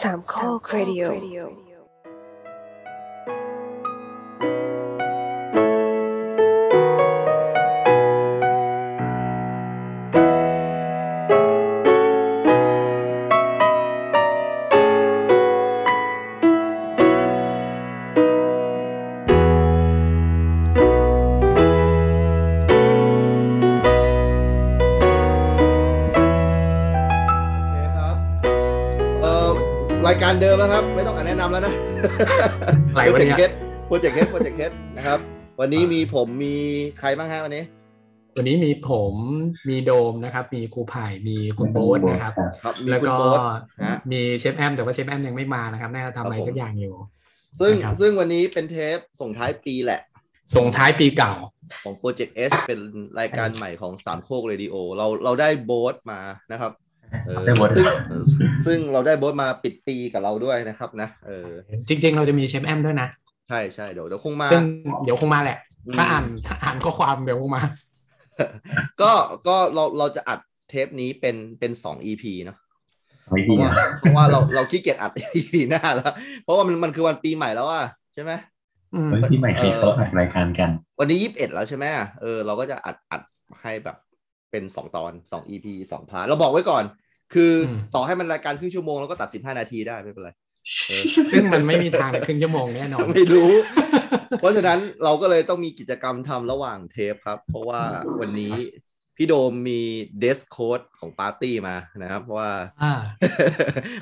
สามข้อครดิโอ โอเคครับเอ่อรายการเดิมนะครับ ไม่ต้องอ่านแนะนำแล้วนะ อะไรวะ โปรเจกต์เคเนี่ย สโปรเจกต์เคสโปรเจกต์เคสนะครับ วันนี้มีผมมีใครบ้างฮะวันนี้ วันนี้มีผมมีโดมนะครับ มีครูไผ่มีคุณโบ๊ทนะครับ ครับมี แล้ว คุณ ก็ โบ๊ท ฮะ มีเชฟแอมแต่ว่าเชฟแอมยังไม่มานะครับ น่าจะทำอะไร ครับผม สักอย่างอยู่ ซึ่ง นะครับ ซึ่งวันนี้เป็นเทปส่งท้ายปีแหละ ส่งท้ายปีเก่า ของโปรเจกต์เอสเป็นรายการใหม่ของสามโคกเรดิโอเราเราได้โบ๊ทมานะครับเออ ได้โบ๊ท ซึ่งเออซึ่งเราได้โบ๊ทมาปิดปีกับเราด้วยนะครับนะเออ จริง ๆ เราจะมีเชฟแอมด้วยนะ ใช่ใช่เดี๋ยวเดี๋ยวคงมา ซึ่งเดี๋ยวคงมาแหละ อืม ถ้าอ่านถ้าอ่านข้อความเดี๋ยวคงมา ก็ก็เราเราจะอัดเทปนี้เป็นเป็นสองอีพีเนาะ ไม่ เพ ดี ราะว่า อ่ะ เพราะว่าเราเราขี้เกียจอัด ปีหน้าแล้ว เพราะว่ามันมันคือวันปีใหม่แล้วอะใช่ไหม อืม เฮ้ยพี่ใหม่เคยเขาอัดรายการกัน วันนี้ยี่สิบเอ็ดแล้วใช่ไหมเออเราก็จะอัดอัดให้แบบเป็นสองตอนสองอีพีสองพาร์ทเราบอกไว้ก่อน คืออ ม ต่อให้มันรายการครึ่งชั่วโมงเราก็ตัดสิบห้านาทีได้ไม่เป็นไรเออ ซึ่งมันไม่มีทางในครึ่งชั่วโมงแน่นอน ไม่รู้ เพราะฉะนั้นเราก็เลยต้องมีกิจกรรมทำระหว่างเทปครับ เพราะว่าวันนี้พี่โดมมีเดสโค้ดของปาร์ตี้มานะครับเพราะ ว่า อ่า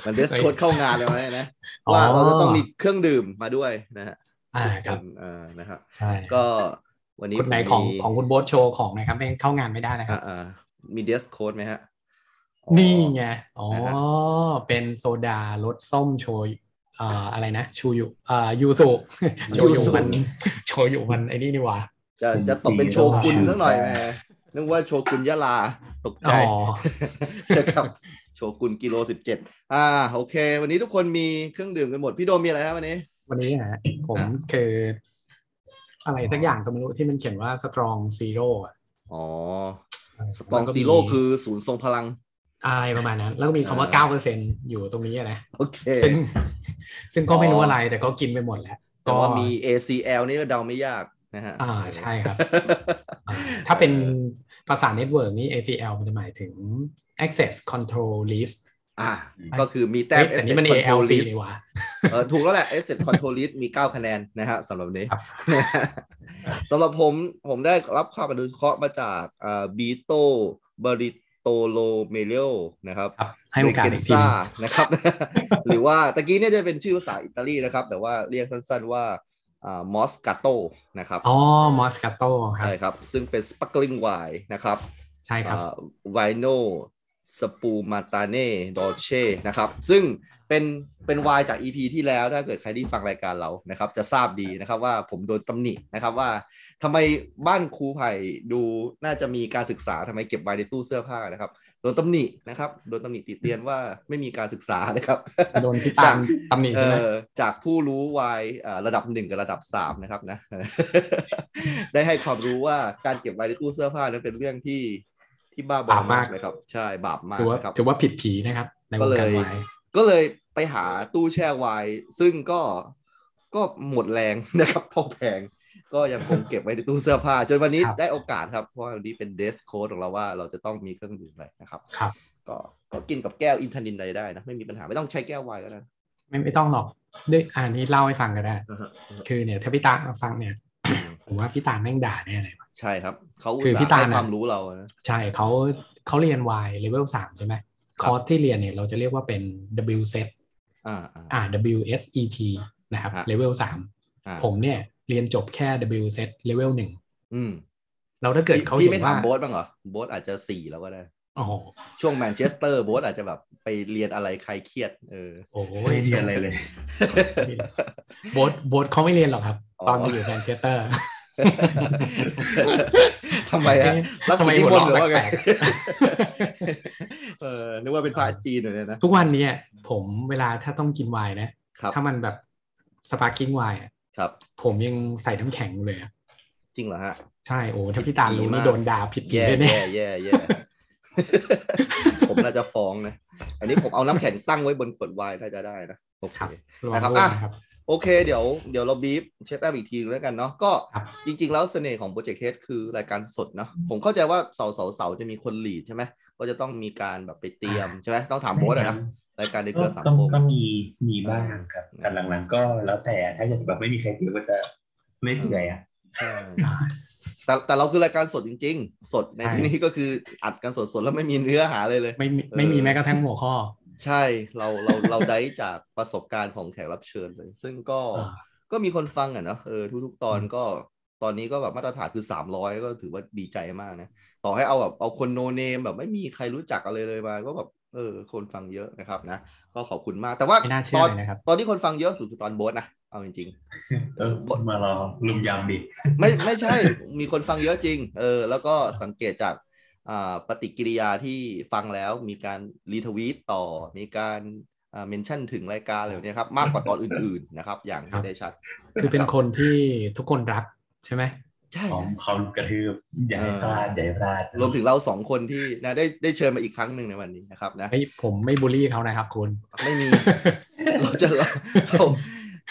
มันเดสโค้ดเข้างานเลยนะ อ๋อ ว่าเราจะต้องมีเครื่องดื่มมาด้วยนะฮะ อ่าครับ เออนะครับ ใช่ ก็วันนี้ คุณไหนของ มี ของคุณโบ๊ทโชว์ของนะครับไม่งั้นเข้างานไม่ได้นะครับ อ่าอ่ามีเดสโค้ดไหมฮะ นี่ไง อ๋อ นะฮะ เป็นโซดารสส้มโชยเอ่ออะไรนะ ชูยุเอ่อยูสุโชยุมัน โชยุมันไอ้นี่นี่หว่า จะจะตกเป็นโชกุนสักหน่อยแหมนึกว่าโชกุนยะลาตกใจ อ๋อ นะครับโชกุนกิโลสิบเจ็ดอ่าโอเค วันนี้ทุกคนมีเครื่องดื่มกันหมด พี่โดมมีอะไรครับวันนี้ วันนี้นะฮะผมคือ อะไรสักอย่างก็ไม่รู้ที่มันเขียนว่าสตรองซีโร่อะ อ๋อต มั อง นก็มี ซีโร่คือศูนย์ทรงพลัง อะไรประมาณนั้น แล้วก็มีคำว่าเก้าเปอร์เซ็นอยู่ตรงนี้อะนะ โอเค ซึ่ง ซึ่งก็ไม่รู้ อ๋ออ อะไรแต่ก็กินไปหมดแล้ว แต่ ก็ ว่ามี ACL นี่ก็เดาไม่ยากนะฮะ อ่าใช่ครับ อ่าถ้าเป็นภาษาเน็ตเวิร์กนี่ ACL มันจะหมายถึง Access Control List อ่า ก็คือมีแต้ เฮ้ ม ยแต่ Asset นี่มัน Control ALC List นี่หว่า เออถูกแล้วแหละ Asset Control List มี 9 คะแนนนะฮะสำหรับนี้ ครับ สำหรับผมผมได้รับความอนุเคราะห์มาจากอ่าบีโตบริโตโลเมเลโอนะครับ ครับ ให้โอกาส เร อีก เน ทีห ซ่า นึ่ง นะครับ หรือว่าตะกี้เนี่ยจะเป็นชื่อภาษาอิตาลีนะครับ แต่ว่าเรียกสั้นๆว่าอ่ามอสกาโตนะครับ อ๋อ มอสคาโต้ครับ ใช่ครับ ซึ่งเป็นสปาร์คลิงไวน์นะครับ ใช่ครับ ไวโนสปูมาตาเน่ดอเช่นะครับ ซึ่งเป็นเป็นไวน์จาก EP ที่แล้วถ้าเกิดใครที่ฟังรายการเรานะครับ จะทราบดีนะครับว่าผมโดนตำหนินะครับว่าทำไมบ้านครูไผ่ดูน่าจะมีการศึกษาทำไมเก็บไว้ในตู้เสื้อผ้านะครับ โดนตำหนินะครับ โดนตำหนิติเตียนว่าไม่มีการศึกษานะครับ โดนพี่ตามตำหนิ เอ ใช่ไหม อจากผู้รู้วัยเอ่อระดับหนึ่งกับระดับสามนะครับนะ ได้ให้ความรู้ว่าการเก็บไว้ในตู้เสื้อผ้านั้นเป็นเรื่องที่ที่บ้าบอมากเลยครับ ใช่บาปมาก ถือว่า นะครับ ถือว่าผิดผีนะครับ ในว ก็ ง เล การ ย วาย ก็เลยไปหาตู้แช่ไวน์ซึ่งก็ก็หมดแรง นะครับเพอแพงก็ยังคงเก็บไว้ในตู้เสื้อผ้า จนวันนี้ได้โอกาสครับเพราะว่าวันนี้เป็นเดสโค้ดของเราว่าเราจะต้องมีเครื่องดื่มอะไรนะครับ ครับ ก็ก็กินกับแก้วอินทานินอะไรได้นะไม่มีปัญหาไม่ต้องใช้แก้วไวน์แล้วนะ ไม่ไม่ต้องหรอกด้วยอ่านี้เล่าให้ฟังก็ได้ อ่าฮะ คือเนี่ยถ้าพี่ตามมาฟังเนี่ย ผมว่าพี่ตามแม่งด่าแน่เลย ใช่ครับเขาอุต คือ ส่า พี่ ห์ ตาล ให้ น่ะ ความรู้เรานะ ใช่เขาเขาเรียนวายเลเวลสามใช่ไหมคอร์สที่เรียนเนี่ยเราจะเรียกว่าเป็น W set อ่าอ่า อ่า WSET นะครับ ฮะ เลเวลสาม อ่า ผมเนี่ยเรียนจบแค่ W set level หนึ่ง อืม แล้วถ้าเกิด พี่ เขา พี่ เห็ ไม่ น ถาม ว่า โบ๊ทบ้างเหรอโบ๊ทอาจจะสี่แล้วก็ได้ โอ้โห ช่วงแมนเชสเตอร์โบ๊ทอาจจะแบบไปเรียนอะไรใครเครียดเอ อ โอ้ ไม่ ย เรียนอะไรเลย โบทโบทเขาไม่เรียนหรอกครับ อ๋อ ตอนไปอยู่แมนเชสเตอร์ ทำไมอะรับ ทำไม กิจนิมนต์ห หั รือว่าวเราะ ไง แปลก เออนึกว่าเป็นพระจีนหน่อยเนี่ยนะ ทุกวันเนี่ยผมเวลาถ้าต้องกินไวน์นะ ครับ ถ้ามันแบบสปาร์กิ้งไวน์ ครับ ผมยังใส่น้ำแข็งอยู่เลยอะ จริงเหรอฮะ ใช่โอ้ถ้าพี่ตาลรู้ ดีมา นี่ ก โดนด่าผิดผี แย่ แน่ แย่แย่แย่ ผมน่าจะฟ้องนะ อันนี้ผมเอาน้ำแข็งตั้งไว้บนขวดไวน์น่าจะได้นะโอเค ครับ ลอง นะครับ ดู อ่ะ นะครับ โอเคเดี๋ยวเดี๋ยวเราบีฟเชฟแอมอีกทีนึงแล้วกันเนาะก็ ครับ จริง ๆ แล้วเสน่ห์ของโปรเจกต์เฮดคือรายการสดเนาะผมเข้าใจว่าเสาร์เสาร์เสาร์จะมีคนหลีดใช่ไหมก็จะต้องมีการแบบไปเตรียมใช่ไหมต้องถามโบสอะนะรายการในเค ก็ รือสาม ก็ โคก ก็มีมีบ้างครับแต่หลังๆก็แล้วแต่ถ้าอยากแบบไม่มีใครเดียวก็จะไม่เปื่อยอ่ะ อ่า แต่แต่เราคือรายการสดจริง ๆ สดใน ใช่ ที่นี้ก็คืออัดกันสดๆ แล้วไม่มีเนื้อหาเลยเลย ไม่มี เออ ไม่มีแม้กระทั่งหัวข้อ ใช่เราเราเรา ได้จากประสบการณ์ของแขกรับเชิญเลย ซึ่งก็ อ่า ก็มีคนฟังอ่ะเนาะเออทุกๆ ตอนก็ตอนนี้ก็แบบมาตรฐานคือ 300 ก็ถือว่าดีใจมากนะ ต่อให้เอาแบบเอาคนโนเนมแบบไม่มีใครรู้จักอะไรเลยมาก็แบบเออคนฟังเยอะนะครับนะ ก็ขอบคุณมากแต่ว่า ไม่น่าเชื่ ต อ อน เลยนะครับ ตอนที่คนฟังเยอะสุดคือตอนโบสนะเอาจริงๆ เออมารอลุมยำดิ ไม่ไม่ใช่ มีคนฟังเยอะจริง เออ แล้วก็สังเกตจากอ่าปฏิกิริยาที่ฟังแล้วมีการรีทวีตต่อ มีการเมนชั่นถึงรายการอะไรแบบนี้ครับ มากกว่าตอนอื่นๆนะครับ อย่าง ครับ เห็นได้ชัด คือเป็นคนที่ทุกคนรักใช่ไหม ใช่ ของเขากระทืบอย่าให้พลาดอย่าให้พลาด รวมถึงเราสองคนที่นะได้ได้เชิญมาอีกครั้งหนึ่งในวันนี้นะครับนะ เฮ้ยผมไม่บูลลี่เขานะครับคุณ ไม่มี เราจะเราเรา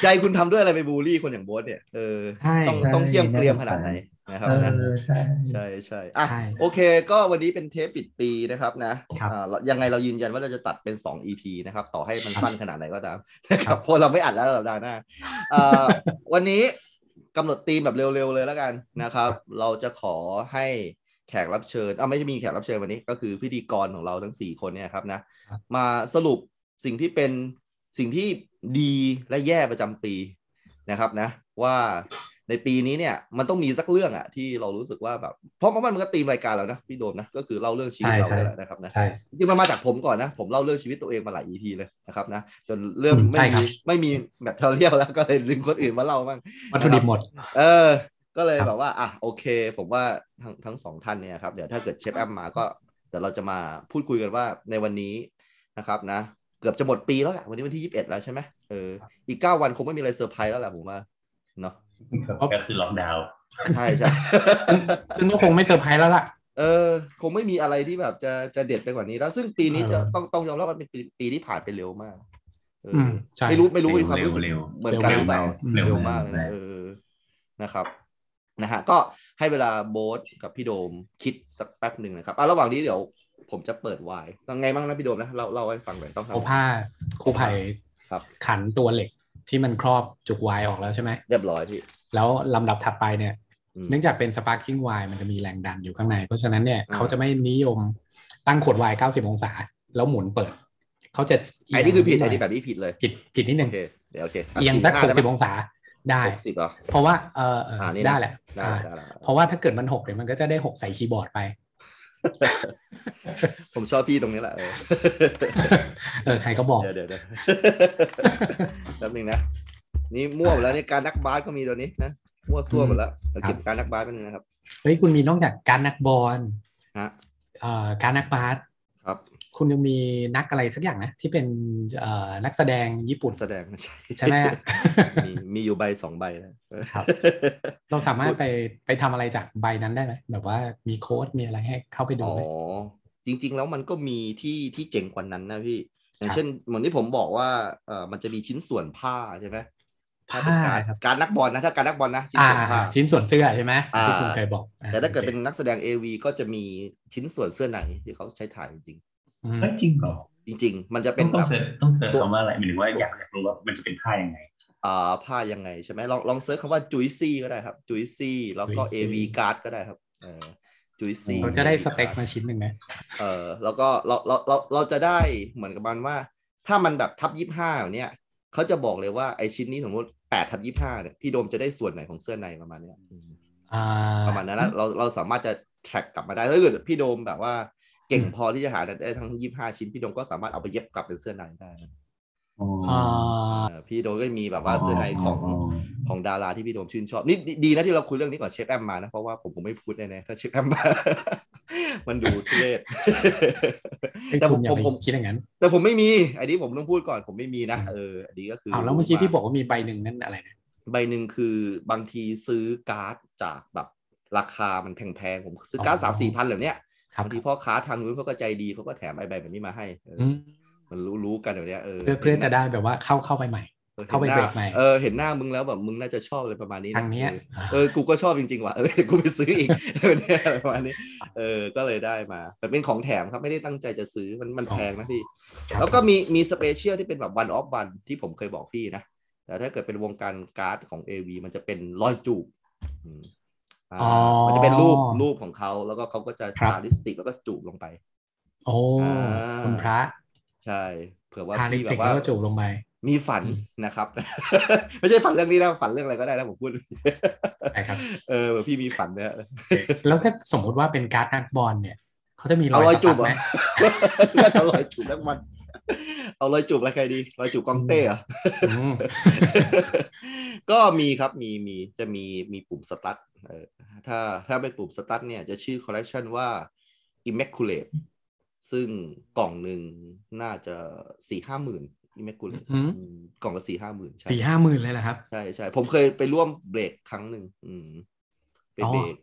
ใจคุณทำด้วยอะไรไปบูลลี่คนอย่างโบสเนี่ย เออ ใช่ ต้องต้องเยี่ยมเกรียมขนาดไหนนะครับนะ เออใช่ ใช่ใช่อ่ะ ใช่ โอเค ก็วันนี้เป็นเทปปิดปีนะครับนะครับ อ่าเรายังไงเรายืนยันว่าเราจะตัดเป็น 2 EP นะครับ ต่อให้มันสั้นขนาดไหนก็ตาม นะครับเพราะเราไม่อัดแล้วสัปดาห์หน้าอ่าวันนี้กำหนดธีมแบบเร็วๆเลยแล้วกันนะครับ เราจะขอให้แขกรับเชิญอ่าไม่ใช่มีแขกรับเชิญวันนี้ ก็คือพิธีกรของเราทั้ง 4 คนเนี่ยครับนะครับ มาสรุปสิ่งที่เป็นสิ่งที่ดีและแย่ประจำปีนะครับนะ ว่า ในปีนี้เนี่ยมันต้องมีสักเรื่องอะที่เรารู้สึกว่าแบบเพราะมันมันก็ตีมรายการแล้วนะพี่โดมนะก็คือเล่าเรื่องชีวิต ใช่ เรา ใช่ เนี่ยแหละนะครับนะ ใช่ จริงๆมันมาจากผมก่อนนะ ผมเล่าเรื่องชีวิตตัวเองมาหลาย EP เลยนะครับนะจนเริ่ม อืมใช่ ไม่ ครั มี บ ไม่มีแมทเทอเรียลแล้วก็เลยดึงคนอื่นมาเล่าบ้าง วัตถุดิบหมด เออ ก็เลย ครับ แบบว่า อ่ะ โอเค ผมว่าทั้งทั้งสองท่านเนี่ยครับ เดี๋ยวถ้าเกิดเชฟแอมมาก็ เดี๋ยวเราจะมาพูดคุยกันว่าในวันนี้นะครับนะ เกือบจะหมดปีแล้วแหละ วันนี้วันที่ยี่สิบเอ็ดแล้วใช่ไหมเออ อีกเก้าวันคงไม่มีอะไรเซอร์ไพรส์แล้วแหละผมว่า เนาะ ก็คือล็อกดาวน์ ใช่ ใช่ ซึ่งซึ่งก็คงไม่เซอร์ไพรส์แล้วล่ะ เออ คงไม่มีอะไรที่แบบจะจะเด็ดไปกว่านี้แล้ว ซึ่งปีนี้จะ เออ ต้องต้องยอมรับว่าเป็นปีปีที่ผ่านไปเร็วมากเออ อื อ มใช่ ไม่รู้ไม่รู้ เร็ มี ว ความรู้สึก เร็ว เหมือนกันหรือเปล่า เร็ เร็ว ว มาม ากก เลย เร็ นะ วมาก เออนะครับนะฮะก็ให้เวลาโบ๊ทกับพี่โดมคิดสักแป๊บหนึ่งนะครับอ่ะระหว่างนี้เดี๋ยวผมจะเปิดไวน์ต้องไงบ้างนะพี่โดมนะเราเล่าให้ฟังหน่อยต้องทำ เอาผ้าครูไผ่ ครับ ขันตัวเหล็กที่มันครอบจุกไวน์ออกแล้วใช่ไหม เรียบร้อยพี่ แล้วลำดับถัดไปเนี่ย อืม เนื่องจากเป็นสปาร์ l ิ n งไวน์มันจะมีแรงดันอยู่ข้างใน เพราะฉะนั้นเนี่ย อ่า เขาจะไม่นิยมตั้งขวดไวน์90 องศา แล้วหมุนเปิด เขาจะเยง ไอ้นี่คือผิดไอ้นี่ หย แบบนี้ผิดเลย ผิดผิดนิดนึ โอง เคเดี๋ยวโอเค เอียงสัก 45ได้ไห 60 องศาได้ หกสิบเหรอ เพราะว่าเออเออ อ่านี่นะ ได้แหละ ได้ อ่า ได้ได้ได้ เพราะว่าถ้าเกิดมันหกเนี่ยมันก็จะได้หกใส่คีย์บอร์ดไป ผมชอบพี่ตรงนี้แหละเออ เออใครก็บอก เดี๋ยวเดี๋ยวเดี๋ยวแป๊บหนึงนะนี่มั่วหมดแล้วนี่การนักบาสก็มีตัวนี้นะมั่วซั่วหมดแล้วเดี๋ยวเก็บการนักบาสไปหนึงนะครับ เฮ้ยคุณมีนอกจากการนักบอล ฮะ เอ่อการนักบาส ครับ คุณยังมีนักอะไรสักอย่างนะ ที่เป็นเอ่อนักแสดงญี่ปุ่น แสดงไม่ใช่ ใช่ไหมอะ มีมีอยู่ใบสองใบนะครับ เราสามารถไปไปทำอะไรจากใบนั้นได้ไหมแบบว่ามีโค้ดมีอะไรให้เข้าไปดู อ๋อ ไหม จริง ๆ แล้วมันก็มีที่ที่เจ๋งกว่านั้นนะพี่ อย่างครับ เช่นเหมือนที่ผมบอกว่าเออมันจะมีชิ้นส่วนผ้าใช่ไหมถ้าเป็น ผ้า การ ครับ การนักบอลนะถ้าการนักบอลนะชิ้น อ่า ส่วนผ้า ชิ้นส่วนเสื้อใช่ไหม อ่า ที่คุณเคยบอกอ่ แต่ถ้าเกิดเป็นนักแสดง AV ก็จะมีชิ้นส่วนเสื้อในที่เขาใช้ถ่ายจริง อืม เฮ้ยจริงเหรอ ๆจริง ๆ มันจะ ต้ เป็ อน งต้ แบบองเสิร์ชต้องเสิร์ชคำว่าอะไรหมายถึงว่าอยากอยากรู้ว่ามันจะเป็นท่ายังไง อ่าผ้ายังไงใช่ไหมลองลองเซิร์ชคำว่าจุยซี่ก็ได้ครับจุยซี่แล้วก็ AV การ์ดก็ได้ครับเออจุยซี่ เราจะได้สเต็กมาชิ้นหนึ่งนะ เออแล้วก็เราเราเราเราจะได้เหมือนกับมันว่า ถ้ามันแบบทับยี่ห้าเนี่ยเขาจะบอกเลยว่าไอชิ้นนี้สมมติแปดทับยี่ห้าเนี่ยพี่โดมจะได้ส่วนไหนของเสื้อในประมาณเนี้ยอืม อ่า ประมาณนั้นแล้วเราเราสามารถจะ track กลับมาได้ถ้าเกิดพี่โดมแบบว่าเก่งพอที่จะหาได้ทั้งยี่ห้าชิ้นพี่โดมก็สามารถเอาไปเย็บกลับเป็นเสื้อในได้ อ่า เออพี่โดมก็มีแบบว่าเสื้อในของของดาราที่พี่โดมชื่นชอบนี่ดีดีนะที่เราคุยเรื่องนี้ก่อนเชฟแอมมานะเพราะว่าผมผมไม่พูดแน่ๆถ้าเชฟแอมมา มันดูทุเรศ ไอ้ แต่ คุ ผ ณ ม อผย่าม ไป ผม คิดอย่างนั้น แต่ผมไม่มี อันนี้ผมต้องพูดก่อนผมไม่มีนะ เออ อันนี้ก็คือ อ้าวแล้วเมื่อกี้ที่บอกว่ามีใบหนึ่งนั่นอะไรนะ ใบหนึ่งคือบางทีซื้อการ์ดจากแบบราคามันแพงๆ ผมซื้อการ์ดสามสี่พันเหล่าเนี้ย ครับ บางทีพ่อค้าทางนู้นเขาก็ใจดีเขาก็แถมไอใบแบบนี้มาให้เอออ อืม มันรู้รู้กันแบบเนี้ยเออ เพื่อเพื่อจะได้แบบว่าเข้าเข้าไปใหม่ ห็น เข้าไป หน้ เบรกใหม่ เออเห็นหน้ามึงแล้วแบบมึงน่าจะชอบอะไรประมาณนี้ะ ทางเนี้ย เออ อ่า เออ กูก็ชอบจริงๆว่ะ เออเดี๋ยวกูไปซื้ออีก เออเนี่ยอะไรประมาณนี้ เออ ก็เลยได้มา แต่เป็นของแถมครับ ไม่ได้ตั้งใจจะซื้อ มันมันแพงนะพี่ ครับ แล้วก็มีมีสเปเชียลที่เป็นแบบ one of one ที่ผมเคยบอกพี่นะ แต่ถ้าเกิดเป็นวงการการ์ดของ AV มันจะเป็นรอยจูบอืมอ่า อ๋อ มันจะเป็นรูปรูปของเขา แล้วก็เขาก็จะ ครับ ทาลิปสติกแล้วก็จูบลงไป โอ้ อ่า คุณพระ ใช่ เผื่อว่า ทาลิป พี่ ส แบ ติก บว่า แล้วก็จูบลงไป มีฝัน อืม นะครับ ไม่ใช่ฝันเรื่องนี้นะ ฝันเรื่องอะไรก็ได้นะผมพูด ใช่ครับ เออเผื่อพี่มีฝันนะ แล้วถ้าสมมุติว่าเป็นการ์ดนักบอลเนี่ยเขาจะมีร เอา อย รอยจูบ สัก เหร ไหม อ เอารอยจูบแล้วมัน เอารอยจูบแล้วใครดีรอยจูบกองเต้เหรอ อืม ก็มีครับมีมีจะมีมีปุ่มสตัทเออถ้าถ้าเป็นปุ่มสตัทเนี่ยจะชื่อคอลเล t ชันว่า immaculate ซึ่งกล่องหนึ่งน่าจะสี่ห้าหมื่น immaculate อืม อืมกล่องละสี่ห้าหมื่นใช่ สี่ห้าหมื่นเลยแหละครับ ใช่ใช่ผมเคยไปร่วมเบรกครั้งหนึ่งอืมไป อ๋อ เบรก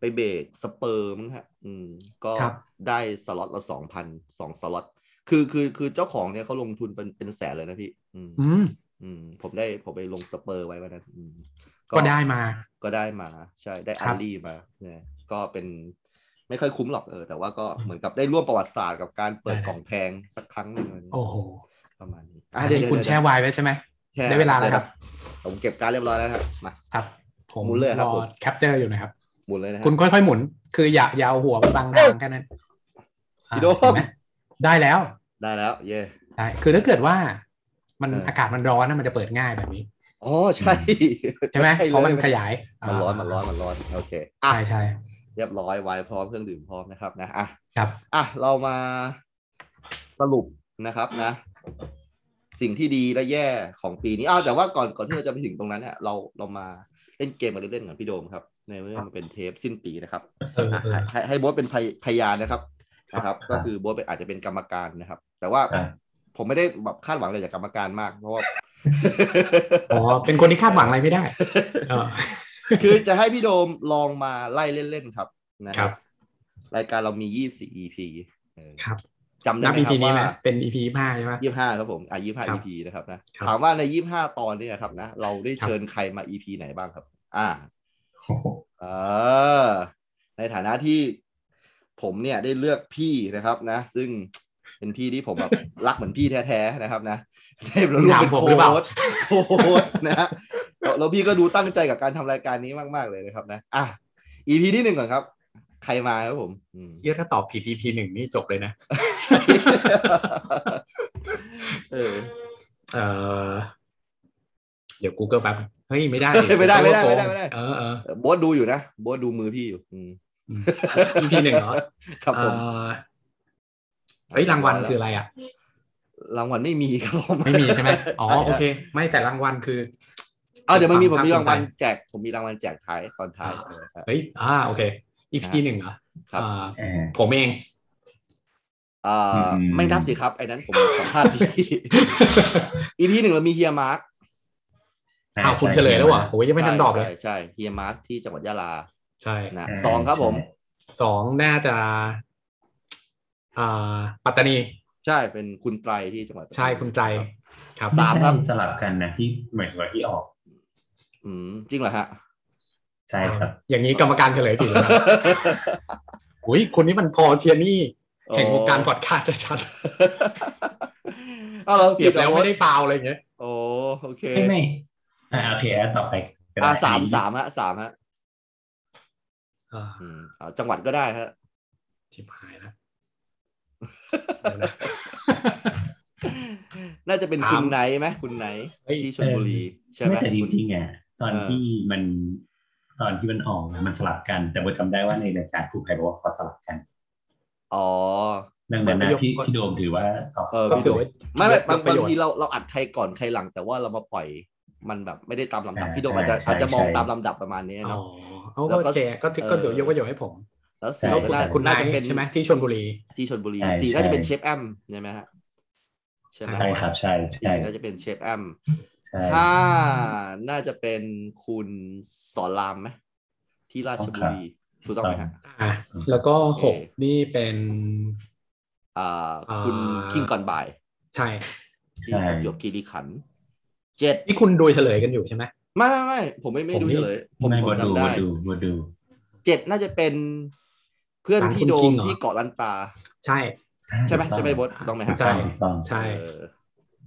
ไปเบรกสเปิร์มงฮะอืมก็ ครับ ได้สล็อตละสองพันสองสล็อตคือคือคือเจ้าของเนี่ยเขาลงทุนเป็นเป็นแสนเลยนะพี่ อืม อืม อืมผมได้ผมไปลงสเปอร์ไว้วันนั้นอืม ก็ได้มา ก็ได้มา ใช่ได้ ครั อัลบลี่มาเนี่ยก็เป็นไม่ค่อยคุ้มหรอกเออแต่ว่าก็เหมือนกับได้ร่วมประวัติศาสตร์กับการเปิด ได้ กล่องแพงสักครั้งหนึ่งอะไรเงี้ย โอ้โห ประมาณนี้ อันนี้คุณแช่ไวน์ไว้ใช่ไหม ช่ ได้เวลาแล้วครับ ผมเก็บการดเรียบร้อยแล้วครับมา ครับ ผม หมุนเลยครับ อ ผม แคปเจอร์อยู่นะครับ หมุนเลยนะฮะ คุณค่อยๆหมุน คืออย่าอย่าเอาหัวไปบังทางแค่นั้นอ่า พี่โดม เห็นไหมได้แล้ว ได้แล้ว เย่ ได้คือถ้าเกิดว่า มันอากาศมันร้อนนะมันจะเปิดง่ายแบบนี้ อ๋อใช่ ใช่ไหม ลย เพราะมันขยาย มันร้อนมันร้อนมันร้อนโอเคอ่ะ ใช่ใช่ เรียบร้อยไว้พร้อมเครื่องดื่มพร้อมนะครับนะอ่ะ ครับ อ่ะเรามาสรุปนะครับนะ สิ่งที่ดีและแย่ของปีนี้อ้าวแต่ว่าก่อนก่อนที่เราจะไปถึงตรงนั้นเนี่ยเราเรามาเล่นเกมมาเล่นๆกับพี่โดมครับ ในเมื่อมันเป็นเทปสิ้นปีนะครับ เออเออ อ่ะให้ให้โบทเป็นพยพยานนะครับนะครับ ครับ ก็คือโบทเป็นอาจจะเป็นกรรมการนะครับ แต่ว่า ครับ ผมไม่ได้แบบคาดหวังอะไรจากกรรมการมาก เพราะ ว่า อ๋อเป็นคนที่คาดหวังอะไรไม่ ได้ เออ คือจะให้พี่โดมลองมาไล่เล่นๆครับนะค ครั รับบ รายการเรามียี่สี่ EP เออ ครับ จำได้ นับ ไหม EP ครับ นี้ ว่า นะเป็น EP ห้าใช่ไหม ยี่ห้าครับผม อ่ะยี่ห้า ครับ EP นะครับนะครับ ถามว่าในยี่ห้าตอนเนี้ครับนะ เราได้เชิญใครมา EP ไหนบ้างครับ อ่า เออ ในฐานะที่ผมเนี่ยได้เลือกพี่นะครับนะ ซึ่งเป็นพี่ที่ผมแบบ รักเหมือนพี่แท้ๆนะครับนะได้มาร่วมเป็น ถามผม โค้ หรือเปล่า ชโค้ชนะฮะแล้วแล้วพี่ก็ดูตั้งใจกับการทำรายการนี้มากๆเลยนะครับนะ อ่ะ EP ที่หนึ่งก่อนครับ ใครมาครับผมอื ม เยอะถ้าตอบผิด EP หนึ่งนี่จบเลยนะ เออ เออเดี๋ยว Google แป๊บเฮ้ยไม่ได้ดิ ไม่ได้ Google ไม่ได้ไม่ได้ไม่โกงได้ เออเออ โบทดูอยู่นะโบทดูมือพี่อยู่อืม EP หนึ่งเหรอ ครับผม เอ่อเฮ้ยรางวัลคืออะไรอ่ะ รางวัลไม่มีครับผม ไม่มีใช่ไหมอ๋อ ใช่รับ โอเค ไม่แต่รางวัลคือ เอาเดี๋ยวมันมีผมมีรางวัล ความภาคภูมิใจ แจกผมมีรางวัลแจกท้ายตอนท้าย อ่า เออครับ เฮ้ยอ่าโอเค EP ครับ หนึ่งเหรอ ครับ อ่า เออ ผม เอง เอ่ออ ม ไม่นับสิครับไอ้นั้นผมสัมภาษ ณ์พี่ อีพีหนึ่งเรามีเฮียมาร์ค อ้าวคุณเฉลยแล้วเหรอโอ้ยยังไม่ทันตอบเลย ใช่ใช่เฮียมาร์คที่จังหวัดยะลา ใช่ นะ เ สองครับผม สองน่าจะอ่าปัตตานี ใช่เป็นคุณไตรที่จังหวัด ใช่คุณไตรครับสาสาม ม ค ค รั รั บบ สลับกันนะที่เหมือนว่าที่ออก อืมจริงเหรอฮะ ใช่ครับ อย่างนี้กรรมการเฉลยผิดแล้ว นะอุ้ยคนนี้มันพอเทียนี่แห่งวงการพอดคาสต์ชัด เอาเรา ๆเสียบแล้วไม่ได้ฟาวอะไรอย่างเงี้ย โอ้โอเค ไม่ไม่อ่าโอเคอ่ะต่อไปก็ได้ อ่าสามสามฮะสามฮะ อ่า อืมเอาจังหวัดก็ได้ฮะ ชิบหายแล้วเดี๋ยวนะ น่าจะเป็น ถาม คุณไหนไหมคุณไหน เฮ้ย ที่ชลบุรีใช่ไหม ไม่แต่จริง คุณ ๆอ่ะตอน เออ ที่มันตอนที่มันออกอะมันสลับกัน แต่ผมจำได้ว่าในรายการครูใครบอกว่าขอสลับกัน อ๋อ ดังนั้นนะ มันไม่ยก พี่ ก่อน พี่โดมถือว่าตอบ เออ ก็ถือว่า ไม่ไม่บาง ประ บาง โยชน์ ทีเราเราอัดใครก่อนใครหลัง แต่ว่าเรามาปล่อยมันแบบไม่ได้ตามลำดับ า พี่โดมอาจจะ ใช่ อาจจะมอง ใช่ ตามลำดับประมาณนี้ อ๋อ เนาะ เขา แล้วก็ ก็แชร์ก็ถือก็ถือ เออ ยกประโยชน์ให้ผม แล้ว ใช่ สี แล้ว ใช่ คุณ น่า คุณนา น่าย จะเป็น ใช่ไหมที่ชลบุรี ที่ชลบุรี ใช่ สีน่าจะเป็น ใช่ เชฟแอมใช่ไหมฮะใช่ไหม ใช่ครับใช่ สี ใช่ น่าจะเป็นเชฟแอม ใช่ ห้าน่าจะเป็นคุณสอนรามไหมที่ราชบุรี ถูกต้องไหมฮะ อ่ะแล้วก็หกนี่เป็น อ่าคุณคิงก่อนบ่าย ใช่ ที่ประจวบคีรีขันธ์เจ็ด นี่คุณดูเฉลยกันอยู่ใช่ไหม ไม่ไม่ไม่ผมไม่ไม่ ผม ดู นี่ เลย ผม ไม่ ผ บ ม ดู จำ บ ได้ ดูบดู เจ็ดน่าจะเป็นเพื่อน ร้าน พี่ คุณ โด คิ ม งเหรอ ที่เกาะลันตา ใช่ ใช่ไหมใช่ไหมบดถูกต้องไหมฮะ ใช่ ถูกต้อง ใช่ เออ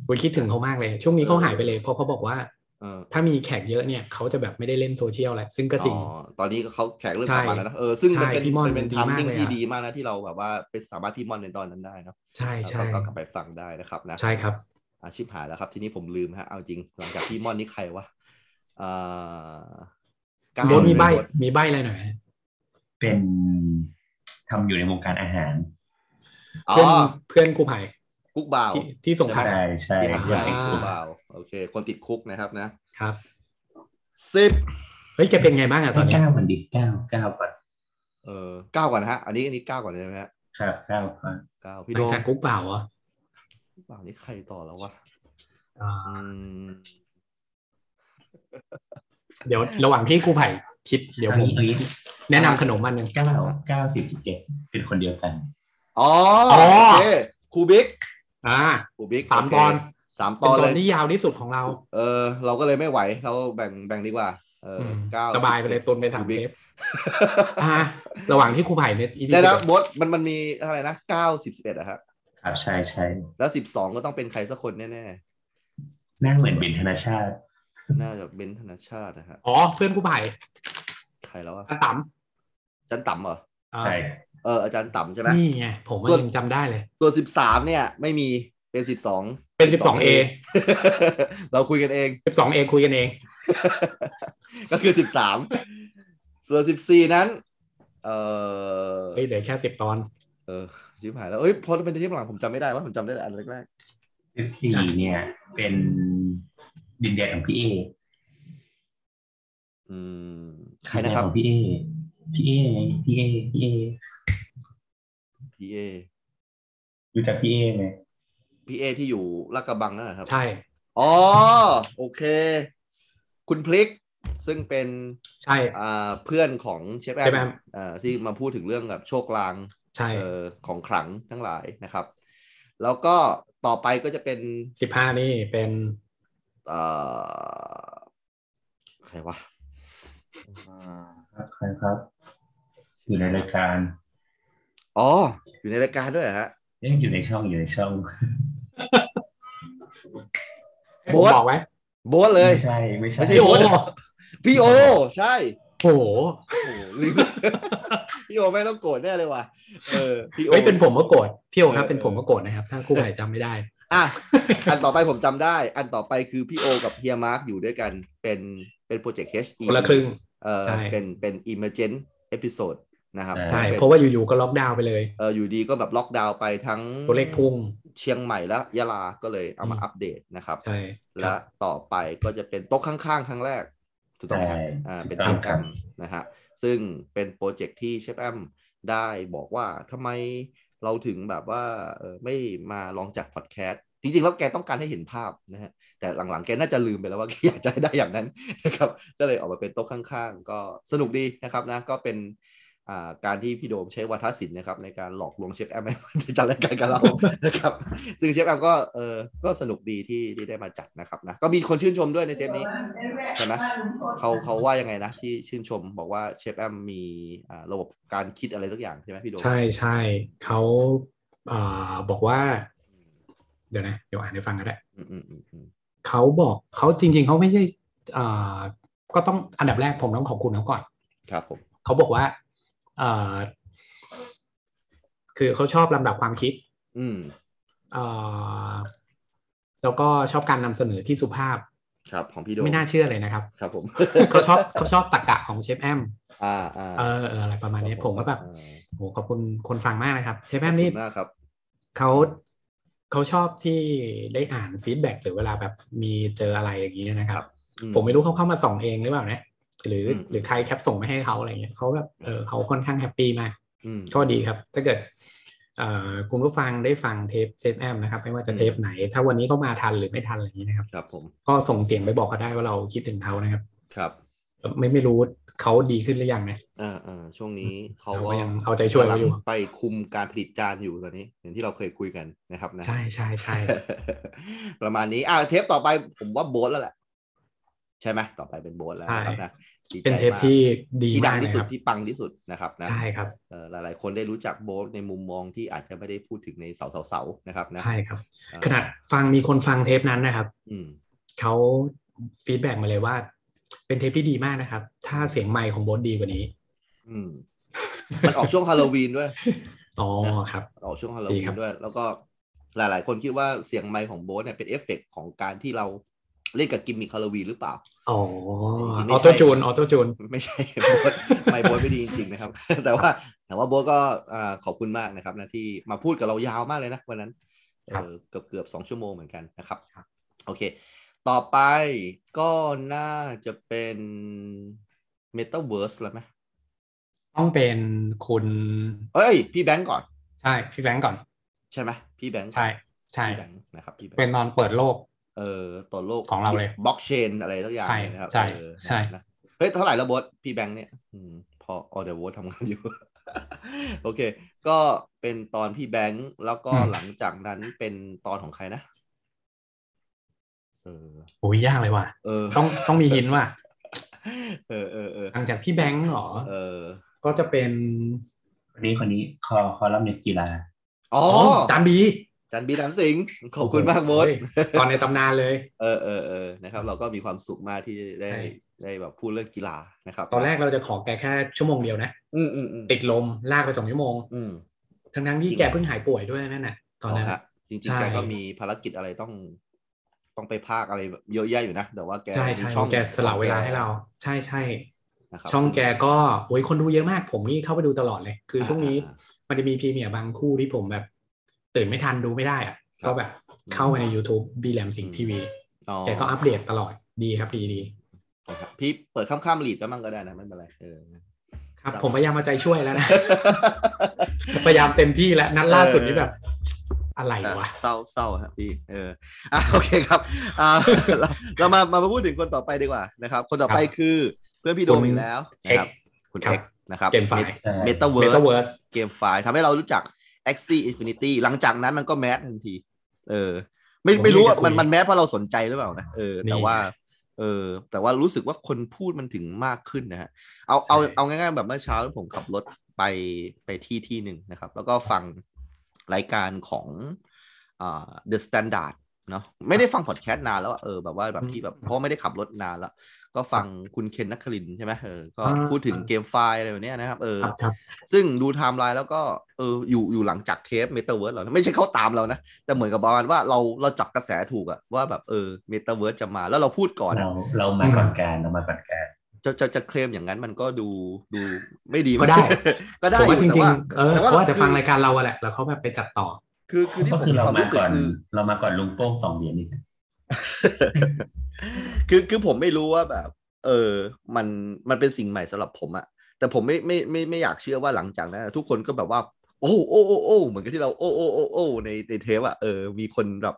โอ้ยคิดถึงเขามากเลย ช่วงนี้เขาหายไปเลยเพราะเขาบอกว่า เออ ถ้ามีแขกเยอะเนี่ยเขาจะแบบไม่ได้เล่นโซเชียลแหละซึ่งก็จริง อ๋อตอนนี้เขาแขกเริ่ม ใช่ กลับมาแล้วนะเออซึ่งมันเป็น ใช่พี่ม่อน มันเป็น ดี ทาม มาก มิ่ง เลย ที่ อะ ดีมากนะที่เราแบบว่าไปสามารถพี่มอนในตอนนั้นได้เนอะ ใช่ใช่ แล้วก็กลับไปฟังได้นะครับนะ ใช่ครับ อาชิบหายแล้วครับ ทีนี้ผมลืมฮะเอาจริงหลังจากพี่มอนนี่ใครวะเอ่อก้าว รถมีใบ เลย มีใบอะไรหน่อยไหม เป็นทำอยู่ในวงการอาหาร อ๋อ เพื่อนเพื่อนกูภัย กุ๊กบ่าว ที่ที่สงขลา ใช่ใช่ ที่หัดใหญ่ อ่า กุ๊กบ่าวโอเค คนติดคุกนะครับนะครับ สิบ เฮ้ยแกเป็นไงบ้างอะตอนเนี้ย เก้ามันดิเก้าเก้าก่อน เออเก้าก่อนนะฮะ อันนี้อันนี้เก้าก่อนใช่ไหมฮะ ครับเก้าก่อน เก้า ห พี่ ลั โด ง ม จากกุ๊กเปล่าเหรอ กุ๊กบ่าวนี่ใครต่อแล้ววะ อ่า อืม เดี๋ยวระหว่างที่กูภัยคิดเดี๋ยวผม อันนี้ แนะนำขนมมันหนึ่ง เก้าเก้าสิบสิบเอ็ดเป็นคนเดียวกัน อ๋อ อ๋อ โอเคครูบิ๊ก อ่า ครูบิ๊ก สาม โเค ตอน สามต เป็น อน ต เล อน ย ที่ยาวที่สุดของเรา เออเราก็เลยไม่ไหว เราแบ่งแบ่งดีกว่า เอออ ม เก้า สบายไปเลย บ ตุนไปถาอมยู่บิ๊ก เทปอ่ะระหว่างที่ครูไผ่เนี่ยอีพี เดี๋ ยวนะ สิบเอ็ด บดมันมันมีอะไรนะเก้าสิบสิบเอ็ดอะฮะ ครับใช่ใช่ แล้วสิบสองก็ต้องเป็นใครสักคนแน่ หน้าเหมือนเบนธนชาติ ๆ น่าจะเบนซ์ธนชาตินะฮะ อ๋อเพื่อนครูไผ่ ใครแล้วอะ อาต่ อาจารย์ต่ำเหรอ ำอ่า ใช่ เอออาจารย์ต่ำใช่ไหม นี่ไงผมก็ ส่วน ยังจำได้เลย ตัวสิบสามเนี่ยไม่มีเป็นสิบสอง เป็น 12A สิบสองเอ เราคุยกันเอง สิบสองเอคุยกันเอง ก็คือสิบ สามส่วนสิบสี่นั้น เออ เฮ้ยเหลือแค่สิบตอน เออชิบหายแล้วเอ้ยพอเป็นเทปหลังผมจำไม่ได้ว่าผมจำได้แต่อันแรก สิบสี่เนี่ย เป็นดินแดนของพี่เอ ๆอืมใครนะครับ ดิแดของพี่เอพี่เอไงพี่เอพี่เอ พี่เอ รู้จักพี่เอไหม พี่เอที่อยู่ลาดกระบังนั่นแหละครับ ใช่ อ๋อโอเค คุณพลิก ซึ่งเป็น ใช่ อ่าเพื่อนของเชฟแอ ใช่ไหม มอ่าที่มาพูดถึงเรื่องแบบโชคลาง ใช่ เออของขลังทั้งหลายนะครับ แล้วก็ต่อไปก็จะเป็น สิบห้านี่เป็น เอ่อใครวะอ่า ครับใครครับ อยู่ในรายการ อ๋อ อยู่ในรายการด้วยเหรอฮะ เอ๊ะอยู่ในช่องอยู่ในช่อง ผ โบ๊ ม ท บอกไว้ โบ๊ทเลย ไม่ใช่ไม่ใช่ ไม่ใช่ โบ๊ทเหรอ พี่โอ ใช่ โอ้โห โอ้โหลืม พี่โอไม่งต้องโกรธแน่เลยว่ะ เออ พี่โอ เฮ้ยเป็นผมก็โกรธพี่โอครับ เออ เป็นผมก็โกรธนะครับ ถ้าครูไผ่จำไม่ได้ อ่ะ อันต่อไปผมจำได้ อันต่อไปคือพี่โอ กับเฮียมาร์คอยู่ด้วยกัน เป็น เป็นโปรเจกต์ HE คนละครึ่ง เออ ใช่ เป็น เป็น emergent episode นะครับ ใช่ ใช่ ป็น เพราะว่าอยู่ๆก็ล็อกดาวน์ไปเลย เอออยู่ดีก็แบบล็อกดาวน์ไปทั้ง ตัวเลขพุ่ง เชียงใหม่และยะลา ก็เลยเอามา อืม อัปเดตนะครับ ใช่ค และ รับ ต่อไปก็จะเป็นโต๊ะข้างๆ ครั้งแรกถูกต้องไหมครับ ใช่ อ่าเป็น ถู กิจ กต้อง กรรมนะฮะซึ่งเป็นโปรเจกต์ที่เชฟแอมได้บอกว่าทำไมเราถึงแบบว่าเออไม่มาลองจัดพอดแคสต์จริงๆ แล้วแกต้องการให้เห็นภาพนะฮะแต่หลังๆ แกน่าจะลืมไปแล้วว่า แกอยากจะให้ได้อย่างนั้นนะครับก็เลยออกมาเป็นโต๊ะข้างๆ ก็สนุกดีนะครับนะก็เป็นอ่าการที่พี่โดมใช้วัฒนศิลป์นะครับในการหลอกลวงเชฟแอมให้มาจัดรายการกับ เรานะครับ ซึ่งเชฟแอมก็เออก็สนุกดีที่ที่ได้มาจัดนะครับนะก็มีคนชื่นชมด้วยในเทปนี้ ใช่ไหมเขาเขาว่ายังไงนะ ที่ชื่นชมบอกว่าเชฟแอมมีอ่าระบบการคิดอะไรสักอย่างใช่ไหมพี่โดม ใช่ใช่เขาอ่าบอกว่า เดี๋ยวนะ เดี๋ยวอ่านให้ฟังกันได้ อืมอืมอืมอืม เขาบอกเขาจริง ๆเขาไม่ใช่อ่าก็ต้องอันดับแรกผมต้องขอบคุณเขาก่อน ครับผม เขาบอกว่าอ่าคือเขาชอบลำดับความคิด อืม อ่าแล้วก็ชอบการนำเสนอที่สุภาพ ครับของพี่โดม ไม่น่าเชื่อเลยนะครับ ครับ ผม เขาชอบเขาชอบตรกกะของเชฟแอม อ่าอ่า เออเอออะไรประมาณนี้ ผมก็แบบ อ่า โหขอบคุณคนฟังมากนะครับ เชฟแอ ขอบ ม คุ นี่ ณมากครับ เขาเขาชอบที่ได้อ่านฟีดแบ็กหรือเวลาแบบมีเจออะไรอย่างนี้นะครับ อื ผมไม่รู้เขาเข้ามาส่องเองหรือเปล่านะหรือมอหรือใครแคปส่งมาให้เขาอะไรเงี้ยเขาแบบเออเขาค่อนข้างแฮปปี้มาก อืม ก็ดีครับ ถ้าเกิดเอ่อคุณผู้ฟังได้ฟังเทปเซฟแอมนะครับ ไม่ว่าจะ อืม เทปไหน ถ้าวันนี้เขามาทันหรือไม่ทันอะไรอย่างนี้นะครับ ครับผม ก็ส่งเสียงไปบอกเขาได้ว่าเราคิดถึงเขานะครับ ครับ ไม่ไม่รู้เขาดีขึ้นหรือยังนะ อ่าอ่าช่วงนี้เขา เรา ก็ ก็ยังเอาใจช่วยเขาอยู่ กำลังไปคุมการผลิตจานอยู่ตอนนี้ อย่างที่เราเคยคุยกันนะครับนะ ใช่ใช่ใช่ ประมาณนี้อ่าเทปต่อไปผมว่าโบสแล้วแหละ ใช่ไหมต่อไปเป็นโบสแล้วนะครับนะดีใจ เป็นเทป มาก ที่ดี ที่ดั มาง ก ที่ นะ สุ ค ด รับ ที่ปังที่สุดนะครับนะ ใช่ครับ เอ่อหลาย ๆ คนได้รู้จักโบสในมุมมองที่อาจจะไม่ได้พูดถึงในเสาเสาเสาๆนะครับนะ ใช่ครับ เอ่อ ขนาดฟังมีคนฟังเทปนั้นนะครับ อืม เขาฟีดแบ็กมาเลยว่า เป็นเทปที่ดีมากนะครับ ถ้าเสียงไมค์ของโบทดีกว่านี้ อืม มันออกช่วงฮาโลวีนด้วย อ๋อครับ ออกช่วงฮาโล ดี วี ครั น บ ด้วย แล้วก็หลาย ๆ คนคิดว่าเสียงไมค์ของโบสเนี่ยเป็นเอฟเฟกต์ของการที่เราเล่นกับกิมมิคฮาโลวีนหรือเปล่า อ๋อ จริงๆไม่ อ ใช่ อโต้จูนออโต้จูน ไม่ใช่ โบสไมค์โบสไม่ดีจริง ๆ นะครับ แต่ว่าแต่ว่าโบสก็อ่าขอบคุณมากนะครับนะที่มาพูดกับเรายาวมากเลยนะวันนั้นเอ ครับ อเกือบเกือบสองชั่วโมงเหมือนกันนะครับ ครับ โอเค ต่อไปก็น่าจะเป็นเมตาเวิร์สแล้วไหม ต้องเป็นคุณ เอ้ย พี่แบงก์ก่อน ใช่พี่แบงก์ก่อน ใช่ไหมพี่แบงก์ ใช่ใช่ พี่แบงก์นะครับพี่แบงก์ เป็นนอนเปิดโลก เออตัวโลก ของเราเลย บล็อกเชนอะไรสักอย่าง ใช่ นะครั ใช่ เออ ใช่ นะเฮ้ย เท่าไหร่แล้วบอสพี่แบงค์เนี่ยอืมพอออเดอร์โวททำงานอยู่ โอเค ก็เป็นตอนพี่แบงค์แล้วก็หลังจากนั้นเป็นตอนของใครนะ เออ โอ้ยยากเลยว่ะ เอ อ ต้องต้องมีหินว่ะ เออเออเออ หลังจากพี่แบงก์เหรอ เออ ก็จะเป็น คนนี้คนนี้คอคอลัมนิสต์กีฬา อ๋อ จานบี จันบีน้ำสิงห์ขอบคุณมากบอส เฮ้ยตอนในตำนานเลย เออเออเออนะครับ เราก็มีความสุขมากที่ได้ ใช่ ได้แบบพูดเรื่องกีฬานะครับ ตอนแรกเราจะขอแกแค่ชั่วโมงเดียวนะ อืมอืมอืม ติดลมลากไปสองชั่วโมง อืม ทั้งทั้งๆที่แกเพิ่งหายป่วยด้วยนั่นน่ะ ตอนนั้น ฮะจริงๆใช่แกก็มีภารกิจอะไรต้อง ต้องไปภาคอะไรแบบเยอะแยะอยู่นะ แต่ว่าแก ใช่ใช่ มี แกสละเวลาให้เรา ขอ ใช่ใช่ งนะครับ ช่องแกก็โอ้ยคนดูเยอะมาก ผมนี่เข้าไปดูตลอดเลย คืออา ช่วงนี้ อ่า มันจะมีพรีเมียร์บางคู่ที่ผมแบบ ตื่นไม่ทันดูไม่ได้อะ ครับ ก็แบบเข้าไปใน YouTube บีแลมสิง อืม ทีวี อ๋อ แกก็อัปเดตตลอดดีครับดีดี นะครับพี่เปิดข้ามข้ามลีดแล้วมั่งก็ได้นะไม่เป็นไรเออ ครับ ครับ ผมพยายามมาใจช่วยแล้วนะ พยายามเต็มที่แล้วนัดล่าสุดนี่แบบ อะไรวะ เศร้าเศร้าฮะพี่เอ ออ่ะโอเคครับอ่า เราเรามามาพูดถึงคนต่อไปดีกว่านะครับ คนต่อไป ครับ คือเพื่อนพี่โดมอีกแล้วนะครับคุณ ครับ เอ็กซ์นะครับ เกมไฟล์ เมตาเวิ เม ร์ ตาเวิร์ส เกมไฟล์ทำให้เรารู้จัก Axie Infinity หลังจากนั้นมันก็แมสทันที เออ ไม่ไม่รู้ว่ามันมันแมสเพราะเราสนใจหรือเปล่านะเออแต่ว่า เออ แต่ว่ารู้สึกว่าคนพูดมันถึงมากขึ้นนะฮะเอาเอาเอาง่ายๆแบบเมื่อเช้าผมขับรถไปไปที่ที่หนึ่งนะครับ แล้วก็ฟังรายการของอ่า The Standard เนาะไม่ได้ฟังพอดแคสต์นานแล้วอะเออแบบว่าแบบที่แบบเพราะไม่ได้ขับรถนานแล้ว ก็ฟังคุณเคนนักคลินใช่ไหมเออก็พูดถึงเกมไฟล์อะไรแบบเนี้ยนะครับเออ ครับครับ ซึ่งดูไทม์ไลน์แล้วก็เอออยู่อยู่หลังจากเทปเมตาเวิร์สเรานะไม่ใช่เขาตามเรานะ แต่เหมือนกับประมาณว่าเราเราจับกระแสถูกอะว่าแบบเออเมตาเวิร์สจะมาแล้วเราพูดก่อนอะ เราเรามาก่อนการเรามาก่อนการ จะจะจะเคลมอย่างนั้นมันก็ดูดูไม่ดี ก็ได้ ก็ได้ ผมว่า อยู่แต่จริง ว่า ๆเออ แต่ว่า เขาอาจจะฟังรายการเราอะแหละแล้วเขาแบบไปจัดต่อ คือคือที่ ก็ ผม คือ มี เรา ความ มา รู้สึก ก่อน คือ เรามาก่อนลุงโป้งสองเหรียญนี่ คือคือผมไม่รู้ว่าแบบ เออ มันมันเป็นสิ่งใหม่สำหรับผมอะแต่ผมไม่ไม่ไม่ไม่อยากเชื่อว่าหลังจากนั้นอะทุกคนก็แบบว่า โอ้โอ้โอ้โอ้เหมือนกับที่เราโอ้โอ้โอ้โอ้ในในเทปอะเออมีคนแบบ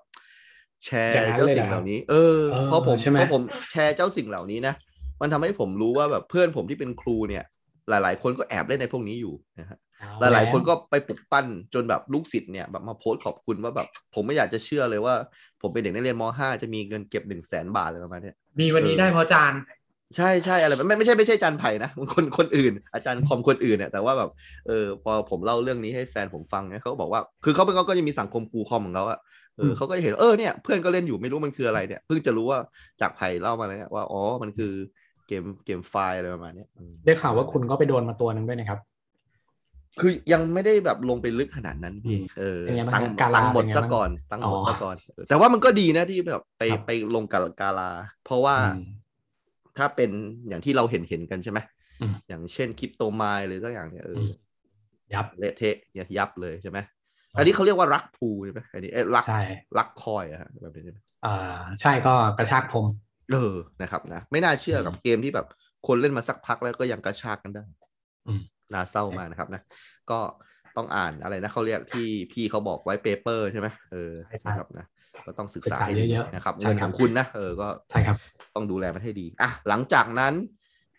แชร์ อย่างนั้น เจ้า เลยเหรอ สิ่งเหล่านี้ เออ เออ เพราะผม ใช่ไหม เพราะผมแชร์เจ้าสิ่งเหล่านี้นะมันทำให้ผมรู้ว่าแบบเพื่อนผมที่เป็นครูเนี่ย หลาย ๆ คนก็แอบเล่นในพวกนี้อยู่นะฮะ หลายหลายๆคนก็ไปปลุกปั้นจนแบบลูกศิษย์เนี่ยแบบมาโพสต์ขอบคุณว่าแบบผมไม่อยากจะเชื่อเลยว่า ผมเป็นเด็กนักเรียนม .5 จะมีเงินเก็บ1นึ่งแสนบาทอะไรประมาณเนี้ย มีวันนี้ได้เพราะจาน ใช่ใช่อะไรแบบไม่ไม่ใช่ไม่ใช่อาจารย์ไผ่นะคนคนอื่น อาจารย์คอมคนอื่นเนี่ยแต่ว่าแบบเออพอผมเล่าเรื่องนี้ให้แฟนผมฟังเนี่ยเขาก็บอกว่า คือเขาเป็นเขาก็จะมีสังคมครูคอมของเขาอะเออ ม เขาก็จะเห็นเออเนี่ยเพื่อนก็เล่นอยู่ไม่รู้มันคืออะไรเนี่ยเพิ่งจะรู้ว่าจากไผ่เล่ามาเลยเนี่ยว่าอ๋อมันคือเกมเกมไฟล์อะไรประมาณเนี้ยอืม ได้ข่าวว่าคุณก็ไปโดนมาตัวหนึงด้วยนะครับ คือยังไม่ได้แบบลงไปลึกขนาดนั้นพี่ อืม เออ เป็นไงบ้าง ตัง ฮะกาลา ตังหมด เป็นไง ซะ บ้าง ก่อนตังหมด อ๋อ ซะก่อนเออแต่ว่ามันก็ดีนะที่แบบไป ครับ ไปลงกับกาลา เพราะว่า อืม ถ้าเป็นอย่างที่เราเห็นเห็นๆกันใช่ไหม อืม อย่างเช่นคริปโตมายหรือสักอย่างเนี่ยเอออ ม ยับ เละเทะเนี่ยยับเลยใช่ไหม อันนี้เขาเรียกว่ารักพูลใช่ไหมอันนี้เอ้ยรัก ใช่ รักคอยอะฮะแบบนี้ใช่ไหม เอ่อใช่ก็กระชากผม เออนะครับนะ ไม่น่าเชื่อกับเกมที่แบบคนเล่นมาสักพักแล้วก็ยังกระชากกันได้ อืม น่าเศร้ามากนะครับนะ ก็ต้องอ่านอะไรนะเขาเรียกที่พี่เขาบอกไว้เปเปอร์ใช่ไหมเออ ใช่ใช่ นะครับนะก็ต้องศึกษา ศึกษา ให้ดี เยอะๆ นะครับ ใช่ เงิน ค ข รับ องคุณนะเออก็ ใช่ครับ ต้องดูแลมันให้ดี อ่ะ หลังจากนั้น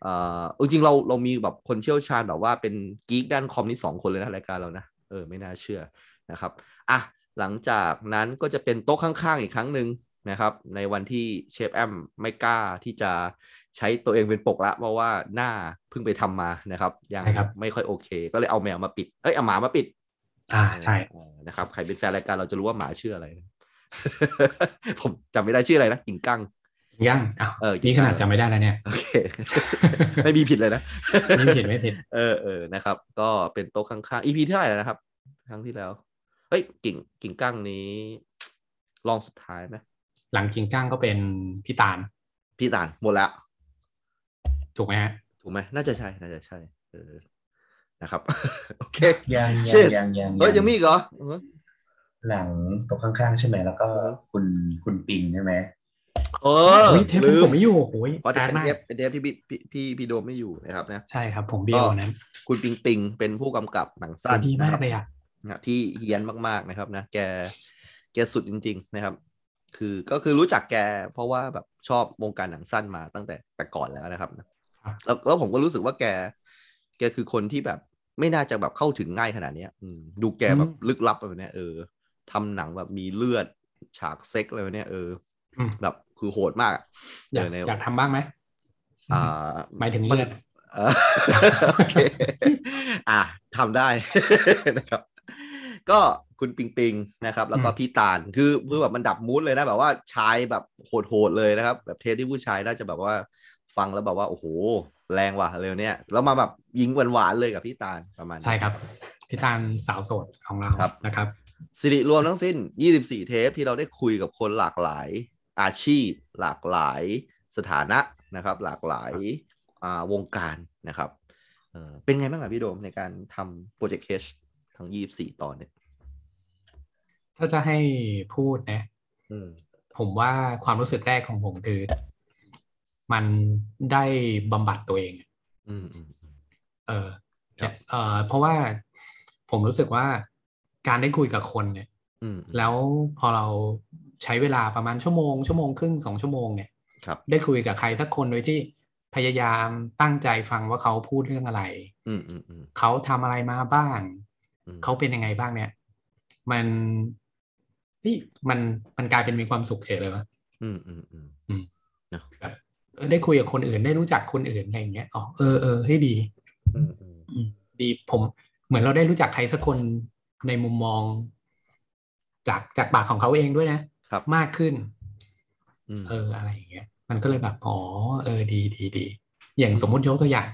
เอ่อเอาจริงๆเราเรามีแบบคนเชี่ยวชาญแบบว่าเป็นกีกด้านคอมนี่สองคนเลยนะรายการเรานะเออไม่น่าเชื่อนะครับอ่ะหลังจากนั้นก็จะเป็นโต๊ะข้างๆอีกครั้งหนึ่งนะครับ ในวันที่เชฟแอมไม่กล้าที่จะใช้ตัวเองเป็นปกละเพราะว่าหน้าเพิ่งไปทำมานะครับยัง ใช่ครับ ไม่ค่อยโอเค ก็เลยเอาแมวมาปิดเอ้ยเอาหมามาปิด อ่าใช่ เออนะครับใครเป็นแฟนรายการเราจะรู้ว่าหมาชื่ออะไร นะ ผมจำไม่ได้ชื่ออะไรนะกิ่งกั้ง ยังอ้าว เออ นี่ขนาดจำไม่ได้แล้วเนี่ย โอเค ไม่มีผิดเลยนะ ไม่ผิดไม่ผิด เออเออนะครับ ก็เป็นโต๊ะข้างๆ EP เท่าไหร่แล้วนะครับ ครั้งที่แล้วเฮ้ยกิ่งกิ่งกั้งนี้ ลองสุดท้ายไหม หลังกิงก้างก็เป็นพี่ตาล พี่ตานหมดแล้ว ถูกไหมฮะ ถูกไหมน่าจะใช่ น่าจะใช่เออนะครับ โอเค ยัง เช ยัง ส ยังยัง เฮ้ยยังมีอีกเหรอเออ หลังตรงข้างๆ ใช่ไหมแล้วก็คุณคุณปิงใช่ไหม เออ เฮ้ยเทปนั้นผมไม่อยู่โอ้ย อ๋อ แซ แต่เป็นดมาก เทปเป็นเทปที่พี่พี่พี่พี่โดมไม่อยู่นะครับนะ ใช่ครับ ผมเบี้ยววันนั้น คุณปิงปิงเป็นผู้กำกับหนังสั้น ดี นะคมาก รับ เลยอ่ะ นะที่เฮี้ยนมากๆนะครับนะแกแกสุดจริง ๆนะครับ คือก็คือรู้จักแกเพราะว่าแบบชอบวงการหนังสั้นมาตั้งแต่แต่ก่อนแล้วนะครับนะครับ แล้วแล้วผมก็รู้สึกว่าแก แกคือคนที่แบบไม่น่าจะแบบเข้าถึงง่ายขนาดเนี้ยอืมดูแกแบบลึกลับแบบเนี้ยเออทำหนังแบบมีเลือดฉากเซ็กอะไรแบบเนี้ยเออ อืม แบบคือโหดมากอะ อยาก เใน อยากทำบ้างไหม อ่า หมายถึงเลือด เออ โอเค อ่ะทำได้ นะครับ ก็คุณปิงปิงนะครับ แล้วก็ อืม พี่ตาล คือคือแบบมันดับมูดเลยนะแบบว่าชายแบบโหดๆเลยนะครับ แบบเทปที่ผู้ชายน่าจะแบบว่าฟังแล้วแบบว่า โอ้โห แรงว่ะเร็วเนี่ยแล้วมาแบบยิงหวานๆเลยกับพี่ตาลประมาณนี้ ใช่ครับ พี่ตาลสาวโสดของเรา ครับ นะครับ สิริรวมทั้งสิ้น 24 เทปที่เราได้คุยกับคนหลากหลายอาชีพ หลากหลายสถานะนะครับ หลากหลายอ่าวงการนะครับเอ่อเป็นไงบ้างอ่ะพี่โดมในการทำโปรเจกต์เคชทั้ง 24 ตอนเนี่ย ถ้าจะให้พูดนะ อืม ผมว่าความรู้สึกแรกของผมคือ มันได้บำบัดตัวเอง อืมอืม เออ ครับ เออเพราะว่าผมรู้สึกว่าการได้คุยกับคนเนี่ย อืม แล้วพอเราใช้เวลาประมาณชั่วโมง ชั่วโมงครึ่งสองชั่วโมงเนี่ย ครับ ได้คุยกับใครสักคนโดยที่พยายามตั้งใจฟังว่าเขาพูดเรื่องอะไร อืมอืมอืม เขาทำอะไรมาบ้าง อืม เขาเป็นยังไงบ้างเนี่ย มันนี่มันมันกลายเป็นมีความสุขเฉยเลยวะ อืมอืมอืม เออได้คุยกับคนอื่นได้รู้จักคนอื่นอะไรอย่างเงี้ยอ๋อเออเออให้ยดี อืมอืม อืมดีผมเหมือนเราได้รู้จักใครสักคนในมุมมอง จากจากปากของเขาเองด้วยนะครับ มากขึ้น อืม เอออะไรอย่างเงี้ย มันก็เลยแบบอ๋อเออดีดีดีอย่างสมมุติยกตัวอย่าง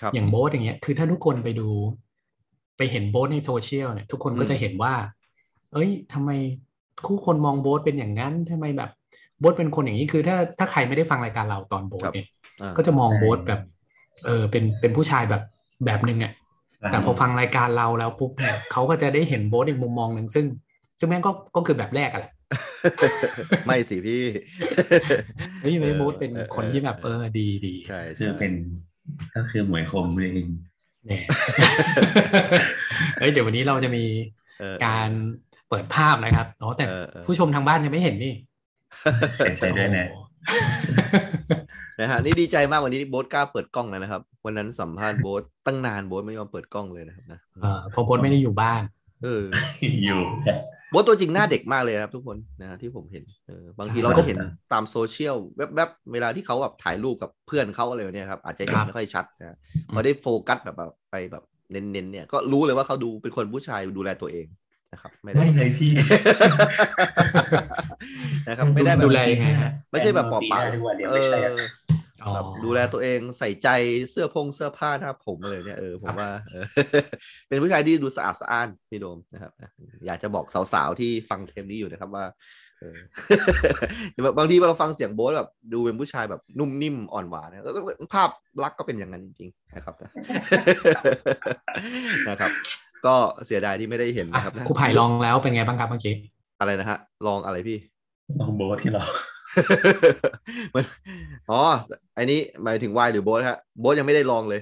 ครับ อย่างโบ๊ทอย่างเงี้ย คือถ้าทุกคนไปดู ไปเห็นโบ๊ทในโซเชียลเนี่ยทุกคนก็ อืม จะเห็นว่า เอ้ยทำไมคู่คนมองโบ๊ทเป็นอย่างนั้นทำไมแบบโบ๊ทเป็นคนอย่างนี้ คือ ถ้าถ้าใครไม่ได้ฟังรายการเราตอนโบ๊ทเนี่ย อ่า ก็จะมองโบ๊ทแบบ เออเป็นเป็นผู้ชายแบบแบบหนึ่งอะ่ะ หลัง แต่พอฟังรายการเราแล้วปุ๊บเนี่ยเขาก็จะได้เห็นโบ๊ทอีกมุมมองหนึ่งซึ่ง ซึ่งแม่งก็ก็คือแบบแรกอะแหละ ไม่สิพี่ เฮ้ยไม่โบ๊ทเป็น ออออ คนที่แบบเออดีดี ใช่ คื ใช่ อเป็นก็คือหมวยคมเอง แหน่เฮ้ยเดี๋ยววันนี้เราจะมี เออ การเปิดภาพนะครับอ๋อแต่ เออเออ ผู้ชมทางบ้านยังไม่เห็นนี่ ใส่ใจด้วยนะ โอ้โห นะฮะนี่ดีใจมากวันนี้โบ๊ทกล้าเปิดกล้องแล้วนะครับ วันนั้นสัมภาษณ์โบ๊ทตั้งนานโบ๊ทไม่ยอมเปิดกล้องเลยนะครับนะ เออเพอโบ๊ทไม่ได้อยู่บ้าน เออ อยู่ โบ๊ทตัวจริงหน้าเด็กมากเลยนะครับ ทุกคนนะฮะที่ผมเห็นเออบางที ใช่ เราจะเห็นตามโซเชียลแวบๆเวลาที่เขาแบบถ่ายรูปกับเพื่อนเขาอะไรแบบเนี่ยครับอาจจะเห็ คน รับ ไม่ค่อยชัดนะฮะ อืม พอได้โฟกัสแบบแบบไปแบบเน้นๆเนี่ยก็รู้เลยว่าเขาดูเป็นคนผู้ชายดูแลตัวเองนะครับ ไม่ได้ ไม่เลยพี่ นะครับไม่ได้แบบ ดูแลยังไงฮะ ไม่ใช่แบบปอบปาก ทุกวันเดียวไม่ใช่อะ เออ อ๋อ แบบดูแลตัวเองใส่ใจเสื้อพงเสื้อผ้าหน้าผมอะไรเนี่ยเออผมว่าเออ เป็นผู้ชายที่ดูสะอาดสะอ้านพี่โดมนะครับ อยากจะบอกสาวๆที่ฟังเทปนี้อยู่นะครับว่าเออ บางทีเราฟังเสียงโบ๊ทแบบดูเป็นผู้ชายแบบนุ่มนิ่มอ่อนหวานนะแล้วก็ภาพลักษณ์ก็เป็นอย่างนั้นจริงๆนะครับ นะครับ ก็เสียดายที่ไม่ได้เห็น อ่ะ นะครับนะ ครูไผ่ลองแล้วเป็นไงบ้างครับเมื่อกี้ อะไรนะฮะลองอะไรพี่ น้องโบ๊ทที่เรา มันอ๋อ อันนี้หมายถึงวายหรือโบ๊ทฮะ โบ๊ทยังไม่ได้ลองเลย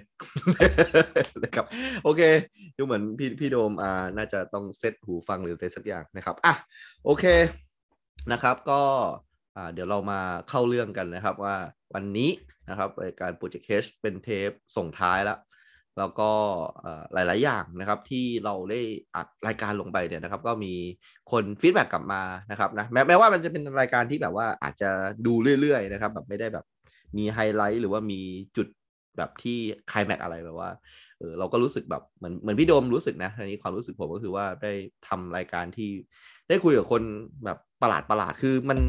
นะครับ โอเค ดูเหมือนพี่พี่โดมอ่าน่าจะต้องเซตหูฟังหรืออะไรสักอย่างนะครับ อ่ะ โอเค นะครับ ก็อ่าเดี๋ยวเรามาเข้าเรื่องกันนะครับว่าวันนี้ นะครับรายการโปรเจกต์ H เป็นเทปส่งท้ายแล้ว แล้วก็เอ่อหลาย ๆ อย่างนะครับที่เราได้อัดรายการลงไปเนี่ยนะครับ ก็มีคนฟีดแบ็กกลับมานะครับนะแม้แม้ว่ามันจะเป็นรายการที่แบบว่าอาจจะดูเรื่อย ๆ นะครับ แบบไม่ได้แบบมีไฮไลท์หรือว่ามีจุดแบบที่ไคลแม็กซ์อะไรแบบว่า เออเราก็รู้สึกแบบเหมือนเหมือนพี่โดมรู้สึกนะอันนี้ความรู้สึกผมก็คือว่าได้ทำรายการที่ได้คุยกับคนแบบประหลาดประหลาดคือมัน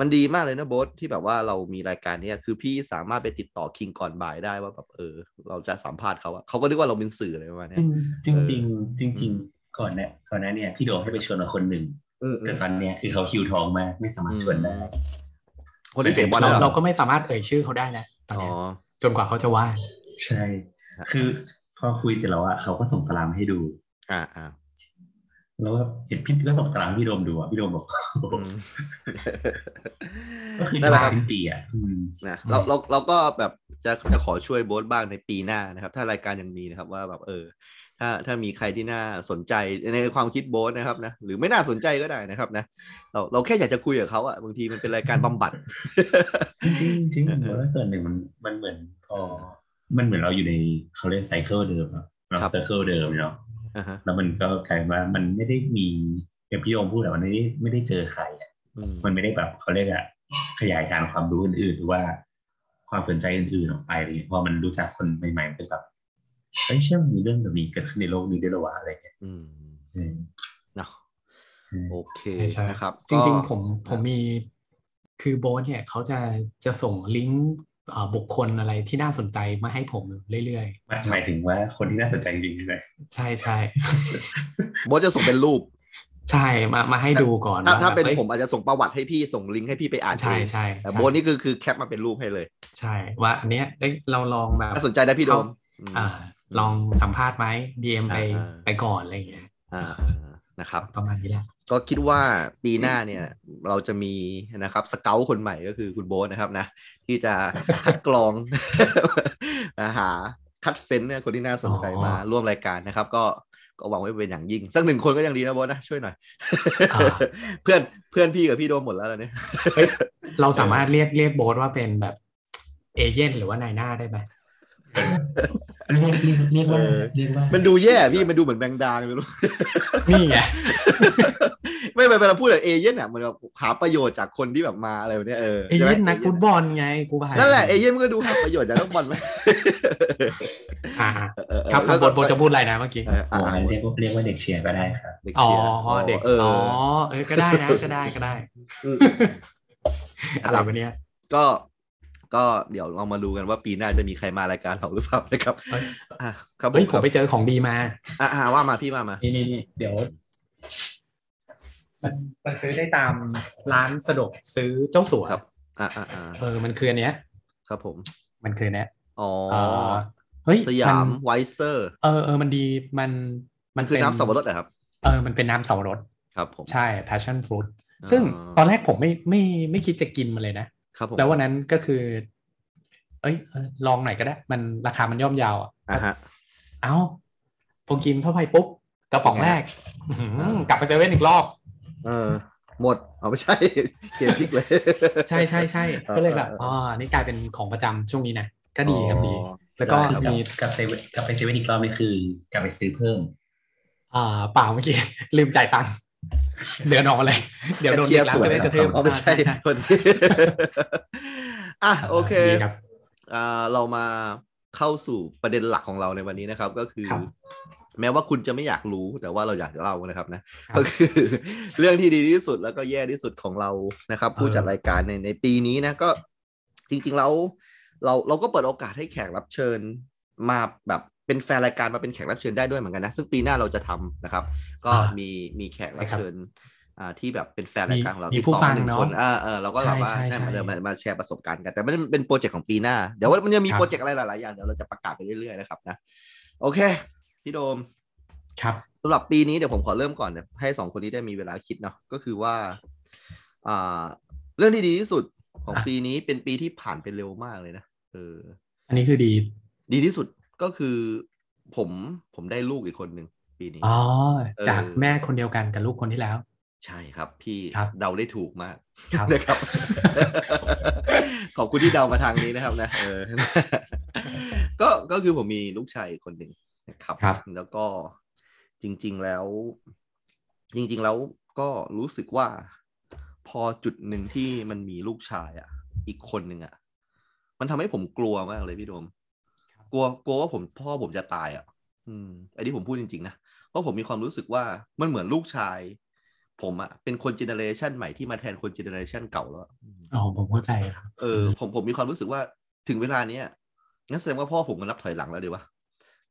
มันดีมากเลยนะโบ๊ทที่แบบว่าเรามีรายการเนี้ยคือพี่สามารถไปติดต่อคิงก่อนบ่ายได้ว่าแบบเออ เราจะสัมภาษณ์เขาอะเขาก็นึกว่าเราเป็นสื่ออะไรประมาณเนี้ย จริง เออ จริงๆจริงๆก่อนเนี่ยก่อนหน้าเนี่ยพี่โดให้ไปชวนกับคนหนึ่ง อืมอื แต่ ม ฟันเนี่ยคือเขาคิวทองมากไม่สามารถชวนได้ คนที่เตะบอล เรา น่ะหอ เราก็ไม่สามารถเอ่ยชื่อเขาได้นะตอน อ๋อ เนี้ยจนกว่าเขาจะว่าง ใช่ คือพอคุยเสร็จแล้วอะเขาก็ส่งตารางให้ดู อ่าอ่า แล้วก็เห็นพี่ก็ส่งตารางให้พี่โดมดูอะพี่โดมบอก อืม ก็คือ นั่นแหละครับ สิ้นปีอะอืม นะเราเราเราก็แบบจะจะขอช่วยโบ๊ทบ้างในปีหน้านะครับ ถ้ารายการยังมีนะครับว่าแบบเออ ถ้าถ้ามีใครที่น่าสนใจในความคิดโบ๊ทนะครับนะหรือไม่น่าสนใจก็ได้นะครับนะเราเราแค่อยากจะคุยกับเขาอะบางทีมันเป็นรายการบำบัด จริงๆจริงๆผมว่าส่วนหนึ่งมันมันเหมือนพอมันเหมือนเราอยู่ในเขาเรียกไซเคิลเดิมอะเรา ครับ ไซเคิลเดิมเนาะ อ่าฮะ แล้วมันก็กลายเป็นว่ามันไม่ได้มีอย่างพี่โยมพูดอะมันไม่ได้ไม่ได้เจอใครอะ อืม มันไม่ได้แบบเขาเรียกอะขยายการความรู้อื่นๆหรือว่าความสนใจอื่นๆออกไปอะไรเลยเพราะมันรู้จักคนใหม่ๆมันเป็นแบบไอ้ยเชื่อมนมีเรื่องแบบนี้เกิดขึ้นในโลกนี้ด้วยเหรอวะอะไรเงี้ย อืม อืม เนาะ อืม โอเค ใช่ใช่ นะครับ จริง ก็ ๆ ผมผมมีคือโบสเนี่ยเขาจะจะส่งลิงก์อ่าบุคคลอะไรที่น่าสนใจมาให้ผมเรื่อย หมายหมายถึงว่าคนที่น่าสนใจจริงๆใช่ไหม ๆ ใช่ใช่ โบ๊ทจะส่งเป็นรูป ใช่มามาให้ดูก่อน ถ้า ว่ ถ้าเป็น อ้ย ผมอาจจะส่งประวัติให้พี่ส่งลิงก์ให้พี่ไปอ่าน ใช่ เอง ใช่ แต่ ใช่ โบ๊ทนี่คือคือแคปมาเป็นรูปให้เลย ใช่ว่าอันเนี้ยเอ้ยเราลองแบบ น่าสนใจนะพี่โดมอืม อ่าลองสัมภาษณ์ไหม DM ไป อ่าๆ ไปก่อนอะไรอย่างเงี้ย อ่านะครับ ประมาณนี้แหละ ก็คิดว่าปีหน้าเนี่ยเราจะมีนะครับสเกลคนใหม่ก็คือคุณโบ๊ทนะครับนะที่จะคัดกรอง หาคัดเฟ้นเนี่ยคนที่น่าสนใจมา อ๋อ ร่วมรายการนะครับ ก็ก็หวังไว้เป็นอย่างยิ่ง สักหนึ่งคนก็ยังดีนะโบ๊ทนะช่วยหน่อย อ่า เพื่อนเพื่อนพี่กับพี่โดมหมดแล้วล่ะเนี่ย เฮ้ยเราสามารถเรียกเรียกโบสว่าเป็นแบบเอเย่นหรือว่านายหน้า ได้ไหม เรียกเรียกเรียกว่า เออ เรียกว่า มันดู แย่พี่มันดูเหมือนแมงดาเลยไม่รู้ นี่ไง ไม่ไม่เวลาพูดแบบเอเย่นอ่ะมันแบบหาประโยชน์จากคนที่แบบมาอะไรแบบเนี้ยเออ เอ ใช่ไหม เย่นนักฟุตบอลไงกูบ่า นั่นแหละเอเย่นมันก็ดูหาประโยชน์จากนักบอลไหม อ่า เออเออเออ ครับครั แล้ บ ว โบ ก็ สโบสจะพูดอะไรนะเมื่อกี้ เออ อ๋ อ่ะ อ อ่ะ เรียกว่าเรียกว่าเด็กเชียร์ก็ได้ครับ เด็ก อ๋อ เชียร์ เด็ก เออ อ๋อเออก็ได้นะก็ได้ก็ได้ ม อะไรวะเนี่ย ก็ก็เดี๋ยวเรามาดูกันว่าปีหน้าจะมีใครมารายการเราหรือเปล่านะครับอ่ะครับผ เฮ้ย ม ผมไปเจอของดีมา อ่ะอ่ะว่ามาพี่มามา นี่นี่นี่เดี๋ยว มันซื้อได้ตามร้านสะดวกซื้อเจ้าสัว อ่ะอ่ะอ่ะ เออมันคืออันเนี้ย ครับผม มันคืออันเนี้ย อ๋อ เออเฮ้ย สยาม น ไวเซอร์ เออเออมันดีมัน มันคือ เป็ น้ำสับปะรดเหรอครับ เออ มันเป็นน้ำเสาวรส ครับผม ใช่ passion fruit อ ซึ่งตอนแรกผมไม่ไม่ไม่คิดจะกินมันเลยนะ ครับผม แล้ววันนั้นก็คือ เอ้ยเออลองหน่อยก็ได้ มันราคามันย่อมเยาวอ่ะ อ่ะฮะ เอ้าพอกินเข้าไปปุ๊บกระป๋องแรกอื้อหือกลับไปเซเว่นอีกรอบ เออ หมดเอาไม่ใช่ เกมพลิกเลย ใช่ใช่ใช่ก็เลยแบบอ๋อนี่กลายเป็นของประจำช่วงนี้นะก็ดีครับดี อ๋อ แล้วก็ ได้ครับ มี กลับไปกลับไปเซเว่นอีกรอบนี่คือกลับไปซื้อเพิ่ม อ่าเปล่าเมื่อกี้ ลืมจ่ายตังค์เดือนออกมาเลยเดี๋ยวโดน แคชเชียร์ ร้า สวย จะได้กระทืบ เอาไม่ใช่คน อ่ะโอเค ดีครับ อ่าเรามาเข้าสู่ประเด็นหลักของเราในวันนี้นะครับ ก็คือ ครับ แม้ว่าคุณจะไม่อยากรู้แต่ว่าเราอยากจะเล่านะครับนะครับ ก็คือ เรื่องที่ดีที่สุดแล้วก็แย่ที่สุดของเรานะครับ ผู้จัดรายการในในปีนี้นะก็จริงๆแล้วเราเราก็เปิดโอกาสให้แขกรับเชิญมาแบบเป็นแฟนรายการมาเป็นแขกรับเชิญได้ด้วยเหมือนกันนะ ซึ่งปีหน้าเราจะทำนะครับ ก็ อ่ามี มีมีแขกรับ ครับ เชิญอ่าที่แบบเป็นแฟนรายการของเรา มี ติด ผู้ ต่อ ฟั มาง หนึ่ง เนอะ คนเออเออเราก็แบบว่า ใช่ใช่ ได้มาเดิน ใช่ มา มาแชร์ประสบการณ์กัน แต่มันเป็นโปรเจกต์ของปีหน้า เดี๋ยวมันยังมี ครับ โปรเจกต์อะไรหลาย ๆ อย่าง เดี๋ยวเราจะประกาศไปเรื่อย ๆ นะครับนะ โอเค พี่โดม ครับ สำหรับปีนี้เดี๋ยวผมขอเริ่มก่อนเนี่ยให้สองคนนี้ได้มีเวลาคิดเนาะก็คือว่าอ่า เรื่องที่ดีที่สุดของ อ่ะ ปีนี้เป็นปีที่ผ่านไปเร็วมากเลยนะเออ อันนี้คือดี ดีที่สุดก็คือผมผมได้ลูกอีกคนหนึ่งปีนี้ อ๋อ เออ จากแม่คนเดียวกันกับลูกคนที่แล้ว ใช่ครับ พี่ ครับ เดาได้ถูกมาก ครับ นะครับ ขอบคุณที่เดามาทางนี้นะครับนะเออ ก็ก็คือผมมีลูกชายคนหนึ่งนะครับ ครับ แล้วก็จริง ๆแล้ว จริง ๆ แล้วก็รู้สึกว่า พอจุดหนึ่งที่มันมีลูกชาย อ่ะ อีกคนหนึ่งอ่ะ มันทำให้ผมกลัวมากเลยพี่โดม กลัวกลัวว่าผมพ่อผมจะตายอ่ะ อืมอันนี้ผมพูดจริงๆนะ เพราะผมมีความรู้สึกว่ามันเหมือนลูกชาย ผมอะเป็นคนเจเนอเรชันใหม่ที่มาแทนคนเจเนอเรชันเก่าแล้วอะ อ๋อผมเข้าใจครับ เออผมผมมีความรู้สึกว่าถึงเวลาเนี้ยงั้นแสดงว่าพ่อผมมันรับถอยหลังแล้วดีวะ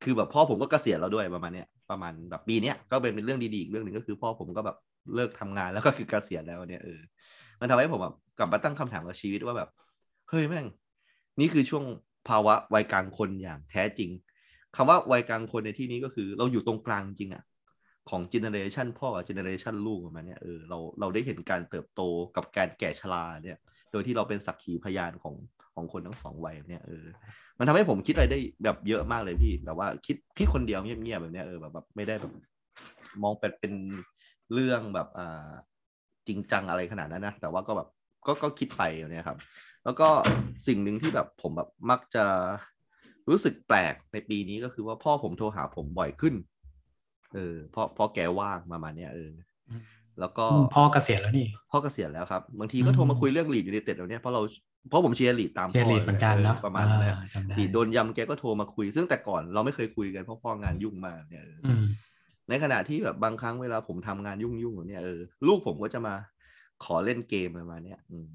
คือแบบพ่อผมก็เกษียณแล้วด้วยประมาณเนี้ยประมาณแบบปีเนี้ยก็เป็นเป็นเรื่องดีๆอีกเรื่องหนึ่งก็คือ พ่อผมก็แบบเลิกทำงาน แล้วก็คือเกษียณแล้วเนี่ยเออมันทำให้ผมแบบกลับมาตั้งคำถามกับชีวิตว่าแบบ เฮ้ยแม่ง นี่คือช่วงภาวะวัยกลางคนอย่างแท้จริงคำว่าวัยกลางคนในที่นี้ก็คือเราอยู่ตรงกลางจริงอะของเจเนอเรชันพ่อกับเจเนอเรชันลูกประมาณเนี้ยเออเราเราได้เห็นการเติบโตกับการแก่ชราเนี่ย โดยที่เราเป็นสักขีพยานของของคนทั้งสองวัยเนี่ยเออมันทำให้ผมคิดอะไรได้แบบเยอะมากเลยพี่แบบว่าคิดคิดคนเดียวเงียบๆแบบเนี้ยเออแบบแบบไม่ได้แบบ มองเป็นเป็นเรื่องแบบอ่าจริงจังอะไรขนาดนั้นนะแต่ว่าก็แบบก็ก็คิดไปอย่างเนี้ยครับ แล้วก็สิ่งหนึ่งที่แบบผมแบบมักจะรู้สึกแปลกในปีนี้ก็คือว่าพ่อผมโทรหาผมบ่อยขึ้น เออเพราะเพราะแกว่างประมาณเนี้ยเอออ ม แล้วก็ พ่อเกษียณแล้วนี่ พ่อเกษียณแล้วครับ บางทีก็โทรมาคุยเรื่องลีดยูไนเต็ดเราเนี้ยเพราะเราเพราะผมเชียร์ลีดตาม เชียร์ลีดเหมือนกันเนาะ ประมาณนั้นนะ อ่จำได้ ลีดโดนยำแกก็โทรมาคุย ซึ่งแต่ก่อนเราไม่เคยคุยกันเพราะพ่องานยุ่งมากเนี่ยเอออ อืม ในขณะที่แบบบางครั้งเวลาผมทำงานยุ่งๆอยู่เนี่ยเออลูกผมก็จะมาขอเล่นเกมประมาณเนี้ยอืม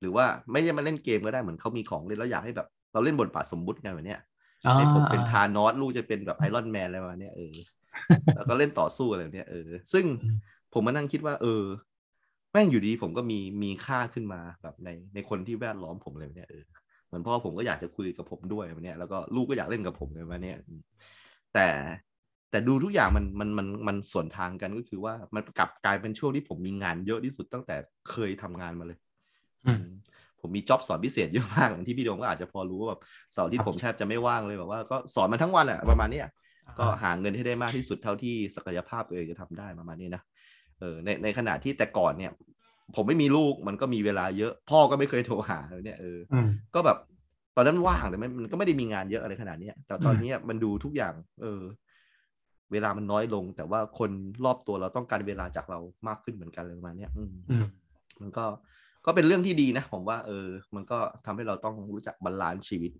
หรือว่าไม่ใช่มาเล่นเกมก็ได้เหมือนเขามีของเล่นแล้วอยากให้แบบ เราเล่นบทบาทสมมุติกันแบบเนี้ยให้ผมเป็นทานอสลูกจะเป็นแบบไอรอนแมนอะไรประมาณเนี้ยเออ แล้วก็เล่นต่อสู้อะไรแบบเนี้ยเออซึ่ง อืม ผมมานั่งคิดว่า เออ แม่งอยู่ดีผมก็มีมีค่าขึ้นมาแบบในในคนที่แวดล้อมผมเลยเนี่ยเออเหมือนพ่อผมก็อยากจะคุยกับผมด้วยแบบเนี้ยแล้วก็ลูกก็อยากเล่นกับผมเลยวันเนี้ยอืมแต่แต่ดูทุกอย่างมันมันมันมันสวนทางกันก็คือว่ามันกลับกลายเป็นช่วงที่ผมมีงานเยอะที่สุดตั้งแต่เคยทำงานมาเลย อืม ผมมีจ็อบสอนพิเศษเยอะมากอย่างที่พี่โดมก็อาจจะพอรู้ว่าแบบเสาร์อาที่ผมแทบจะไม่ว่างเลยแบบว่าก็สอนมันทั้งวันแหละประมาณเนี้ย ก็หาเงินให้ได้มากที่สุดเท่าที่ศักยภาพตัวเองจะทำได้ประมาณนี้นะ เออในในขณะที่แต่ก่อนเนี่ย ผมไม่มีลูกมันก็มีเวลาเยอะ พ่อก็ไม่เคยโทรหาเลยเนี่ยเออ อืม ก็แบบตอนนั้นว่างแต่มันมันก็ไม่ได้มีงานเยอะอะไรขนาดเนี้ยแต่ตอน อืม เนี้ยมันดูทุกอย่าง เออ เวลามันน้อยลง แต่ว่าคนรอบตัวเราต้องการเวลาจากเรามากขึ้นเหมือนกันเลยประมาณเนี้ยอืม อืม มันก็ก็เป็นเรื่องที่ดีนะ ผมว่า เออ มันก็ทำให้เราต้องรู้จักบาลานซ์ชีวิต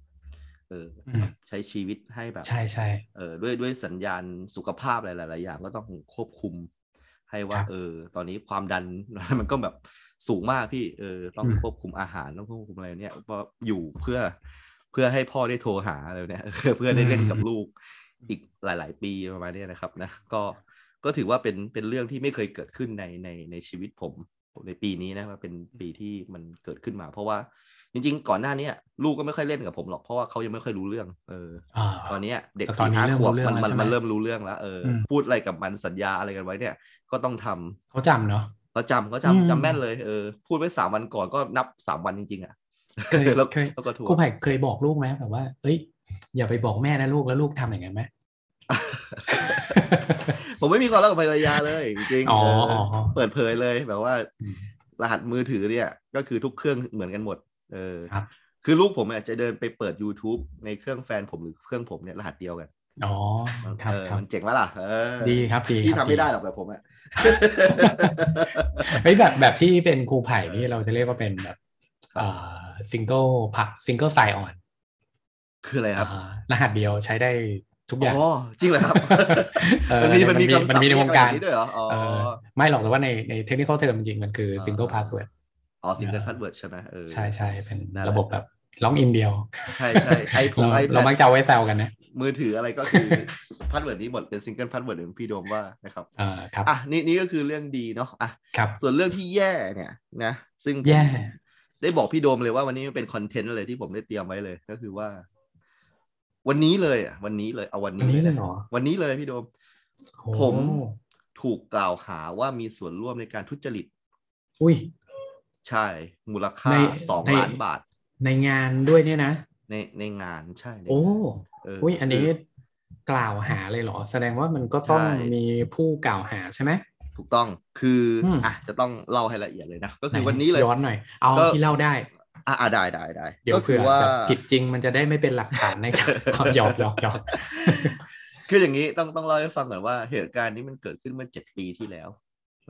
เอออ ม ใช้ชีวิตให้แบบ ใช่ใช่ เออด้วยด้วยสัญญาณสุขภาพหลายๆอย่างก็ต้องควบคุม ให้ว่า ครับ เออ ตอนนี้ความดัน มันก็แบบสูงมากพี่เออ ต้อง อืม ควบคุมอาหารต้องควบคุมอะไรเนี่ยเพราะอยู่เพื่อเพื่อให้พ่อได้โทรหาอะไรเนี่ย เออเพื่อได้เล่นกับลูก อีกหลาย ๆ ปีประมาณเนี้ยนะครับนะก็ก็ถือว่าเป็นเป็นเรื่องที่ไม่เคยเกิดขึ้นในในในชีวิตผมในปีนี้นะว่าเป็นปีที่มันเกิดขึ้นมา เพราะว่าจริง ๆ ก่อนหน้าเนี้ยลูกก็ไม่ค่อยเล่นกับผมหรอกเพราะว่าเขายังไม่ค่อยรู้เรื่องเออ อ่า ตอนเนี้ยเด็ก แต่ตอน สี่ นี้ ห้า เริ่ ข ม วบ รู้เรื่อง มันมันแล้วใช่ไหม มันเริ่มรู้เรื่องแล้วเอออ ม พูดอะไรกับมันสัญญาอะไรกันไว้เนี่ย ก็ต้องทำ เขาจำเนาะ เขาจำเขา อืม จำจำแม่นเลยเออพูดไว้สามวันก่อนก็นับสามวันจริงๆอ่ะ เคย แล้ว เคย แล้วก็ถูก ครูไผ่เคยบอกลูกไหมแบบว่าเอ้ย อย่าไปบอกแม่นะลูกแล้วลูกทำอย่างนั้นไหม ผมไม่มีความรักกับภรรยาเลยจริงๆ อ๋อ เอ อ๋ อ ออ๋อ เปิดเผยเลยแบบว่า อืม รหัสมือถือเนี่ย ก็คือทุกเครื่องเหมือนกันหมด เออ ครับ คือลูกผมอาจจะเดินไปเปิด YouTube ในเครื่องแฟนผมหรือเครื่องผมเนี่ยรหัสเดียวกัน อ๋อครับ เออ ครับ มันเจ๋งไหมล่ะเออ ดีครับดี พี่ ครับ ทำไม่ได้หรอกแบบผมอ่ะ เฮ้ยแบบแบบที่เป็นครูไผ่นี่เราจะเรียกว่าเป็นแบบอ่าซิงเกิลผักซิงเกิลไซออน คืออะไรครับ รหัสเดียวใช้ได้ทุกอย่าง อ๋อ จริงเหรอครับ เออ มันมีมันมี มันคำศัพท์มีมันมีในวงการ เยอย่นี้ด้วยเหรอ อ๋อ เออไม่หรอกแต่ว่าในในเทคนิคเทอมจริงๆมันคือ เออ ซิงเกิลพาสเวิร์ด อ๋อซิงเกิล เออ พัดเวิร์ดใช่ไหมเออ ใช่ใช่เป็น นั่นแหละ ระบบแบบล็อกอินเดียว ใช่ใช่ไอผม เรา ไอ เรามักจะเอาไว้แซวกันนะ มือถืออะไรก็คือ พัดเวิร์ดนี้หมดเป็นซิงเกิลพัดเวิร์ดของพี่โดมว่านะครับ เออครับ อ่ะนี่นี่ก็คือเรื่องดีเนาะ อ่ะ ครับ ส่วนเรื่องที่แย่เนี่ยนะ ซึ่งผม แย่ ได้บอกพี่โดมเลยว่าวันนี้มันเป็นคอนเทนต์เลยที่ผมได้เตรียมไว้เลย ก็คือว่า วันนี้เลยอ่ะ วันนี้เลย เอาวันนี้เลย วันนี้เลยเหร นะ อ วันนี้เลยพี่โดม โอ้ ผม ถูกกล่าวหาว่ามีส่วนร่วมในการทุจริต อุ้ย ใช่ มูลค่า ใน สอง ใน ล้านบาท ในงานด้วยเนี่ยนะ ในในงานใช่ใน โอ้ งานเ อุ้ยอันนี้ คื กล่าวหาเลยเหรอ แสดงว่ามันก็ต้อง ใช่ มีผู้กล่าวหาใช่ไหม ถูกต้องคืออ ม อ่ะจะต้องเล่าให้ละเอียดเลยนะ ก็ ไห คือวันนี้เลย ย้อนหน่อย เอา ก็ ที่เล่าได้ อ่ะอ่ะได้ได้ได้ เดี๋ยว ก็คื เผื่ อ อ ว่า แบบผิดจริงมันจะได้ไม่เป็นหลักฐานในการ เอาหยอกหยอกหยอก คืออย่างนี้ต้องต้องเล่าให้ฟังก่อนว่าเหตุการณ์นี้มันเกิดขึ้นเมื่อเจ็ดปีที่แล้ว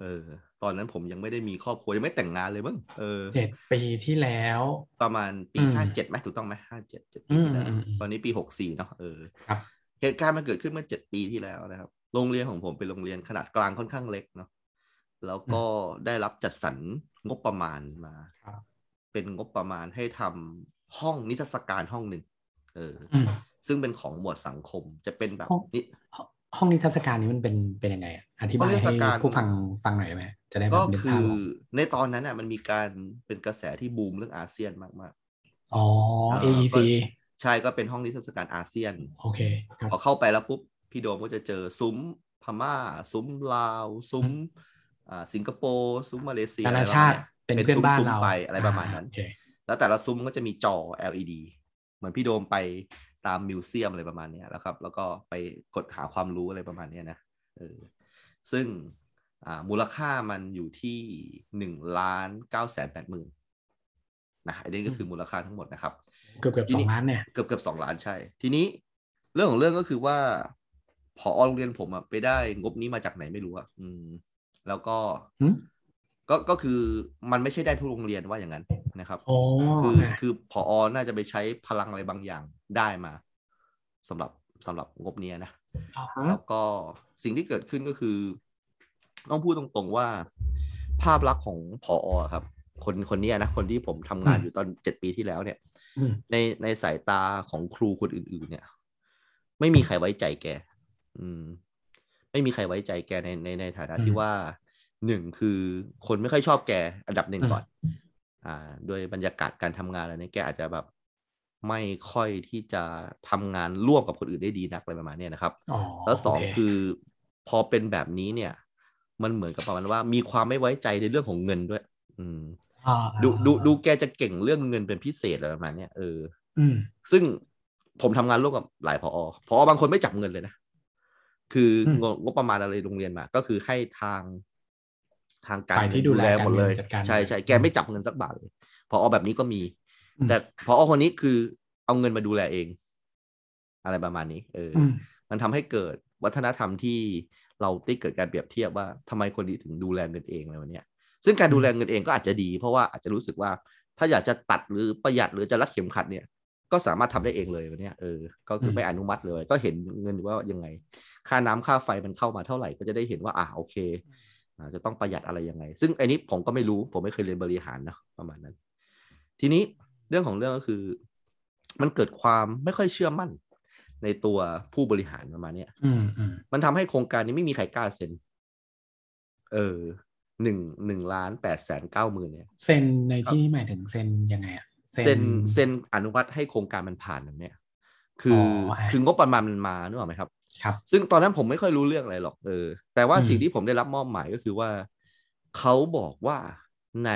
เออ ตอนนั้นผมยังไม่ได้มีครอบครัวยังไม่แต่งงานเลยมั้งเออ เจ็ดปีที่แล้ว ประมาณปี อืม ห้าเจ็ดไหมถูกต้องไหมห้าเจ็ดเจ็ดปี อืม ที่แล้ว อืมอืม ตอนนี้ปีหกสี่เนาะเออ ครับ เหตุการณ์มันเกิดขึ้นเมื่อเจ็ดปีที่แล้วนะครับ โรงเรียนของผมเป็นโรงเรียนขนาดกลางค่อนข้างเล็กเนาะแล้วก็ได้รับจัดสรรงบประมาณมา ครับ เป็นงบประมาณให้ทำห้องนิทรรศการห้องหนึ่งเอออ อืม ซึ่งเป็นของหมวดสังคมจะเป็นแบบ ห้อง นิ ห้องนิทรรศการนี้มันเป็นเป็นยังไงอะอธิบาห้อยงนิทรรศ ให้ การ ผู้ฟังฟังหน่อยได้ไหมจะได้แบ ก็ บนึก คื ภาพ อ ออก ในตอนนั้นน่ะมันมีการเป็นกระแสที่บูมเรื่องอาเซียนมาก อ๋อ AEC ๆใช่ก็เป็นห้องนิทรรศการอาเซียน โอเคครับ พอเข้าไปแล้วปุ๊บพี่โดมก็จะเจอซุ้มพม่า ซุ้มลาว ซุ้มอ่าสิงคโปร์ซุ้มมาเลเซีย นานาชาติ อะไรประมณเนี้ยเป็นเป็นเพื่อนบ้าน ซุ้มๆ เรา ไปอะไรประมาณนั้น อ่โอเค แล้วแต่ละซุ้มก็จะมีจอ LED เหมือนพี่โดมไปตามมิวเซียมอะไรประมาณเนี้ยแล้วครับ แล้วก็ไปกดหาความรู้อะไรประมาณเนี้ยนะเออซึ่งอ่ามูลค่ามันอยู่ที่หนึ่งล้านเก้าแสนแปดหมื่นนะอันนี้ก็คือมูลค่าทั้งหมดนะครับ เกือบเกือบ ที สอ นี้ งล้านเนี่ย เกือบเกือบสองล้านใช่ ทีนี้เรื่องของเรื่องก็คือว่าพอโรงเรียนผมอะไปได้งบนี้มาจากไหนไม่รู้อะอืม แล้วก็ หึ ก็ก็คือมันไม่ใช่ได้ทุกโรงเรียนว่าอย่างนั้นนะครับ โอ้ คือ อ่ะ คือพอน่าจะไปใช้พลังอะไรบางอย่างได้มาสำหรับสำหรับงบเนี้ยนะ อ่าฮะ แล้วก็สิ่งที่เกิดขึ้นก็คือ ต้องพูดตรงๆว่า ภาพลักษณ์ของพอครับ คนคนเนี้ยนะ คนที่ผมทำงานอยู่ตอนเจ็ดปีที่แล้วเนี่ย อืม ในในสายตาของครูคนอื่น ๆ เนี่ย ไม่มีใครไว้ใจแก อืม ไม่มีใครไว้ใจแกในในในฐานะที่ว่าหนึ่งคือคนไม่ค่อยชอบแก อันดับหนึ่งก่อน อ่าโดวยบรรยากาศการทำงานอะไรเนี่ยแกอาจจะแบบ ไม่ค่อยที่จะทำงานร่วมกับคนอื่นได้ดีนักอะไรประมาณเนี้ยนะครับ อ๋อ แล้วสอง โเ คือพอเป็นแบบนี้เนี่ย มันเหมือนกับประมาณว่า มีความไม่ไว้ใจในเรื่องของเงินด้วย อืม อ่าอ่า ดูดูดูแกจะเก่งเรื่องเงินเป็นพิเศษอะไรประมาณเนี้ยเออ อืม ซึ่งผมทำงานร่วมกับหลายพอพอบางคนไม่จับเงินเลยนะ คือ อืม งบงบประมาณอะไรโรงเรียนมา ก็คือให้ทางทางการ ฝ่ายที่ดูแล หมดเลย การเงินจัดการ ใช่ใช่แกไม่จับเงินสักบาทเลยพอแบบนี้ก็มี อืม แต่พอคนนี้คือเอาเงินมาดูแลเอง อะไรประมาณนี้ เอออ อืม มันทำให้เกิดวัฒนธรรมที่เราได้เกิดการเปรียบเทียบว่าทำไมคนดีถึงดูแลเงินเองอะไรวันเนี้ยซึ่งการดูแลเงินเองก็อาจจะดี เพราะว่าอาจจะรู้สึกว่าถ้าอยากจะตัดหรือประหยัดหรือจะรัดเข็มขัดเนี่ย ก็สามารถทำได้เองเลยวันเนี้ยเออก็คืออ ม ไม่อนุมัติเลย ก็เห็นเงินว่ายังไง ค่าน้ำค่าไฟมันเข้ามาเท่าไหร่ก็จะได้เห็นว่าอ่ะโอเคอ่าจะต้องประหยัดอะไรยังไง ซึ่งอันนี้ผมก็ไม่รู้ ผมไม่เคยเรียนบริหารนะประมาณนั้น ทีนี้เรื่องของเรื่องก็คือ มันเกิดความไม่ค่อยเชื่อมั่น ในตัวผู้บริหารประมาณเนี้ย อืมอืม มันทำให้โครงการนี้ไม่มีใครกล้าเซ็น เออ หนึ่งหนึ่งล้านแปดแสนเก้าหมื่นเนี่ย เซ็นในที่นี้หมายถึงเซ็นยังไงอ่ะ เซ็นเซ็นอนุมัติให้โครงการมันผ่านแบบเนี้ย คืออ ออ่ะ คืองบประมาณมันมานึกออกไหมครับ ครับ ซึ่งตอนนั้นผมไม่ค่อยรู้เรื่องอะไรหรอก เออ แต่ว่า อืม สิ่งที่ผมได้รับมอบหมายก็คือว่า เขาบอกว่าใน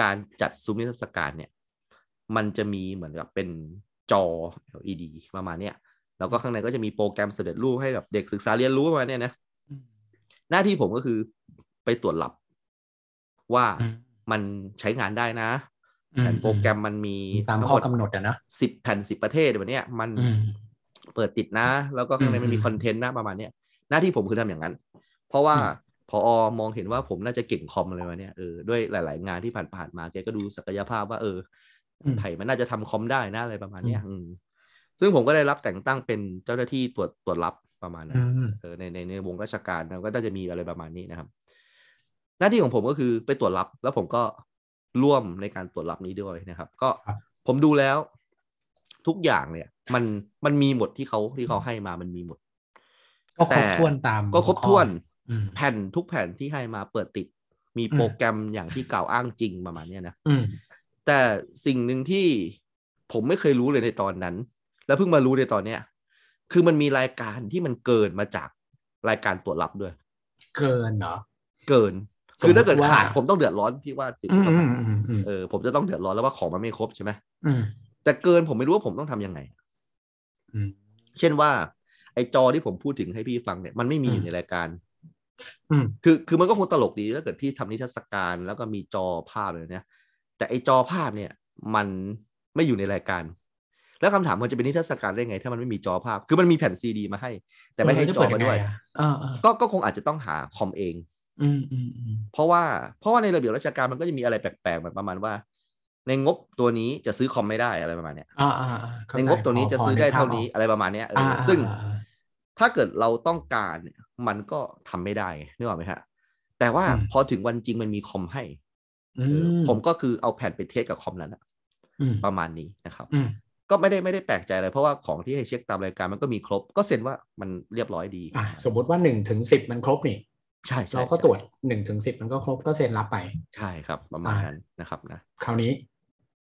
การจัดซุ้มนิทรรศการเนี่ย มันจะมีเหมือนกับเป็นจอ LED ประมาณเนี้ย แล้วก็ข้างในก็จะมีโปรแกรมเสด็จรูปให้แบบเด็กศึกษาเรียนรู้ประมาณเนี้ยนะ อืม หน้าที่ผมก็คือไปตรวจหลับว่า อืม มันใช้งานได้นะ อืม แผ่นโปรแกรมมันมี ตามข้อกำหนดอะเนอะ สิบแผ่นสิบประเทศแบบเนี้ยมัน อืม เปิดติดนะ แล้วก็ข้างใน อืม มันมี อืม คอนเทนต์นะประมาณเนี้ยหน้าที่ผมคือทำอย่างนั้น เพราะว่า อืม พอมองเห็นว่าผมน่าจะเก่งคอมอะไรวะเนี่ยเออด้วยหลาย ๆ งานที่ผ่านๆมาแกก็ดูศักยภาพว่าเอออ อืม ไผ่มันน่าจะทำคอมได้นะอะไรประมาณเนี้ยอืมซึ่งผมก็ได้รับแต่งตั้งเป็นเจ้าหน้าที่ตรวจตรวจรับประมาณนั้น อืม เออในในในวงราชการนะก็น่าจะมีอะไรประมาณนี้นะครับ หน้าที่ของผมก็คือไปตรวจรับ แล้วผมก็ร่วมในการตรวจรับนี้ด้วยนะครับ ก็ ครับ ผมดูแล้ว ทุกอย่างเนี่ย มันมันมีหมดที่เขาที่เขาให้มามันมีหมด ก็ครบ แต่ ถ้วนตาม ก็ครบถ้วน อืม แผ่นทุกแผ่นที่ให้มาเปิดติด มีโปรแกรมอย่างที่กล่าวอ้างจริงประมาณเนี้ยนะ อืม แต่สิ่งหนึ่งที่ผมไม่เคยรู้เลยในตอนนั้น แล้วเพิ่งมารู้ในตอนเนี้ย คือมันมีรายการที่มันเกินมาจากรายการตรวจรับด้วย เกินเหรอ เกิน สม คือถ้าเกิด มุติว่า ขาดผมต้องเดือดร้อนพี่ว่าถึง อืมอืมอืมอืม เออผมจะต้องเดือดร้อนแล้วว่าของมันไม่ครบใช่ไหม อืม แต่เกินผมไม่รู้ว่าผมต้องทำยังไง อืม เช่นว่า ไอจอที่ผมพูดถึงให้พี่ฟังเนี่ยมันไม่มีอยู่ในรายการ อืม คือคือมันก็คงตลกดีถ้าเกิดพี่ทำนิทรรศการแล้วก็มีจอภาพเลยเนี่ยแต่ไอจอภาพเนี่ยมันไม่อยู่ในรายการ แล้วคำถามมันจะเป็นนิทรรศการได้ไง ถ้ามันไม่มีจอภาพ คือมันมีแผ่นซีดีมาให้ แต่ไม่ให้จอมาด้วย เจะเปิงไงะเออเออ ก็ก็คงอาจจะต้องหาคอมเอง อืมอืมอืม เพราะว่าเพราะว่าในระเบียบราชการมันก็จะมีอะไรแปลกๆแบบประมาณว่า ในงบตัวนี้จะซื้อคอมไม่ได้อะไรประมาณเนี้ย อ่าอ่าอ่าเข้า ใน ใจ งบตัวนี้ พ จะ พ ซื้อได้ กภพ เท่านี้อะไรประมาณเนี้ยเออ อ่า อ อ่า ซึ่ง อ่าอ่า ถ้าเกิดเราต้องการเนี่ยมันก็ทำไม่ได้ไงนึกออกไหมฮะ แต่ว่า อืม พอถึงวันจริงมันมีคอมให้ อื เออ ม ผมก็คือเอาแผ่นไปเทสกับคอมนั้นอะ อืม ประมาณนี้นะครับ อืม ก็ไม่ได้ไม่ได้แปลกใจอะไรเพราะว่าของที่ให้เช็คตามรายการมันก็มีครบ ก็เซ็นว่ามันเรียบร้อยดี อ่ะสมมติว่าหนึ่งถึงสิบมันครบนี่ ใช่ใช่ เราก็ตรวจหนึ่งถึงสิบมันก็ครบก็เซ็นรับไป ใช่ครับ ประมาณนั้นนะครับนะ คราวนี้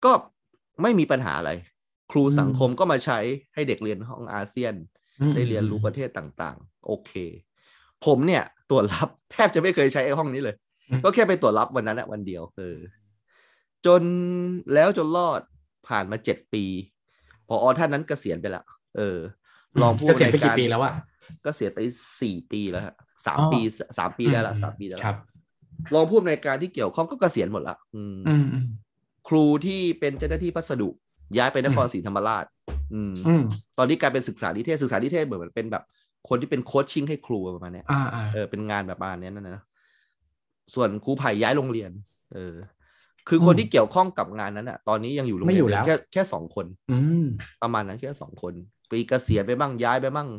ก็ไม่มีปัญหาอะไร ครู อืม สังคมก็มาใช้ให้เด็กเรียนห้องอาเซียน อืม ได้เรียนรู้ประเทศต่างๆ โอเค ผมเนี่ยตรวจรับแทบจะไม่เคยใช้ไอ้ห้องนี้เลย ก็แค่ไปตรวจรับวันนั้นอะวันเดียวเออจนแล้วจนรอดผ่านมาเจ็ดปี พออท่านนั้นเกษียณไปละเออรองผู้ เกษียณไปกี่ ำนวยาร ปีแล้วอะ เกษียณไปสี่ปีแล้วฮะสาม อ๋อ ปีสามปีได้ละสามปีได้ละ ครับ รองผู้อำนวยการที่เกี่ยวข้องก็เกษียณหมดละอืม อืมอืม ครูที่เป็นเจ้าหน้าที่พัสดุ ย้ายไปนครศรีธรรมราช อืม อืม ตอนนี้กลายเป็นศึกษานิเทศศึกษานิเทศเหมือนเป็นแบบ คนที่เป็นโคชชิ่งให้ครูประมาณเนี้ย อ่าอ่า เออเป็นงานแบบประมาณเนี้ยนั่นนะ ส่วนครูไผ่ย้ายโรงเรียน เออ คือคนที่เกี่ยวข้องกับงานนั้นอ่ะ ตอนนี้ยังอยู่โรงเรีนแค่แค่สองคน อืม ประมาณนั้นแค่สองคนปีเกษียณไปบ้างย้ายไปบ้าง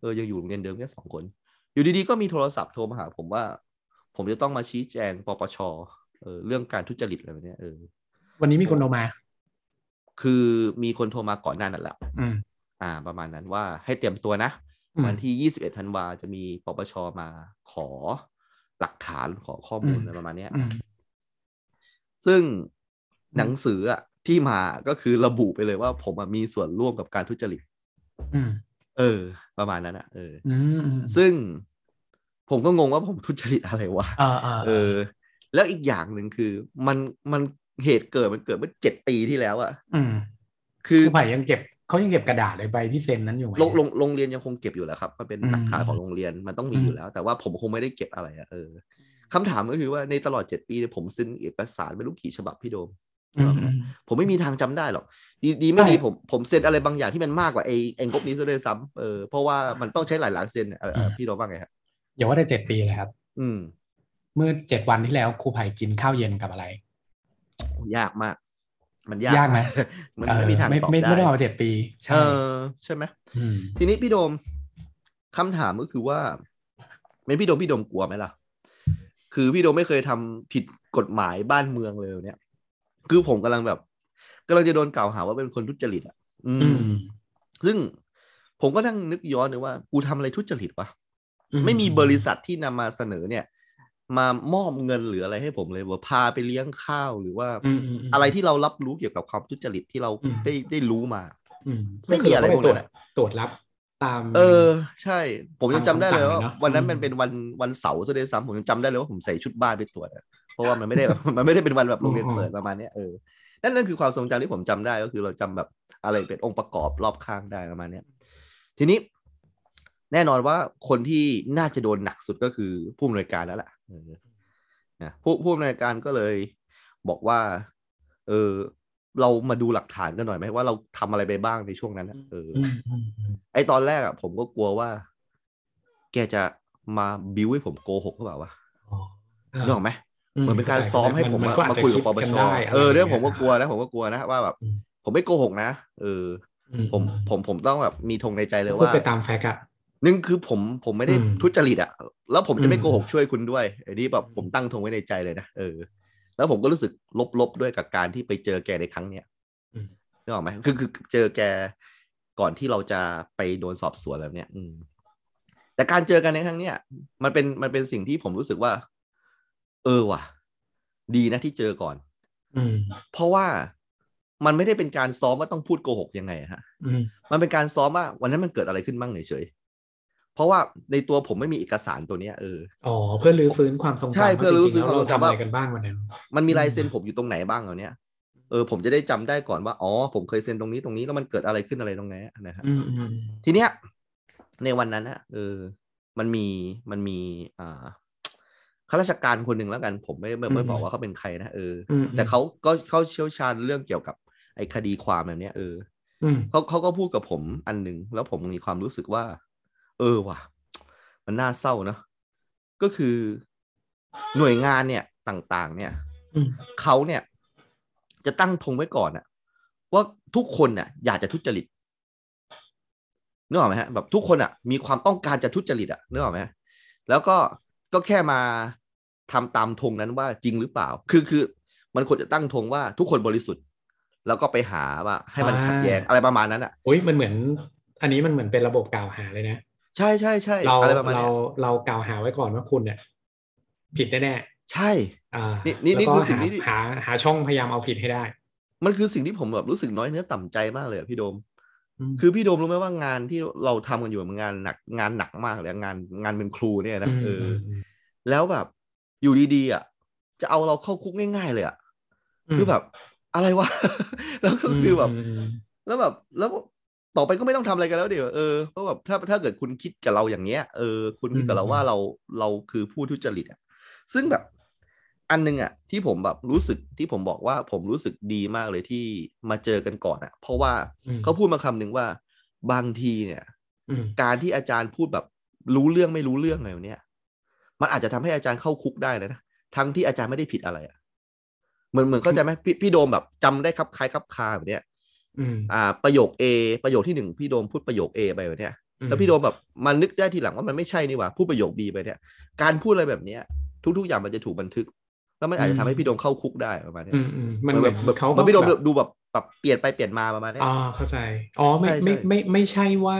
เออยังอยู่โรงเรียนเดิมแค่สองคน อยู่ดีๆก็มีโทรศัพท์โทรมาหาผมว่า ผมจะต้องมาชี้แจงปปชเออเรื่องการทุจริตอะไรแบบเนี้ยเออ วันนี้มีคนโทรมา คือมีคนโทรมาก่อนหน้านั้นแหละ อืม อ่า ประมาณนั้นว่าให้เตรียมตัวนะ อืม วันที่ 21 ธันวาจะมีปปชมาขอหลักฐานขอข้อมูล อืม อะไรประมาณเนี้ย อืม ซึ่ง ม หนังสืออะที่มาก็คือระบุไปเลยว่าผมอะมีส่วนร่วมกับการทุจริต อืม เออ ประมาณนั้นอะเออ อืมอืม ซึ่งผมก็งงว่าผมทุจริตอะไรวะ อ่าอ่า เออ แล้วอีกอย่างหนึ่งคือมันมันเหตุเกิดมันเกิดเมื่อเจ็ดปีที่แล้วอะ อืม คือ คือไผ่ยังเก็บเขายังเก็บกระดาษไอ้ใบที่เซ็นนั้นอยู่ไหม โรงโรงโรงเรียนยังคงเก็บอยู่แหละครับมันเป็น อืม หลักฐานของโรงเรียนมันต้องมี อืม อยู่แล้ว แต่ว่าผมคงไม่ได้เก็บอะไรอะเออคำถามก็คือว่าในตลอดเจ็ดปีเนี่ยผมซื้อเอกสารไม่รู้กี่ฉบับพี่โดม อืมอืม ผมไม่มีทางจำได้หรอก ดีดีไม่ดี ใช่ ผมผมเซ็นอะไรบางอย่างที่มันมากกว่าไอ้ไอ้งบนี้ซะด้วยซ้ำเออเพราะว่ามันต้องใช้หลายหลักเซ็นอะเออเออ อืม พี่โดมว่าไงครับ อย่าว่าแต่เจ็ดปีเลยครับ อืม เมื่อเจ็ดวันที่แล้วครูไผ่กินข้าวเย็นกับอะไร โอ้ยากมาก มันยาก ยากไหม มัน เออ ไม่มีทาง ไม่ ตอบ ไม่ได้ไม่ได้เอาเจ็ดปี ใช่ เออใช่ไหม อืม ทีนี้พี่โดมคำถามก็คือว่าเป็นพี่โดมพี่โดมกลัวไหมล่ะ คือพี่โดมไม่เคยทำผิดกฎหมายบ้านเมืองเลยเนี่ย คือผมกำลังแบบกำลังจะโดนกล่าวหาว่าเป็นคนทุจริตอ่ะ อืม อืม ซึ่งผมก็นั่งนึกย้อนเลยว่า กูทำอะไรทุจริตวะ อื ไม่มีบริษัทที่นำมาเสนอเนี่ย มามอบเงินหรืออะไรให้ผมเลยว่าพาไปเลี้ยงข้าวหรือว่า อืมมม อะไรที่เรารับรู้เกี่ยวกับความทุจริตที่เรา อืม ได้ได้รู้มา อืม ไม่มีอะไร ก็ พ คื วก เาก็ปตร นั้นวจอะ ตรวจรับตาม เออใช่ ผมยังจำ ตามคำ ได้เลยว่า สั่งอะเนอะ วันนั้นมัน อืม เป็นวันวันเสาร์ซะด้วยซ้ำผมยังจำได้เลยว่าผมใส่ชุดบ้านไปตรวจ อะเพราะว่ามันไม่ได้แบบ มันไม่ได้เป็นวันแบบโรงเรียนเปิดประมาณเนี้ยเออนั่นนั่นคือความทรงจำที่ผมจำได้ก็คือเราจำแบบอะไรเป็นองค์ประกอบรอบข้างได้ประมาณเนี้ยทีนี้แน่นอนว่าคนที่น่าจะโดนหนักสุดก็คือผู้อำนวยการแล้วล่ะเออนะผู้ผู้อำนวยการก็เลยบอกว่า เออเรามาดูหลักฐานกันหน่อยไหมว่าเราทำอะไรไปบ้างในช่วงนั้นอะเออ อืมอืมอืม ไอตอนแรกอะผมก็กลัวว่า แกจะมาบิวให้ผมโกหกหรือเปล่าวะ อ๋อเออ นึกออกไหมเหมือนเป็นการซ้อมให้ผม น อะ ก็อ มา จจะ คุยกับปป ดน ช ได้ะไร เออเรื่อง ย่า ผมก็ ย กลัวนะ ผมก็กลัวนะว่าแบบ อืม ผมไม่โกหกนะเออ อื ผมผมผมต้องแบบมีธงในใจเลย พูด ว่า ไปตามแฟกต์อะ หนึ่งคือผมผมไม่ได้ อืม ทุจริตอะแล้วผมจะไม่ อืม โกหกช่วยคุณด้วยไอ้นี่แบบผมตั้งธงไว้ในใจเลยนะเออ แล้วผมก็รู้สึกลบๆด้วยกับการที่ไปเจอแกในครั้งเนี้ย อืม นึกออกไหมคือคือคือเจอแกก่อนที่เราจะไปโดนสอบสวนแบบเนี้ย อืม แต่การเจอกันในครั้งเนี้ยมันเป็นมันเป็นสิ่งที่ผมรู้สึกว่า เออว่ะ ดีนะที่เจอก่อน อืม เพราะว่ามันไม่ได้เป็นการซ้อมว่าต้องพูดโกหกยังไงอะฮะ อืม มันเป็นการซ้อมว่าวันนั้นมันเกิดอะไรขึ้นบ้างเฉยๆเพราะว่าในตัวผมไม่มีเอกสารตัวเนี้ยเออ อ๋อเพื่อรื้อฟื้นความทรงจำ ใช่เพื่อรื้อฟื้น ว่าคจงๆวามทรงจำ แล้เราทำอะไร ว่า กันบ้างวันนั้น มันมีลายเซ็นผมอยู่ตรงไหนบ้างเหล่าเนี้ยเออผมจะได้จำได้ก่อนว่าอ๋อผมเคยเซ็นตรงนี้ตรงนี้แล้วมันเกิดอะไรขึ้นอะไรตรงไหนี้นะฮะ อืมอืม ทีเนี้ยในวันนั้นอะเออ มันมีมันมีอ่า ข้าราชการคนหนึ่งแล้วกัน ผมไม่ไม่ไม่บอกว่าเขาเป็นใครนะเออ อืม แต่เขาก็เขาเชี่ยวชาญเรื่องเกี่ยวกับไอ้คดีความแบบเนี้ยเออ อืม เขาเขาก็พูดกับผมอันหนึ่งแล้วผมมีความรู้สึกว่า เออว่ะ มันน่าเศร้าเนอะก็คือหน่วยงานเนี่ยต่างๆ เนี่ย อืม เขาเนี่ย จะตั้งธงไว้ก่อนอะว่าทุกคนน่ะ อยากจะทุจริตนึกออกไหมฮะแบบทุกคนอะมีความต้องการจะทุจริตอะนึกออกไหมฮะแล้วก็ก็แค่มาทำตามธงนั้นว่าจริงหรือเปล่า คือคือ มันควรจะตั้งธงว่าทุกคนบริสุทธิ์ แล้วก็ไปหาว่า ให้มันขัดแย้งอะไรประมาณนั้นอะ อุ้ยมันเหมือน อันนี้มันเหมือนเป็นระบบกล่าวหาเลยนะ ใช่ใช่ใช่ เรา อะไรประมาณ เรา เนี้ย เรากล่าวหาไว้ก่อนว่าคุณเนี่ย ผิดแน่ ใช่ ๆอ่า นี่นี่นี่ แล้วก็ คือสิ่ง หา ที่ หาหาช่องพยายามเอาผิดให้ได้ มันคือสิ่งที่ผมแบบรู้สึกน้อยเนื้อต่ำใจมากเลยอะพี่โดม อืม คือพี่โดมรู้ไหมว่างานที่เราทำกันอยู่มันงานหนักงานหนักมากเลยอะงานงานเป็นครูเนี่ยนะเอออ ม แล้วแบบอยู่ดีๆอ่ะจะเอาเราเข้าคุกง่าย ๆ เลยอ่ะ ม คือแบบอะไรวะ แล้วก็คือแบบ มม แล้วแบบแล้วต่อไปก็ไม่ต้องทำอะไรกันแล้วเดี๋ยวเออเพราะแบบถ้าถ้าเกิดคุณคิดกับเราอย่างเงี้ยเออคุณคิดกับเราว่าเราเราคือผู้ทุจริตอ่ะซึ่งแบบอันนึงอ่ะที่ผมแบบรู้สึกที่ผมบอกว่าผมรู้สึกดีมากเลยที่มาเจอกันก่อนอ่ะ เพราะว่า อืม เขาพูดมาคำหนึ่งว่าบางทีเนี่ย อืม การที่อาจารย์พูดแบบรู้เรื่องไม่รู้เรื่องอะไรแบบเนี่ย มันอาจจะทำให้อาจารย์เข้าคุกได้เลยนะทั้งที่อาจารย์ไม่ได้ผิดอะไรอะเหมือนเหมือนเข้าใจไหมพี่พี่โดมแบบจำได้ครับคล้ายครับคาแบบเนี้ย อืม อ่าประโยค A ประโยคที่หนึ่งพี่โดมพูดประโยค A ไปแบบเนี้ยแล้วพี่โดมแบบมันนึกได้ทีหลังว่ามันไม่ใช่นี่หว่าพูดประโยค B ไปเนี่ยการพูดอะไรแบบเนี้ย ทุก ๆ อย่างมันจะถูกบันทึก แล้วมันอาจจะทำให้พี่โดมเข้าคุกได้ประมาณเนี้ย อืมอืมมันเหมือน แบบ เขา แบบพี่โดม แบบ ดูแบบแบบเปลี่ยนไปเปลี่ยนมาประมาณเนี้ย อ่าเข้าใจ อ๋อไม่ ใช่ใช่ ไม่ไม่ไม่ใช่ว่า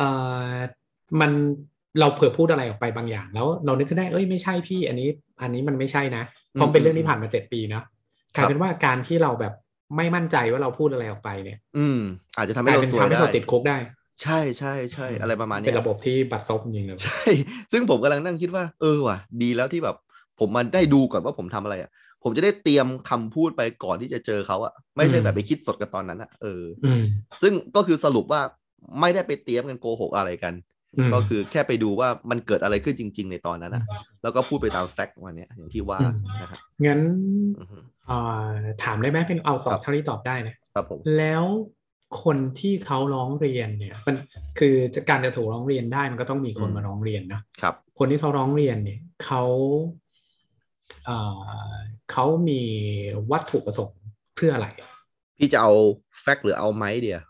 อ่ามันเราเผื่อพูดอะไรออกไปบางอย่าง แล้วเรานึกขึ้นได้เอ้ยไม่ใช่พี่ อันนี้ อันนี้มันไม่ใช่นะเพราะเป็นเรื่องที่ผ่านมาเจ็ดปีเนาะกลายเป็นว่าการที่เราแบบไม่มั่นใจว่าเราพูดอะไรออกไปเนี่ย อืม อาจจะทำ ก ให้ ลาย เรา เป็น ซวย ทำให้ ได้ เราติดคุกได้ ใช่ใช่ใช่อะไรประมาณเนี้ เป็ ย นระบบที่บัดซบจริงเลย ใช่ ซึ่งผมกำลังนั่งคิดว่า เออว่ะ ดีแล้วที่แบบ ผมมาได้ดูก่อนว่าผมทำอะไรอ่ะ ผมจะได้เตรียมคำพูดไปก่อนที่จะเจอเขาอ่ะ ไม่ใช่ อืม แบบไปคิดสดกันตอนนั้นอ่ะ เออ อืม ซึ่งก็คือสรุปว่าไม่ได้ไปเตรียมกันโกหกอะไรกัน อืม ก็คือแค่ไปดูว่ามันเกิดอะไรขึ้นจริง ๆ ในตอนนั้นอ่ะ แล้วก็พูดไปตามแฟกต์วันเนี้ยอย่างที่ว่านะครับ งั้น อือฮึ เอ่อถามได้ไหมเป็นเอาตคอรับ บ เท่าที่ตอบได้นะ ครับผม แล้วคนที่เขาร้องเรียนเนี่ย มันคือการจะถูกร้องเรียนได้มันก็ต้องมีคนมาร้องเรียนนะครับ คนที่เขาร้องเรียนเนี่ยเขาเอ่อเขามีวัตถุประสงค์เพื่ออะไร พี่จะเอาแฟกต์หรือเอาไม้เดียว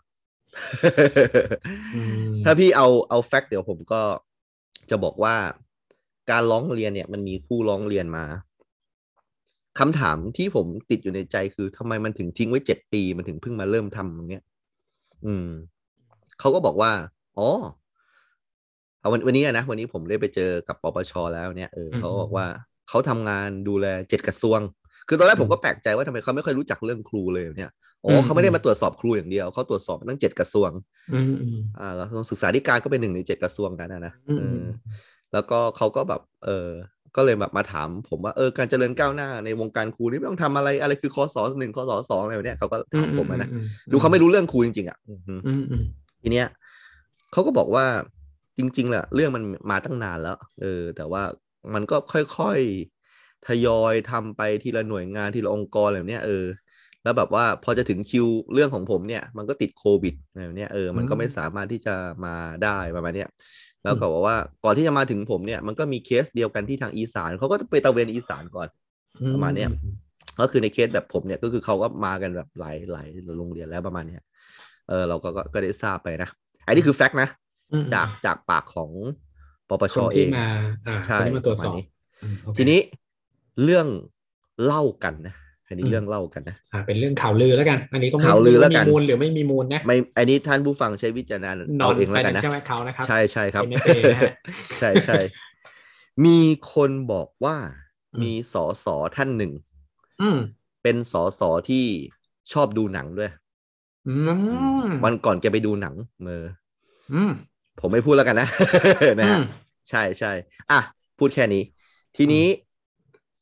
อืม ถ้าพี่เอาเอาแฟกต์เดี๋ยวผมก็จะบอกว่าการร้องเรียนเนี่ย มันมีผู้ร้องเรียนมาคำถามที่ผมติดอยู่ในใจคือทำไมมันถึงทิ้งไว้เจ็ดปีมันถึงเพิ่งมาเริ่มทำตรงเนี้ย อืมเขาก็บอกว่าอ๋อเอาวันวันนี้อะนะวันนี้ผมได้ไปเจอกับปปชแล้วเนี่ยเออเขาก็บอกว่าเขาทำงานดูแลเจ็ดกระทรวง คือตอนแรกผมก็แปลกใจว่าทำไมเขาไม่ค่อยรู้จักเรื่องครูเลยเนี่ยอ๋อเขาไม่ได้มาตรวจสอบครูอย่างเดียวเขาตรวจสอบทั้งเจ็ดกระทรวง อืมอืม อ่ากระทรวงศึกษาธิการก็เป็นหนึ่งในเจ็ดกระทรวงนั้นนะนะ อืม เอ อืม อแล้วก็เขาก็แบบ เออก็เลยแบบมาถามผมว่าเออการเจริญก้าวหน้าในวงการครูนี่ไม่ต้องทำอะไรอะไรคือคอสอหนึ่งคอสอสองอะไรแบบเนี้ยเขาก็ถามผมอะนะ อือื ดูเขาไม่รู้เรื่องครูจริงๆอ่ะอือฮึ อืมอืม ทีเนี้ยเขาก็บอกว่าจริงๆแหละเรื่องมันมาตั้งนานแล้ว เออ แต่ว่ามันก็ค่อยๆทยอยทำไปทีละหน่วยงานทีละองค์กรอะไรแบบเนี้ยเออ แล้วแบบว่าพอจะถึงคิวเรื่องของผมเนี่ย มันก็ติดโควิดอะไรแบบเนี้ยเออมันก็ไม่สามารถที่จะมาได้ประมาณเนี้ยแล้วก็บอกว่าก่อนที่จะมาถึงผมเนี่ยมันก็มีเคสเดียวกันที่ทางอีสานเขาก็จะไปตะเวนอีสานก่อน ประมาณเนี้ย ก็คือในเคสแบบผมเนี่ยก็คือเขาก็มากันแบบหลายหลายโรงเรียนแล้วประมาณเนี้ยเออเราก็ก็ก็ได้ทราบไปนะอันนี้คือแฟกต์นะ อืม จากจากปากของปปช คน เอ ที่ ง มาอ่า ใช่ คนที่มาตรวจสอบ ประมาณนี้ อืมโอเค ทีนี้เรื่องเล่ากันนะอันนี้ อืม เรื่องเล่ากันนะ อ่าเป็นเรื่องข่าวลือแล้วกัน อันนี้ก็ไม่ ข่าวลือแล้วกัน มีมูลหรือไม่มีมูลนะ ไม่อันนี้ท่านผู้ฟังใช้วิจารณญาณ นอ เอา น เอง ไฟ แล้ว แน กัน น นะ เชียลแอคเคาท์นะครับ ใช่ใช่ครับ NFA นะฮะ ใช่ใช่มีคนบอกว่า อืม มีสอสอท่านหนึ่ง อืม เป็นสอสอที่ชอบดูหนังด้วย อืม วันก่อนแกไปดูหนังเออ อืม ผมไม่พูดแล้วกันนะ นะฮะใช่ใช่อ่ะ พูดแค่นี้ ทีนี้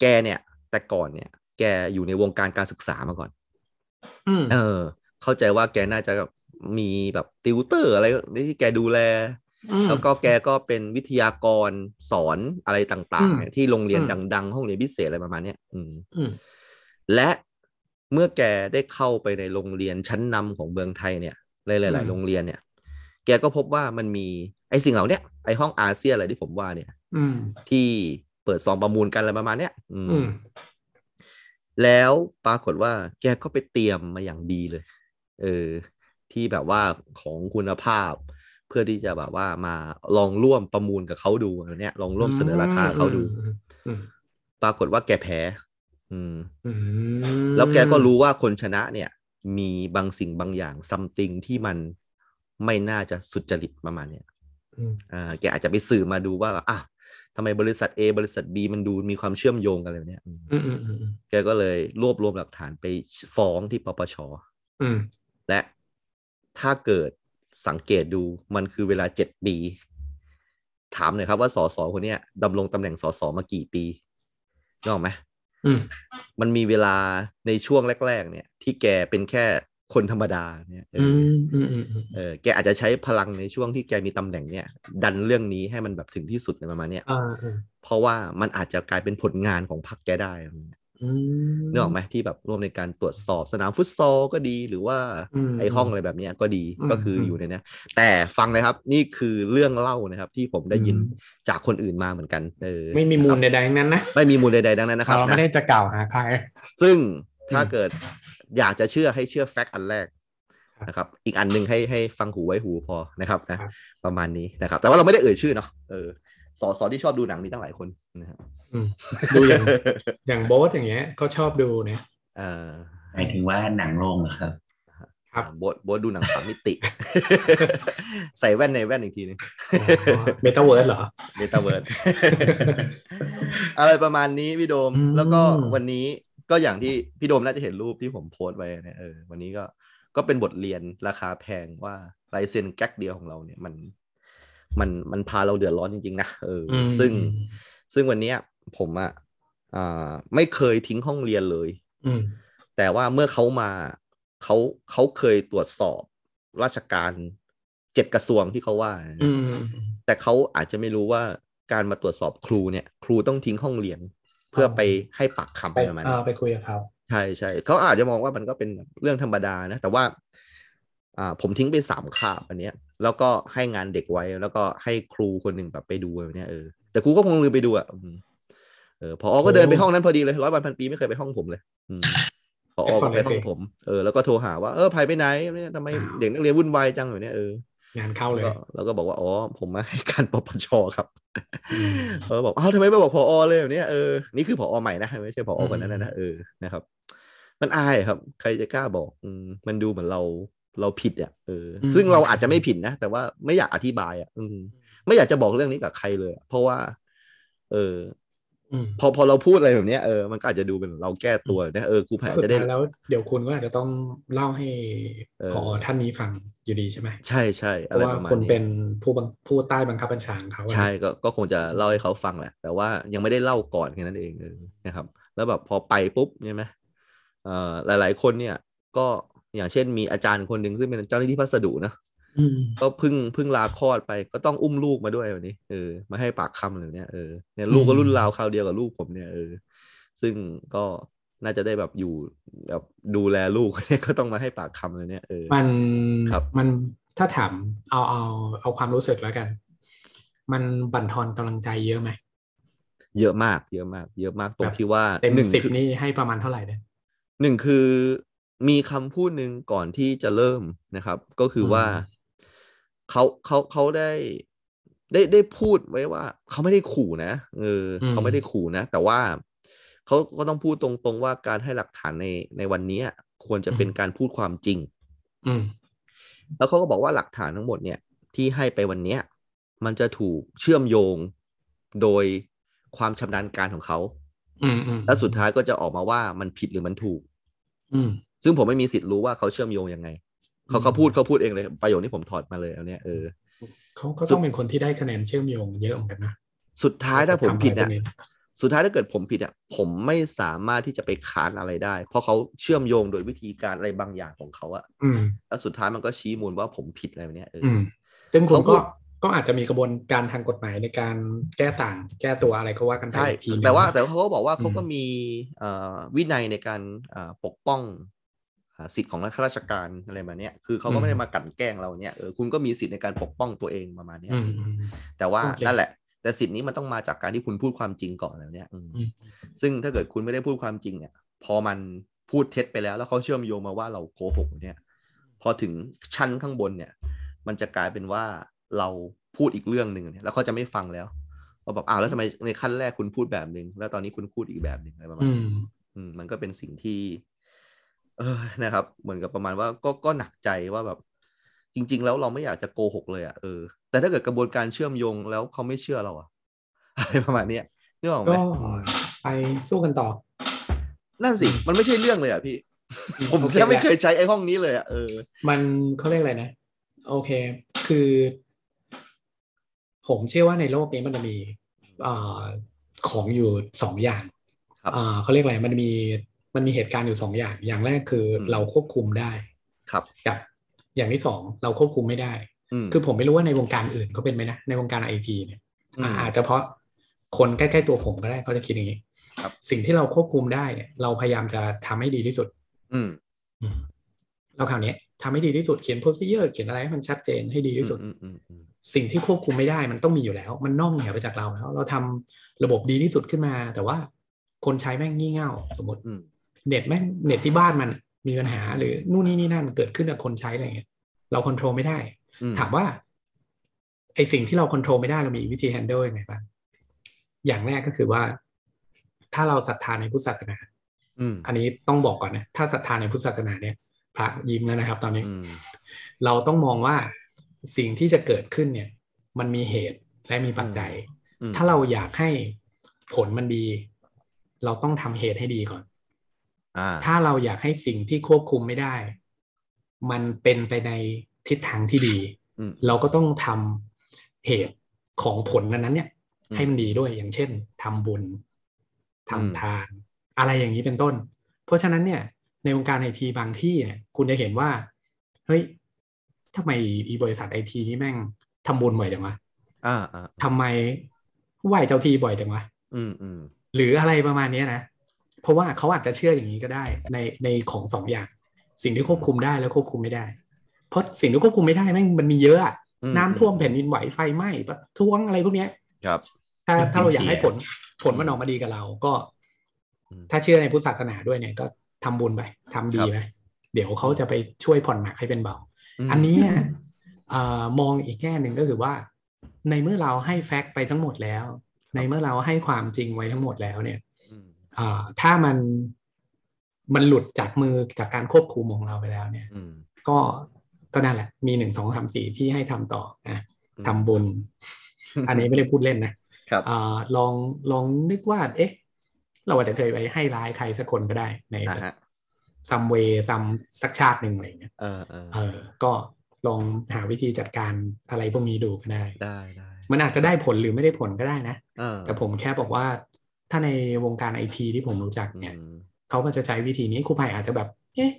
แกเนี่ย แต่ก่อนเนี่ย แกอยู่ในวงการการศึกษามาก่อน อืม เออ เข้าใจว่าแกน่าจะแบบมีแบบติวเตอร์อะไรที่แกดูแล อืม แล้วก็แกก็เป็นวิทยากรสอนอะไรต่าง อืม ๆเนี่ยที่โรงเรียน อืม ดังๆ ห้องเรียนพิเศษอะไรประมาณเนี้ยอืม อืม และเมื่อแกได้เข้าไปในโรงเรียนชั้นนำของเมืองไทยเนี่ยในหลาย ๆ โรงเรียนเนี่ย แกก็พบว่ามันมีไอ้สิ่งเหล่าเนี้ยไอ้ห้องอาเซียนอะไรที่ผมว่าเนี่ย อืม ที่เปิดซองประมูลกันอะไรประมาณเนี้ยอืม อืม แล้วปรากฏว่าแกก็ไปเตรียมมาอย่างดีเลย เออ ที่แบบว่าของคุณภาพ เพื่อที่จะแบบว่ามาลองร่วมประมูลกับเขาดูอะไรเนี่ย ลองร่วมเสนอราคากับเขาดู อืม ปรากฏว่าแกแพ้ อืม อืม แล้วแกก็รู้ว่าคนชนะเนี่ย มีบางสิ่งบางอย่างซัมติงที่มันไม่น่าจะสุจริตประมาณเนี้ย อืม อ่าแกอาจจะไปสื่อมาดูว่าอ่ะทำไมบริษัท A บริษัท B มันดูมีความเชื่อมโยงกันอะไรแบบเนี้ยอืม อืมอืมอืม แกก็เลยรวบรวมหลักฐานไปฟ้องที่ปปช อืม และถ้าเกิดสังเกตดูมันคือเวลาเจ็ดปี ถามหน่อยครับว่าสสคนเนี้ยดำรงตำแหน่งสสมากี่ปีนึกออกไหม อืม มันมีเวลาในช่วงแรก ๆ เนี่ย ที่แกเป็นแค่คนธรรมดาเนี่ยเอออ อืมอืมอืมอืม เออแกอาจจะใช้พลังในช่วงที่แกมีตำแหน่งเนี่ย ดันเรื่องนี้ให้มันแบบถึงที่สุดในประมาณเนี้ย อ่าอ่า เพราะว่ามันอาจจะกลายเป็นผลงานของพรรคแกได้อะไรเงี้ย อืม นึกออกไหมที่แบบร่วมในการตรวจสอบสนามฟุตซอลก็ดีหรือว่า ม ไอห้องอะไรแบบเนี้ยก็ดี อืม ก็คืออ ม อยู่ในเนี้ยแต่ฟังนะครับนี่คือเรื่องเล่านะครับ ที่ผมได้ยิน อืม จากคนอื่นมาเหมือนกันเออ ไม่มีมูล นะค ใด รับ ๆทั้งนั้นนะ ไม่มีมูลใดๆดังนั้นนะครับ เรา นะ ไม่ได้จะกล่าวหาใคร ซึ่งถ้า อืม เกิดอยากจะเชื่อให้เชื่อแฟกต์อันแรก ครับ นะครับ อีกอันหนึ่งให้ให้ฟังหูไว้หูพอนะครับนะ ครับ ประมาณนี้นะครับ แต่ว่าเราไม่ได้เอ่ยชื่อเนาะเออสอสอที่ชอบดูหนังมีตั้งหลายคนนะครับ อืมดูอย่างอย่างโบ๊ทอย่างเงี้ยก็ชอบดู นะ เออ หมายถึงว่าหนังโรงนะครับ ครับ โบทโบทดูหนังสามมิ ติ ใส่แว่นในแว่นอีกทีหนึง เมตาเวิร์สเหรอ เมตาเวิร์ด อะไรประมาณนี้พี่โดม อืม แล้วก็วันนี้ก็อย่างที่พี่โดมน่าจะเห็นรูปที่ผมโพสต์ไว้เนี่ยเออวันนี้ก็ก็เป็นบทเรียนราคาแพงว่าลายเซ็นแก๊กเดียวของเราเนี่ยมัน มันมันพาเราเดือดร้อนจริงๆนะเอออ อืม ซึ่ง ซึ่งวันเนี้ยผมอะอ่ะไม่เคยทิ้งห้องเรียนเลย อืม แต่ว่าเมื่อเขามาเขาเขาเคยตรวจสอบราชการเจ็ดกระทรวงที่เขาว่านะ อืม แต่เขาอาจจะไม่รู้ว่าการมาตรวจสอบครูเนี่ย ครูต้องทิ้งห้องเรียน เพื่อไปให้ปากคำไปไปประมาณ เอ นี้ อไปคุยกับเขา ใช่ใช่เขาอาจจะมองว่ามันก็เป็นเรื่องธรรมดานะ แต่ว่า อ่า ผมทิ้งไปสามคาบอันเนี้ย แล้วก็ให้งานเด็กไว้ แล้วก็ให้ครูคนหนึ่งแบบไปดูแบบเนี้ยเออแต่ครูก็คงลืมไปดูอ่ะอืมเออพอก็เดินไปห้องนั้นพอดีเลยร้อยวันพันปีไม่เคยไปห้องผมเลย อืมพอออกไปห้องผมเออแล้วก็โทรหาว่าเออภัยไปไหนเนี่ยทำไมเด็กนักเรียนวุ่นวายจังแบบเนี้ยเออ งานเข้าเลย แล้วก็แล้วก็บอกว่า อ๋อ ผมมาให้การปปชครับ เออบอกอ้าวทำไมไม่บอกพออเลยแบบเนี้ยเออ นี่คือพออใหม่นะไม่ใช่พออคนนั้นนะนะเออ นะครับ มันอายครับ ใครจะกล้าบอกอืมมันดูเหมือนเรา เราผิดอ่ะ เออ อืม ซึ่งเราอาจจะไม่ผิดนะ แต่ว่าไม่อยากอธิบายอ่ะ อืม ไม่อยากจะบอกเรื่องนี้กับใครเลยอะเพราะว่า เออ อืม พอพอเราพูดอะไรแบบเนี้ยเออ มันก็อาจจะดูเป็นเราแก้ตัวนะ เออ ครูแผน สุด จะได้ ท้ายแล้วเดี๋ยวคุณก็อาจจะต้องเล่าให้ เออ พอท่านนี้ฟังอยู่ดีใช่ไหม ใช่ใช่ เพ อะไร ราะว่า ประมาณ คุณ นี้ เป็นผู้บังผู้ใต้บังคับบัญชาของเขาอะนะ ใช่ก็ก็คงจะเล่าให้เขาฟังแหละ แต่ว่ายังไม่ได้เล่าก่อนแค่นั้นเองเออนะครับ แล้วแบบพอไปปุ๊บใช่ไหมเอ่อหลาย ๆ คนเนี่ย ก็อย่างเช่นมีอาจารย์คนหนึ่งซึ่งเป็นเจ้าหน้าที่พัสดุนะ อืม ก็เพึ่งเพึ่งลาคลอดไปก็ต้องอุ้มลูกมาด้วยวันนี้เออมาให้ปากคำเลยเนี่ยเออเนี่ยลูกก็ อืม รุ่นราวคราวเดียวกับลูกผมเนี่ยเออซึ่งก็น่าจะได้แบบอยู่แบบดูแลลูก เนี่ยก็ต้องมาให้ปากคำเลยเนี่ยเออ มัน ครับ มันถ้าถามเอาเอาเอาความรู้สึกแล้วกัน มันบั่นทอนกำลังใจเยอะไหม เยอะมาก เยอะมาก เยอะมากตร แบ ง บ ที่ว่า เต็ม หนึ่ง สิบ คือ นี่ให้ประมาณเท่าไหร่เนี่ย หนึ่งคือมีคำพูดหนึ่งก่อนที่จะเริ่มนะครับ ก็คืออ ม ว่าเขาเขาเขาได้ได้ได้พูดไว้ว่าเขาไม่ได้ขู่นะเออเขาไม่ได้ขู่นะ แต่ว่าเขาก็ต้องพูดตรงๆว่าการให้หลักฐานในในวันนี้อะควรจะเป็นการพูดความจริง อืม แล้วเขาก็บอกว่าหลักฐานทั้งหมดเนี่ยที่ให้ไปวันเนี้ย มันจะถูกเชื่อมโยงโดยความชำนาญการของเขา อืมอืม และสุดท้ายก็จะออกมาว่ามันผิดหรือมันถูก อืม ซึ่งผมไม่มีสิทธิ์รู้ว่าเขาเชื่อมโยงยังไง เขา อืม เขาพูดเขาพูดเองเลย ประโยคนี้ผมถอดมาเลยเอาเนี่ยเออ เขาก็ต้องเป็นคนที่ได้คะแนนเชื่อมโยงเยอะเหมือนกันนะ สุดท้ายถ้าผมผิด ทำอะอ่ะไรพวกนี้ สุดท้ายถ้าเกิดผมผิดอ่ะผมไม่สามารถที่จะไปค้านอะไรได้ เพราะเขาเชื่อมโยงโดยวิธีการอะไรบางอย่างของเขาอะ อืม แล้วสุดท้ายมันก็ชี้มูลว่าผมผิดอะไรแบบเนี้ยเอออ อืมซึ่งคุณ เขาพู ก็ ด ก็อาจจะมีกระบวนการทางกฎหมายในการแก้ต่าง แก้ตัวอะไรก็ว่ากันไป ใช่ อีกทีหนึ่ง แต่ว่าแต่ว่าเขาก็บอกว่า อืม เขาก็มีเอ่อวินัยในการเอ่อปกป้องอ่าสิทธิ์ของข้าราชการอะไรมาเนี้ยคือเขาก็ไม่ได้มากลั่นแกล้งเราเนี่ยเออคุณก็มีสิทธิ์ในการปกป้องตัวเองประมาณเนี้ย อืมอืม แต่ว่า โอเค นั่นแหละ แต่สิทธิ์นี้มันต้องมาจากการที่คุณพูดความจริงก่อนแล้วเนี่ยอืม อืม ซึ่งถ้าเกิดคุณไม่ได้พูดความจริงเนี่ย พอมันพูดเท็จไปแล้ว แล้วเขาเชื่อมโยงมาว่าเราโกหกเนี่ย พอถึงชั้นข้างบนเนี่ย มันจะกลายเป็นว่าเราพูดอีกเรื่องหนึ่งเนี่ยแล้วเขาจะไม่ฟังแล้วเราแบบอ้าวแล้วทำไมในขั้นแรกคุณพูดแบบหนึ่งแล้วตอนนี้คุณพูดอีกแบบหนึ่งอะไรประมาณ อื นี้ ม อืมมันก็เป็นสิ่งที่ เออนะครับ เหมือนกับประมาณว่าก็ก็หนักใจว่าแบบ จริง ๆ แล้วเราไม่อยากจะโกหกเลยอะ่ะเออแต่ถ้าเกิดกระบวนการเชื่อมโยงแล้วเขาไม่เชื่อเราอะ อะไรประมาณเนี้ยนึกออกไหม ก็ไปสู้กันต่อ นั่นสิมันไม่ใช่เรื่องเลย อะพี่ ผม โอเค แค่ไม่ แหละ เคยใช้ไอ้ห้องนี้เลยอะเออ มันเขาเรียกอะไรนะ โอเค คือ ผมเชื่อว่าในโลกนี้มันจะมีเออของอยู่สองอย่าง ครับ เอ่อเขาเรียกอะไรมันมีมันมีเหตุการณ์อยู่สองอย่าง อย่างแรกคืออ ม เราควบคุมได้ ครับ กับ อย่างที่สองเราควบคุมไม่ได้ อืม คือผมไม่รู้ว่าในวงการอื่นเขาเป็นไหมนะในวงการไอทีเนี่ย อืม อ่าอาจจะเพราะคนใกล้ๆตัวผมก็ได้เขาจะคิดอย่างนี้ ครับ สิ่งที่เราควบคุมได้เนี่ยเราพยายามจะทำให้ดีที่สุด อืม อืมแล้วคราวเนี้ยทำให้ดีที่สุดเขียนโพสเยอร์เขียนอะไรให้มันชัดเจนให้ดีที่สุด อืมอืมอืม สิ่งที่ควบคุมไม่ได้มันต้องมีอยู่แล้ว มันนอกเหนือไปจากเราแล้ว เราทำระบบดีที่สุดขึ้นมา แต่ว่าคนใช้แม่งงี่เง่าสมมติ อืม เน็ตแม่งเน็ตที่บ้านมันมีปัญหาหรือนู่นนี่นี่นั่นเกิดขึ้นกับคนใช้อะไรเงี้ยเราควบคุมไม่ได้ อืม ถามว่าไอสิ่งที่เราควบคุมไม่ได้เรามีวิธี handle ยังไงบ้างอย่างแรกก็คือว่า ถ้าเราศรัทธาในพุทธศาสนา อืม อันนี้ต้องบอกก่อนนะ ถ้าศรัทธาในพุทธศาสนาเนี่ย พระยิ้มแล้วนะครับ ตอนนี้ อืม เราต้องมองว่าสิ่งที่จะเกิดขึ้นเนี่ย มันมีเหตุและมีปัจจัย อืม ถ้าเราอยากให้ผลมันดี เราต้องทำเหตุให้ดีก่อน อ่า ถ้าเราอยากให้สิ่งที่ควบคุมไม่ได้ มันเป็นไปในทิศทางที่ดี อืม เราก็ต้องทำเหตุของผลนั้นๆเนี่ย อืม ให้มันดีด้วยอย่างเช่นทำบุญอืทำม ทาน อะไรอย่างนี้เป็นต้น เพราะฉะนั้นเนี่ย ในวงการไอทีบางที่เนี่ยคุณจะเห็นว่า เฮ้ยทำไมอีบริษัทไอทีนี้แม่งทำบุญบ่อยจังวะ อ่าอ่า ทำไมไหวเจ้าที่บ่อยจังวะ อืมอืม หรืออะไรประมาณเนี้ยนะ เพราะว่าเขาอาจจะเชื่ออย่างนี้ก็ได้ ในในของสองอย่าง สิ่งที่ควบคุมได้และควบคุมไม่ได้ เพราะสิ่งที่ควบคุมไม่ได้แม่งมันมีเยอะอะ อื น้ำท่วมแผ่นดินไหวไฟไหม้ประท้วงอะไรพวกเนี้ย ครับ ถ้า อืม ถ้าเราอยาก เสีย ให้ผลผลมันออกมาดีกับเรา ก็ อืม ถ้าเชื่อในพุทธศาสนาด้วยเนี่ยก็ทำบุญไปทำดีไปเดี๋ยวเขาจะไปช่วยผ่อนหนักให้เป็นเบา ม อันนี้เนี่ยเอ่อมองอีกแง่หนึ่งก็คือว่า ในเมื่อเราให้แฟกต์ไปทั้งหมดแล้ว ในเมื่อเราให้ความจริงไว้ทั้งหมดแล้วเนี่ย อืม เอ่อถ้ามันมันหลุดจากมือจากการควบคุมของเราไปแล้วเนี่ย อืม ก็ก็นั่นแหละ มีหนึ่งสองสามสี่ที่ให้ทำต่อนะ อืม ทำ บุญ อันนี้ไม่ได้พูดเล่นนะครับ เอ่อลองลองนึกว่า เอ๊ะ เราอาจจะเคยไปให้ร้ายใครสักคนก็ได้ใน อ่าฮะ ซัมเวซัมสักชาติหนึ่งอะไรอย่างเงี้ย เออเออ เออ ก็ลองหาวิธีจัดการอะไรพวกนี้ดูก็ได้ ได้ได้ มันอาจจะได้ผลหรือไม่ได้ผลก็ได้นะ เออ แต่ผมแค่บอกว่าถ้าในวงการไอทีที่ผมรู้จักเนี่ย อืม เขาก็จะใช้วิธีนี้ครูภัยอาจจะแบบ เอ๊ะ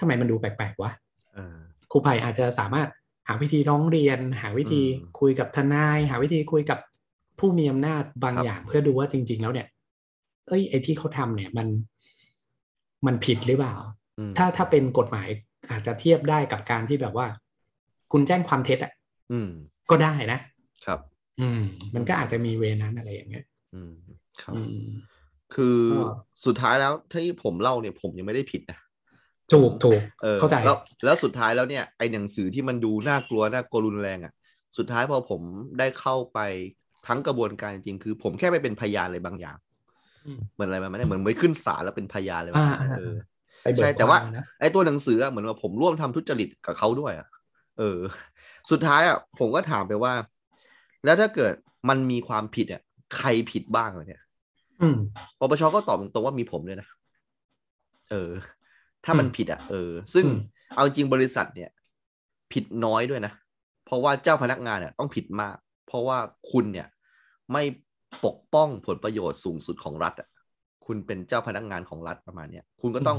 ทำไมมันดูแปลกๆวะ เออ ครูภัยอาจจะสามารถหาวิธีร้องเรียน หาวิธี อืม คุยกับทนาย หาวิธีคุยกับผู้มีอำนาจบาง ครับ อย่างเพื่อดูว่าจริง ๆ แล้วเนี่ย เอ้ยไอ้ที่เขาทำเนี่ยมันมันผิดหรือเปล่า อืม ถ้าถ้าเป็นกฎหมายอาจจะเทียบได้กับการที่แบบว่า คุณแจ้งความเท็จอ่ะ อืม ก็ได้นะครับ อืม มันก็อาจจะมีเวนั้นอะไรอย่างเงี้ย อืมครับ อืม คือ ก็ สุดท้ายแล้วที่ผมเล่าเนี่ยผมยังไม่ได้ผิดนะ ถูกถูก เออ เข้าใจ แล้วแล้วสุดท้ายแล้วเนี่ยไอหนังสือที่มันดูน่ากลัวน่ากลัวรุนแรงอ่ะ สุดท้ายพอผมได้เข้าไปทั้งกระบวนการจริงๆคือ ผมแค่ไปเป็นพยานอะไรบางอย่าง อืม เหมือนอะไรประมาณนี้เหมือนไปขึ้นศาลแล้วเป็นพยานเลย อ่า ประมณนั้น อ่า เออ ไปเบิก ใช่แต่ว่า คมนะ ไอตัวหนังสืออะเหมือนว่าผมร่วมทำทุจริตกับเขาด้วยอะเออ สุดท้ายอ่ะผมก็ถามไปว่า แล้วถ้าเกิดมันมีความผิดอ่ะใครผิดบ้างเหรอเนี่ย อืม ปปชก็ตอบตรงๆว่ามีผมด้วยนะเออ ถ้ามันผิดอ่ะเออ ซึ่ง อืม เอาจริงบริษัทเนี่ย ผิดน้อยด้วยนะ เพราะว่าเจ้าพนักงานเนี่ยต้องผิดมาก เพราะว่าคุณเนี่ย ไม่ปกป้องผลประโยชน์สูงสุดของรัฐอะคุณเป็นเจ้าพนักงานของรัฐประมาณเนี้ยคุณก็ต้อง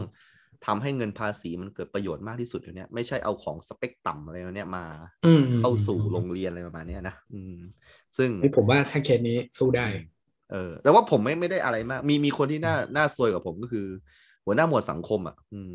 ทำให้เงินภาษีมันเกิดประโยชน์มากที่สุดเดี๋ยวนี้ไม่ใช่เอาของสเปคต่ำอะไรมาเนี่ยมา อืม เข้าสู่โรงเรียนอะไรประมาณเนี้ยนะอืม ซึ่ง นี่ผมว่าถ้าเคสนี้สู้ได้ เออแต่ว่าผมไม่ไม่ได้อะไรมาก มีมีคนที่น่าน่าซวยกว่าผมก็คือ หัวหน้าหมวดสังคมอ่ะ อืม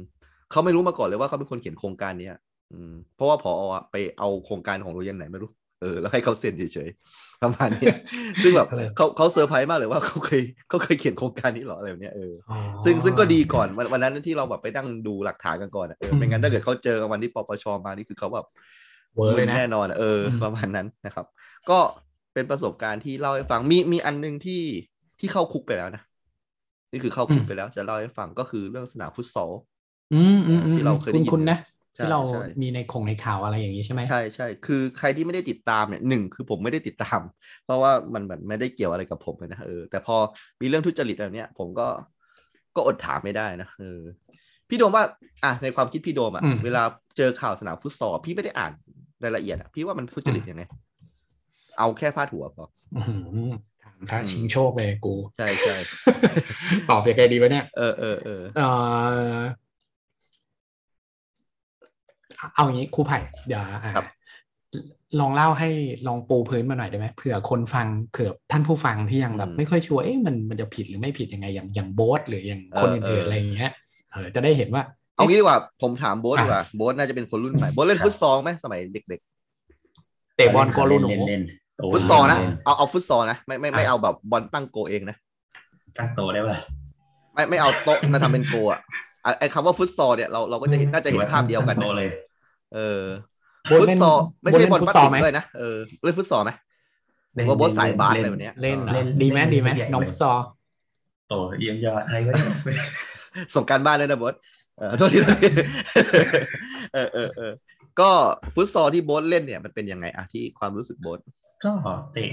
เขาไม่รู้มาก่อนเลยว่าเขาเป็นคนเขียนโครงการเนี้ยอืมเพราะว่าพออะไปเอาโครงการของโรงเรียนไหนไม่รู้เออแล้วให้เขาเซ็นเฉยๆประมาณเนี้ ย ซึ่งแบบ อะไร เขาเขาเซอร์ไพรส์มากเลยว่าเขาเคยเขาเคยเขียนโครงการนี้เหรออะไรแบบเนี้ยเออ อ๋อ ซึ่งซึ่งก็ดีก่อนวันวันนั้นที่เราแบบไปนั่งดูหลักฐานกันก่อนอะเออไม่งั้ อื น ม ถ้าเกิดเขาเจอกันวันที่ปปชมานี่คือเขาแบบ เวอร์เลยนะ แน่นอนอะเอออ ม ประมาณนั้นนะครับ ก็เป็นประสบการณ์ที่เล่าให้ฟังมีมีอันหนึงที่ที่เข้าคุกไปแล้วนะนี่คือเข้าคุกไปแล้วจะเล่าให้ฟังก็คือเรื่องสนามฟุตซอล อืมอืมอืม ที่เราเคยได้ยิน คุณๆนะ ใช่ ที่เรา ใช่ มีในคงในข่าวอะไรอย่างนี้ใช่ไหม ใช่ใช่คือใครที่ไม่ได้ติดตามเนี่ยหนึ่งคือผมไม่ได้ติดตาม เพราะว่ามันมันไม่ได้เกี่ยวอะไรกับผมเลยนะเออแต่พอมีเรื่องทุจริตแบบเนี้ย ผมก็ก็อดถามไม่ได้นะเออพี่โดมว่าอ่ะในความคิดพี่โดมอ่ะเวลาเจอข่าวสนามฟุตซอลพี่ไม่ได้อ่านรายละเอียดอ่ะพี่ว่ามันทุจริตยังไง เอาแค่พาดหัวพอ อื้อหือถามท้า อืม ชิงโชคเลยกู ใช่ใช่ ตอบยังไงดีวะเนี่ย เออเออเออ เอ่อเอาอย่างนี้ครูไผ่เดี๋ยวอ่ะลองเล่าให้ลองปูพื้นมาหน่อยได้ไหมเผื่อคนฟังเผื่อท่านผู้ฟังที่ยังแบบ ไม่ค่อยชัวร์เอ๊ะมันมันจะผิดหรือไม่ผิดยังไงอย่างอย่างโบสหรืออย่างคนอื่นๆอะไรอย่างเงี้ยเออจะได้เห็นว่า เอางี้ดีกว่าผมถามโบ๊ทดีกว่าโบ๊ทน่าจะเป็นคนรุ่นใหม่โบ๊ทเล่นฟุตซอลไหมสมัยเด็ก เตะบอลโกลูหนู เล่นเล่นโ ๆฟุตซอลนะ เล่ เอาเอาฟุตซอลนะไม่ไม่ไม่เอาแบบบอลตั้งโกเองนะ ตั้งโตะได้ป่ะ ไม่ไม่เอาโต๊ะ มาทำเป็นโกอ่ะอ่ะไอ้คำว่าฟุตซอลเนี่ยเราเราก็จะเห็น อืม น่าจะเห็นภาพเดียวกัน ตั้งโตะ นะ เลย เออ โบ๊ท ฟุต เล่น ซอลไม่ใช่บอล โบ๊ทพเล่นฟุลา ต ส ซอล ติก ไหม ด้วยนะเออเล่นฟุตซอลไหมหรือว่าโบทสายบาสอะไรแบบเนี้ย เล่นเหรอ เล่น ดีไหม เล่น ดีไหม เล่นใหญ่ น้อง เลย ฟุตซอล โตเยี่ยมยอดอะไร วะเนี่ย ส่งการบ้านเลยนะโบทเออโทษทีโทษที เออเออเออก็ฟุตซอลที่โบทเล่นเนี่ยมันเป็นยังไงอะที่ความรู้สึกโบท ก็เตะ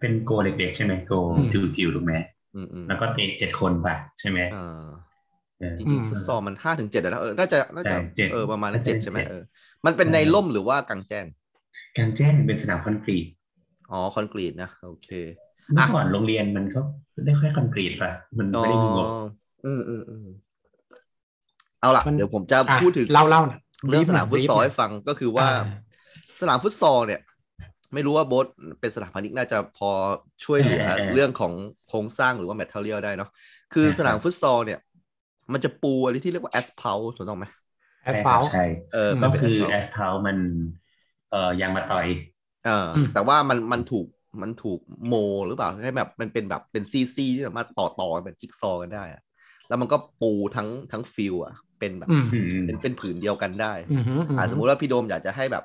เป็นโกเด็กๆใช่ไหมโกจิ๋วๆถูกไหม อืมอืม แล้วก็เตะเจ็ดคนป่ะใช่ไหม อ่า เออ จริงๆฟุตซอลมันห้าถึงเจ็ดแล้วนะเออน่าจะน่าจะ ใช่เจ็ด เออประมาณนั้นเจ็ดใช่ไหม เจ็ด เออมันเป็นในร่มหรือว่ากลางแจ้ง กลางแจ้งเป็นสนามคอนกรีต อ๋อคอนกรีตนะโอเค เมื่ อ่ะ อก่อนโรงเรียนมันก็ได้ค่อยคอนกรีตป่ะ มันไม่ได้มีงบ อ๋ออืมอืมอืมเอาล่ะ เดี๋ยวผมจะ อ่ะ พูดถึง เล่าเล่าหน่อย เรื่องสนาม brief ฟุตซอล หน่ย ให้ฟังก็คือว่า อ่า สนามฟุตซอลเนี่ย ไม่รู้ว่าโบทเป็นสถาปนิกน่าจะพอช่วยเหลือ เออเออ เรื่องของโครงสร้างหรือว่าแมทเทอเรียลได้เนาะคือสใช่ครับนามฟุตซอลเนี่ย มันจะปูอะไรที่เรียกว่าแอสเพลถูกต้องไหม แอดฟาว ใช่ เออ อืม มั ก็ นเป็น คือ แอ แอ ส สพาวมันเอ่อยางมาต่อย เอออ ม แต่ว่ามันมันถูกมันถูกโมหรือเปล่าให้แบบมันเป็นแบบเป็นซีซีที่สามารถต่อต่อเป็นจิ๊กซอว์กันได้อะแล้วมันก็ปูทั้งทั้งฟิลอะเป็นแบบ อืม อืม เป็นเป็นผืนเดียวกันได้ อืมอืมอืม อ่าสมมุติว่าพี่โดมอยากจะให้แบบ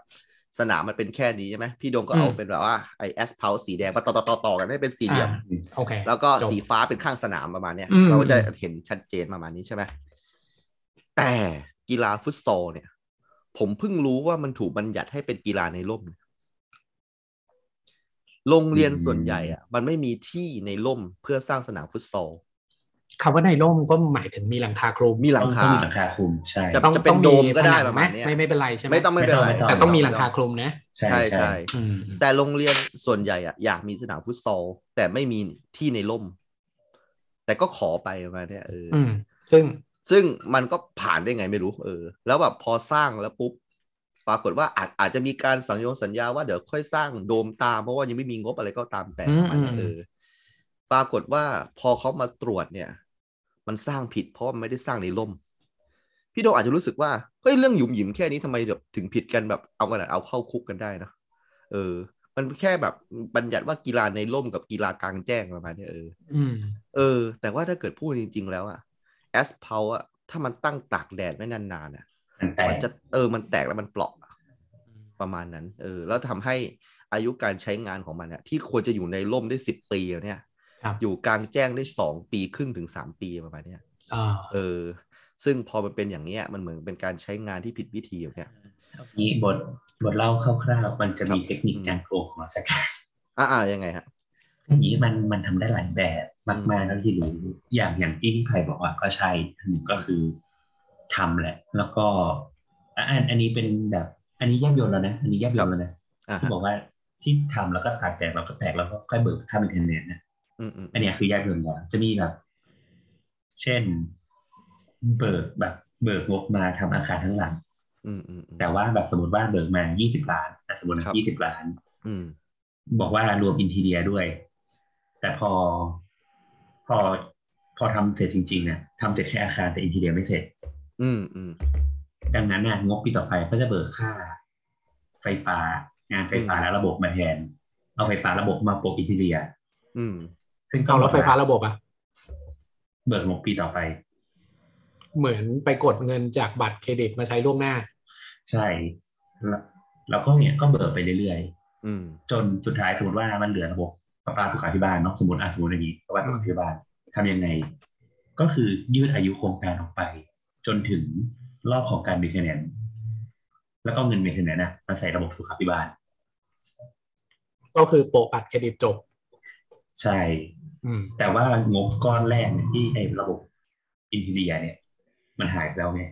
สนามมันเป็นแค่นี้ใช่ไหมพี่โดมก็เอา อืม เป็นแบบว่าไอแอสเพาสีแดงมาต่อต่อต่อต่อกันให้เป็นสี่เหลี่ยม อ่าโอเค แล้วก็ จบ สีฟ้าเป็นข้างสนามประมาณเนี้ย อืม เราก็จะเห็นชัดเจนประมาณนี้ใช่ไหมแต่กีฬาฟุตซอลเนี่ย ผมเพิ่งรู้ว่ามันถูกบัญญัติให้เป็นกีฬาในร่ม โรงเรียนส่วนใหญ่อะมันไม่มีที่ในร่มเพื่อสร้างสนามฟุตซอล คำว่าในร่มก็หมายถึงมีหลังคาคลุม มีหลั ต้อง ง คา ต้องมีหลังคาคลุมใช่ จะ ต้อง เป็นโดมก็ได้ ผง ประมาณเนี้ย ไหไม่ไม่เป็นไรใช่ไหม ไม่ต้องไม่เป็นไร ไม่ต้อง แต่ต้องมีหลังคาคลุมนะ ใช่ ใช่ ใช่ ใช่ อืม แต่โรงเรียนส่วนใหญ่อะอยากมีสนามฟุตซอลแต่ไม่มีที่ในร่ม แต่ก็ขอไปประมาณเนี้ยเอออ อืม ซึ่ง ซึ่งมันก็ผ่านได้ไงไม่รู้ เออ แล้วแบบพอสร้างแล้วปุ๊บ ปรากฏว่าอาจอาจจะมีการสัญญงสัญญาว่าเดี๋ยวค่อยสร้างโดมตาม เพราะว่ายังไม่มีงบอะไรก็ตามแต่ อืม ประมาณเนี้ย อืม เออ ปรากฏว่าพอเขามาตรวจเนี่ย มันสร้างผิดเพราะว่ามันไม่ได้สร้างในร่ม พี่โดอาจจะรู้สึกว่าเฮ้ยเรื่องหยุมหยิมแค่นี้ทำไมแบบถึงผิดกันแบบเอากันอะเอาเข้าคุกกันได้นะเออ มันแค่แบบบัญญัติว่ากีฬาในร่มกับกีฬากลางแจ้งประมาณเนี้ยเออ อืม เออ แต่ว่าถ้าเกิดพูดจริง ๆ แล้วอะแอสเพาอะถ้ามันตั้งตากแดดไม่นานๆอะ มันแตก มันจะเออมันแตกแล้วมันเปราะประมาณนั้น เออ แล้วทำให้อายุการใช้งานของมันเนี่ยที่ควรจะอยู่ในร่มได้สิบปีเนี่ย ครับ อยู่กลางแจ้งได้สองปีครึ่งถึงสามปีประมาณเนี้ย อ่า เออ ซึ่งพอมันเป็นอย่างเนี้ยมันเหมือนเป็นการใช้งานที่ผิดวิธีอย่างเนี้ย นี่บทบทเล่าคร่าวๆมันจะมี ครับ เทคนิคการโกงของราชการ อ่าอ่ายังไงฮะ อย่างนี้มันมันทำได้หลายแบบมากๆแล้วที่รู้อย่างอย่างที่พี่ไผ่บอกว่าก็ใช่อันหนึ่งก็คือทำแหละ แล้วก็อ่ะอันอันนี้เป็นแบบ อันนี้แยบยลแล้วนะ อันนี้แยบยลแล้วนะ อ่า ที่ ฮะ บอกว่าที่ทำแล้วก็สายแตกแล้วก็แตกแล้วก็ค่อยเบิกค่าเป็นเทนเนนต์นะ อืมอืม อันเนี้ยคือแยกเงินก่อนจะมีแบบ เช่น เบิกแบบ เบิกงบมาทำอาคารทั้งหลัง อืมอืมอืม แต่ว่าแบบสมมติว่าเบิกมา 20 ล้านอ่ะสมมติ ครับ ยี่สิบล้าน อืม บอกว่ารวมอินทีเดียด้วย แต่พอพอพอทำเสร็จจริงๆนะทำเสร็จแค่อาคารแต่อินทีเดียไม่เสร็จ อืมอืม ดังนั้นนะงบปีต่อไปก็จะเบิกค่า ไฟฟ้างานไฟฟ้า อืม และระบบมาแทน เอาไฟฟ้าระบบมาโปกอินทีเดีย อืม ซึ่งก็ เอารถไฟฟ้าระบบอะ เบิกงบปีต่อไป เหมือนไปกดเงินจากบัตรเครดิตมาใช้ล่วงหน้า ใช่แล้วแล้วก็เนี่ยก็เบิกไปเรื่อยๆ อืม จนสุดท้ายสมมติว่ามันเหลือระบบประปาสุขาภิบาลเนาะสมมติอ่ะสมมติอย่างนี้ประปาสุขาภิบาลทำยังไง ก็คือยืดอายุโครงการออกไป จนถึงรอบของการเมทเนนแล้วก็เงินเมทเนนนะมาใส่ระบบสุขาภิบาล ก็คือโปะบัตรเครดิตจบ ใช่ อืม แต่ว่างบก้อนแรกเนี่ยที่ไอ้ระบบอินทีเรียเนี่ย มันหายไปแล้วไง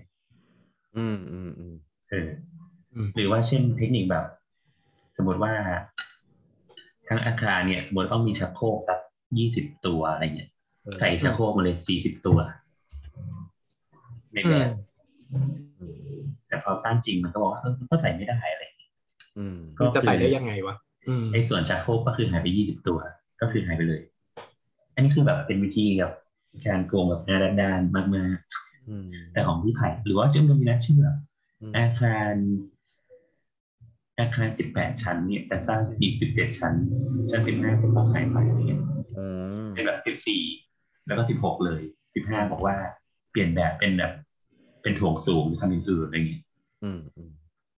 อืมอืมอืม เอออ ม หรือว่าเช่นเทคนิคแบบ สมมติว่า ทั้งอาคารเนี่ย สมมติต้องมีชักโครกสักยี่สิบตัวอะไรเงี้ย เออ ใส่ชะโครกมาเลยสี่สิบตัวในแบบ อืม แต่พอสร้างจริงมันก็บอกว่าเออมันก็ใส่ไม่ได้อะไรอย่างเงี้ย อืม ก็ จะใส่ได้ยังไงวะอืม ไอ้ส่วนชะโครกก็คือหายไปยี่สิบตัว ก็คือหายไปเลย อันนี้คือแบบเป็นวิธีกับการโกงแบบหน้าด้านๆมาก อืม ๆแต่ของพี่ไผ่หรือว่าเจ้าเมืองมีนะชื่อแบบ อืม อาคารอาคารสิบแปดชั้นเนี่ย แต่สร้างอีกสิบเจ็ดชั้น ชั้นสิบห้าเป็นของหายไปอะไรเงี้ย อืม เป็นแบบสิบสี่แล้วก็สิบหกเลยสิบห้าบอกว่าเปลี่ยนแบบเป็นแบบ เป็นโถ่วงสูงจะทำอย่างอื่นอะไรอย่างเงี้ย อืมอืม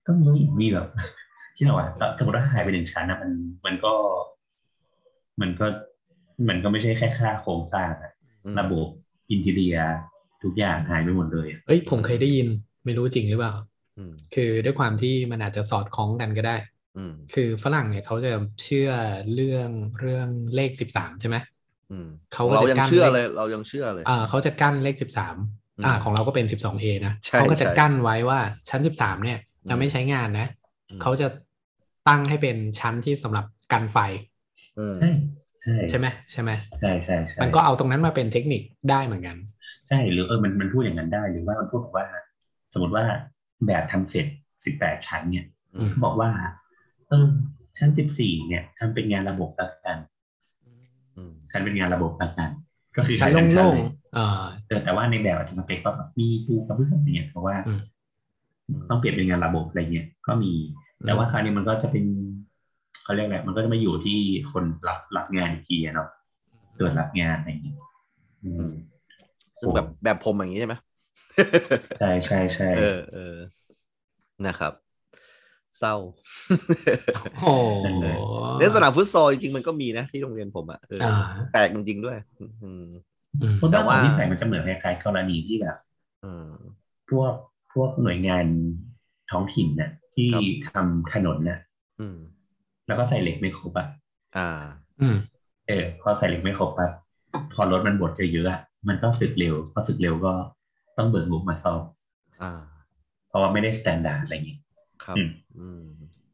ก็มีมีแบบ ที่เราอะสมมติว่าหายไปหนึ่งชั้นอะมันมันก็ มันก็ มันก็ไม่ใช่แค่ค่าโครงสร้างอะ อืม ระบบอินทีเรียทุกอย่างหายไปหมดเลยอะ เอ้ยผมเคยได้ยิน ไม่รู้จริงหรือเปล่า อืม คือด้วยความที่มันอาจจะสอดคล้องกันก็ได้ อืม คือฝรั่งเนี่ยเขาจะเชื่อเรื่องเรื่องเลขสิบสามใช่ไหม อืม เขาก็ เรา จะ ยัง กั้น เชื่อเลย เลข เรายังเชื่อเลย อ่าเขาจะกั้นเลขสิบสาม ม อ่า ของเราก็เป็นสิบสองเอนะ ใช่ เขาก็จะ ใช่ กั้นไว้ว่าชั้นสิบสามเนี่ย อื จะ ม ไม่ใช้งานนะ อืม เขาจะตั้งให้เป็นชั้นที่สำหรับกันไฟ อืม ใช่ใช่ ใช่ไหมใช่ไหม ใช่ใช่ใช่ มันก็เอาตรงนั้นมาเป็นเทคนิคได้เหมือนกัน ใช่หรือเออมันมันพูดอย่างนั้นได้ หรือว่ามันพูดแบบว่า สมมติว่าแบบทำเสร็จสิบแปดชั้นเนี่ย อืม บอกว่า เออชั้นสิบสี่เนี่ยทำเป็นงานระบบละกัน อืม ชั้นเป็นงานระบบละกัน ก็คือ ชั้น ใช้ทั้ โล่ง เลย ๆเออ เออแต่ว่าในแบบอาจจะสเปคว่าแบบมีปูกระเบื้องอะไรเนี่ยเพราะว่า อืม ต้องเปลี่ยนเป็นงานระบบอะไรเงี้ยก็มี แต่ว่าคราวนี้มันก็จะเป็นเขาเรียกอะไรมันก็จะมาอยู่ที่คนรับรับงานอีกทีอะเนาะตรวจรับงานอะไรอย่างเงี้ยอืม ซึ่งแบบแบบผมอย่างนี้ใช่ไหม ใช่ใช่ใช่ เออเออนะครับ เศ ร้า โอ้โห ในสนามฟุตซอลจริงๆมันก็มีนะที่โรงเรียนผมอะเอออ อ่า แตกจริงๆด้วย อืม อืม เพราะ แต่ ว่าข ว่า องที่ไผ่มันจะเหมือนคล้ายๆกรณีที่แบบ อืม พวกพวกหน่วยงานท้องถิ่นน่ะ ที่ ครับ ทำถนนน่ะ อืม แล้วก็ใส่เหล็กไม่ครบอ่ะ อ่า อืม เออพอใส่เหล็กไม่ครบปั๊บพอรถมันบดเยอะๆอ่ะมันก็สึกเร็วพอสึกเร็วก็ต้องเบิกงบมาซ่อม อ่า เพราะว่าไม่ได้สแตนดาร์ดอะไรอย่างงี้ ครับ อืม อืม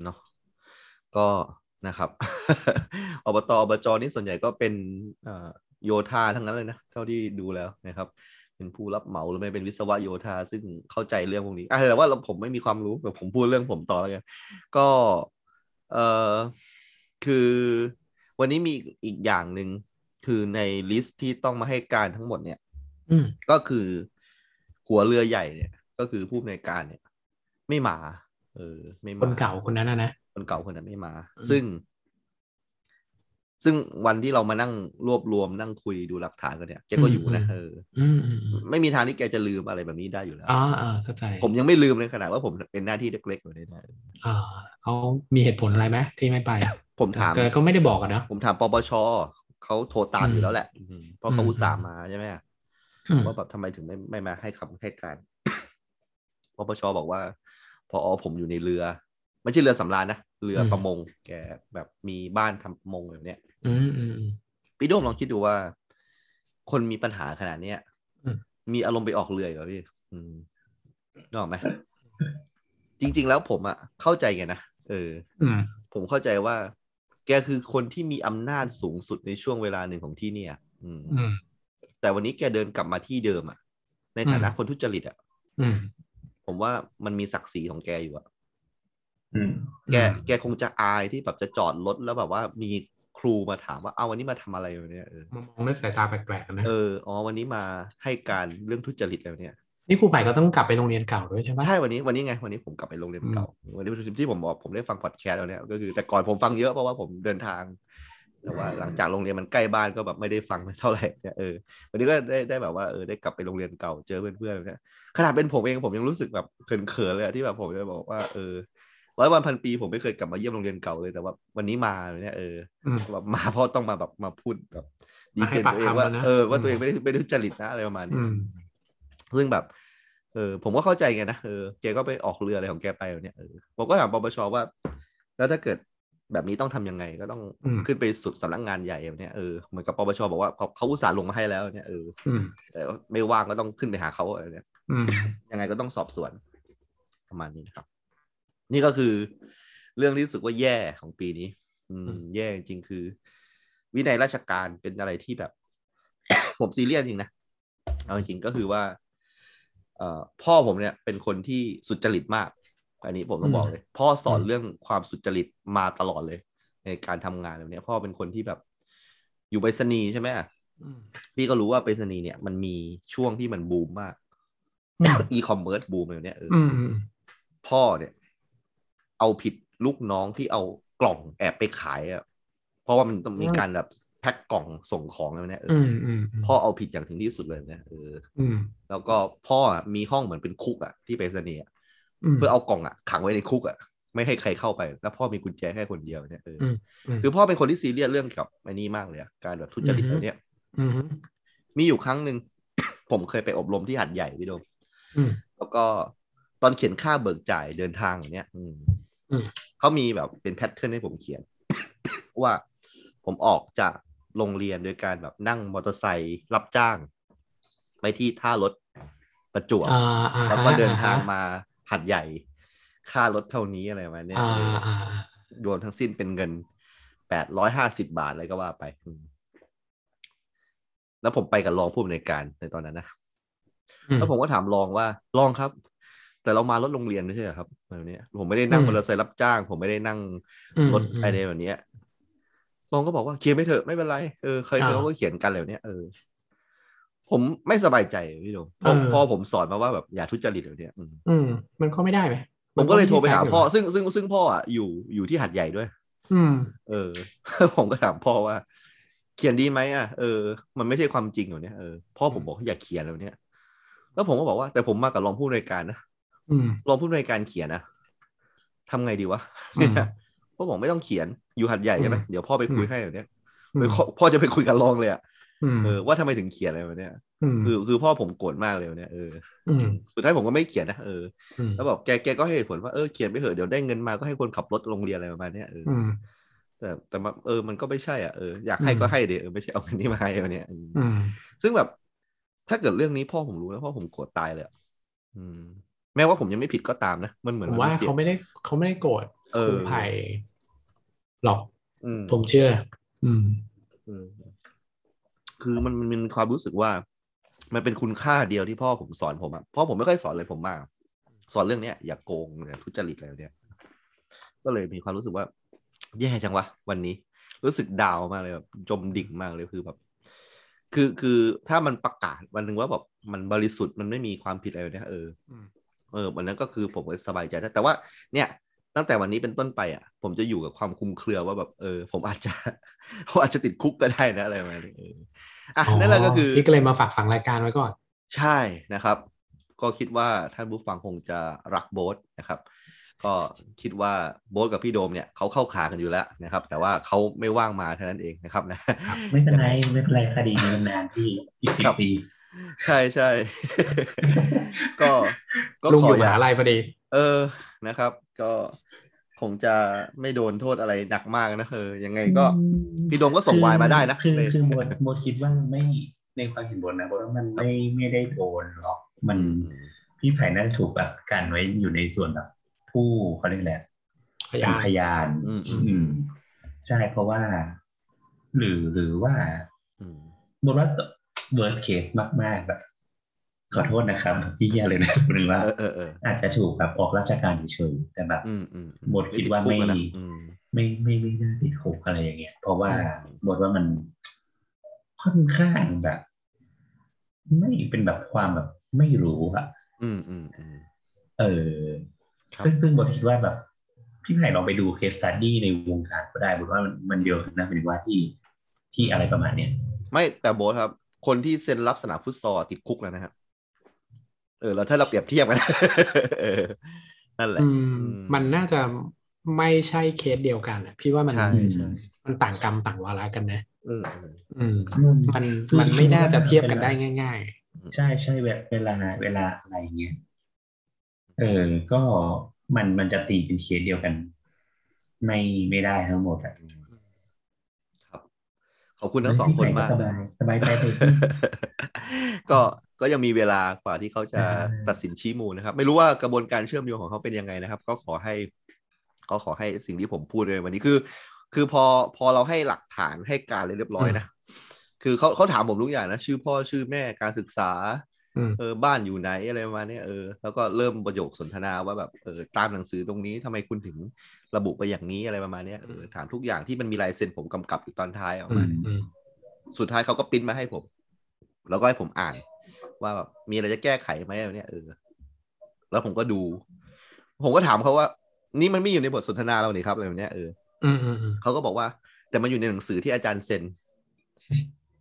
เนาะ ก็นะครับ อบตอบจนี่ส่วนใหญ่ก็เป็นเอ่อโยธาทั้งนั้นเลยนะ เท่าที่ดูแล้วนะครับ เป็นผู้รับเหมาหรือไม่เป็นวิศวะโยธา ซึ่งเข้าใจเรื่องพวกนี้อ่ะแต่ว่าเราผมไม่มีความรู้แต่ผมพูดเรื่องผมต่อแล้วกัน ก็เออคือวันนี้มีอีกอย่างหนึ่งคือในลิสต์ที่ต้องมาให้การทั้งหมดเนี่ย อืม ก็คือหัวเรือใหญ่เนี่ย ก็คือผู้อำนวยการเนี่ย ไม่มา เออ ไม่ ค มา นเก่าคนนั้นนะนะ คนเก่าคนนั้นไม่มา อืม ซึ่ง ซึ่งวันที่เรามานั่งรวบรวมนั่งคุยดูหลักฐานกันเนี่ยแกก็อยู่นะเออ อืมอืมอืม ไม่มีทางที่แกจะลืมอะไรแบบนี้ได้อยู่แล้ว อ่าอ่าเข้าใจ ผมยังไม่ลืมเลยขนาดว่าผมเป็นหน้าที่เล็กๆอยู่เลยนะ อ่าเขามีเหตุผลอะไรไหมที่ไม่ไป ผมถาม แต่ก็ไม่ได้บอกอะเนอะ ผมถามปปชเขาโทรตาม อืม อยู่แล้วแหละ เพราะเขา อืม อุตส่าห์มาใช่ไหม อืม ว่าแบบทำไมถึงไม่ไม่มาให้คำให้การ ปปชบอกว่าพอผมอยู่ในเรือ ไม่ใช่เรือสำราญนะเรือประมง แกแบบมีบ้านทำประมงแบบเนี้ย อืมอืมอืม พี่โดมลองคิดดูว่า คนมีปัญหาขนาดเนี้ย อืม มีอารมณ์ไปออกเรืออีกเหรอพี่อืมนึกออกไหมจริง ๆ แล้วผมอะเข้าใจแกนะเออ อืม ผมเข้าใจว่า แกคือคนที่มีอำนาจสูงสุดในช่วงเวลาหนึ่งของที่เนี่ย อืม อืม แต่วันนี้แกเดินกลับมาที่เดิมอะในฐานะ อืม คนทุจริตอะ อืม ผมว่ามันมีศักดิ์ศรีของแกอยู่อะ อืม แกแกคงจะอายที่แบบจะจอดรถแล้วแบบว่ามีครูมาถามว่าเอาวันนี้มาทำอะไรวันนี้เออ มามองด้วยสายตาแปลกๆนะ เอออ๋อวันนี้มาให้การเรื่องทุจริตแล้วเนี่ย นี่ครูไผ่ก็ต้องกลับไปโรงเรียนเก่าด้วยใช่ไหม ใช่วันนี้วันนี้ไงวันนี้ผมกลับไปโรงเรียนเก่าวันนี้ที่ผมบอกผมได้ฟังพอดแคสต์แล้วเนี่ยก็คือแต่ก่อนผมฟังเยอะเพราะว่าผมเดินทาง แต่ ว่าหลังจากโรงเรียนมันใกล้บ้านก็แบบไม่ได้ฟังเท่าไหร่เนี่ยเออวันนี้ก็ได้ได้แบบว่าเออได้กลับไปโรงเรียนเก่าเจอเพื่อนๆเนี่ยขนาดเป็นผมเองผมยังรู้สึกแบบเขินๆเลยอะที่แบบผมจะบอกว่าเออร้อยวันพันปีผมไม่เคยกลับมาเยี่ยมโรงเรียนเก่าเลยแต่ว่าวันนี้มาเนี่ยเออ อืม แบบมาเพราะต้องมาแบบมาพูดแบบดี มา เฟ ให้ น ปาก ตัวเองว่า คำแล้วนะ เออว่าตัวเองไม่ได้ไม่ได้ทุจริตนะอะไรประมาณนี้ อืม ซึ่งแบบ เออผมก็เข้าใจไงนะ เออ แกก็ไปออกเรืออะไรของแกไปแบบเนี่ยเออผมก็ถามปปชว่า แล้วถ้าเกิดแบบนี้ต้องทำยังไง ก็ต้อง อืม ขึ้นไปสุดสำนักงานใหญ่แบบเนี่ยเออ เหมือนกับปปชบอกว่าเขาเขาอุตส่าห์ลงมาให้แล้วเนี่ยเออ อืม แต่ว่าไม่ว่างก็ต้องขึ้นไปหาเขาอะไรเนี่ย อืม ยังไงก็ต้องสอบสวนประมาณนี้นะครับ นี่ก็คือเรื่องที่รู้สึกว่าแย่ของปีนี้ อืม อืม แย่จริงๆคือ วินัยราชการเป็นอะไรที่แบบ ผมซีเรียสจริงนะเอาจริงๆก็คือว่า เอ่อพ่อผมเนี่ย เป็นคนที่สุจริตมาก อันนี้ผมต้องบอกเลย พ่อสอนเรื่องความสุจริตมาตลอดเลย ในการทำงานแบบเนี้ย พ่อเป็นคนที่แบบ อยู่ไปรษณีย์ใช่ไหม อืม พี่ก็รู้ว่าไปรษณีย์เนี่ย มันมีช่วงที่มันบูมมาก อืม อีคอมเมิร์ซบูมเลยเนี่ยเอออ อืมอืม พ่อเนี่ย เอาผิดลูกน้องที่เอากล่องแอบไปขายอะเพราะว่ามันต้องมีการแบบแพ็คกล่องส่งของแล้วเนี่ยเอ อื อ มอืม พ่อเอาผิดอย่างถึงที่สุดเลยเนี่ยเออ อืม แล้วก็พ่ออะมีห้องเหมือนเป็นคุกอะที่ไปรษณีย์อะ ม เพื่อเอากล่องอะขังไว้ในคุกอะไม่ให้ใครเข้าไป แล้วพ่อมีกุญแจแค่คนเดียวเนี่ยเอออ มอืม คือพ่อเป็นคนที่ซีเรียสเรื่องกับไอ้นี่มากเลยอะการแบบทุจริต อือฮึ แบบเนี้ย อืม มีอยู่ครั้งห นึ่ง ผมเคยไปอบรมที่หัดใหญ่พี่โดม อืม แล้วก็ตอนเขียนค่าเบิกจ่ายเดินทางอย่างเนี้ยอืม อืม เขามีแบบเป็นแพทเทิร์นให้ผมเขียน ว่าผมออกจากโรงเรียนโดยการแบบนั่งมอเตอร์ไซค์รับจ้าง ไปที่ท่ารถประจวบ อ่าอ่าฮะ แล้วก็เดินทาง อ่ฮะ มาหัดใหญ่ ค่ารถเท่านี้อะไรประมาณเนี้ย อ่า เออ อ่าอ่าร วมทั้งสิ้นเป็นเงินแปดร้อยห้าสิบาทอะไรก็ว่าไปอืมแล้วผมไปกับรองผู้อำนวยการในตอนนั้นนะ อืม แล้วผมก็ถามรองว่า รองครับ แต่เรามารถโรงเรียนไม่ใช่เหรอครับแบบเนี้ยผมไม่ได้นั่ง อืม มอเตอร์ไซค์รับจ้าง ผมไม่ได้นั่ง อืม รถ ม อะไรแบบเนี้ยรองก็บอกว่าเคลียร์ไปเถอะไม่เป็นไรเออเคย อ่า เขาก็เขียนกันแล้วเนี้ยเออผมไม่สบายใจพี่โดมเพราะ เออ พ่อผมสอนมาว่าแบบอย่าทุจริตแบบเนี้ยอืม อืมมันก็ไม่ได้ไหม ผมก็เลยโทรไปหาพ่อ มันก็มีแฟกต์ยู่ ซึ่งซึ่งซึ่งพ่ออ่ะอยู่อยู่ที่หัดใหญ่ด้วย อืม เออ ผมก็ถามพ่อว่า เขียนดีไหมอ่ะเออมันไม่ใช่ความจริงเหรอเนี่ยเออพ่อผมบอกว่าอย่าเขียนแล้วเนี่ยแล้วผมก็บอกว่าแต่ผมมากับรองผู้อำนวยการนะ อืม รองผู้อำนวยการเขียนนะทำไงดีวะ อืม พ่อบอกไม่ต้องเขียนอยู่หัดใหญ่ใช่ไหม อืม เดี๋ยวพ่อไปคุยให้แบบเนี้ย ม ไปขอพ่อจะไปคุยกับรองเลยอะ อืม เออว่าทำไมถึงเขียนอะไรแบบเนี้ย ม คือคือพ่อผมโกรธมากเลยแบบเนี้ยเออ อืม สุดท้ายผมก็ไม่เขียนนะเออ อืม แล้วบอกแกแกก็ให้เหตุผลว่าเออเขียนไปเถอะเดี๋ยวได้เงินมาก็ให้คนขับรถโรงเรียนอะไรประมาณเนี้ยเออ อืม แต่แต่มาเออมันก็ไม่ใช่อ่ะเอออยากให้ อืม ก็ให้เดี๋ยวไม่ใช่เอาเงินนี่มาให้แบบเนี้ยอืม อืม ซึ่งแบบ ถ้าเกิดเรื่องนี้พ่อผมรู้นะพ่อผมโกรธตายเลยอะอืม แม้ว่าผมยังไม่ผิดก็ตามนะมันเหมือน ผ น มว่า สีย เขาไม่ได้เขาไม่ได้โกรธ เอ ค อ รูไผ่หรอก อืม ผมเชื่อ อืม อืมคือมันมันมีความรู้สึกว่า มันเป็นคุณค่าเดียวที่พ่อผมสอนผมอะพ่อผมไม่ค่อยสอนเลยผมมาก สอนเรื่องเนี้ยอย่าโกงอย่าทุจริตอะไรแบบเนี้ยก็เลยมีความรู้สึกว่า แย่จังวะวันนี้ รู้สึกดาวมากเลยแบบจมดิ่งมากเลยคือแบบ คือคือถ้ามันประกาศวันหนึ่งว่าแบบมันบริสุทธิ์มันไม่มีความผิดอะไรแบบเนี้ยเอออ ม เออวันนั้นก็คือผมก็สบายใจนะแต่ว่า เนี่ย ตั้งแต่วันนี้เป็นต้นไปอ่ะ ผมจะอยู่กับความคลุมเครือว่าแบบเออ ผมอาจจะ ผมอาจจะติดคุกก็ได้นะอะไรประมาณนี้เอออ่ะนั่นแหละก็คืออ นี่ก็เลยมาฝากฝังรายการไว้ก่อน ใช่นะครับ ก็คิดว่าท่านผู้ฟังคงจะรักโบ๊ทนะครับ ก็คิดว่าโบ๊ทกับพี่โดมเนี่ยเขาเข้าขากันอยู่แล้วนะครับ แต่ว่าเขาไม่ว่างมาเท่านั้นเองนะครับ นะ ไม่เป็นไรไม่เป็นไรคดีนี้มันนานพี่อีกสิ ครับ บ ปี ใช่ใช่ ก็ก็ ลุง ข อยู่ม ย่า หาลัยพอดี เออ นะครับ ก็คงจะไม่โดนโทษอะไรหนักมากนะเออ ยังไงก็ อืม พี่โดมก็ส่งไวายมาได้นะ คือ เออ คือโบทโบทคิดว่าไม่ในความเห็นโบทนะโบทว่ามันไม่ไม่ได้โดนหรอก มัน อืม พี่ไผ่น่าจะถูกแบบกันไว้อยู่ในส่วนแบบผู้เขาเรียกแหละ พ ไร ยา เป็น น พยาน อืมอืม อืม ใช่เพราะว่า หรือหรือว่า อืม บนว่าเวิร์ดเคสมากๆแบบ ขอโทษนะครับพี่เฮียเลยนะหรือว่า เออเออเออ อาจจะถูกแบบออกราชการเฉยๆแต่แบบ อืมอืม บทคิดว่าไม่ ติดคุกอะนะอืม ไม่ไม่ไม่น่าติดคุกอะไรอย่างเงี้ย เพราะว่า อืม บทว่ามันค่อนข้างแบบ ไม่เป็นแบบความแบบไม่รู้อะ อืมอืมอืม เออ ครับ ซึ่งซึ่งบทคิดว่าแบบ พี่ไผ่ลองไปดูเคสตัดดี้ในวงการก็ได้บทว่ามันมันเยอะนะหมายถึงว่าที่ที่อะไรประมาณเนี้ย ไม่แต่โบทครับ คนที่เซ็นรับสนามฟุตซอลติดคุกแล้วนะครับเออแล้วถ้าเราเปรียบเทียบกัน เออนั่นแหละ อืม อืม มันน่าจะไม่ใช่เคสเดียวกันอะพี่ว่ามัน ใช่ใช่ มันต่างกรรมต่างวาระกันนะ เออเออ อืม มัน คือ มันไม่น่าจะเทียบกันได้ เวลา ง่าย ใช่ใช่เวลาเวลาเวลาอะไรอย่างเงี้ยเออ ก็มันมันจะตีเป็นเคสเดียวกัน ไม่ไม่ได้ทั้งหมดอะ ครับ ขอบคุณทั้งสองคนมาก สบายสบายใจไป ก็ก็ยังมีเวลากว่าที่เขาจะ อ่า ตัดสินชี้มูลนะครับ ไม่รู้ว่ากระบวนการเชื่อมโยงของเขาเป็นยังไงนะครับ ก็ขอให้ก็ขอให้สิ่งที่ผมพูดในวันนี้คือ คือพอพอเราให้หลักฐานให้การเรียบร้อยนะ คือเขาเขาถามผมทุกอย่างนะ ชื่อพ่อชื่อแม่การศึกษา อืม เออบ้านอยู่ไหนอะไรประมาณเนี้ยเออแล้วก็เริ่มประโยคสนทนาว่าแบบเออตามหนังสือตรงนี้ทำไมคุณถึงระบุไปอย่างนี้อะไรประมาณเนี้ยเออถามทุกอย่างที่มันมีลายเซ็นผมกำกับอยู่ตอนท้ายออก อื มา มอืม สุดท้ายเขาก็ปริ้นมาให้ผม แล้วก็ให้ผมอ่าน ว่าแบบมีอะไรจะแก้ไขไหมอะไรเนี่ยเออ แล้วผมก็ดู ผมก็ถามเขาว่า นี่มันไม่อยู่ในบทสนทนาเราเนี่ครับอะไรแบบเนี้ยเออ อืมอืมอืม เขาก็บอกว่า แต่มันอยู่ในหนังสือที่อาจารย์เซ็น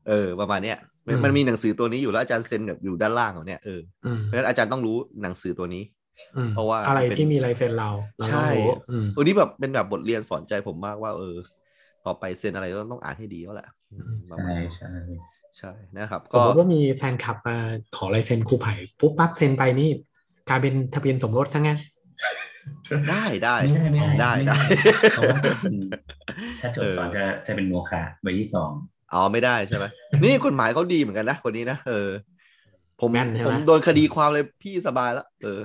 เออ ประมาณเนี้ยมัน อืม มันมีหนังสือตัวนี้อยู่แล้วอาจารย์เซ็นแบบอยู่ด้านล่างของเนี่ยเออ อืม เพราะฉะนั้นอาจารย์ต้องรู้หนังสือตัวนี้ อืม เพราะว่า อะไร เป็น ที่มีลายเซ็นเราเรา ใช่ ต้องรู้อืม ตัวนี้แบบเป็นแบบบทเรียนสอนใจผมมากว่า เออ ต่อไปเซ็นอะไรก็ต้องอ่านให้ดีแล้วแหละอืมประมาณ ใช่ นั้น ใช่ ใช่นะครับ ส ก็ มมติว่ามีแฟนคลับมาขอลายเซ็นครูไผ่ปุ๊บปั๊บเซ็นไปนี่กลายเป็นทะเบียนสมรสซะงั้น ได้ได้ ไม่ได้ไม่ได้ ได้ เพราะว่าจริงๆถ้าโจทย์สอน เออ จะจะเป็นโมฆะใบที่สอง อ๋อไม่ได้ใช่ไหมนี่กฎหมายเขาดีเหมือนกันนะคนนี้นะเออ ผม แม่นใช่ไหม ผมโดนคดีความเลยพี่สบายแล้วเอ อ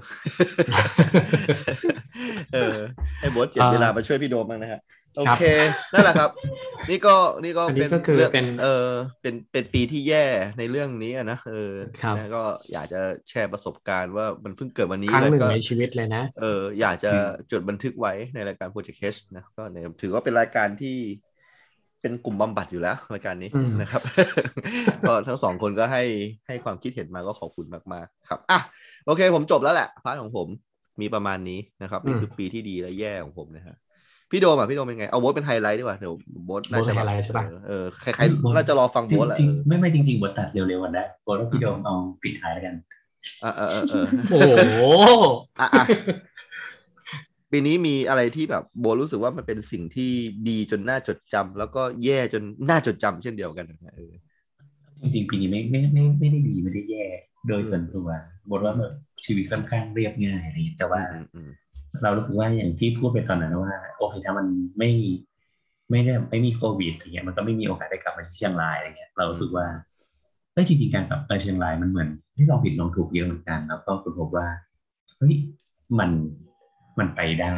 เออให้โบทเจ็ดเวลามาช่วยพี่โดมบ้างนะฮะโอเคนั่นแหละครับ นี่ก็นี่ก็ อันนี้ เป็น ก็คือ เรื่อง เป็น เออเป็นเป็นปีที่แย่ในเรื่องนี้อะนะเออ ครับ แล้วก็อยากจะแชร์ประสบการณ์ว่ามันเพิ่งเกิดวันนี้ ครั้ง แล้ว หนึ่ง ก็ ในชีวิตเลยนะ เอออยากจะจดบันทึกไว้ในรายการ Project H นะก็ในถือว่าเป็นรายการที่เป็นกลุ่มบำบัดอยู่แล้วรายการนี้ อืม นะครับ ก็ทั้งสองคนก็ให้ให้ความคิดเห็นมาก็ขอบคุณมากๆครับอ่ะโอเคผมจบแล้วแหละพาร์ทของผมมีประมาณนี้นะครับ นี่คือปีที่ดีและแย่ของผมนะฮะพี่โดมอ่ะพี่โดมเป็นไง เอาโบทเป็นไฮไลท์ดีกว่าเดี๋ยวโบทน่าจะ โบ๊ทเป็นไฮไลท์ใช่ปะ เออเออใครๆน่าจะรอฟัง จ โบ ริทงแหละ จริงๆไม่ไม่จริงๆบทตัดเร็วๆวันนะบทว่าพี่โดมเอาปิดท้ายแล้วกัน เออเออเออเออ โอ้โห อ่ะอ่ะ ปีนี้มีอะไรที่แบบโบรู้สึกว่ามันเป็นสิ่งที่ดีจนน่าจดจำแล้วก็แย่จนน่าจดจำเช่นเดียวกันนะเออ จริง ๆ ปีนี้ไม่ไม่ไม่ไม่ได้ดีไม่ได้แย่ โดยส่วนตัวบทว่าแบบชีวิตค่อนข้างเรียบง่ายอะไรอย่างเงี้ยแต่ว่า อืมอืม เรารู้สึกว่าอย่างที่พูดไปตอนนั้นว่าโอเคถ้ามันไม่ไม่ได้ไม่มีโควิดอย่างเงี้ยมันก็ไม่มีโอกาสได้กลับมาที่เชียงรายอะไรเงี้ยเรารู้สึกว่าเอ้ยจริงๆการกลับมาเชียงรายมันเหมือนที่ลองผิดลองถูกเยอะเหมือนกัน แล้วก็คุณพบว่าเฮ้ยมันมันไปได้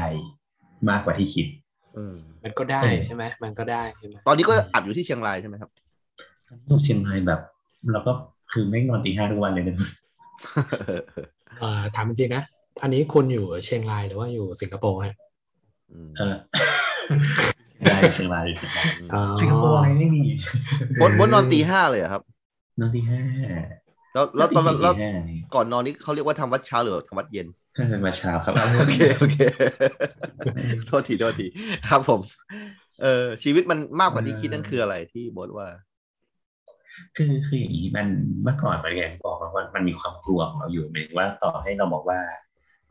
มากกว่าที่คิด อืม มันก็ได้ เออ ใช่ไหมมันก็ได้ใช่ไหม ตอนนี้ก็อัดอยู่ที่เชียงรายใช่ไหมครับ ลูกเชียงรายแบบเราก็คือไม่นอนตีห้าทุกวันเลยนะ เอ่อถามจริงๆนะ อันนี้คุณอยู่เชียงรายหรือว่าอยู่สิงคโปร์ฮะ อืม เออ ได้เชียงราย อ๋อ สิงคโปร์อะไรไม่มี โบทโบทนอนตีห้าเลยเหรอครับ นอนตีห้า แล้วแล้วตอนแล้ว ตีห้า ก่อนนอนนี่เขาเรียกว่าทำวัดเช้าหรือทำวัดเย็น น่าจะมาเช้าครับ โอเคโอเค โทษทีโทษทีครับผม เออชีวิตมันมากกว่าที่คิดนั่นคืออะไรที่โบทว่า คือคืออย่างนี้มันเมื่อก่อนมันอย่างที่บอกว่ามันมันมีความกลัวของเราอยู่หมายถึงว่าต่อให้เราบอกว่า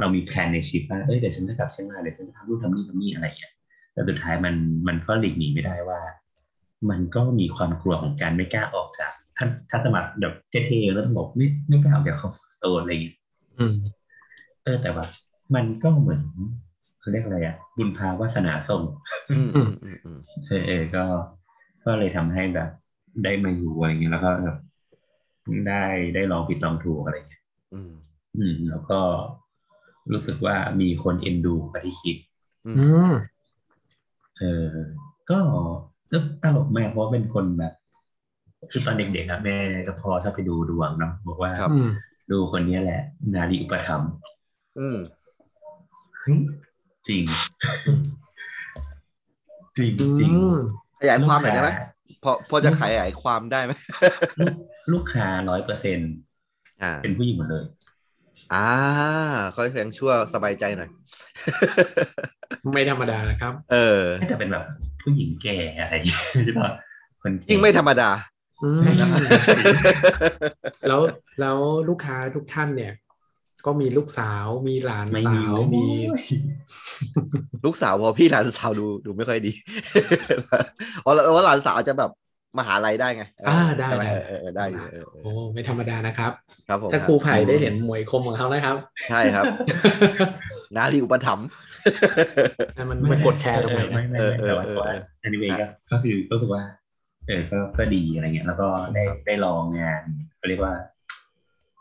เรามีแผนในชีวิตว่าเอ้ยเดี๋ยวฉันจะกลับเชียงรายเดี๋ยวฉันจะทำนู่นทำนี่ทำนี่อะไรอย่างเงี้ยแต่สุดท้ายมันมันก็หลีกหนีไม่ได้ว่า มันก็มีความกลัวของการไม่กล้าออกจากท่านท่านสมัครแบบเท่ๆแล้วต้องบอกไม่ไม่กล้าออกจากคอมฟอร์ทโซนอะไรอย่างเงี้ย อืม เออแต่ว่า มันก็เหมือนเขาเรียกอะไรอ่ะบุญพาวาสนาส่ง อืมอืมอืมอืม เออเออก็ ก็เลยทำให้แบบ ได้มาอยู่อะไรเงี้ยแล้วก็แบบได้ได้ลองผิดลองถูกอะไรเงี้ย อืม อืม แล้วก็รู้สึกว่ามีคนเอ็นดูปฏิคิด อื อื ม ม เออ ก็ก็ตลกมากเพราะเป็นคนแบบ คือตอนเด็กๆอะแม่กับพ่อชอบไปดูดวงเนาะบอกว่า ครับ อืม ดูคนเนี้ยแหละ นารีอุปถัมภ์ อืม เฮ้ยจริง จริงจริง อืม ขยายความหน่อยได้ไหม ลูกค้ พอพอจะขยายความได้ไหม ลูกค้าร้อยเปอร์เซ็น อ่า เป็นผู้หญิงหมดเลย อ่าค่อยแข็งชั่วสบายใจหน่อย ไม่ธรรมดานะครับ เออ น่าจะเป็นแบบผู้หญิงแก่อะไรอย่างเงี้ยหรือเปล่าคนแก่ ยิ่งไม่ธรรมดา อืม แล้วแล้วลูกค้าทุกท่านเนี่ย ก็มีลูกสาวมีหลาน ไม่ สา มี ว ไม่มีมีลูกสาวพอพี่หลานสาวดูดูไม่ค่อยดี อ๋อแล้วแล้วหลานสาวจะแบบมหาลัยได้ไงเ อ่าได้ ใช่หม ได้ เออเออเออได้อยู่เออเออ โอ้ไม่ธรรมดานะครับ ครับผม ถ้าครูไผ่ได้เห็นหมวยคมของเขานะครับ ใช่ ครับ นารีอุปถัมภ์ มันมันกดแชร์ตรงไหน ไม่ไม่ เออ ไม่ เออแต่ว่า เออ แต่ว่า เออ อันนี้เองก็คือก็คือว่า เออก็ก็ดีอะไรเงี้ย แล้วก็ได้ได้ลองงานเขาเรียกว่า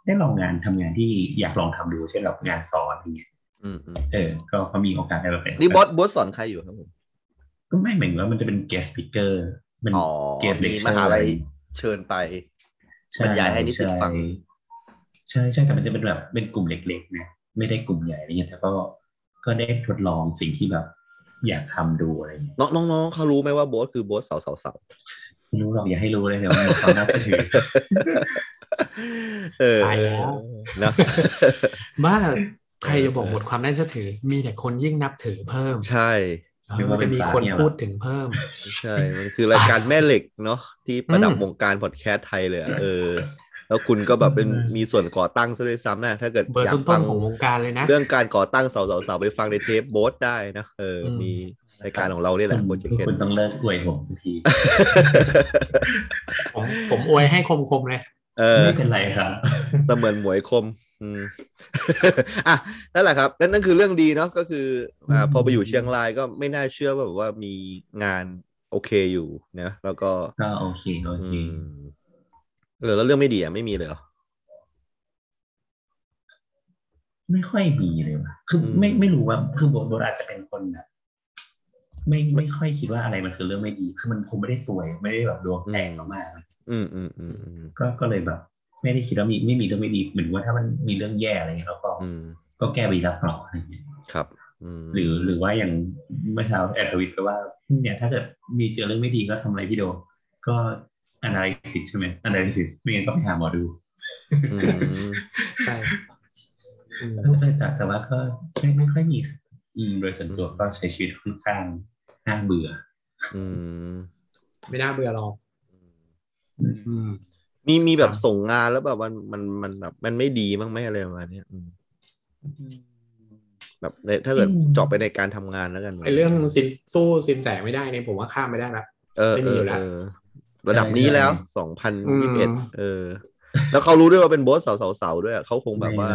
ได้ลองงานทำงานที่อยากลองทำดูเช่นแบบงานสอนอย่างเงี้ย อืมอืม เออ ก็ก็มีโอกาสได้แบบไป นี่บอสบอสสอนใครอยู่ครับผม ก็ไม่เหมือนว่ามันจะเป็น guest speaker มัน อ๋อ guest มี lecture มหาลัย อะไร เชิญไป ใช่ บรรยายให้นิสิตฟัง ใช่ใช่แต่มันจะเป็นแบบเป็นกลุ่มเล็กๆนะไม่ได้กลุ่มใหญ่อะไรเงี้ยแต่ก็ก็ได้ทดลองสิ่งที่แบบ อยากทำดูอะไรเงี้ย น้องน้องน้องเขารู้ไหมว่าบอสคือบอสสาวสาวสาว ไม่รู้หรอกอย่าให้รู้เลยเดี๋ยวมันหมดความน่าเชื่อถือ เออ ตายแล้ว เนอะ บ้าใครจะบอกหมดความน่าเชื่อถือ มีแต่คนยิ่งนับถือเพิ่ม ใช่ เออจะมีคนพูดถึงเพิ่ม ใช่ มันคือรายการแม่เหล็กเนาะที่ประดับ อืม วงการพอดแคสต์ไทยเลยอะเออ แล้วคุณก็แบบเป็นมีส่วนก่อตั้งซะด้วยซ้ำนะ ถ้าเกิด เบอร์ อยาก ต้ ฟั น ง ๆของวงการเลยนะ เรื่องการก่อตั้งสาวๆๆไปฟังในเทปโบสได้นะเอออ ม มีรายการของเราเนี่ยแหละโบสเจ คุณ เคน คุณต้องเลิกอวยผมสักที ผมผมอวยให้คมๆเลย เออ ไม่เป็นไรครับ เสมือนหมวยคม อืม อ่ะนั่นแหละครับนั่นนั่นคือเรื่องดีเนาะก็คืออ่าพอไปอยู่เชียงรายก็ไม่น่าเชื่อว่าแบบว่ามีงานโอเคอยู่นะแล้วก็ ก็โอเคโอ อื เค มเออแล้วเรื่องไม่ดีอ่ะไม่มีเลยเหรอ ไม่ค่อยมีเลยว่ะคือมอไม่ไม่รู้ว่าคือโบทโบทอาจจะเป็นคนแบบไม่ไม่ค่อยคิดว่าอะไรมันคือเรื่องไม่ดีคือมันคงไม่ได้สวย ไม่ได้แบบดวงแตกมากๆ อืมอืมอืมอืม ก็ก็เลยแบบ ไม่ได้คิดว่ามีไม่มีเรื่องไม่ดีเหมือนว่าถ้ามันมีเรื่องแย่อะไรเงี้ยเราก็ อืม ก็แก้ไปรับต่ออะไรเงี้ย ครับอืม หรือหรือว่าอย่างเมื่อเช้าแอดทวิตไปว่าเนี่ยถ้าเกิดมีเจอเรื่องไม่ดีก็ทำอะไรพี่โดมก็อนาลิซิสใช่ไหมอนาลิซิสไม่งั้นก็ไปหาหมอดู อืม ใช่อืม เออแต่แต่ว่าก็ไม่ไม่ค่อยมีอืมโดยส่วนตัวก็ใช้ชีวิตค่อนข้างน่าเบื่อ อืม ไม่น่าเบื่อหรอกอืม มีมีแบบส่งงานแล้วแบบมันมันมันแบบมันไม่ดีบ้างไหมอะไรประมาณเนี้ยอืมแบบในถ้าเกิดเจอบไปในการทำงานแล้วกัน ไอเรื่องสินสู้สินแสไม่ได้เนี่ยผมว่าข้ามไม่ได้ละ เออเอไม่มีอยู่ อ แล้ว เออระดับนี้แล้วสองพันยี่สิบเอ็ด ม เออ แล้วเขารู้ด้วยว่าเป็นโบสสาวสาวๆด้วยอะเขาคงแบบว่า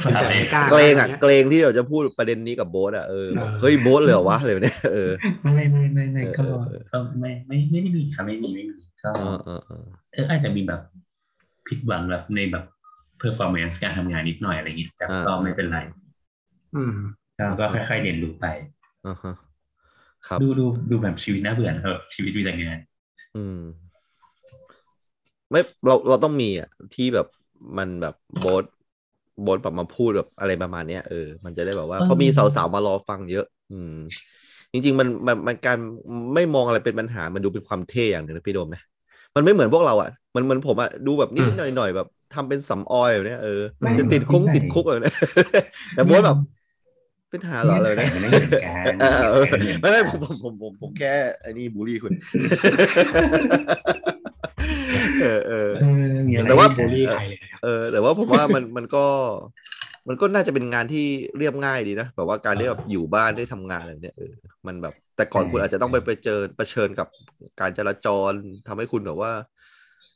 เขา สินแส ทำอะไร ไม่กล้า เกรงอ่ะ นี่ย เกรงที่เราจะพูดประเด็นนี้กับโบสอ่ะเออแบบ เออ เฮ้ยโบสเลยเหรอวะอะไรแบบเนี้ยเออ ไม่ไม่ไม่ไม่ไม่ก็ก็ไม่ไม่ไม่ได้มีค่ะไม่มีไม่มีก็ เออเออเออ เอออาจจะมีแบบผิดหวังแบบในแบบเพอร์ฟอร์แมนซ์การทำงานนิดหน่อยอะไรเงี้ยแต่ก็ไม่เป็นไร อืม เราก็ค่อยๆเรียนรู้ไป อ่าฮะครับ ดูดูดูแบบชีวิตน่าเบื่อนะครับชีวิตมีแต่งาน อืม ไม่เราเราต้องมีอ่ะ ที่แบบมันแบบโบสโบสแบบมาพูดแบบอะไรประมาณเนี้ยเออมันจะได้แบบว่า เออ เพราะมีสาวๆมารอฟังเยอะ อืม จริง ๆ มันมันมันการไม่มองอะไรเป็นปัญหา มันดูเป็นความเท่อย่างหนึ่งนะพี่โดมนะมันไม่เหมือนพวกเราอ่ะมันเหมือนผมอ่ะดูแบบนิ อื ด ม ๆหน่อยๆแบบทำเป็นสำออยแบบเนี้ยเออ ไม่ จะติดคุก ไม่ ติดคุกแบบเนี้ย แต่โบสแบบเป็นหาเหรออะไร เล แบบเนี้ยยไม่เหมือนกัน เออไม่ไม่ผมผมผมผมผมแค่ไอ้นี่บูลลี่คุณ เออเออ เออมีอะไร แต่ว่า บูลลี่ใครเลยนะครับ เออ แต่ว่าผมว่ามันมันก็ มันก็น่าจะเป็นงานที่เรียบง่ายดีนะแบบว่าการได้แบบอยู่บ้านได้ทำงานอะไรเนี่ยเออมันแบบ แต่ก่อนคุณอาจจะต้องไปไปเจอเผชิญกับการจราจรทำให้คุณแบบว่า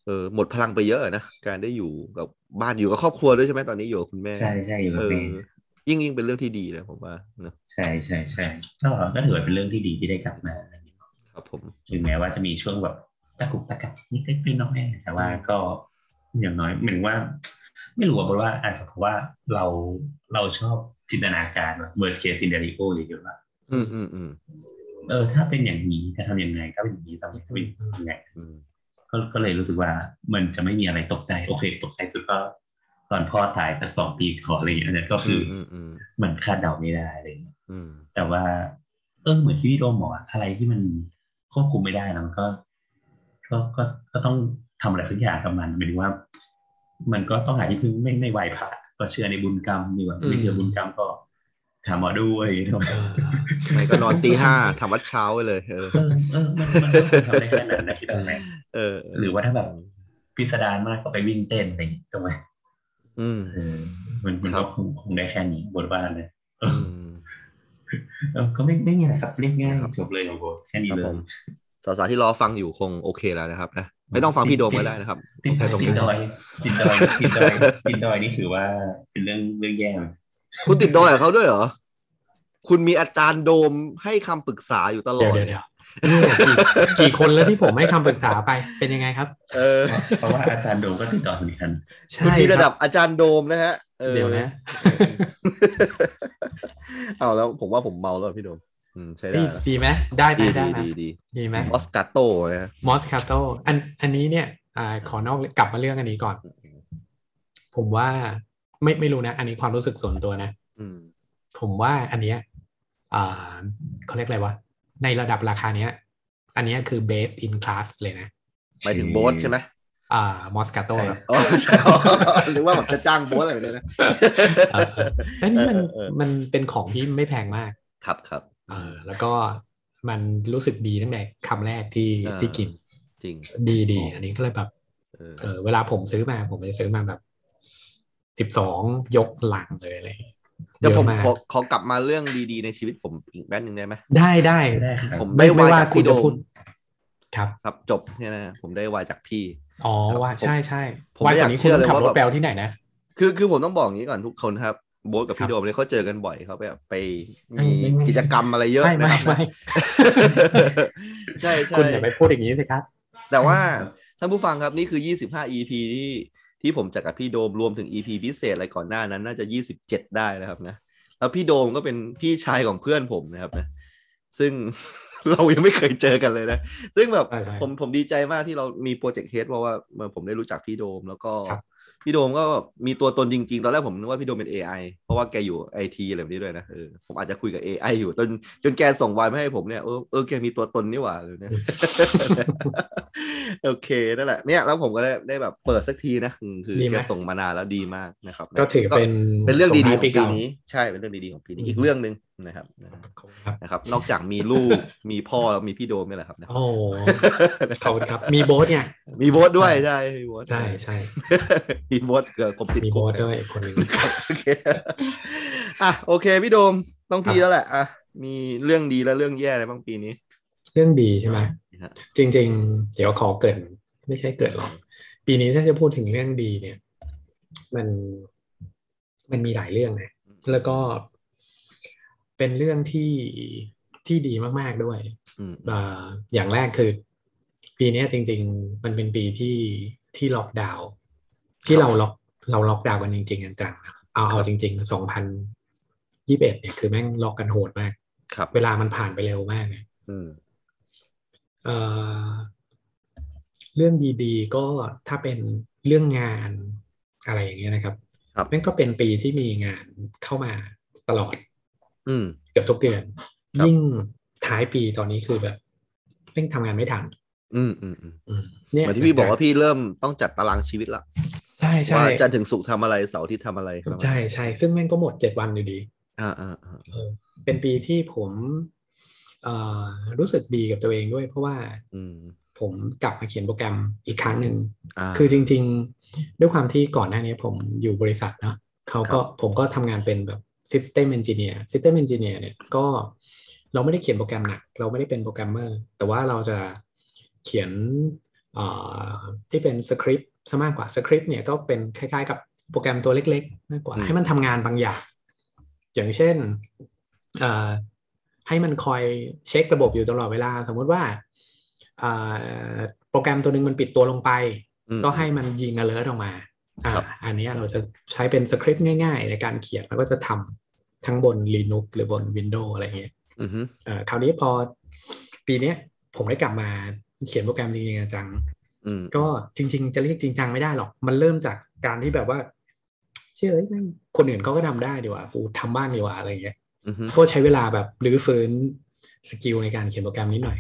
เออหมดพลังไปเยอะนะการได้อยู่กับบ้านอยู่กับครอบครัวด้วยใช่ไหมตอนนี้อยู่กับคุณแม่ ใช่ใช่อยู่กั เอบ อ เอง ยิ่งยิ่งเป็นเรื่องที่ดีเลยผมว่าเนอะ ใช่ใช่ใช่ก็ก็ถือว่าเป็นเรื่องที่ดีที่ได้กลับมาอะไรอย่างเงี้ย ครับผม ถึงแม้ว่าจะมีช่วงแบบตะกุกตะกักนิดเล็กๆน้อยๆแต่ว่าก็อย่างน้อยเหมือนว่า ไม่รู้ว่าเพราะว่าอาจจะเพราะว่าเราเราชอบจินตนาการเวอร์สเคสซินเดริโอเยอะๆว่า อืมอืมอืม เออถ้าเป็นอย่างนี้จะทำยังไงถ้าเป็นอย่างนี้ทำยังไงถ้าเป็นยังไง อืม ก็ก็เลยรู้สึกว่ามันจะไม่มีอะไรตกใจ โอเค ตกใจสุดก็ ตอนพ่อตายสักสองปีก่อนอะไรอย่างเงี้ยอันนั้นก็คืออ มอืม มันคาดเดาไม่ได้อะไรอย่างเงี้ย อืม แต่ว่า เออเหมือนที่พี่โดมบอกอะอะไรที่มันควบคุมไม่ได้นะมันก็ก็ก็ก็ต้องทำอะไรสักอย่างกับมันหมายถึงว่า มันก็ต้องหาที่พึ่งไม่ไม่ไหวพระก็เชื่อในบุญกรรมดีกว่า อืม ไม่เชื่อบุญกรรมก็ถามหมอดูอะไรอย่างเงี้ย เออ ไม่ก็นอนตีห้าทำวัดเช้าไปเลย เออ เออเออมันมันก็คงทำได้แค่นั้นนะคิดว่าไหม เออ หรือว่าถ้าแบบพิสดารมากก็ไปวิ่งเต้นอะไรอย่างเงี้ยถูกไหม อืม เออมันมัน ครั ก็ บ คงคงได้แค่นี้บทว่าเลย อืม เออก็ไม่ไม่มีอะไรครับเรียบง่าย ครับ จบเลยของโบทแค่นี้ ครับผเลย มสาวๆที่รอฟังอยู่คงโอเคแล้วนะครับนะไม่ต้องฟังพี่โดมก็ได้นะครับ ติดดอยติดดอยติดดอยติดดอยติดดอยนี่ถือว่าเป็นเรื่องเรื่องแย่ไหม คุณติดดอยกับเขาด้วยเหรอ คุณมีอาจารย์โดมให้คำปรึกษาอยู่ตล เดี๋ อ ยว ด เดี๋ยวเดี๋ยวเนี่ยกี่กี่คนแล้วที่ผมให้คำปรึกษาไปเป็นยังไงครับ เออ เพราะว่าอาจารย์โดมก็ติดดอยเหมือนกัน คุณ ใช่ มีระ ค ดั รั บบ อาจารย์โดมนะฮะออ เดี๋ยวนะ เอาแล้วผมว่าผมเมาแล้วพี่โดม อืมใช้ได้ นี่ แล้ว ดีไหมได้ไหม ดีดีได้ไหม ดีดี ดีไหม ออสการ์โตนะฮะ มอสคาโตอันอันนี้เนี่ยอ่าขอนอกกลับมาเรื่องอันนี้ก่อน ผมว่าไม่ไม่รู้นะ อันนี้ความรู้สึกส่วนตัวนะ อืม ผมว่าอันเนี้ยอ่าเขาเรียกอะไรวะ ในระดับราคาเนี้ย อันเนี้ยคือ base in class เลยนะ หมายถึงโบ๊ทใช่ไหม อ่ามอสคาโต ใช่ อ๋อใช่ หรือว่าแบบจะจ้างโบ๊ทอะไรแบบนี้นะ แล้วนี่มัน เออเออ มันเป็นของที่ไม่แพงมาก ครับครับ เออแล้วก็มันรู้สึกดีตั้งแต่คำแรกที่ อ่า ที่กิน จริง ดีดีอันนี้ก็เลยแบบ เออ เออเวลาผมซื้อมาผมจะซื้อมาแบบสิบสองยกหลังเลยอะไรอย่างเลย เดี๋ยวผม เยอะาก ขอขอกลับมาเรื่องดีๆในชีวิตผมอีกแป๊บหนึ่งได้ไหม ได้ได้ ไม่ได้ครับ ผม ไม่ ได้ ไม่ วาย ว่า จาก คุณ พี่โด จะพูด ม ครับ ครับจบเนี่ยนะผมได้วายจากพี่ อ๋อ ครับ ว่า ผม ใช่ใช่ ผม วัน ไม่อยาก นี้ เชื่ คุณ อเลต้อยงขับ ว่าร แบ ถ บ แปลวที่ไหนนะ คือคือผมต้องบอกอย่างนี้ก่อนทุกคนครับโบ๊ทกับ ครั พี่ บ โดมเนี่ยเขาเจอกันบ่อยเขาไปแบบไป ไม่ มี ไม่ไม่ กิจกรรมอะไรเยอะ ไม่ นะครับไม่ไม่ ใช่ใช่ คุณอย่าไปพูดอย่างนี้สิครับ แต่ว่าท่านผู้ฟังครับนี่คือ 25 EP ที่ที่ผมจัดกับพี่โดมรวมถึง EP พิเศษอะไรก่อนหน้านั้น น่าจะ 27 ได้นะครับนะแล้วพี่โดมก็เป็นพี่ชายของเพื่อนผมนะครับนะซึ่ง เรายังไม่เคยเจอกันเลยนะ ซึ่งแบบ ใช่ใช่ ผมผมดีใจมากที่เรามีโปรเจกต์เฮดเพราะว่าเมื่อผมได้รู้จักพี่โดม แล้วก็ ครับ พี่โดมก็มีตัวตนจริงๆ ตอนแรกผมนึกว่าพี่โดมเป็น AI เพราะว่าแกอยู่ไอทีอะไรแบบนี้ด้วยนะเออผมอาจจะคุยกับ AI อยู่จนจนแกส่งไวน์มาให้ผมเนี่ยเออเออแกมีตัวตนนี่หว่าเลยเนี่ย โอเคนั่นแหละเนี่ยแล้วผมก็ได้ได้แบบเปิดสักทีนะอืมคือ ดีไหม แกส่งมานานแล้วดีมากนะครับ ก็ถือเป็น เป็นเรื่องดีๆข ส่ อง ท้ายปี ปี เก่า นี้ใช่เป็นเรื่องดีๆของปีนี้ อืม อีกเรื่องหนึ่งนะครับ ครับ นะครับ นอกจากมีลูกมีพ่อแล้วมีพี่โดมนี่แหละครับนะ โอ้โหขอบคุณครับ มีโบ๊ทเนี่ย มีโบสด้วยใช่มีโบส ใช่ใช่ มีโบสเกือบผมติด มี คุก โบ๊ทด้วยอีกคนหนึ่ง โอเคอ่ะโอเคพี่โดมต้องพี่แล้วแหละอ่ะมีเรื่องดีและเรื่องแย่อะไรบ้างปีนี้ เรื่องดีใช่ไหม ฮะ จริง ๆ เดี๋ยวขอเกรินไม่ใช่เกรินหรอก ปีนี้ถ้าจะพูดถึงเรื่องดีเนี่ย มันมันมีหลายเรื่องนะแล้วก็ เป็นเรื่องที่ที่ดีมากๆด้วย อืม เอ่ออย่างแรกคือ ปีเนี้ยจริง ๆ มันเป็นปีที่ที่ล็อกดาวน์ที่เราล็อกเราล็อกดาวน์กันจริงๆจังๆนะเอาเอาจริงๆสองพันยี่สิบเอ็ดเนี่ยคือแม่งล็อกกันโหดมาก ครับ เวลามันผ่านไปเร็วมากเลย อืม เอ่อเรื่องดีๆ ก็ถ้าเป็นเรื่องงานอะไรอย่างเงี้ยนะครับ ครับ แม่งก็เป็นปีที่มีงานเข้ามาตลอด อืม เกือบทุกเดือน ครับ ยิ่งท้ายปีตอนนี้คือแบบแม่งทำงานไม่ทัน อืมอืมอืม อืม เหมือนที่พี่บอกว่าพี่เริ่มต้องจัดตารางชีวิตละ ใช่ใช่ ว่าจันทร์ถึงสุกร์ทำอะไรเสาร์อาที่ทำอะไร ใช่ใช่ซึ่งแม่งก็หมดเจ็ดวันอยู่ดี อ่าอ่าอ่า เป็นปีที่ผมเอ่อรู้สึกดีกับตัวเองด้วย เพราะว่า อืม ผมกลับมาเขียนโปรแกรมอีกครั้งหนึ่ง อ่า คือจริงๆ ด้วยความที่ก่อนหน้านี้ผมอยู่บริษัทเนาะเขาก็ ครับ ผมก็ทำงานเป็นแบบ System Engineer System Engineer เนี่ยก็เราไม่ได้เขียนโปรแกรมหนัก เราไม่ได้เป็นโปรแกรมเมอร์ แต่ว่าเราจะเขียนเอ่อที่เป็นสคริปต์ซะมากกว่าสคริปต์เนี่ยก็เป็นคล้ายๆ กับโปรแกรมตัวเล็กๆมากกว่าให้มันทำงานบางอย่าง อย่างเช่นเอ่อให้มันคอยเช็คระบบอยู่ตลอดเวลา สมมุติว่าเอ่อโปรแกรมตัวหนึ่งมันปิดตัวลงไป อืม ก็ให้มันยิง alert ออกมาอ่า ครับ อันเนี้ยเราจะใช้เป็นสคริปต์ง่ายๆ ในการเขียนแล้วก็จะทำทั้งบน Linux หรือบน Windows อะไรเงี้ย อืมฮึ เอ่อคราวนี้พอปีเนี้ยผมได้กลับมาเขียนโปรแกรมจริงๆจัง อืม ๆก็จริง ๆ จะเรียกจริงจังไม่ได้หรอก มันเริ่มจากการที่แบบว่า เชื่อเอ้ยแม่งคนอื่นเขาก็ทำได้ดีกว่ากูทำบ้างดีกว่าอะไรอย่างเงี้ย อือฮึ ก็ใช้เวลาแบบรื้อฟื้นสกิลในการเขียนโปรแกรมนิดหน่อย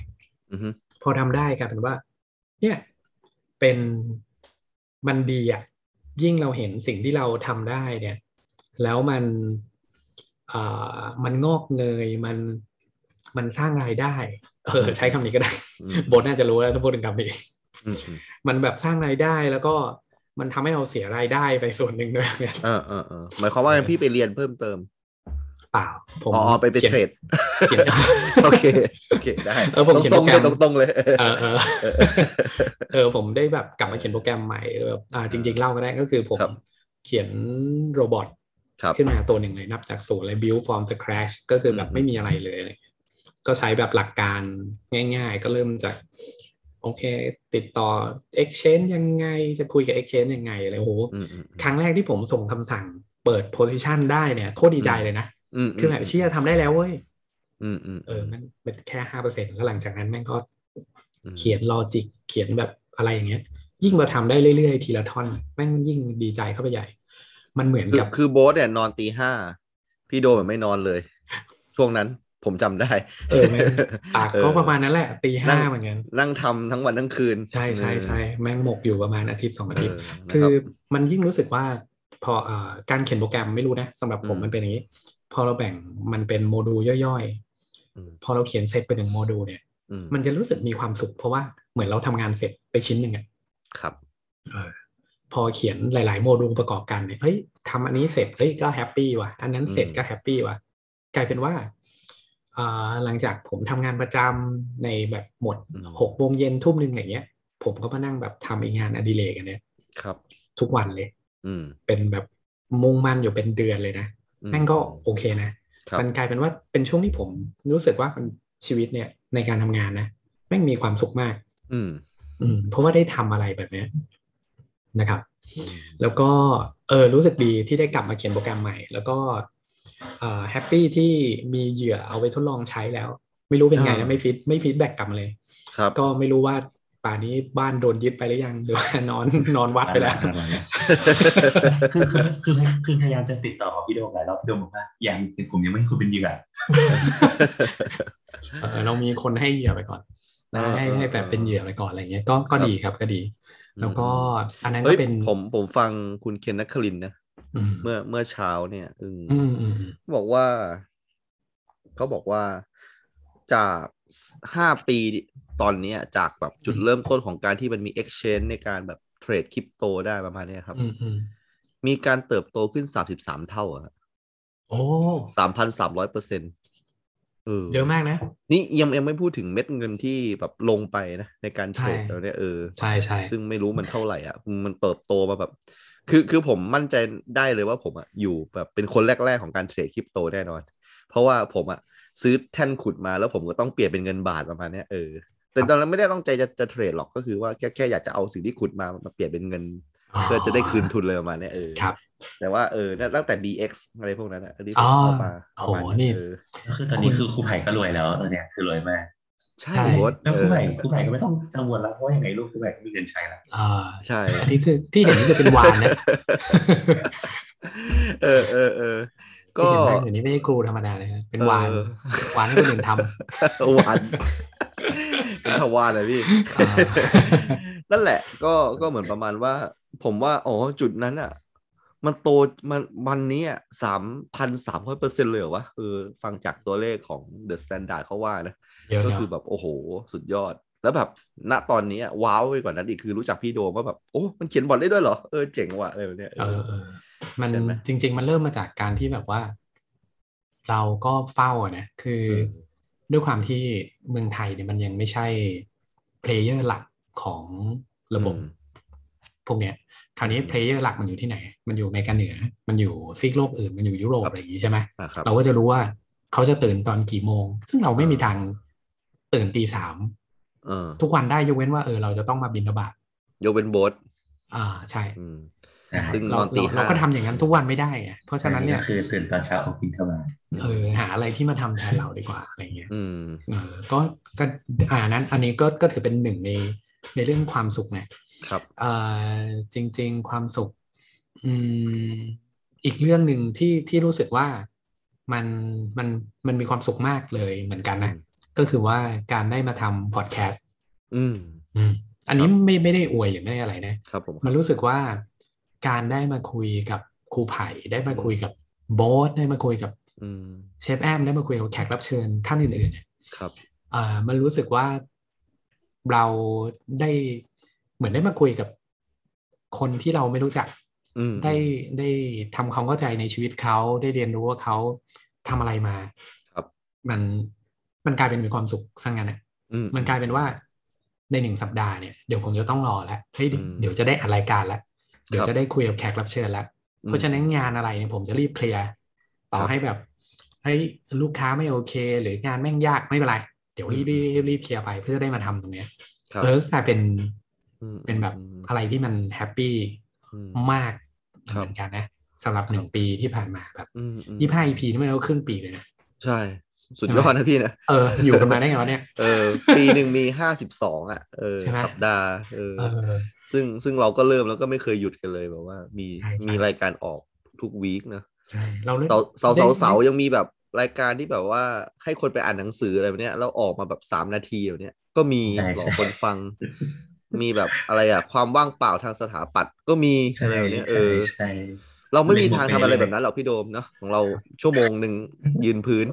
อือฮึ พอทำได้กลายเป็นว่า เนี่ยเป็นมันดีอ่ะยิ่งเราเห็นสิ่งที่เราทำได้เนี่ย แล้วมันเอ่อมันงอกเงยมันมันสร้างรายได้ เออ ใช้คำนี้ก็ได้ อืม โบทน่าจะรู้แล้วถ้าพูดถึงคำนี้ อืมอืม มันแบบสร้างรายได้แล้วก็มันทำให้เราเสียรายได้ไปส่วนหนึ่งด้วยเนี่ย เออเออเออหมายความว่าพี่ไปเรียนเพิ่มเติม เปล่า ผม อ๋อไปเป็น ขียน เทรด เขียน โอเคโอเคได้ เออผมเขียน ตรงๆ โปรแก เล ร ย ม ตรงๆเลย เออเออ เออผมได้แบบกลับมาเขียนโปรแกรมใหม่แบบอ่าจริง ๆ เล่าก็ได้ก็คือผม ครับ เขียนโรบอท ครับ ขึ้นมาตัวหนึ่งเลยนับจากศูนย์เลย build from scratch ก็คือแบบ อืม ไม่มีอะไรเลย ก็ใช้แบบหลักการง่าย ๆ ก็เริ่มจาก โอเค ติดต่อ exchange ยังไงจะคุยกับ exchange ยังไงอะไรโอ้โห อืมอืม ครั้งแรกที่ผมส่งคำสั่งเปิด position ได้เนี่ยโคตรดีใจเลยนะ อืม คือแบบเชี่ยทำได้แล้วเว้ย อืมอืม เออมันเป็นแค่ห้าเปอร์เซ็นต์แล้วหลังจากนั้นแม่งก็ อืม เขียนลอจิกเขียนแบบอะไรอย่างเงี้ย ยิ่งเราทำได้เรื่อยๆ ทีละท่อนแม่งยิ่งดีใจเข้าไปใหญ่ มันเหมือน คือ กับ คือโบ๊ทเนี่ยนอนตีห้าพี่โดมแบบไม่นอนเลย ช่วงนั้นผมจำได้ เออแม่งปากก็ เออ ประมาณนั้นแหละตีห้า นั่ง เหมือนกัน นั่งทำทั้งวันทั้งคืน ใช่ใช่ใช่แม่งหมกอยู่ประมาณอาทิตย์สองอา เอ ทิต อ ย์ นะ คื รั อบ มันยิ่งรู้สึกว่าพอเอ่อการเขียนโปรแกรมไม่รู้นะสำหรับผม อืม มันเป็นอย่างนี้ พอเราแบ่งมันเป็นโมดูลย่อย อืม ๆ พอเราเขียนเสร็จเป็นหนึ่งโมดูลเนี่ย อืม มันจะรู้สึกมีความสุข เพราะว่าเหมือนเราทำงานเสร็จไปชิ้นหนึ่งอะ ครับ เออพอเขียนหลาย ๆ โมดูลประกอบกันเนี่ยเฮ้ยทำอันนี้เสร็จเฮ้ยก็แฮปปี้ว่ะ อันนั้นเสร็จ อืม ก็แฮปปี้ว่ะ กลายเป็นว่าเอ่อหลังจากผมทำงานประจำในแบบหมด อืม หกโมงเย็นทุ่มหนึ่งอย่างเงี้ย ผมก็มานั่งแบบทำไอ้งานอดิเรกอันเนี้ย ครับ ทุกวันเลย อืม เป็นแบบมุ่งมั่นอยู่เป็นเดือนเลยนะ อืม นั่นก็โอเคนะ ครับ มันกลายเป็นว่าเป็นช่วงที่ผมรู้สึกว่ามันชีวิตเนี่ยในการทำงานนะแม่งมีความสุขมาก อืม อืมเพราะว่าได้ทำอะไรแบบเนี้ยนะครับ แล้วก็เออรู้สึกดีที่ได้กลับมาเขียนโปรแกรมใหม่ แล้วก็แฮปปี้ที่มีเหยื่อเอาไปทดลองใช้แล้ว ไม่รู้เป็นไงนะไม่ฟีดไม่ฟีดแบ็กกลับมาเลย ครับ ก็ไม่รู้ว่าป่านนี้บ้านโดนยึดไปหรือยังหรือว่านอนนอนวัดไปแล้ว คือคือคือคือพยายามจะติดต่อกับพี่โดมหลายรอบพี่โดมบอกว่ายังผมยังไม่ให้คุณเป็นดีกว่า เออเรามีคนให้เหยื่อไปก่อนนะให้ให้แบบเป็นเหยื่อไปก่อนอะไรเงี้ยก็ก็ดีครับก็ดี แล้วก็อันนั้น เฮ้ ก็ ย เป็น ผมผมฟังคุณเคนนักคลินนะ อืม เมื่อเมื่อเช้าเนี่ยอืม อืมอืม บอกว่าเขาบอกว่าจากห้าปีตอนเนี้ยจากแบบจุดเริ่มต้นของการที่มันมี exchange ในการแบบเทรดคริปโตได้ประมาณเนี้ยครับ อืมอืม มีการเติบโตขึ้นสามสิบสามเท่าอะ โอ้ สามพันสามร้อยเปอร์เซ็นต์ เยอะมากนะ นี่ยังยังไม่พูดถึงเม็ดเงินที่แบบลงไปนะ ในการเทรด ใช่ แล้วเนี่ยเออ ใช่ใช่ ซึ่งไม่รู้มันเท่าไหร่อ่ะ มันเติบโตมาแบบ คือคือผมมั่นใจได้เลยว่าผมอ่ะอยู่แบบเป็นคนแรก ๆ ของการเทรดคริปโตแน่นอน เพราะว่าผมอ่ะซื้อแท่นขุดมาแล้วผมก็ต้องเปลี่ยนเป็นเงินบาทประมาณเนี้ยเออ แต่ตอนนั้นไม่ได้ต้องใจจะจะเทรดหรอกก็คือว่าแค่แค่อยากจะเอาสิ่งที่ขุดมามาเปลี่ยนเป็นเงิน เพื่อจะได้คืนทุนเลยประมาณเนี้ยเออ ครับ แต่ว่าเออตั้งแต่ BX อะไรพวกนั้นอ่ะที่ อ๋ ผม อ เข้ามาประมาณ โอ้โหนี่ เออ ก็คือตอนนี้คือครูไผ่ก็รวยแล้วตอนเนี้ยคือรวยมาก ใช่ ใช่ โบ๊ท แล้ว เอ ครู อ ไผ่ครูไผ่ก็ไม่ต้องกังวลแล้วเพราะว่ายังไงลูกครูไผ่ก็มีเงินใช้แล้ว อ่า ใช่ อันนี้คือที่เห็นนี่คือเป็นวานนะ เออเออเออก็ ที่เห็นนั่งอยู่นี่ไม่ใช่ครูธรรมดาเลยนะเป็นวาน เออ วานให้คนอื่นท หวานเป็นทวารเลยพี่ อ่า นั่นแหละ ก็ก็เหมือนประมาณว่า ผมว่าอ๋อจุดนั้นอ่ะ มันโตมันวันนี้สามพันสามร้อยเปอร์เซ็นเลยเหรอวะเออฟังจากตัวเลขของเดอะสแตนดาร์ดเขาว่านะ ำเยอะ ก็ เนาะ คือแบบโอ้โห สุดยอด แล้วแบบณตอนนี้อะว้าวไปกว่านั้นอีกคือรู้จักพี่โดมว่าแบบโอ้มันเขียนบอร์ดได้ด้วยเหรอเออเจ๋งว่ะอะไรแบบเนี้ย เอ เอ อ อ เออมัน ใช่ไหม จริง ๆ มันเริ่มมาจากการที่แบบว่า เราก็เฝ้าอะนะคือ เออ ด้วยความที่เมืองไทยเนี่ยมันยังไม่ใช่เพลเยอร์หลักของระบบพวกเนี้ย คราวนี้เพลเยอร์หลักมันอยู่ที่ไหน มันอยู่อเมริกาเหนือ มันอยู่ซีกโลกอื่นมันอยู่ยุโรปอะไรอย่างงี้ใช่ไหม นะครับ เราก็จะรู้ว่าเขาจะตื่นตอนกี่โมง ซึ่งเราไม่มีทางตื่นตีสาม เออ ทุกวันได้ยกเว้นว่าเออเราจะต้องมาบินบาต โยกเป็นโบส อ่าใช่ อืม นะฮะ ซึ่งน เรา อนตีห้าเราเราก็ทำอย่างนั้นทุกวันไม่ได้ไงเพราะฉะนั้นเนี่ย ก็คือตื่นตอนเช้าเอากินเข้ามา เออหาอะไรที่มาทำแทนเราดีกว่าอะไรเงี้ย อืม เออก็ก็อ่านั้น อันนี้ก็ก็ถือเป็นหนึ่งในในเรื่องความสุขนะครับ เอ่อจริง ๆ ความสุข อืม อีกเรื่องหนึ่งที่ที่รู้สึกว่ามันมันมันมีความสุขมากเลยเหมือนกันนะ ก็คือว่าการได้มาทำพอดแคสต์ อืม อืมอันนี้ไม่ไม่ได้อวยหรือไม่ได้อะไรนะ ครับผม มันรู้สึกว่าการได้มาคุยกับครูไผ่ได้มาคุยกับโบสได้มาคุยกับ อืม เชฟแอมได้มาคุยกับแขกรับเชิญท่านอื่นๆเนี่ย ครับ เอ่อมันรู้สึกว่าเราได้เหมือนได้มาคุยกับคนที่เราไม่รู้จัก อืม ได้ได้ทำความเข้าใจในชีวิตเขาได้เรียนรู้ว่าเขาทำอะไรมา ครับ มันมันกลายเป็นมีความสุขซะงั้นอะ อืม มันกลายเป็นว่าในหนึ่งสัปดาห์เนี่ยเดี๋ยวผมจะต้องรอแล้วเฮ้ย อืม เดี๋ยวจะได้อัดรายการแล้วเดี๋ยควรับ จะได้คุยกับแขกรับเชิญแล้ว เพราะฉะนั้นงานอะไรเนี่ยผมจะรีบเคลียร์ต่อ ครับ ให้แบบเฮ้ยลูกค้าไม่โอเค หรืองานแม่งยากไม่เป็นไร เดี๋ยวรีบ อื รี ม บรีบเคลียร์ไปเพื่อจะได้มาทำตรงเนี้ย ครับ เออกลายเป็น ม เป็นแบบ อืม อะไรที่มันแฮปปี้ อืม มาก ครับ เหมือนกันนะสำหรับหนึ่งปีที่ผ่านมาแบบ อืมอืม ยี่ห้า EP นี่ไม่รู้ครึ่งปีเลยนะ ใช่ สุดยใช่ไหม อดนะพี่นะ เอออยู่กันมาได้ไงวะเนี่ย เออ ปีหนึ่งมีห้าสิบสองอ่ะเออ ใช่ไหม สัปดาห์เออ เออ ซึ่งซึ่งเราก็เริ่มแล้วก็ไม่เคยหยุดกันเลยแบบว่า มี ใช่ใช่ มีรายการออกทุกวีคนะ ใช่เราเล่น เสาเสา ได้ เสาเสายังมีแบบรายการที่แบบว่าให้คนไปอ่านหนังสืออะไรแบบเนี้ยแล้วออกมาแบบสามนาทีแบบเนี้ยก็มี ใช่ หลอ ใช่ กคนฟัง มีแบบอะไรอะความว่างเปล่าทางสถาปัตย์ก็มี ใช่ อะไรแบบเนี้ยเอ ใช่ อ ใช่ เราไม่มีทาง เล่ ทำ นหมดไป อะไร เลย แบบนั้นหรอกพี่โดมเนาะของเราชั่วโมงหนึ่งยืนพื้น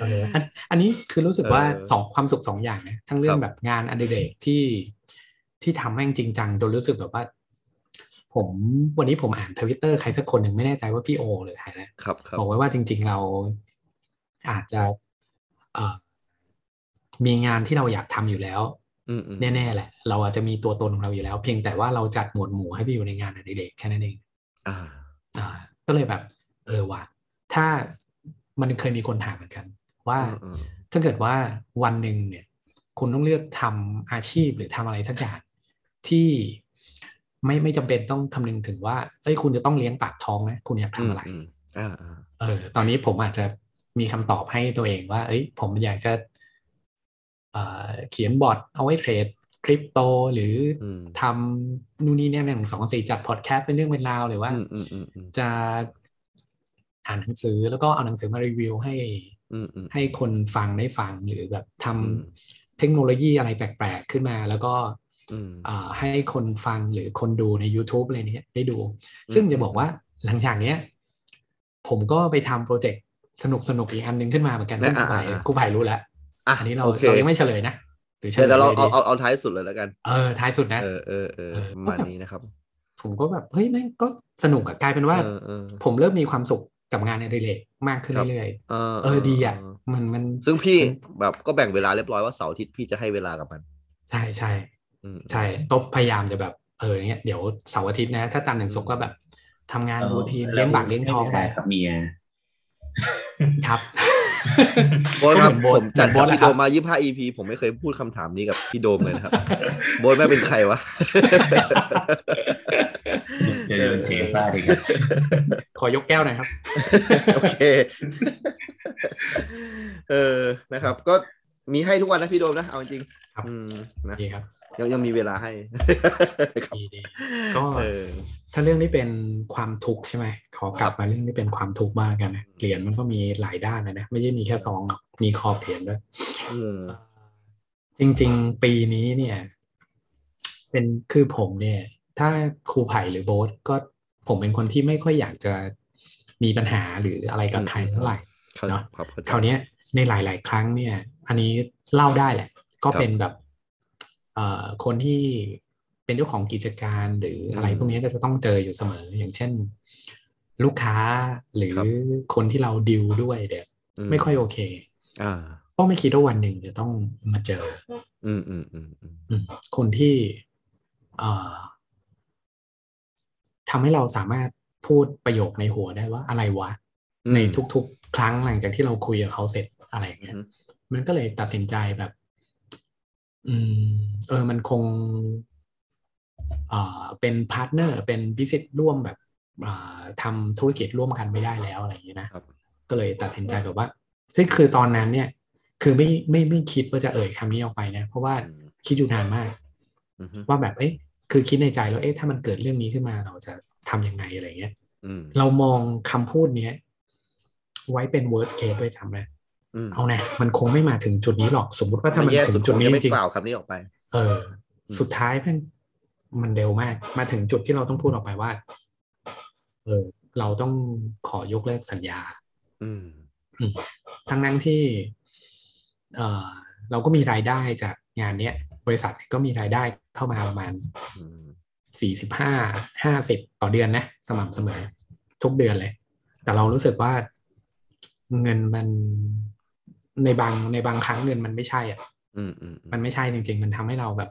เอออันอันนี้คือรู้สึกว่า เออ สองความสุขสองอย่างนะทั้งเรื่อคงรับ แบบงานอดิเรกที่ที่ทำแม่งจริงจังจนรู้สึกแบบว่า ผมวันนี้ผมอ่านทวิตเตอร์ใครสักคนหนึ่งไม่แน่ใจว่าพี่โอ หรือใครนะครับ ครับ บอกไว้ว่าจริง ๆ เราอาจจะเอ่อมีงานที่เราอยากทำอยู่แล้ว อืมอืม แน่ๆแหละ เราอาจจะมีตัวตนของเราอยู่แล้ว เพียงแต่ว่าเราจัดหมวดหมู่ให้ไปอยู่ในงานอดิเรกแค่นั้นเอง อ่า อ่าก็เลยแบบเออว่ะถ้ามันเคยมีคนถามเหมือนกัน ว่า อืมอืม ถ้าเกิดว่าวันหนึ่งเนี่ย คุณต้องเลือกทำอาชีพหรือทำอะไรสักอย่างที่ไม่ไม่จำเป็นต้องคำนึงถึงว่าเอ้ยคุณจะต้องเลี้ยงปากท้องนะคุณอยากทำอะไร มมอ่าอ่า เออ ตอนนี้ผมอาจจะมีคำตอบให้ตัวเองว่า เอ้ย ผมอยากจะเอ่อเขียนบอร์ดเอาไว้เทรดคริปโตหรืออ อืม ทำนู่นนี่เนี่ยหนึ่งสองสี่จัดพอดแคสต์เป็นเรื่องเป็นราวหรือว่า อืมอืมอืมอืม จะอ่านหนังสือแล้วก็เอาหนังสือมารีวิวให้ อืมอืม ให้คนฟังได้ฟังหรือแบบทำ อืม เทคโนโลยีอะไรแปลกๆ ขึ้นมา แล้วก็ อืม อ่าให้คนฟังหรือคนดูใน YouTube อะไรเนี้ยได้ดู ซึ่งจะบอกว่าหลังจากเนี้ย ผมก็ไปทำโปรเจกต์สนุกๆ อีกอันหนึงขึ้นมาเหมือนกัน อ่า ครูไผ่ อ่าอ่า ครูไผ่รู้แล้ว อ่ะ อันนี้เรา โอค เรายังไม่เฉลยนะหรือเฉล เดี๋ย ยว เดี๋ยวเราเอา ดี เอาเอาท้ายสุดเลยแล้วกัน เออท้ายสุดนะ เออเออเออ เออ ประมาณนี้นะครับ ผมก็แบบเฮ้ยแม่งก็สนุกอะกลายเป็นว่า เออเออ ผมเริ่มมีความสุขกับงานในเดเรกมากขึ้น ครับ เรื่อยๆ เออ เออดีอ่ะมันมัน ซึ่งพี่แบบก็แบ่งเวลาเรียบร้อยว่าเสาร์อาทิตย์พี่จะให้เวลากับมัน ใช่ใช่ อืม ใช่ตบพยายามจะแบบเออเนี่ยเดี๋ยวเสาร์อาทิตย์นะ ถ้าจันทร์ถึงศุกร์ก็แบบทำงานรูทีนเลี้ยงปากเลี้ยงท้องไป แล้วกับเมีย ครับ โบทครับ ก็เหมือนโบ๊ผทมจัด เหมือนโบ๊ กับพี่ทแหโดละครับ มมา 25 EP ผมไม่เคยพูดคำถามนี้กับพี่โดมเลยนะครับ โบทแม่งเป็นใครวะ เดี๋ยวโดนเจ๊ป้าดิครับ ขอยกแก้วหน่อยครับ โอเค เออ นะครับ ก็มีให้ทุกวันนะพี่โดมนะ เอาจริงๆ ครับ อืมนะ ดีครับ ยังยังมีเวลาให้ ครับ ดีดี ก็ เออ ถ้าเรื่องที่เป็นความทุกข์ใช่ไหมขอกลับมาเรื่องที่เป็นความทุกข์บ้างกันนะเหรียญมันก็มีหลายด้านนะนะไม่ใช่มีแค่ซองหรอกมีคอบเหรียญด้วย อืม จริงๆ ปีนี้เนี่ย เป็นคือผมเนี่ย ถ้าครูไผ่หรือโบ๊ทก็ผมเป็นคนที่ไม่ค่อยอยากจะมีปัญหาหรืออะไรกับใครเท่าไหร่ เข้า เนอะ ครับเข้าใจ คราวเนี้ยในหลาย ๆ ครั้งเนี่ย อันนี้เล่าได้แหละ ก็เป็นแบบเอ่อคนที่เป็นเจ้าของกิจการหรืออะไร อืม พวกเนี้ยก็จะต้องเจออยู่เสมอ อย่างเช่น ลูกค้าหรือ ครับ คนที่เราดิวด้วยเนี่ยไม่ค่อยโอเค อ่า เพราะไม่คิดว่าวันหนึ่งจะต้องมาเจอ อืมอืมอืมอืม อืมคนที่เอ่อทำให้เราสามารถพูดประโยคในหัวได้ว่าอะไรวะ ในทุกๆ ครั้งหลังจากที่เราคุยกับเขาเสร็จอะไรอย่างเงี้ย มันก็เลยตัดสินใจแบบ อืม เออ มันคงเอ่อเป็นพาร์ทเนอร์ เป็นบิส e s s ร่วมแบบอ่าทำธุรกิจร่วมกันไม่ได้แล้วอะไรอย่างเงี้ยนะ ครับ ก็เลยตัดสินใจแบบว่าเฮ้ยคือตอนนั้นเนี่ย คือไม่ไม่ไม่คิดว่าจะเอ่ยคำนี้ออกไปนะ เพราะว่า อืม คิดอยู่นานมาก อืม ว่าแบบเอ้ย คือคิดในใจแล้วเอ๊ะถ้ามันเกิดเรื่องนี้ขึ้นมาเราจะทำยังไงอะไรเงี้ย อืม เรามองคำพูดเนี้ย ไว้เป็น worst case ด้วยซ้ำเลย อืม เอาแน่มันคงไม่มาถึงจุดนี้หรอกสมมติว่าถ้ามัน แย่ ถึ สุด ง ผ จุด ม นี้ จะ จ ไม่ ริง กล่าวคำนี้ออกไป ๆเออ สุดท้ายมันมันเร็วมาก มาถึงจุดที่เราต้องพูดออกไปว่า เออ เราต้องขอยกเลิกสัญญา อืม ทั้งนั้นที่เอ่อเราก็มีรายได้จากงานเนี้ย บริษัทก็มีรายได้เข้ามาประมาณ อืม สี่สิบห้าห้าสิบต่อเดือนนะ สม่ำเสมอ ทุกเดือนเลย แต่เรารู้สึกว่าเงินมันในบางในบางครั้งเงินมันไม่ใช่อ่ะ อืมอืมอื มัน ม ไม่ใช่จริง ๆ มันทำให้เราแบบ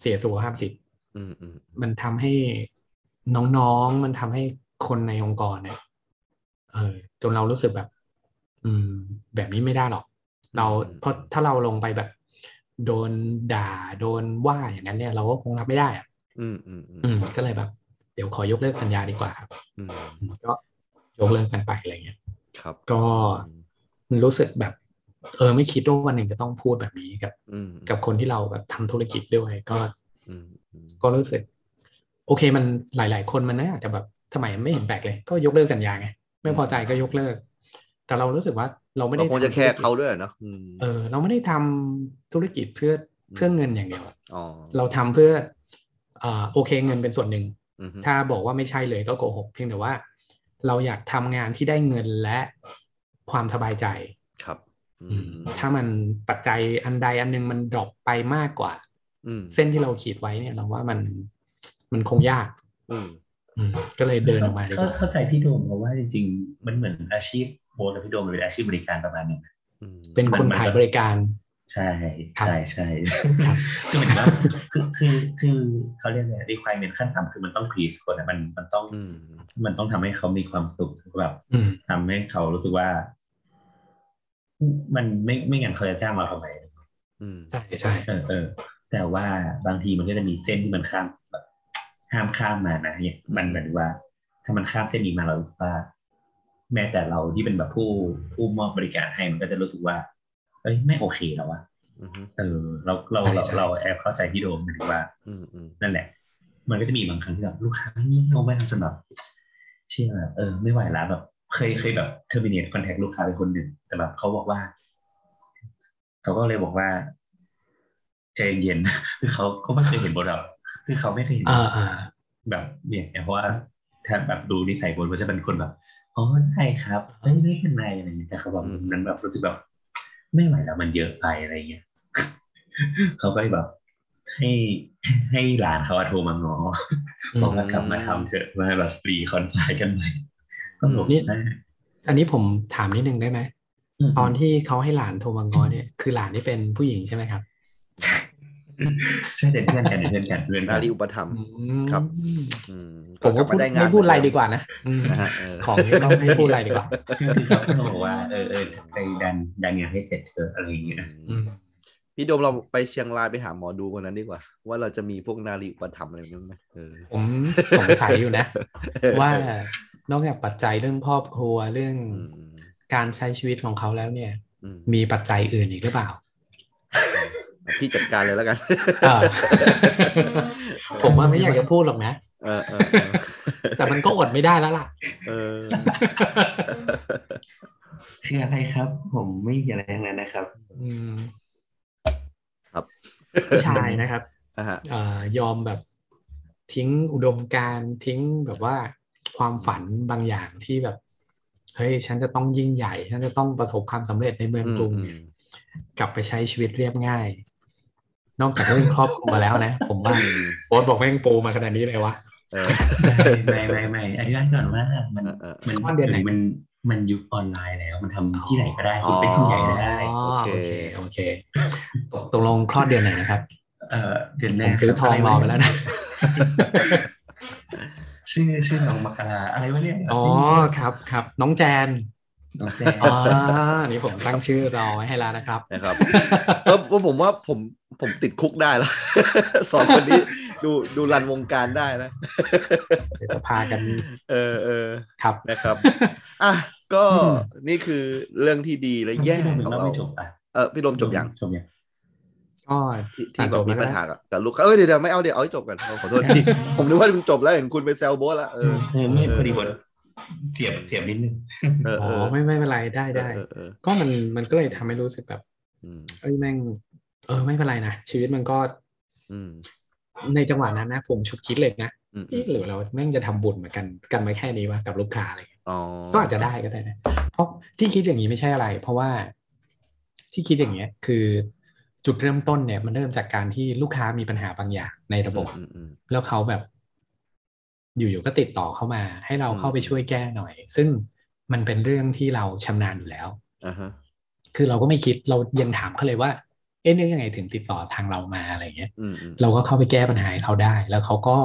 เสียสุขภาพจิต อืมอืม มันทำให้น้องๆ มันทำให้คนในองค์กรเนี่ย เออจนเรารู้สึกแบบ อืม แบบนี้ไม่ได้หรอก เราเพราะถ้าเราลงไปแบบ โดนด่าโดนว่าอย่างนั้นเนี่ย เราก็คงรับไม่ได้อ่ะ อืมอืมอืม อืมก็เลยแบบ เดี๋ยวขอยกเลิกสัญญาดีกว่าครับ อืม อืมก็ยกเลิกกันไปอะไรเงี้ย ครับ ก็รู้สึกแบบ เออไม่คิดว่าวันหนึ่งจะต้องพูดแบบนี้กับ อืม กับคนที่เราแบบทำธุรกิจด้วย ก็ อืมอืม ก็รู้สึก โอเคมันหลาย ๆ คนมันน่าจะแบบทำไมไม่เห็นแปลกเลย ก็ยกเลิกสัญญาไงไม่พอใจก็ยกเลิก แต่เรารู้สึกว่าเราไม่ เรา ได้ คงจะ ทำธุร แค่ กิจ เขาด้วยเนาะอืม เออ เราไม่ได้ทำธุรกิจเพื่อเพื่อ ม เงินอย่างเดียวอะ อ๋อ เราทำเพื่ออ่าโอเคเงินเป็นส่วนหนึ่ง อืมฮึ ถ้าบอกว่าไม่ใช่เลยก็โกหกเพียงแต่ว่า เราอยากทำงานที่ได้เงินและความสบายใจ ครับ อืม ถ้ามันปัจจัยอันใดอันหนึงมันดรอปไปมากกว่า อืม เส้นที่เราขีดไว้เนี่ย เราว่ามันมันคงยาก อืม อืมก็เลยเดินออกมาดีก เข้ ว่า เข้าใจพี่โดมเพราะว่าจริงๆ มันเหมือนอาชีพโบทกับพี่โดมมันเป็นอาชีพบริการประมาณหนึง อืม เป็นคนขายบริการ ใช่ ครับ ใช่ใช่ ครับ คือเหมือนว่าคือคือคือเขาเรียกอะไร requirement ขั้นต่ำคือมันต้อง please คนอะมันมันต้อง อืม มันต้องทำให้เขามีความสุขแบบ อืม ทำให้เขารู้สึกว่า มันไม่ไม่งั้นเขาจะจ้างเราทำไม อืม ใช่ใช่ เออเออแต่ว่าบางทีมันก็จะมีเส้นที่มันข้ามแบบห้ามข้ามมานะเนี่ยมันเหมือนว่า ถ้ามันข้ามเส้นนี้มาเรารู้สึกว่า แม้แต่เราที่เป็นแบบผู้ผู้มอบบริการให้มันก็จะรู้สึกว่าเอ้ยไม่โอเคแล้วอะ อืมฮึ เออเราเราเราเราแอบเข้าใจพี่โดมหมายถึงว่า อืมอืม นั่นแหละ มันก็จะมีบางครั้งที่แบบลูกค้าไม่เงียบไม่ทำจนแบบเชื่อเออ ไม่ไหวแล้วแบบ เคยเคยแบบเทอร์มินเนตคอนแทคลูกค้าไปคนหนึ่งแต่แบบเขาบอกว่าเขาก็เลยบอกว่าใจเย็นๆ คือเขาก็ไม่เคยเห็นบทเราคือเขาไม่เคยเห็น อ่าอ่า แบบอย่างเงี้ยเพราะว่าถ้าแบบดูนิสัยบนก็จะเป็นคนแบบอ๋อได้ครับเอ้ยไม่เป็นไรอะไรอย่างเงี้ยแต่เขาแบบนั้นแบบรู้สึกแบบ ไม่ไหวแล้วมันเยอะไปอะไรเงี้ย เขาก็แบบ ให้ให้หลานเขาอะโทรมาง้อ อืม บอกว่ากลับมาทำเถอะมาแบบรีคอนไซน์กันใหม่ก็บอกนี่นะ อันนี้ผมถามนิดนึงได้ไหมตอนที่เขาให้หลานโทรมาง้อเนี่ยคือหลานนี่เป็นผู้หญิงใช่ไหมครับ ใช่เป็นเพื่อนกันเป็นเพื่อนกันเพื่อนกั นาน รีอุปถัมภ์ อืม ครับ อืม ผมก็ ลับ พูด ด้งาน ไม่พูดอะไรดีกว่านะอืม นะฮะเออ ของนี้ต้องไม่พูดอะไรดีกว่า ก็คือเขาก็บอกว่าเออเออไปดันดันงานให้เสร็จเถอะอะไรอย่างเงี้ย อืม พี่โดมเราไปเชียงรายไปหาหมอดูคนนั้นดีกว่า ว่าเราจะมีพวกนารีอุปถัมภ์อะไรแบบนี้ไหมเออ ผมสงสัยอยู่นะ ว่านอกจากปัจจัยเรื่องครอบครัวเรื่อง อืม การใช้ชีวิตของเขาแล้วเนี่ย อืม มีปัจจัยอื่นอีกห รือเปล่า พี่จัดการเลยแล้วกัน เออ ผมว่าไม่อยากจะพูดหรอกนะ เออเออ แต่มันก็อดไม่ได้แล้วล่ะ เอ อ คืออะไรครับ ผมไม่มีอะไรทั้งนั้นนะครับ อืม ครับ ผู้ชายนะครับ อ่าฮะ เอ่อยอมแบบทิ้งอุดมการณ์ทิ้งแบบว่าความฝันบางอย่างที่แบบเฮ้ยฉันจะต้องยิ่งใหญ่ ฉันจะต้องประสบความสำเร็จในเมืองกรุงเนี่ย กลับไปใช้ชีวิตเรียบง่าย นอกจากเรื่องครอบครัวแล้วนะ ผมว่า อืม โอ๊ตบอกแม่งปูมาขนาดนี้เลยวะ เออ ไม่ไม่ไม่อธิบายก่อนว่ามัน เออเออ มัน ข้อเดือนไหน มันมันยุคออนไลน์แล้ว มันทำที่ไหนก็ได้คุณเป็นที่ไหนก็ได้ อ๋อ โอ โอ เค เคโอเคตกตกลงคลอดเดือนไหนนะครับ เออเดือนห ผ น้าม ซื้อทองรอไปแล้วนะ ชื่อชื่อน้องมกราอะไรวะเนี่ย อ๋อครับครับน้องแจน น้องแจ อ๋อนี่ผมตั้งชื่อรอไว้ให้แล้วนะครับ นะครับ เออผมว่าผมผมติดคุกได้แล้ว สองคนนี้ดูดูรันวงการได้นะ เดี๋ยวจะพากัน เออเออ ครับ นะครับ อ่ะก็นี่คือเรื่องที่ดีและ แย่ แย่ ผม ของ เรา เรา ไม่จบอ่ะ เออพี่ลมจบยัง จบยัง ก็ ก็ ที่ ตั ที่ ด แบ จ บมี แล้ว ปัญ นะ หากับกับลูกค้าเอ้ยเดี๋ยวๆไม่เอาเดี๋ยวเอาให้จบกันขอโทษที ผมนึกว่าคุณจบแล้วเห็นคุณไปแซวโบสแล้วเออ เออไม่พอดีผมเสียบเสียบนิดนึง เออ อ๋ เอ อ อ ไม่ไม่เป็นไรได้ได้ เออเออเออ ก็มันมันก็เลยทำให้รู้สึกแบบ อืม เอ้ยแม่ง เออไม่เป็นไรนะชีวิตมันก็ อืม ในจังหวะนั้นนะ ผมฉุกคิดเลยนะ อืมอื เอ๊ะ ม หรือเราแม่งจะทำบุญเหมือนกันกันมาแค่นี้วะกับลูกค้าอะไรเงี้ย อ๋อ ก็อาจจะได้ก็ได้นะเพราะที่คิดอย่างนี้ไม่ใช่อะไร เพราะว่าที่คิดอย่างเงี้ย คือจุดเริ่มต้นเนี่ย มันเริ่มจากการที่ลูกค้ามีปัญหาบางอย่างในระบบ อืมอืม แล้วเขาแบบ อยู่ๆก็ติดต่อเข้ามา ให้เรา อืม เข้าไปช่วยแก้หน่อย ซึ่งมันเป็นเรื่องที่เราชำนาญอยู่แล้ว อ่าฮะ คือเราก็ไม่คิดเรายังถามเขาเลยว่า เอ๊ะนึกยังไงถึงติดต่อทางเรามาอะไรเงี้ย อืมอืม เราก็เข้าไปแก้ปัญหาให้เขาได้ แล้วเขาก็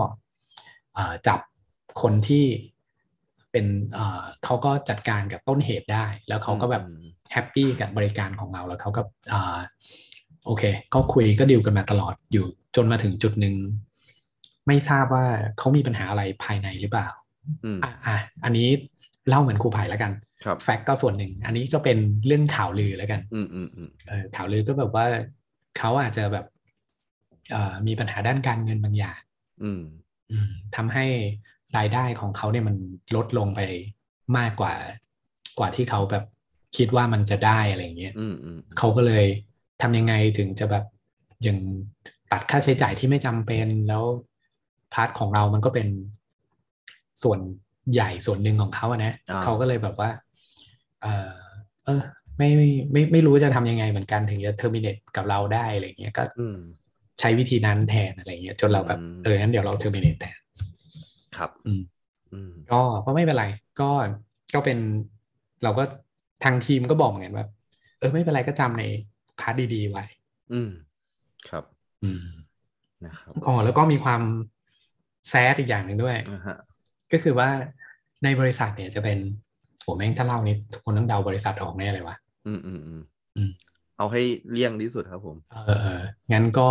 เอ่อจับคนที่เป็นเอ่อเขาก็จัดการกับต้นเหตุได้ แล้วเขาก็แบบ อืม แฮปปี้กับบริการของเราแล้วเขาก็เอ่อโอเคก็คุยก็ดิวกันมาตลอดอยู่จนมาถึงจุดหนึ่งไม่ทราบว่าเขามีปัญหาอะไรภายในหรือเปล่า อืม อ่ะอ่ะอันนี้เล่าเหมือนครูภัยแล้วกัน ครับ แฟกต์ก็ส่วนหนึ่ง อันนี้ก็เป็นเรื่องข่าวลือแล้วกัน อืมอืมอืม เอ่อข่าวลือก็แบบว่าเขาอาจจะแบบเอ่อมีปัญหาด้านการเงินบางอย่าง อืม อืมทำให้รายได้ของเขาเนี่ยมันลดลงไปมากกว่า กว่าที่เขาแบบคิดว่ามันจะได้อะไรอย่างเงี้ย อืมอืม เขาก็เลยทำยังไงถึงจะแบบยังตัดค่าใช้จ่ายที่ไม่จำเป็นแล้วพาร์ทของเรามันก็เป็นส่วนใหญ่ส่วนหนึ่งของเขาอะนะ อ่ เขาก็เลยแบบว่า เออเออไม่ไม่ไม่ไม่รู้จะทำยังไงเหมือนกันถึงจะเทอร์มินเตกับเราได้อะไรเงี้ยก็ อืม ใช้วิธีนั้นแทนอะไรเงี้ยจนเราแบบ อืม เอองั้นเดี๋ยวเราเทอร์มินเตแทน ครับ อืม อืม ก็ก็ไม่เป็นไร ก็ก็เป็นเราก็ทางทีมก็บอกเหมือนกันว่าเออไม่เป็นไรก็จำในพาร์ทดีๆไว้ อืมครับ อืม นะครับ อ๋อแล้วก็มีความแซดอีกอย่างหนึ่งด้วย อ่าฮะ ก็คือว่าในบริษัทเนี่ยจะเป็นโหแม่งถ้าเล่านี้ทุกคนต้องเดาบริษัทออกแน่เลยวะ อืมอืมอืม อืม เอาให้เลี่ยงที่สุดครับผม เออเอองั้นก็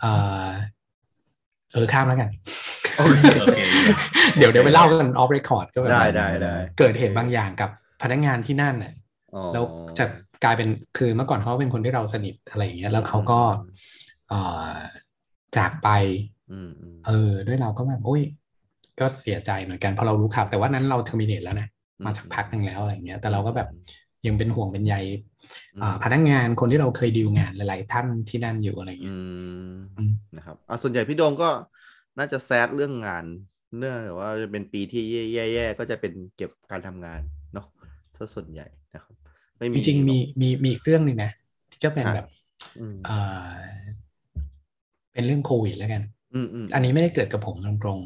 เออเออข้ามแล้วกัน โอเค โอเค เดี๋ยวเดี๋ยวไปเล่ากันออฟเรคคอร์ดก็แบบ ได้ได้ได้ เกิดเหตุบางอย่างกับพนักงานที่นั่นน่ะ อ๋อ แล้วจะกลายเป็นคือเมื่อก่อนเขาเป็นคนที่เราสนิทอะไรอย่างเงี้ยแล้วเขาก็ อืม เออจากไป อืมอืม เออ ด้วยเราก็แบบโอ้ยก็เสียใจเหมือนกันเพราะเรารู้ข่าวแต่ว่านั้นเราเทอร์มินเตแล้วนะมาสักพักหนึ่งแล้วอะไรอย่างเงี้ยแต่เราก็แบบยังเป็นห่วงเป็นใยอ่าพนักงานคนที่เราเคยดีลงานหลาย ๆ ท่านที่นั่นอยู่อะไรอย่าง อื เงี้ย ม อืม นะครับอ่ะส่วนใหญ่พี่โดมก็น่าจะแซดเรื่องงาน เนื่องจากว่าจะเป็นปีที่แย่ๆก็จะเป็นเกี่ยวกับการทำงานเนาะซะส่วนใหญ่นะครับ ไม่ จ มี ริงๆมีมีมีอีกเรื่องหนึ่งนะก็เป็นแบบ อืม เอ่อเป็นเรื่องโควิดแล้วกัน อืมอืม อันนี้ไม่ได้เกิดกับผมตรง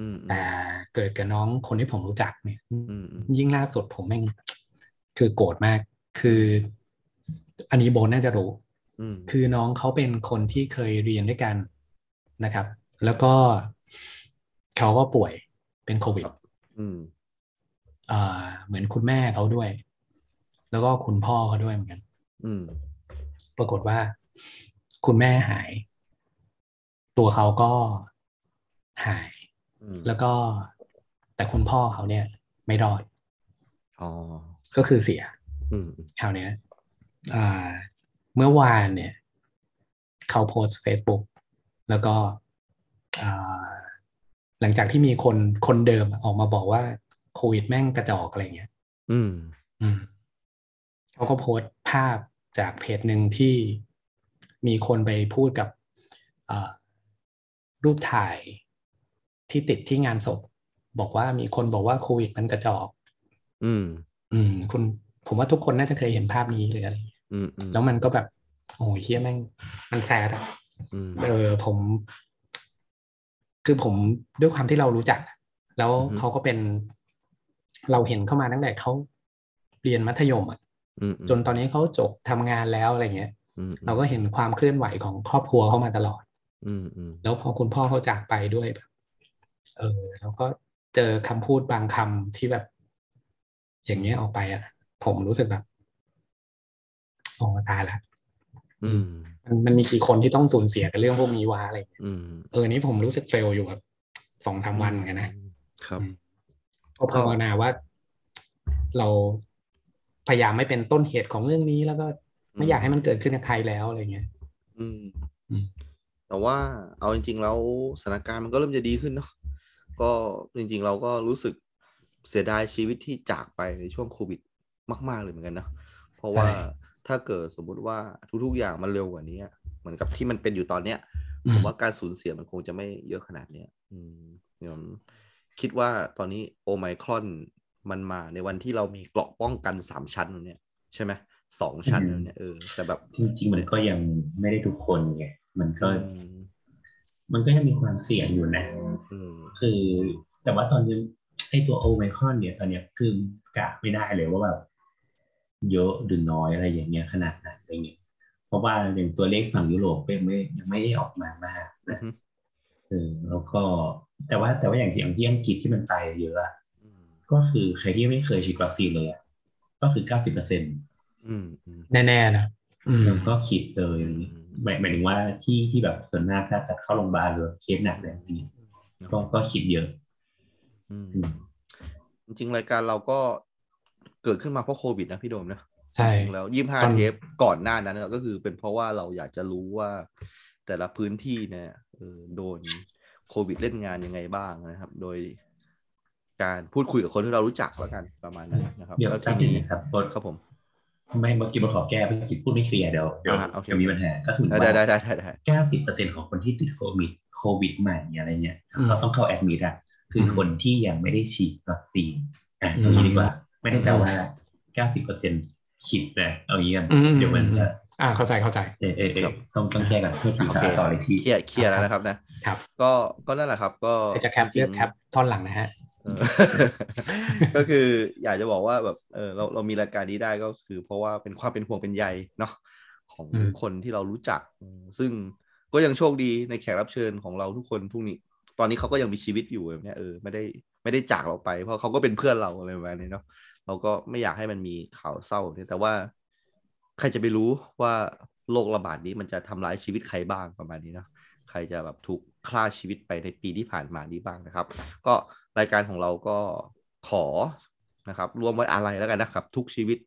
อืม ๆ อื แต่ ม เกิดกับน้องคนที่ผมรู้จักเนี่ย อืมอืม ยิ่งล่าสุดผมแม่ง คือโกรธมาก คือ อันนี้โบนน่าจะรู้ อืม คือน้องเขาเป็นคนที่เคยเรียนด้วยกันนะครับ แล้วก็เขาก็ป่วยเป็นโควิด อืม เอ่อเหมือนคุณแม่เขาด้วย แล้วก็คุณพ่อเขาด้วยเหมือนกัน อืม ปรากฏว่า คุณแม่หาย ตัวเขาก็หาย อืม แล้วก็แต่คุณพ่อเขาเนี่ย ไม่รอด อ๋อ ก็คือเสีย อืม คราวเนี้ยอ่าเมื่อวานเนี่ย เขาโพสต์ Facebook แล้วก็อ่าหลังจากที่มีคนคนเดิมออกมาบอกว่าโควิดแม่งกระจอกอะไรเงี้ย อืม อืมเขาก็โพสต์ภาพจากเพจหนึ่งที่มีคนไปพูดกับเอ่อรูปถ่ายที่ติดที่งานศพ บอกว่ามีคนบอกว่าโควิดมันกระจอก อืม อืม คุณผมว่าทุกคนน่าจะเคยเห็นภาพนี้หรืออะไรอย่างเงี้ย อืมอืม แล้วมันก็แบบ โอ้ยเฮี้ยแม่ง มันแสบอะ อืม เออผม คือผมด้วยความที่เรารู้จัก แล้ว อือฮึ เขาก็เป็น เราเห็นเข้ามาตั้งแต่เขาเรียนมัธยมอ่ะ อืม จนตอนนี้เขาจบทำงานแล้วอะไรเงี้ย อืม เราก็เห็นความเคลื่อนไหวของครอบครัวเขามาตลอด อืมอืม แล้วพอคุณพ่อเขาจากไปด้วยแบบเออเราก็เจอคำพูดบางคำที่แบบ อย่างเงี้ยออกไปอ่ะ ผมรู้สึกแบบโอ้ตายละ อืม มันมันมีกี่คนที่ต้องสูญเสียกับเรื่องพวกนี้วะอะไรเงี้ย อืม เออนี้ผมรู้สึกเฟลอยู่แบบสองสามวันเหมือนกันนะครับ ก็ภาวนาว่า เราพยายามไม่เป็นต้นเหตุของเรื่องนี้ แล้วก็ไม่อยากให้มันเกิดขึ้นกับใครแล้วอะไรเงี้ย อืม อืม แต่ว่าเอาจริง ๆ แล้วสถานการณ์มันก็เริ่มจะดีขึ้นเนาะก็จริง ๆ เราก็รู้สึกเสียดายชีวิตที่จากไปในช่วงโควิดมาก ๆ เลยเหมือนกันเนาะเพราะว่า ใช่ ถ้าเกิดสมมุติว่าทุก ๆ อย่างมันเร็วกว่านี้อะเหมือนกับที่มันเป็นอยู่ตอนเนี้ย อื ผม มว่าการสูญเสียมันคงจะไม่เยอะขนาดเนี้ยอืมผมคิดว่าตอนนี้โอไมครอนมันมาในวันที่เรามีเกราะป้องกันสามชั้นแล้วเนี่ย ใช่ไหมสองชั้นแล้วเนี่ยเออแต่แบบ จริงๆมันก็ยังไม่ได้ทุกคนไงมันก็ อืม มันก็ยังมีความเสี่ยงอยู่นะ อืม คือแต่ว่าตอนนี้ไอตัวโอไมครอนเนี่ยตอนเนี้ยคือกะไม่ได้เลยว่าแบบเยอะหรือน้อยอะไรอย่างเงี้ยขนาดไหนอะไรเงี้ยเพราะว่าอย่างตัวเลขฝั่งยุโรปก็ยังไม่ยังไม่ได้ออกมามากนะเออแล้วก็แต่ว่าแต่ว่าอย่างที่อย่างที่อังกฤษที่มันตายเยอะอะ อืม ก็คือใครที่ไม่เคยฉีดวัคซีนเลยอะก็คือเก้าสิบเปอร์เซ็นต์ อืมอืม แน่ๆนะอืม แล้วก็ขีดเลยอะไรเงี้ยหมายหมายถึงว่าที่ที่แบบส่วนมากถ้าตัดเข้าโรงพยาบาลหรือเคสหนักเลยจริงๆก็ก็ขีดเยอะ อืม อืม จริงๆ รายการเราก็เกิดขึ้นมาเพราะโควิดนะพี่โดมนะ ใช่ จริงๆแล้วยี่ห้า ตอน เทปก่อนหน้านั้นน่ะก็คือเป็นเพราะว่าเราอยากจะรู้ว่า แต่ละพื้นที่เนี่ยเออโดนโควิดเล่นงานยังไงบ้างนะครับ โดยการพูดคุยกับคนที่เรารู้จักแล้วกันประมาณนั้นนะครับ เดี๋ยว แล้ว แป๊ ที บนึง นี้ นะครับโบท ครับผม ไม่เมื่อกี้โบทขอแก้เมื่อกี้พูดไม่เคลียร์เดี๋ยวเดี๋ยว อ่าโอเค เดี๋ยวมีปัญหาก็คือ ได้ได้ได้ได้ได้ เก้าสิบเปอร์เซ็นของคนที่ติดโควิดโควิดใหม่อะไรเงี้ย อืม เขาต้องเข้าแอดมิดอ่ะคือคนที่ยังไม่ได้ฉีดวัคซีนอ่ะเอา อืม งี้ดีกว่า ไม่ได้แปล อืม ว่าเก้าสิบเปอร์เซ็นฉีดนะเอางี้กัน อืม เดี๋ยวมันจะ อ่าเข้าใจเข้าใจ เออเออเออ ครับ ต้องต้องแก้กันเพื่อติด โอเค ต่อเลยที่ เคลียร์เคลียร์แล้วนะครับนะครับ ก็ก็นั่นแหละครับ ก็ จะแคป จริ เลื ง อๆกแคปท่อนหลังนะฮะ เออ ก็คืออยากจะบอกว่าแบบเออเราเรามีรายการนี้ได้ก็คือ เพราะว่าเป็นความเป็นห่วงเป็นใยเนาะของ อืม คนที่เรารู้จักอืมซึ่งก็ยังโชคดีในแขกรับเชิญของเราทุกคนพวกนี้ ตอนนี้เขาก็ยังมีชีวิตอยู่แบบเนี้ยเออไม่ได้ไม่ได้จากเราไป เพราะเขาก็เป็นเพื่อนเราอะไรประมาณนี้เนาะเราก็ไม่อยากให้มันมีข่าวเศร้าเนี่ยแต่ว่า ใครจะไปรู้ว่าโรคระบาดนี้มันจะทำร้ายชีวิตใครบ้างประมาณนี้เนาะใครจะแบบถูกฆ่าชีวิตไปในปีที่ผ่านมานี้บ้างนะครับ ก็รายการของเราก็ขอนะครับรวมไว้อะไรแล้วกันนะครับ ทุกชีวิต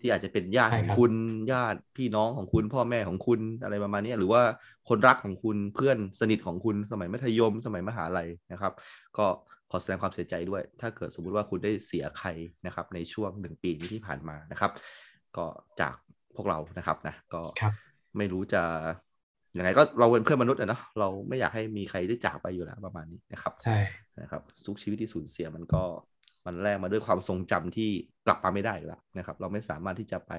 ที่อาจจะเป็นญาติ ใช่ ของ ครับ คุณญาติพี่น้องของคุณ พ่อแม่ของคุณอะไรประมาณเนี้ยหรือว่าคนรักของคุณเพื่อนสนิทของคุณสมัยมัธยม สมัยมหาลัยนะครับ ก็ขอแสดงความเสียใจด้วย ถ้าเกิดสมมุติว่าคุณได้เสียใครนะครับ ในช่วงหนึ่งปีนี้ที่ผ่านมานะครับ ก็จากพวกเรานะครับนะก็ ครับ ไม่รู้จะยังไงก็เราเป็นเพื่อนมนุษย์อะเนาะเราไม่อยากให้มีใครได้จากไปอยู่แล้วประมาณนี้นะครับ ใช่ นะครับทุกชีวิตที่สูญเสียมันก็มันแลกมาด้วยความทรงจำที่กลับมาไม่ได้อีกแล้วนะครับ เราไม่สามารถที่จะไป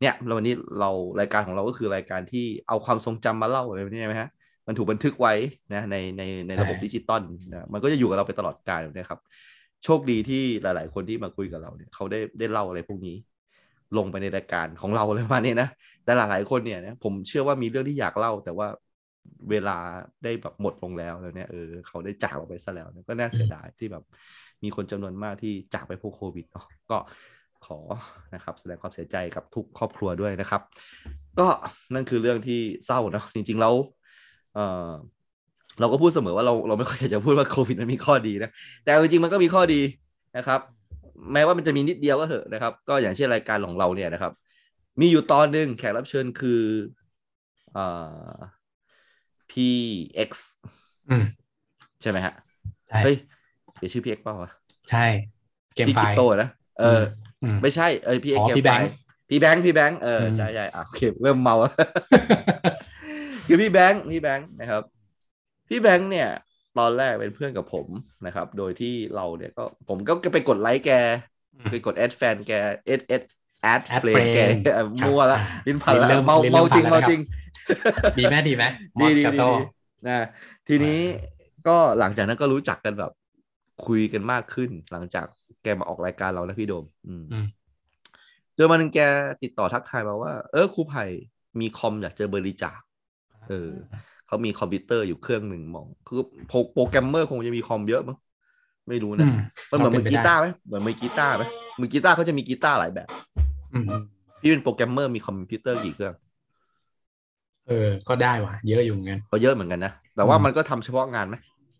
เนี่ยแล้ววันนี้เรารายการของเราก็คือรายการที่เอาความทรงจำมาเล่าอะไรแบบนี้ใช่ไหมฮะมันถูกบันทึกไว้นะในในในระบบ ใช่ ดิจิตอลนะมันก็จะอยู่กับเราไปตลอดกาลอยู่นะครับ โชคดีที่หลาย ๆ คนที่มาคุยกับเราเนี่ยเขาได้ได้เล่าอะไรพวกนี้ ลงไปในรายการของเราเลยมาเนี่ยนะ แต่หลายๆคนเนี่ยนะผมเชื่อว่ามีเรื่องที่อยากเล่า แต่ว่าเวลาได้แบบหมดลงแล้วแล้วเนี่ยเออเขาได้จากเราไปซะแล้วเนี่ยก็น่าเสียดายที่แบบมีคนจำนวนมากที่จากไปเพราะโควิดเนาะก็ขอนะครับ แสดงความเสียใจกับทุกครอบครัวด้วยนะครับ ก็นั่นคือเรื่องที่เศร้าเนาะจริงๆแล้วเออเราก็พูดเสมอว่าเราเราไม่ค่อยอยากจะพูดว่าโควิดมันมีข้อดีนะ แต่เอาจริงๆมันก็มีข้อดีนะครับ แม้ว่ามันจะมีนิดเดียวก็เถอะนะครับ ก็อย่างเช่นรายการของเราเนี่ยนะครับ มีอยู่ตอนหนึ่งแขกรับเชิญคือเอ่อพี่เอ็กซ์ อืม ใช่ไหมฮะ ใช่ เฮ้ยเดี๋ยวชื่อพี่เอ็กซ์เปล่าวะ ใช่ เกม พี่ ไฟ กิ ล์ โตนะเออ อืม ไม่ใช่เออพี่เอ็ก อ๋ ซ์ อ เกม พี่แบ ไฟ งค์ พี่แบงค์พี่แบงค์เออ ม ใช่ใช่อ่ะโอเคเริ่มเมาแล้ว คือพี่แบงค์พี่แบงค์นะครับ พี่แบงค์เนี่ย ตอนแรกเป็นเพื่อนกับผมนะครับ โดยที่เราเนี่ยก็ผมก็ไปกดไลค์แก ไปกดแอดแฟนแกแอดแอดแอดเฟรน friend แกเอ่อมั่วละ อ่า ลิ้นพันละ เริ่ม เมา เริ่ม เมาจริง พันแล้ว เมา นะครับ จริง ดีไหมดีไหมม ดี อส ดี กา ดี โต ดีนะทีนี้ก็หลังจากนั้นก็รู้จักกันแบบคุยกันมากขึ้น หลังจากแกมาออกรายการเรานะพี่โดม อืม อืม จนวันหนึงแกติดต่อทักทายมาว่า เออครูไผ่มีคอมอยากเจอบริจาค เออ เขามีคอมพิวเตอร์อยู่เครื่องหนึ่งมอง คือโปรโปรแกรมเมอร์คงจะมีคอมเยอะมั้งไม่รู้นะ อืม มันเหมือนมื ป็ อ ไป กี ได้ ตาร์ไหมเหมือนมือกีตาร์ไหมมือกีตาร์เขาจะมีกีตาร์หลายแบบ อืม พี่เป็นโปรแกรมเมอร์มีคอมพิวเตอร์กี่เครื่อง เออ ก็ได้ว่ะ เยอะอยู่เหมือนกัน ก็เยอะเหมือนกันนะ แต่ว่า อืม มันก็ทำเฉพาะงานไหม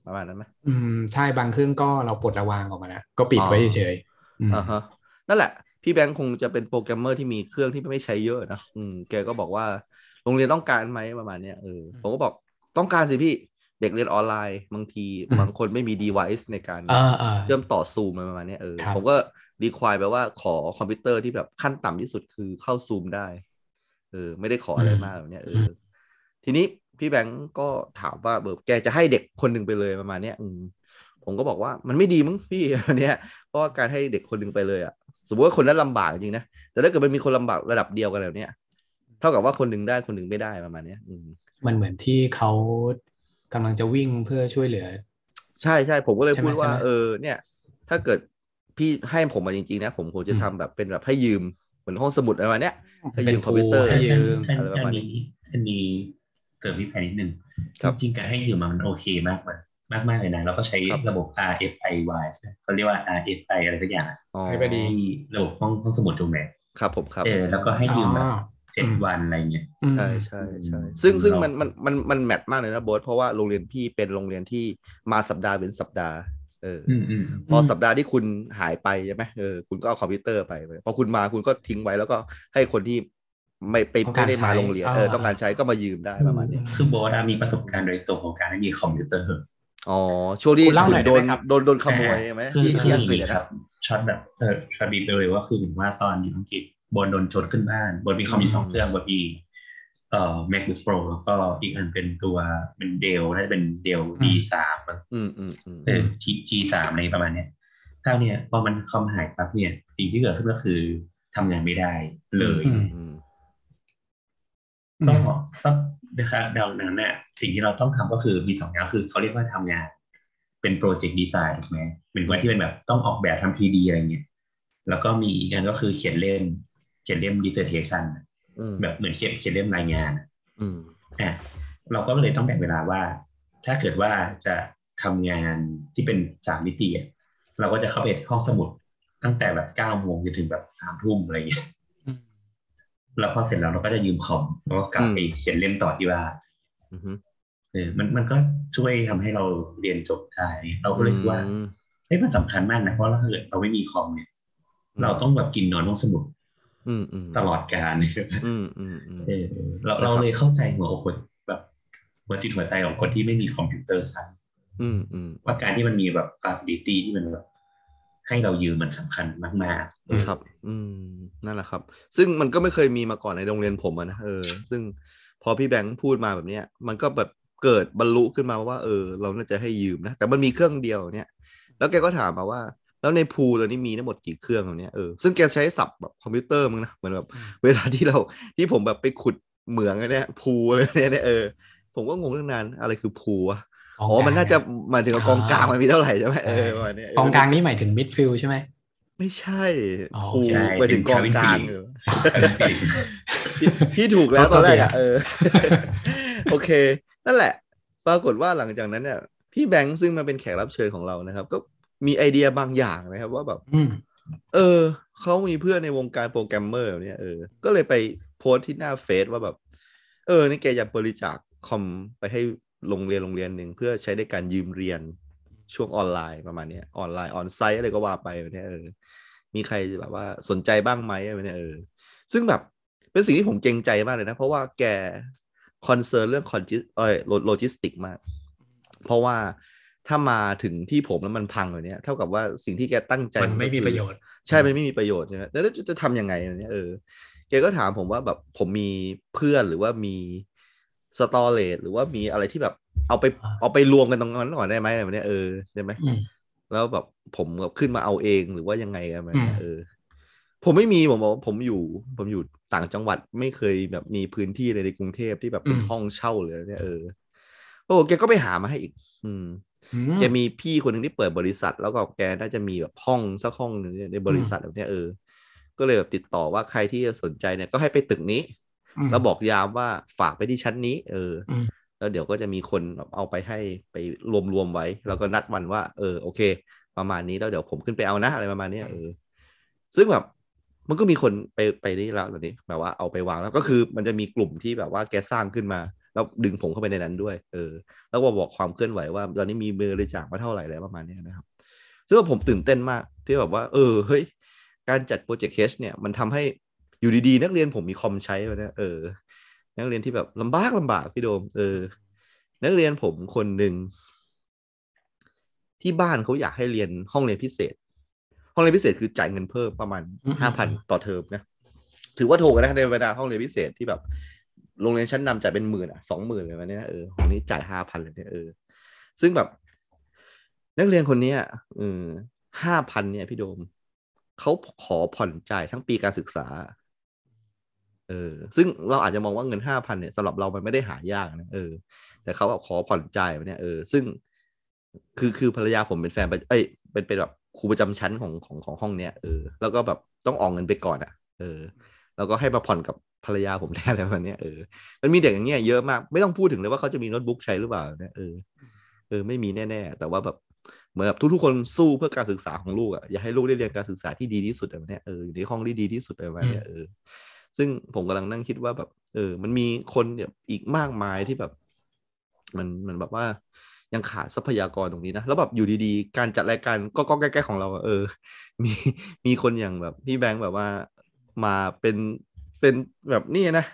ประมาณนั้นไหม อืมใช่บางเครื่องก็เราปลดระวางออกมาแล้ว ก็ปิดไว้เฉยๆอืม อ่าฮะนั่นแหละ พี่แบงค์คงจะเป็นโปรแกรมเมอร์ที่มีเครื่องที่ไม่ใช้เยอะนะอืมแกก็บอกว่า โรงเรียนต้องการไหมประมาณเนี้ยเออผมก็บอกต้องการสิพี่เด็กเรียนออนไลน์ บางที อืม บางคนไม่มี device ในการ เออเออ เริ่มต่อซูมประมาณเนี้ยเออ ครับ ผมก็รีควายแปลว่าขอคอมพิวเตอร์ที่แบบขั้นต่ำที่สุดคือเข้าซูมได้ เออ ไม่ได้ขออะไรมากแบบเนี้ยเอออทีนี้พี่แบงก์ก็ถามว่าเบอร์แกจะให้เด็กคนหนึ่งไปเลยประมาณเนี้ยอืมผมก็บอกว่ามันไม่ดีมั้งพี่ อันเนี้ยเพราะว่าการให้เด็กคนหนึ่งไปเลยอะสมมติว่าคนนั้นลำบากจริงๆนะแต่ถ้าเกิดมันมีคนลำบากระดับเดียวกันแล้วเนี้ยเท่ากับว่าคนหนึ่งได้คนหนึ่งไม่ได้ประมาณเนี้ยอืม มันเหมือนที่เขากำลังจะวิ่งเพื่อช่วยเหลือ ใช่ใช่ผมก็เลย ใช่ไหม พูดว่า ใช่ไหม เออเนี่ย ถ้าเกิดพี่ให้ผมมาจริงๆนะ ผมคงจะ อืม ทำแบบเป็นแบบให้ยืมเหมือนห้องสมุดอะไรมาเนี้ย ให้ยืม ป็น คอมพิวเตอร์ ให้ยืม อัน อะไรประมาณอัน นี้ นี้อันนี้เสริมพี่แพรนิดนึง ครับ จริงๆการให้ยืมมันโอเคมากมันมากมากๆเลยนะเราก็ใช้ระบบ RFIY ใช่ไหมเขาเรียกว่า RFI อะไรสักอย่าง อ๋อ ให้ไปดี ที่ระบบห้องห้องสมุดถูกไหม ครับผมครับ เออแล้วก็ให้ยืมแบบ อ๋อ เจ็ดวันอะไรเงี้ย อืม ใช่ใช่ใช่ อืม ซึ่งซึ่ง เรามั มันมันมันมันแมทมากเลยนะโบทเพราะว่าโรงเรียนพี่เป็นโรงเรียนที่มาสัปดาห์เป็นสัปดาห์เอออ อืมอืม พอสัปดาห์ที่คุณหายไปใช่ไหมเออคุณก็เอาคอมพิวเตอร์ไปพอคุณมาคุณก็ทิ้งไว้แล้วก็ให้คนที่ไม่ไป ต้องกา ไม่ ร ได้มา ใช้ โรงเรียนเออ อ่า ต้องการใช้ก็มายืมได้ประมาณนี้ คือโบสอะมีประสบการณ์โดยตรงของการไม่มีคอมพิวเตอร์ อ๋อช่วงที่ คุณเล่าหน่อยได้ โด ไหม น ครับ โดนโดนขโมยใช่ไหม คือ ที่ คือ ที่อั อง ย่าง กฤษ นี้ นะ ครับช็อตแบบเออช็อตบีบไปเลยว่าคือผมว่าตอนอยู่อังกฤษบอลโดนชนขึ้นบ้านบอลมีคอมมีสองเครื่องบอลมีเอ่อ MacBook Pro แล้วก็อีกอันเป็นตัวเป็นเดลน่าจะเป็นเดล D สาม อืมอืมอืม เออ G G สามอะไรประมาณเนี้ยถ้าเนี่ยพอมันคอมหายปั๊บเนี่ย สิ่งที่เกิดขึ้นก็คือทำงานไม่ได้เลย อืม อืม ก็ก็นะคะดังนั้นเนี่ยสิ่งที่เราต้องทำก็คือมีสองอย่างคือเขาเรียกว่าทำงาน เป็นโปรเจกต์ดีไซน์ถูกไหมเป็นว่าที่เป็นแบบต้องออกแบบทำทีดีอะไรเงี้ยแล้วก็มีอีกอันก็คือเขียนเล่ม เขียนเล่มดิเซอร์เทชัน อืม แบบเหมือนเขียนเขียนเล่มรายงาน อืม อ่ะเราก็เลยต้องแบ่งเวลาว่า ถ้าเกิดว่าจะทำงานที่เป็นสามมิติอ่ะเราก็จะเข้าไปห้องสมุดตั้งแต่แบบเก้าโมงจนถึงแบบสามทุ่มอะไรเงี้ยแล้วพอเสร็จแล้วเราก็จะยืมคอมแล้วก็กลับไปเขียนเล่มต่อที่บ้าน อืมอืม เออมันมันก็ช่วยทำให้เราเรียนจบได้ เราก็เลยคิดว่า อืม เฮ้ยมันสำคัญมากนะ เพราะถ้าเกิดเราไม่มีคอมเนี่ย อืม เราต้องแบบกินนอนห้องสมุด อืมอืม ตลอดการ อืมอืมอืม เออเรา นะครับ เราเลยเข้าใจหัวอกคนแบบหัวจิตหัวใจของคนที่ไม่มีคอมพิวเตอร์ใช้ อืมอืม ว่าการที่มันมีแบบฟาซิลิตี้ที่มันแบบให้เรายืมมันสำคัญมาก อืม ครับ อืมนั่นแหละครับ ซึ่งมันก็ไม่เคยมีมาก่อนในโรงเรียนผมอะนะเออ ซึ่งพอพี่แบงค์พูดมาแบบเนี้ย มันก็แบบเกิดบรรลุขึ้นมาว่าเออ เราน่าจะให้ยืมนะแต่มันมีเครื่องเดียวเนี่ย แล้วแกก็ถามมาว่า แล้วในพูลตอนนี้มีทั้งหมดกี่เครื่องแบบเนี้ยเออซึ่งแกใช้ศัพท์แบบคอมพิวเตอร์มึงนะเหมือนแบบ เวลาที่เราที่ผมแบบไปขุดเหมืองอะไรเนี่ยพูอะไรเนี่ยเออ ผมก็งงตั้งนานอะไรคือพูวะ กง อ๋อ กลาง มันน่าจะหมายถึงว่ากองกลาง อ่ มันมีเท่าไหร่ใช่ไหมเออ ใช่ ประมาณเนี้ย กองกลางนี่หมายถึงมิดฟิลด์ใช่ไหม ไม่ใช่ อ๋อ ครู ใช่ ไปถึงกองกลางเออพี่พี่ถูกแล้วตอนแรกอะเอ อ โอเค นั่นแหละ ปรากฏว่าหลังจากนั้นเนี่ยพี่แบงค์ซึ่งมาเป็นแขกรับเชิญของเรานะครับ ก็มีไอเดียบางอย่างนะครับว่าแบบ อืม เออเขามีเพื่อนในวงการโปรแกรมเมอร์แบบเนี่ยเออ ก็เลยไปโพสต์ที่หน้าเฟซว่าแบบ เออ นี่แกอยากบริจาคคอมไปให้โรงเรียนโรงเรียนหนึ่งเพื่อใช้ในการยืมเรียนช่วงออนไลน์ประมาณเนี้ยออนไลน์ออนไซต์อะไรก็ว่าไปแบบเนี่ยเออ มีใครแบบว่าสนใจบ้างไหมแบบเนี่ยเออ ซึ่งแบบเป็นสิ่งที่ผมเกรงใจมากเลยนะ เพราะว่าแกคอนเซิร์นเรื่องคอนจิเอยโลจิสติกมาก เพราะว่าถ้ามาถึงที่ผมแล้วมันพังแบบเนี้ยเท่ากับว่าสิ่งที่แกตั้งใจ มันไม่มีประโยชน์ ใช่ มันไม่มีประโยชน์ใช่ไหมแล้วจะทำยังไงเนี่ยเออ แกก็ถามผมว่าแบบผมมีเพื่อนหรือว่ามีสตอเรจหรือว่ามีอะไรที่แบบเอาไป อ่า เอาไปรวมกันตรงนั้นก่อนได้ไหมอะไรแบบเนี้ยเออใช่ไหม อืม แล้วแบบผมแบบขึ้นมาเอาเองหรือว่ายังไงกันไหม อืม เออ ผมไม่มีผมบอกว่าผมอยู่ ผมอยู่ต่างจังหวัดไม่เคยแบบมีพื้นที่เลยในกรุงเทพที่แบบเป็นห้องเช่าเลยเนี่ยเออโอ้แกก็ไปหามาให้อีก อืม อื แกมีพี่คนหนึ่งที่เปิดบริษัท แล้วก็แกน่าจะมีแบบห้องสักห้องหนึ่งในบริษัทแบบเนี้ยเออ ก็เลยแบบติดต่อว่าใครที่สนใจเนี่ยก็ให้ไปตึกนี้ ม แล้วบอกยามว่าฝากไปที่ชั้นนี้ เอออ ม แล้วเดี๋ยวก็จะมีคนเอาไปให้ไปรวมรวมๆไว้ แล้วก็นัดวันว่า เออ โอเค ประมาณนี้แล้วเดี๋ยวผมขึ้นไปเอานะอะไรประมาณเนี้ยเออ ซึ่งแบบมันก็มีคนไปไปได้แล้วแบบนี้แบบว่าเอาไปวางแล้วก็คือมันจะมีกลุ่มที่แบบว่าแกสร้างขึ้นมา แล้วดึงผมเข้าไปในนั้นด้วย เออ แล้วก็บอกความเคลื่อนไหวว่าตอนนี้มีบริจาคมาเท่าไหร่แล้วประมาณเนี้ยนะครับ ซึ่งผมตื่นเต้นมากที่แบบว่า เออเฮ้ย การจัดโปรเจกต์เคสเนี่ยมันทำให้อยู่ดีๆ นักเรียนผมมีคอมใช้วะเนี่ยเออ นักเรียนที่แบบลำบากลำบากพี่โดม เออ นักเรียนผมคนหนึ่งที่บ้านเขาอยากให้เรียนห้องเรียนพิเศษ ห้องเรียนพิเศษคือจ่ายเงินเพิ่มประมาณ อืม ห้าพัน อืม ต่อเทอมนะถือว่าถูกนะในบรรดาห้องเรียนพิเศษที่แบบโรงเรียนชั้นนำจ่ายเป็นหมื่นอ่ะสองหมื่นเลยวันเนี้ยเออของนี้จ่ายห้าพันเลยเนี่ยเออซึ่งแบบ นักเรียนคนเนี้ยเออห้าพันเนี่ยพี่โดม เขาขอผ่อนจ่ายทั้งปีการศึกษา เออ ซึ่งเราอาจจะมองว่าเงินห้าพันเนี่ยสำหรับเรามันไม่ได้หายากนะเออ แต่เขาแบบขอผ่อนจ่ายไปเนี่ยเออซึ่ง คือคือภรรยาผมเป็นแฟนประเอ้ยเป็นเป็นแบบครูประจำชั้นของของของห้องเนี้ยเออแล้วก็แบบต้องออกเงินไปก่อนอ่ะ เออ แล้วก็ให้มาผ่อนกับภรรยาผมแทนอะไรประมาณเนี้ยเออมันมีเด็กอย่างเงี้ยเยอะมากไม่ต้องพูดถึงเลยว่าเขาจะมีโน้ตบุ๊กใช้หรือเปล่าเนี่ยเออเออไม่มีแน่ๆแต่ว่าแบบเหมือนแบบทุกๆคนสู้เพื่อการศึกษาของลูกอ่ะอยากให้ลูกได้เรียนการศึกษาที่ดีที่สุดอะไรแบบเนี้ยเอออยู่ในห้องที่ดีที่สุดอะไรแบบเนี้ยเออซึ่งผมกำลังนั่งคิดว่าแบบ เออ มันมีคนแบบอีกมากมายที่แบบ มันมันแบบว่า ยังขาดทรัพยากรตรงนี้นะ แล้วแบบอยู่ดีๆ การจัดรายการก็ก็ใกล้ๆของเราอะเออ มีมีคนอย่างแบบพี่แบงค์แบบว่ามาเป็นเป็นแบบนี่นะ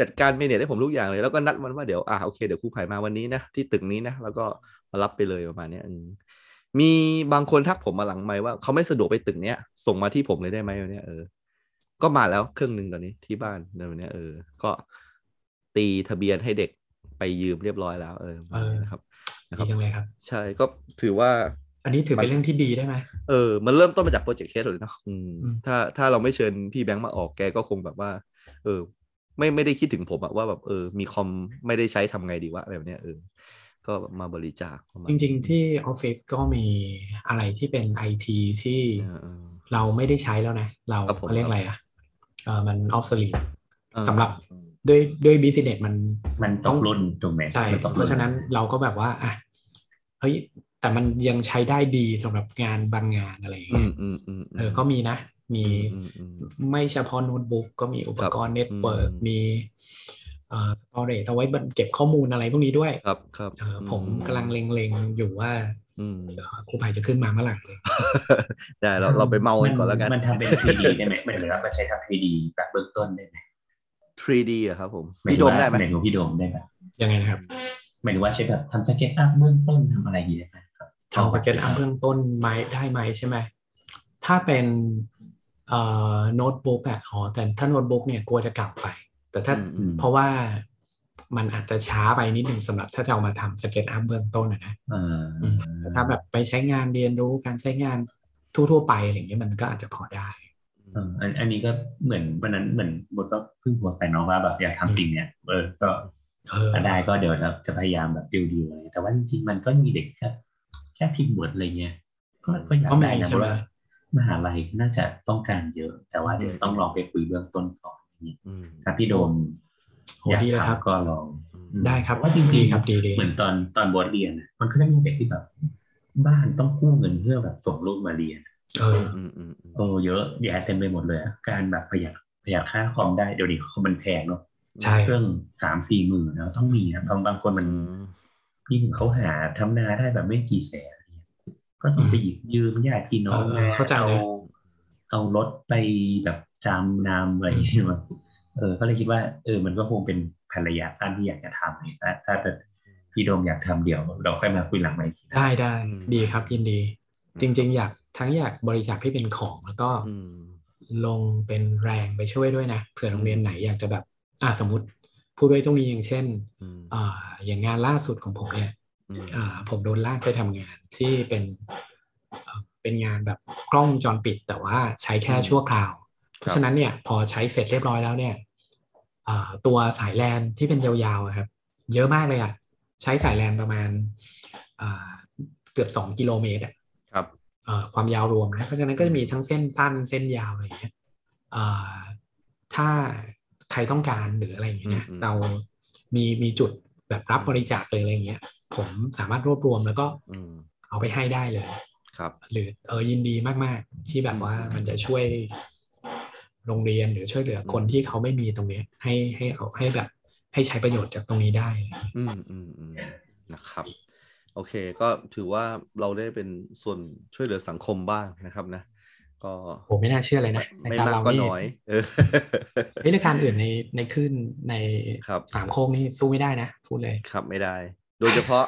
จัดการเมเนจให้ผมทุกอย่างเลย แล้วก็นัดวันว่าเดี๋ยวอ่าโอเคเดี๋ยวครูไผ่มาวันนี้นะ ที่ตึกนี้นะ แล้วก็มารับไปเลยประมาณเนี้ยอืมมีบางคนทักผมมาหลังไมค์ว่าเขาไม่สะดวกไปตึกเนี้ย ส่งมาที่ผมเลยได้ไหมวันเนี้ยเออ ก็มาแล้วเครื่องหนึ่งตอนนี้ที่บ้านในวันเนี้ยเออ ก็ตีทะเบียนให้เด็กไปยืมเรียบร้อยแล้วเออประมาณนี้นะครับ นะครั ดี บ จังเลยครับ ใช่ก็ถือว่า อันนี้ถือเป็นเรื่องที่ดีได้ไหม เออ มันเริ่มต้นมาจากโปรเจกต์เคสเลยเนาะอืม อืม ถ้าถ้าเราไม่เชิญพี่แบงค์มาออกแกก็คงแบบว่า เออ ไม่ไม่ได้คิดถึงผมอะว่าแบบเออ มีคอมไม่ได้ใช้ทำไงดีวะอะไรแบบเนี้ยเออ ก็แบบมาบริจาคประมาณ จริง ๆ ที่ออฟฟิศก็มีอะไรที่เป็นไอทีที่ เออเออ เราไม่ได้ใช้แล้วนะ เรา ครับผม เขาเรียกอะไรอ่ะเออมันออฟสลีด เออ สำหรับด้วยด้วยบิสเนสมัน มันตกรุ่นถูกไหม ใช่ มันตก เพราะฉะนั้นเราก็แบบว่าอ่ะเฮ้ยแต่มันยังใช้ได้ดีสำหรับงานบางงานอะไรอย่าง อื เงี้ ม ย อืมอืมม เออก็มีนะ มี อืมอืมอืม ไม่เฉพาะโน้ตบุ๊กก็มีอุปกรณ์เน็ตเวิร์ก อืม มีเอ่อสตอเรจเอาไว้เก็บข้อมูลอะไรพวกนี้ด้วย ครับครับ เออผมกำลังเล็งๆอยู่ว่า อืม เอ่อครูภัยจะขึ้นมาเมื่อไหร่เลย ได้เราเราไปเมากันก่อนแล้วกัน มันทำเป็น 3D ได้ไหมเหมือนกับมันใช้ทำ 3D แบบเบื้องต้นได้ไหม 3D อะครับผมพี่โดมได้ไหม หมายถึงว่าพี่โดมได้ไหม ยังไงนะครับ หมายถึงว่าใช้แบบทำสเก็ตอัพเบื้องต้นทำอะไรอย่างเงี้ยได้ไหมครับ ทำสเก็ตอัพเบื้องต้นไหมได้ไหมใช่ไหมถ้าเป็นเอ่อโน้ตบุ๊กอะอ๋อแต่ถ้าโน้ตบุ๊กเนี่ยกลัวจะเก่าไป แต่ถ้า อืม อืม เพราะว่ามันอาจจะช้าไปนิดนึงสำหรับถ้าจะเอามาทำสเก็ตอัพเบื้องต้นอะนะ อ่า อืมแต่ถ้าแบบไปใช้งานเรียนรู้การใช้งานทั่วๆไปอะไรอย่างเงี้ยมันก็อาจจะพอได้ เอออันอันนี้ก็เหมือนวันนั้นเหมือนบทก็เพิ่งโพสต์ไปเน้องว่าแบบอยากทำสิ่งเนี้ยเออก็ เออ ถ้าได้ก็เดี๋ยวเราจะพยายามแบบดิวดิวอะไรแต่ว่าจริงๆมันก็มีเด็กแค่แค่ทีมบทอะไรเงี้ยก็ก็อยาก ก็ ได้ มี นะ ใช่ เพราะ ไหม ว่ามหาลัยน่าจะต้องการเยอะ แต่ว่าเดี๋ยวต้องลองไปคุยเบื้องต้นก่อนอย่างเงี้ย อืม ถ้าพี่โดม โห อยาก ดีเลยครับ ทำก็ลอง อืม ได้ครับ ว่าจริงๆ ดีครับดีดี เหมือนตอนตอนบทเรียนน่ะมันก็จะมีเด็กที่แบบ บ้านต้องกู้เงินเพื่อแบบส่งลูกมาเรียน เออ อืมอืมอืม โอ้เยอะแยะเต็มไปหมดเลยอะการแบบประหยัดประหยัดค่าคอมได้เดี๋ยวนี้คอมมันแพงเนาะ ใช่ เครื่องสามสี่หมื่นแล้วต้องมีนะบางบางคนมันพี่ถึงเขาหาทำนาได้แบบไม่กี่แสนเนี่ยก็ต้องไปหยิบยืมญาติพี่น้อง เออ มา เข้าใจ เอา เลย เอารถไปแบบจำนำอะไรอย่างเงี้ยใช่ไหมเออ ก็เลยคิดว่า เออ มันก็คงเป็นภรรยาสั้นที่อยากจะทำเนี่ยถ้าถ้าแบบพี่โดมอยากทำเดี๋ยว เราค่อยมาคุยหลังไมค์อีกทีนะ ได้ได้ดีครับยินดี จริง ๆ อยากทั้งอยากบริจาคให้เป็นของแล้วก็ อืม ลงเป็นแรงไปช่วยด้วยนะเผื่อโรงเรียนไหนอยากจะแบบอ่าสมมติพูดด้วยตรงนี้อย่างเช่น อืม อ่าอย่างงานล่าสุดของผมเนี่ย อืม อ่าผมโดนลากไปทำงานที่เป็นเอ่อเป็นงานแบบกล้องวงจรปิด แต่ว่าใช้แค่ อืม ชั่วคราว เพราะฉะนั้นเนี่ยพอใช้เสร็จเรียบร้อยแล้วเนี่ยอ่าตัวสายแลนที่เป็นยาวๆอะครับ เยอะมากเลยอ่ะใช้สายแลนประมาณอ่าเกือบสองกิโลเมตรอะ ครับ เอ่อความยาวรวมนะ เพราะฉะนั้นก็จะมีทั้งเส้นสั้นเส้นยาวอะไรอย่างเงี้ยเอ่อถ้าใครต้องการหรืออะไรอย่างเงี้ยนะ อืมอืม เรามีมีจุดแบบรับบริจาคเลยอะไรอย่างเงี้ย ผมสามารถรวบรวมแล้วก็ อืม เอาไปให้ได้เลย ครับ หรือเออยินดีมาก ๆ ที่แบบว่า อืม มันจะช่วยโรงเรียนหรือช่วยเหลืออ ม คนที่เขาไม่มีตรงเนี้ยให้ให้เอาให้แบบให้ใช้ประโยชน์จากตรงนี้ได้อะไรอย่างเงี้ย อืมอืมอืมนะครับ โอเค ก็ถือว่าเราได้เป็นส่วนช่วยเหลือสังคมบ้างนะครับนะ ก็ โหไม่น่าเชื่อเลยนะ ไม่ รายมากการเรา ก็ นี่ น้อย เออ เฮ้ยรายการอื่นในในคลื่นใน ครับ สามโค้งนี่สู้ไม่ได้นะ พูดเลย ครับไม่ได้ โดยเฉพาะ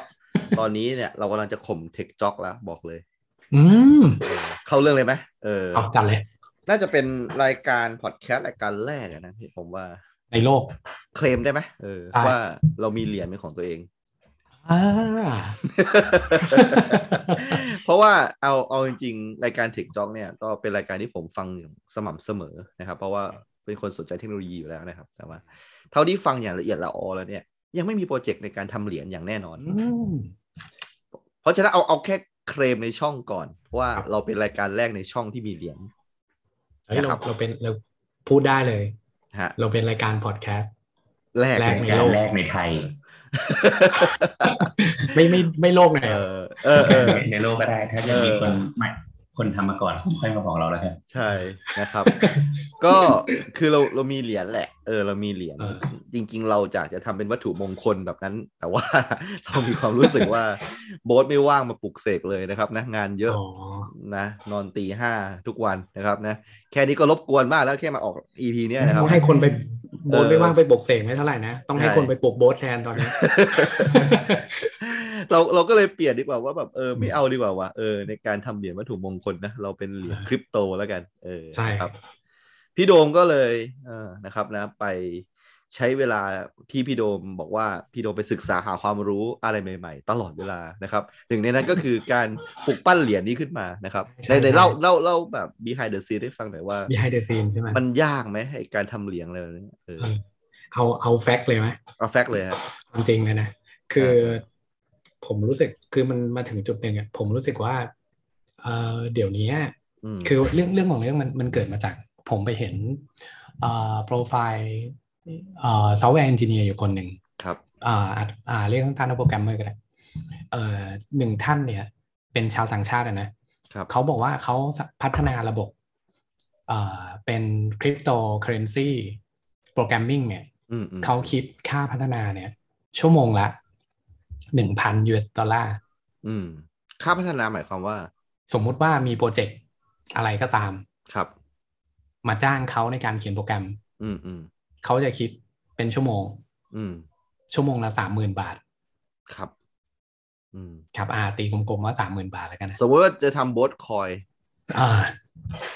ตอนนี้เนี่ยเรากำลังจะข่มเทคจ็อกแล้วบอกเลย อืม เออเข้าเรื่องเลยไหมเออ เอาจัดเลย น่าจะเป็นรายการพอดแคสต์รายการแรกอะนะที่ผมว่า ในโลก เคลมได้ไหมเออ ได้ ว่าเรามีเหรียญเป็นของตัวเอง อ่า เพราะว่าเอาเอาจริงๆ รายการเทคจ็อกเนี่ยก็เป็นรายการที่ผมฟังอย่างสม่ำเสมอนะครับ เพราะว่าเป็นคนสนใจเทคโนโลยีอยู่แล้วนะครับ แต่ว่า เท่าที่ฟังอย่างละเอียดละออแล้วเนี่ย ยังไม่มีโปรเจกต์ในการทำเหรียญอย่างแน่นอน อืม เพราะฉะนั้นเอาเอาแค่เคลมในช่องก่อนว่า ครับ เราเป็นรายการแรกในช่องที่มีเหรียญ เฮ้ย นะครับเราเราเป็นเราพูดได้เลย ฮะ เราเป็นรายการพอดแคสต์ แรก แร ราก ย ใน การ โลก แรกในไทย ไม่ไม่ไม่โลกไหน เอออะเออเออ ในโลกก็ได้ ถ้าจะมีคนไม่คนทำมาก่อนค่อยมาบอกเราแล้วกัน ใช่นะครับ ก็คือเราเรามีเหรียญแหละ เออ เรามีเหรียญ เออ จริงๆ เราจะจะทำเป็นวัตถุมงคลแบบนั้น แต่ว่า เรามีความรู้สึกว่าโบ๊ทไม่ว่างมาปลุกเสกเลยนะครับนะงานเยอะ อ๋อ นะ นอนตีห้าทุกวันนะครับนะ แค่นี้ก็รบกวนมากแล้วแค่มาออกอีพีเนี้ยนะครับ ต้องให้คนไปโบส เออ ไม่ว่างไปปลุกเสกไม่เท่าไหร่นะ ต้องให้ ใช่ คนไปปลุกโบสแทนตอนนี้ เราเราก็เลยเปลี่ยนดีกว่าว่าแบบเออไม่เอาดีกว่าว่ะเออในการทำเหรียญวัตถุมงคลนะเราเป็นเหรียญคริปโตแล้วกัน เออ ใช่ ครับ พี่โดมก็เลยเออนะครับนะ ไปใช้เวลาที่พี่โดมบอกว่าพี่โดมไปศึกษาหาความรู้อะไรใหม่ ๆ ตลอดเวลานะครับหนึ่งในนั้นก็คือการปลุกปั้นเหรียญนี้ขึ้นมานะครับ ใช่ ในใน ใช่ เล่าเล่าเล่าแบบ behind the scene ให้ฟังหน่อยว่า behind the scene ใช่ไหม มันยากไหมไอ้การทำเหรียญอะไรแบบนี้เออ เออเอาเอาแฟกต์เลยไหม เอาแฟกต์เลยฮะ ความจริงเลยนะ คือ เออ ผมรู้สึกคือมันมาถึงจุดหนึ่งอะผมรู้สึกว่าเออเดี๋ยวนี้ อืม คือเรื่องเรื่องของเรื่องมันมันเกิดมาจากผมไปเห็นโปรไฟล์ซอฟต์แวร์เอนจิเนียร์อยู่คนหนึ่ง ครับ อ่าอาจอ่าเรียกท่านว่าโปรแกรมเมอร์ก็ได้เอ่อหนึ่งท่านเนี่ย เป็นชาวต่างชาติอะนะครับ เขาบอกว่าเขาพัฒนาระบบเอ่อเป็นคริปโตเคอเรนซีโปรแกรมมิ่งเนี่ย อืมอืม เขาคิดค่าพัฒนาเนี่ย ชั่วโมงละหนึ่งพันยูเอสดอลลาร์ อืมค่าพัฒนาหมายความว่า สมมุติว่ามีโปรเจกต์อะไรก็ตาม ครับ มาจ้างเขาในการเขียนโปรแกรม อืมอืม เขาจะคิดเป็นชั่วโมง อืม ชั่วโมงละสามหมื่นบาท ครับ อืม ครับอาตีกลมๆว่าสามหมื่นบาทแล้วกันนะ สมมติว่าจะทำโบทคอย อ่า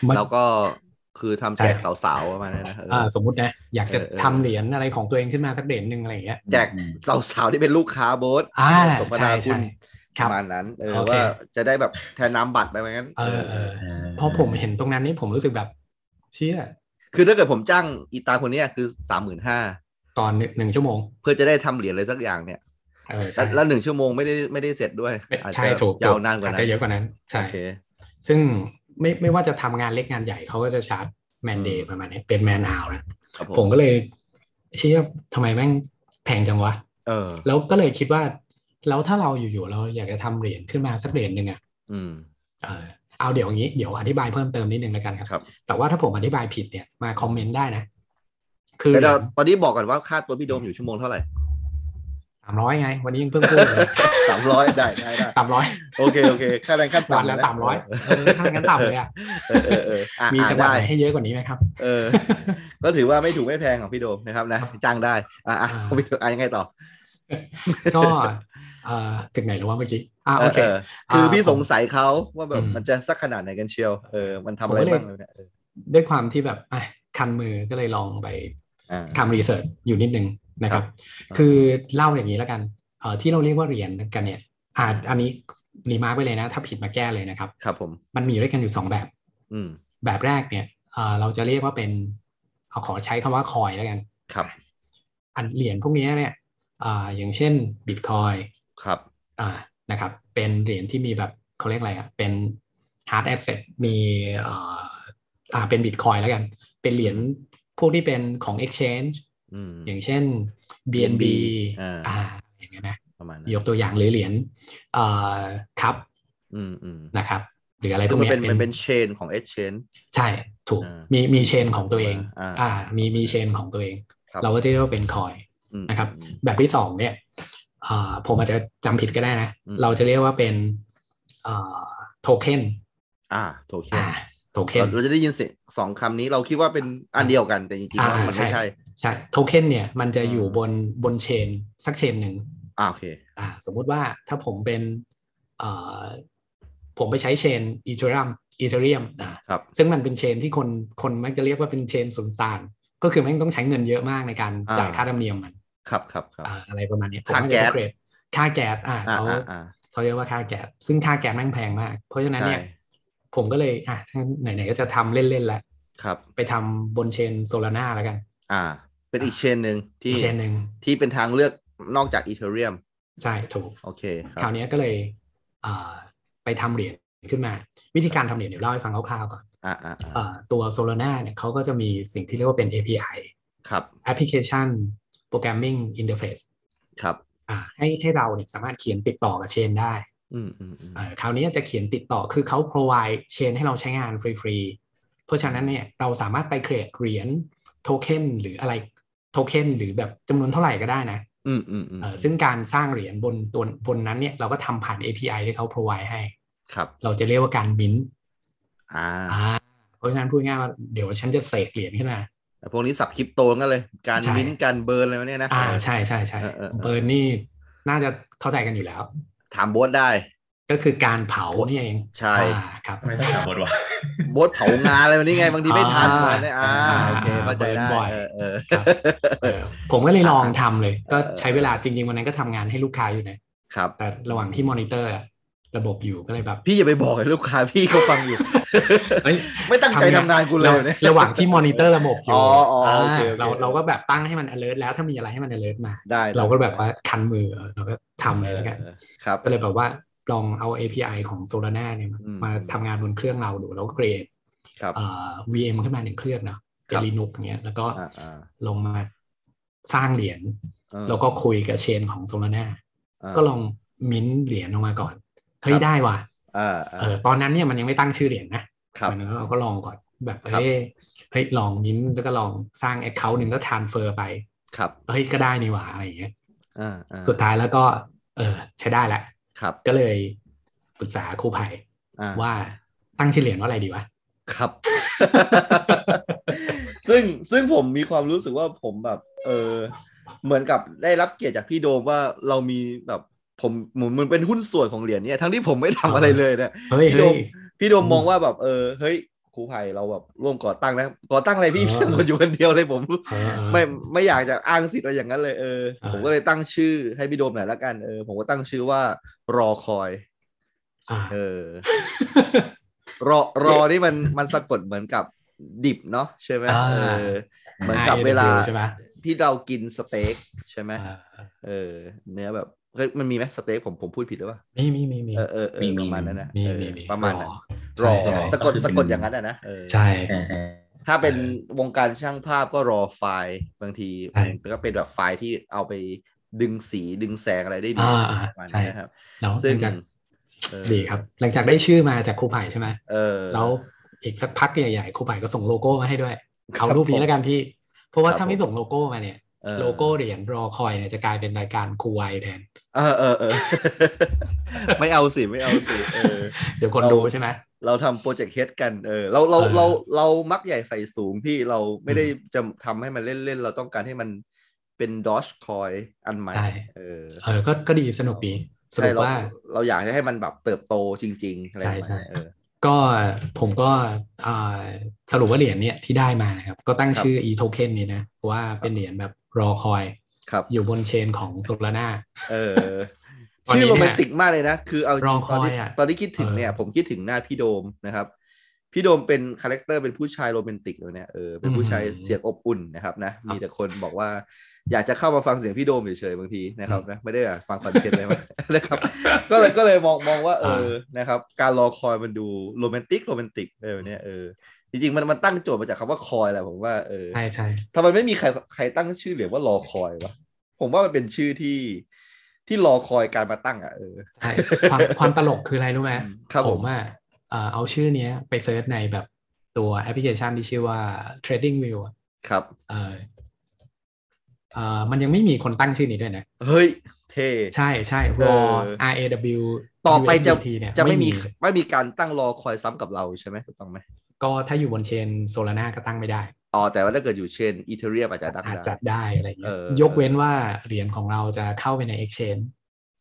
มัน แล้วก็คือทำแจก ใช่ สาวๆประมาณนั้นนะเอออ อ่าสมมตินะ อยากจะ เออเออ ทำเหรียญอะไรของตัวเองขึ้นมาสักเหรียญหนึ่งอะไรอย่างเงี้ย แจกสาวๆที่เป็นลูกค้าโบท อ่า สม ใช่ นาคุ ใช่ ณปครับ ระมาณนั้น เออ โอเค ว่าจะได้แบบแทนน้ำบัตรไปไหมงั้น เออเออ เออ พอผมเห็นตรงนั้นนี่ผมรู้สึกแบบ เชี่ย คือถ้าเกิดผมจ้างอีตาคนเนี้ยคือสามหมื่นห้า ตอนหนึ่งหนึ่งชั่วโมง เพื่อจะได้ทำเหรียญอะไรสักอย่างเนี่ย เออใช่ แล้วหนึ่งชั่วโมงไม่ได้ไม่ได้เสร็จด้วยอาจ ใช่ จะ ถูก ยาวนานกว่า อจ นั้ จะ น เยอะกว่านั้น ใช่ โอเค ซึ่งไม่ไม่ว่าจะทำงานเล็กงานใหญ่เขาก็จะชาร์จแมนเด อื ย์ ม ประมาณนี้เป็นแมนฮาวนะ ครับ ผมก็เลยเชี่ยทำไมแม่งแพงจังวะ เออ แล้วก็เลยคิดว่า แล้วถ้าเราอยู่ๆเราอยากจะทำเหรียญขึ้นมาสักเหรียญหนึ่งอะ อืม เออเอาเดี๋ยวอย่างนี้เดี๋ยวอธิบายเพิ่มเติมนิดนึงแล้วกันครับ ครับ แต่ว่าถ้าผมอธิบายผิดเนี่ยมาคอมเมนต์ได้นะ คือ เดี๋ยวเราตอนนี้บอกก่อนว่าค่าตัวพี่โดมอยู่ชั่วโมงเท่าไหร่ สามร้อยไง วันนี้ยังเพิ่งพูดเลย สามร้อยได้ได้ได้ สามร้อย โอเค โอเค ค่าแรงขั้น วัน ต่ำ ละ นะ สามร้อยเออถ้างั้นต่ำเลยอะ เออเออเอออ่ะ มี อ่ะ จังหวะ ได้ ไหนให้เยอะกว่านี้ไหมครับ เออ ก็ถือว่าไม่ถูกไม่แพงของพี่โดมนะครับนะ จ้างได้ อ่ะอ่ะ อ่า เอาไปเถอะอ่ะยังไงต่อ ก็เอ่อถึงไหนแล้ววะเมื่อกี้อ่าโอเค เออเออคือพี่ อ่า สงสัยเขาว่าแบบ อืม มันจะสักขนาดไหนกันเชียว เออ มันทำอะไร ผมก็เลย บ้างเลยเนี่ยเออ ด้วยความที่แบบอ่ะคันมือก็เลยลองไป อ่า ทำรีเสิร์ชอยู่นิดนึงนะครับ ครับ คือเล่าอย่างนี้แล้วกันเอ่อที่เราเรียกว่าเหรียญกันเนี่ยอาอันนี้รีมาร์กไปเลยนะ ถ้าผิดมาแก้เลยนะครับ ครับผม มันมีด้วยกันอยู่สองแบบ อืม แบบแรกเนี่ยเอ่อเราจะเรียกว่าเป็นเอาขอใช้คำว่าคอยแล้วกัน ครับ อันเหรียญพวกนี้เนี่ยเอ่ออย่างเช่นบิตคอย ครับ นะครับ เป็นเหรียญที่มีแบบเขาเรียกอะไรอะเป็นฮาร์ดแอสเซทมีเอ่ออ่าเป็นบิตคอยแล้วกัน เป็นเหรียญพวกที่เป็นของ Exchange อืม อย่างเช่น BNB BNB อ่า อ่าอย่างเงี้ยนะ ประมาณ ย นั้น กตัวอย่างหรือเหรียญเอ่อครับ อืมอืม นะครับ หรืออะไรพ คื ว อก มันเป็นเนี้ยมันเป็นเชนของเอเชน ใช่ถูก อ่ามี มีมีเชนของตัวเอง อ่า มีมีเชนของตัวเอง ครับ เราก็จะเรียกว่าเป็นคอย นะครับ แบบที่สองเนี่ยเอ่อผมอาจจะจำผิดก็ได้นะ อืม เราจะเรียกว่าเป็นโทเค็น อ่าโทเค็น อ่า โทเค็ เรา น เราจะได้ยินเสียงสองคำนี้เราคิดว่าเป็นอันเดียวกันแต่จริงๆแล้ว อ่ามั มันไม่ ใช่ ใช่ ใช่โทเค็นเนี่ยมันจะ อืม อยู่บนบนเชนสักเชนหนึ่ง อ่าโอเค อ่าสมมุติว่าถ้าผมเป็นเอ่อผมไปใช้เชนอีเทอรัมอีเทอรียมอ่า ครับ ซึ่งมันเป็นเชนที่คนคนมักจะเรียกว่าเป็นเชนสุนตาน ก็คือแม่งต้องใช้เงินเยอะมากในการ อ่า จ่ายค่าธรรมเนียมมัน ครับครับครับ อ่าอะไรประมาณเนี้ยผม ค่า ไม่ แก๊ ได้ ส เกรดค่าแก๊สอ่า อ่า เขา อ่าอ่า เขาเรียกว่าค่าแก๊สซึ่งค่าแก๊สแม่งแพงมาก เพราะฉะนั้นเนี่ย ใช่ ผมก็เลยอ่ะถ้าไหนๆก็จะทำเล่นๆแล้ว ครับ ไปทำบนเชนโซลาร่าแล้วกัน อ่า เป็นอีกเชนหนึ่งที่ อีกเชนหนึ่ง ที่เป็นทางเลือกนอกจากอีเทเรียม ใช่ถูก โอเคค ครัราว บ เนี้ยก็เลยเอ่อไปทำเหรียญขึ้นมา วิธีการทำเหรียญเดี๋ยวเล่าให้ฟังคร่าวๆก่อน อ่าอ่าอ่า เอ่อตัว Solana เนี่ยเขาก็จะมีสิ่งที่เรียกว่าเป็น API ครับ Application Programming Interface ครับ อ่าให้ให้เราเนี่ยสามารถเขียนติดต่อกับเชนได้ อืมอืมอืม เอ่อคราวนี้จะเขียนติดต่อคือเขา provide เชนให้เราใช้งานฟรีๆ เพราะฉะนั้นเนี่ยเราสามารถไป create เหรียญโทเค็นหรืออะไรโทเค็นหรือแบบจำนวนเท่าไหร่ก็ได้นะ อืมอืมอืม เอ่อซึ่งการสร้างเหรียญบนตัวบนนั้นเนี่ยเราก็ทำผ่าน API ที่เขา provide ให้ ครับ เราจะเรียกว่าการมิ้นท์ อ่า อ่าเพราะฉะนั้นพูดง่ายว่าเดี๋ยวฉันจะเสกเหรียญขึ้นมา แต่พวกนี้สับคริปโตกันเลย การ ใช่ มิ้นท์การเบิร์นอะไรพวกเนี้ยนะ อ่าใช่ใช่ใช่ เออเออเออ เบิร์นนี่น่าจะเข้าใจกันอยู่แล้ว ถามโบ๊ทได้ ก็คือการเผาเนี่ยเอง ใช่ อ่าครับ ทำไมต้องถามบทวะ โบ๊ทเผางานอะไรวันนี้ไงบางทีไม่ทัน อ่า อะไรเนี่ยอ่า อ่า โอเคเข้าใจได้ เบิร์นบ่อย เออเออ ครับเออผมก็เลยลองทำเลย ก็ เออเออ ใช้เวลาจริง ๆ วันนั้นก็ทำงานให้ลูกค้าอยู่นะครับ แต่ระหว่างที่มอนิเตอร์อะระบบอยู่ก็เลยแบบ พี่อย่าไปบอกให้ลูกค้าพี่เขาฟังอยู่ เอ้ย ไม่ตั้งใจทำงานกูเลยเนี่ย ระหว่างที่มอนิเตอร์ระบบอยู่ อ๋ออ๋อโอเคโอเค อ่าเราเราก็แบบตั้งให้มัน alert แล้วถ้ามีอะไรให้มัน alert มา ได้ เราก็แบบว่าคันมือเออเราก็ทำเลยแล้วกัน เออครับ ก็เลยแบบว่าลองเอา API ของ Solana เนี่ยมา อืม มาทำงานบนเครื่องเราดูแล้วก็เกรด ครับ เอ่อ VM ขึ้นมาหนึ่งเครื่องเนาะเป็ คน รับ Linux อย่างเงี้ยแล้วก็ อ่าอ่า ลงมาสร้างเหรียญ เออ แล้วก็คุยกับเชนของ Solana า ก็ลองมิ้นท์เหรียญออกมาก่อนเฮ้ ค ย รับ ได้ว่ะ อ่า เอ อ่า อตอนนั้นเนี่ยมันยังไม่ตั้งชื่อเหรียญนะครับ มันก็เราก็ลองก่อนแบบ ครับ เฮ้ยเฮ้ยลองมิ้นท์แล้วก็ลองสร้าง Account หนึ่งก็ transfer ไป ครับ เฮ้ยก็ได้นี่หว่าอะไรอย่างเงี้ย อ่าอ่า สุดท้ายแล้วก็เออใช้ได้แล้ว ครับ ก็เลยปรึกษาครูไผ่ อ่า ว่าตั้งชื่อเหรียญว่าอะไรดีวะ ครับ ซึ่งซึ่งผมมีความรู้สึกว่าผมแบบ เออเหมือนกับได้รับเกียรติจากพี่โดมว่าเรามีแบบผมเหมือนเหมันเป็นหุ้นส่วนของเหรียญเนี่ยทั้งที่ผมไม่ทำอะไรเลยเนี่ย เฮ้ย พี่โด เฮ้ ม ย พี่โดม อืม มองว่าแบบเออเฮ้ยครูไผ่เราแบบร่วมก่อตั้งนะก่อตั้งอะไรพี่ เออ พี่สมคนอยู่คนเดียวเลยผม เออเออ ไม่ไม่อยากจะอ้างสิทธิ์อะไรอย่างนั้นเลยเออ เออ ผมก็เลยตั้งชื่อให้พี่โดมหน่อยละกันเออผมก็ตั้งชื่อว่ารอคอย อ่า เออ รอรอนี่มันมันสะกดเหมือนกับดิบเนาะใช่ไหมเออ เหมือนกับเวลา ใช่ไหม ที่เรากินสเต็กใช่ไหม อ่า เออ เนื้อแบบเฮ้ยมันมีไหมสเต็กผมผมพูดผิดหรือเปล่า มีมีมีมี เออเออเออ มีมี ประมาณนั้นนะ มี เออ มีมี ประมาณนั้นร ร อ อใช่ สะกด ก็คือสะเป็นกดอย่างนั้นอะนะเออ ใช่ เออเออ ถ้าเป็น เอ วงการช่างภาพก็รอไฟล์บางที ใช่ มันก็เป็นแบบไฟล์ที่เอาไปดึงสีดึงแสงอะไรได้ดี อ่าอ่า ประมาณ ใช่ นั้นนะครับ แล้วห ซึ่ ลั ง งจาก เออ ดีครับ หลังจากได้ชื่อมาจากครูไผ่ใช่ไหม เออ แล้วอีกสักพักใหญ่ๆครูไผ่ก็ส่งโลโก้มาให้ด้วย ครับ เอารูปนี้แล้วกันพี่ เพราะว่า ครับ ถ้าไม่ ผม ส่งโลโก้มาเนี่ย เออ โลโก้เหรียญรอคอยเนี่ยจะกลายเป็นรายการครูไวแทน เออเออเออ ไม่เอา สิไม่เอาสิเออ เดี๋ยวคน เรา ดูใช่ไหม เราทำโปรเจกต์เฮดกันเออเราเรา เออ เราเรามักใหญ่ไฟสูงพี่เราไม่ได้จะทำให้มันเล่นๆ เราต้องการให้มันเป็นดอ g คอยอันใหม่ ใช่ เออ เออก็ก็ดีสนุกดีส ใช่ รุป เรา ว่า เราอยากจะให้มันแบบเติบโตจริง ๆ อะไร ใช่ ประมาณ ใช่ นั้นเออ ก็ผมก็อ่าสรุปว่าเหรียญเนี่ยที่ได้มานะครับ ก็ตั้งชื่อ e token นี้นะว่าเป็นเหรียญแบบรอคอย ครับ อยู่บนเชนของ Solana เออ วัน ชื่ นี้ อ เนี่โรยแมนติกมากเลยนะ คือเอาจ ร ริ อง ค ต อ อน ย ที่ อะ ตอนที่คิดถึงเนี่ย เออ ผมคิดถึงหน้าพี่โดมนะครับ พี่โดมเป็นคาแรคเตอร์เป็นผู้ชายโรแมนติกเลยเนี่ยเออเป็นผู้ชาย อือหือ เสียงอบอุ่นนะครับนะมีแต่คนบอกว่า อยากจะเข้ามาฟังเสียงพี่โดมเฉยๆบางทีนะครับนะไม่ได้อยากฟังคอนเทนต์อะไรมาก นะครับ ก็เลยก็เลยมองมองว่าเออนะครับ การรอคอยมันดูโรแมนติกโรแมนติกอะไรแบบเนี้ยเออจริงๆมันมันตั้งโจทย์มาจากคำว่าคอยแหละผมว่าเออ ใช่ใช่ ทำไมไม่มีใครใครตั้งชื่อเหรียญว่ารอคอยวะ ผมว่ามันเป็นชื่อที่ที่รอคอยการมาตั้งอ่ะเออ ใช่ความความตลกคืออะไรรู้ไหม ครับผ ผม มอ่ะเอ่อเอาชื่อเนี้ยไปเซิร์ชในแบบตัวแอปพลิเคชันที่ชื่อว่า Trading View อะ ครับ เออเอ่อมันยังไม่มีคนตั้งชื่อนี้ด้วยนะ เฮ้ย เท่ ใช่ใช่ raw เออ r a w ต่อไปจะ USDT เนี่ย จะไม่มี เลย ไม่มีการตั้งรอคอยซ้ำกับเราใช่ไหมถูกต้องไหม ก็ถ้าอยู่บนเชนโซลาร่าก็ตั้งไม่ได้ อ๋อแต่ว่าถ้าเกิดอยู่เชนอีเทเรียมอาจจะตั้ง อาจ ได้ จะได้อะไรเงี้ย เออ ยกเว้นว่าเหรียญของเราจะเข้าไปใน exchange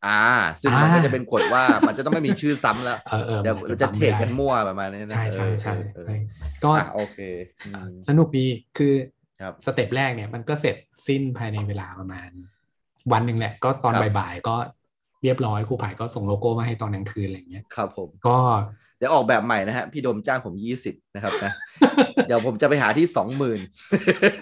อ่า ซึ่งมัน อ่า ก็จะเป็นกฎว่ามันจะต้องไม่มีชื่อซ้ำแล้ว เอ อเออ เดี๋ยว มันอา เรา จ จะ จำ เทร ไม่ ด ได้ กันมั่วประมาณนี้นะ ใช่ใช่ใช่ เออ ใช่ เออ ก็ อ่ะโอเคอืม สนุกดีคือ ครับ สเต็ปแรกเนี่ยมันก็เสร็จสิ้นภายในเวลาประมาณ วันหนึ่งแหละ ก็ตอน ครับ บ่ายๆก็เรียบร้อยครูผายก็ส่งโลโก้มาให้ตอนกลางคืนอะไรอย่างเงี้ย ครับผม ก็ เดี๋ยวออกแบบใหม่นะฮะ พี่โดมจ้างผมยี่สิบนะครับ นะ เดี๋ยวผมจะไปหาที่สองหมื่น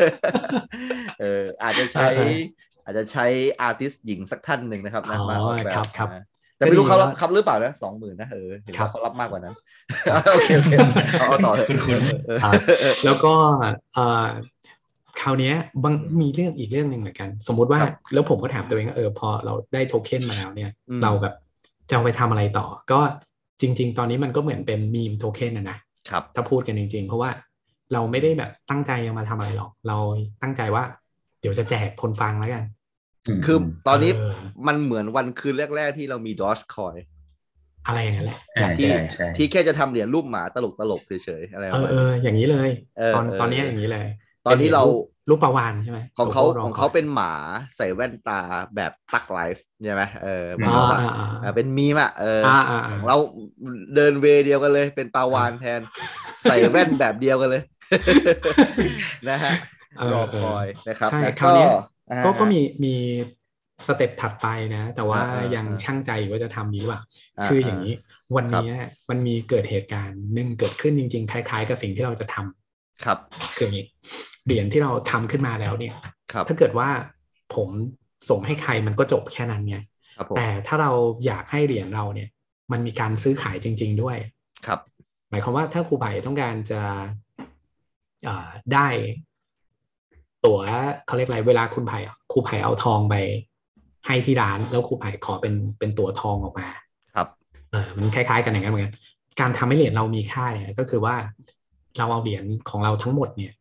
เอออาจจะใช้ เออ อาจจะใช้อาร์ติสหญิงสักท่านหนึ่งนะครับนะ อ๋อ มาออกแบบ ครับครับ นะแต่ไม่รู้ ก็ดี เขารับ ว่า ครับหรือเปล่านะสองหมื่นนะเออเห็น ครั ว่าเขาบรับมากกว่านั้น โอเคโอเคเอาเอาต่อเลย คุณคุณ เออ ครับ แล้วก็เอ่อคราวเนี้ยบางมีเรื่องอีกเรื่องหนึ่งเหมือนกัน สมมุติว่าแล้วผมก็ถามตัวเองว่าเออพอเราได้โทเค็นมาแล้วเนี่ย อืม เราแบบจะเอาไปทำอะไรต่อ ก็จริง ๆ ตอนนี้มันก็เหมือนเป็นมีมโทเค็นนะนะ ครับ ถ้าพูดกันจริงๆ เพราะว่าเราไม่ได้แบบตั้งใจจะมาทำอะไรหรอก เราตั้งใจว่า เดี๋ยวจะแจกคนฟังแล้วกัน คือตอนนี้ เ มันเหมือนวันคืนแรก ๆ ที่เรามีดอชคอย อะไรอย่างนั้นแหละ อ่า ที่ ใช่ใช่ ที่แค่จะทำเหรียญรูปหมาตลกตลกๆเฉยๆอะไรป เอ ระ อ มาณ เอ นี้ ออย่างนี้เลย เออ ตอน เออ ตอนนี้อย่างนี้เลย ตอนนี้เรา รูปประวานใช่ไหม ของเขา โลโก้ ของเขาเป็นหมาใส่แว่นตาแบบตักไลฟ์ใช่ไหมเออเหมือน อ่า กับว่า อ่าอ่า เออเป็นมีมอ่ะเอออ อ่าอ่า ของเราเดินเวย์เดียวกันเลยเป็นปลาวานแทน ใส่แว่นแบบเดียวกัน เลย นะฮะ เออ รอ เอ ค อ อยนะครับ ใช่ แล้ว คราวเนี้ย อ่า ก็ก็มีมีสเต็ปถัดไปนะ แต่ว่า อ่าอ่ายั ยัง อ่า ช่างใจอยู่ว่าจะทำนี้หรือเปล่า อ่า คืออย่างนี้วัน ครับ นี้มันมีเกิดเหตุการณ์หนึ่งเกิดขึ้นจริงๆ คล้ายๆ กับสิ่งที่เราจะทำ ครับ คืออย่างนี้เหรียญที่เราทำขึ้นมาแล้วเนี่ย ครับ ถ้าเกิดว่าผมส่งให้ใครมันก็จบแค่นั้นไง ครับผม แต่ถ้าเราอยากให้เหรียญเราเนี่ย มันมีการซื้อขายจริง ๆ ด้วย ครับ หมายความว่าถ้าครูไผ่ต้องการจะเอ่อได้ ตั๋วเขาเรียกอะไรเวลาคุณไผ่ครูไผ่เอาทองไป ให้ที่ร้าน แล้วครูไผ่ขอเป็นเป็นตั๋วทองออกมา ครับ เออมันคล้ายๆกันอย่างนั้นเหมือนกัน การทำให้เหรียญเรามีค่าเนี่ยก็คือว่าเราเอาเหรียญของเราทั้งหมดเนี่ย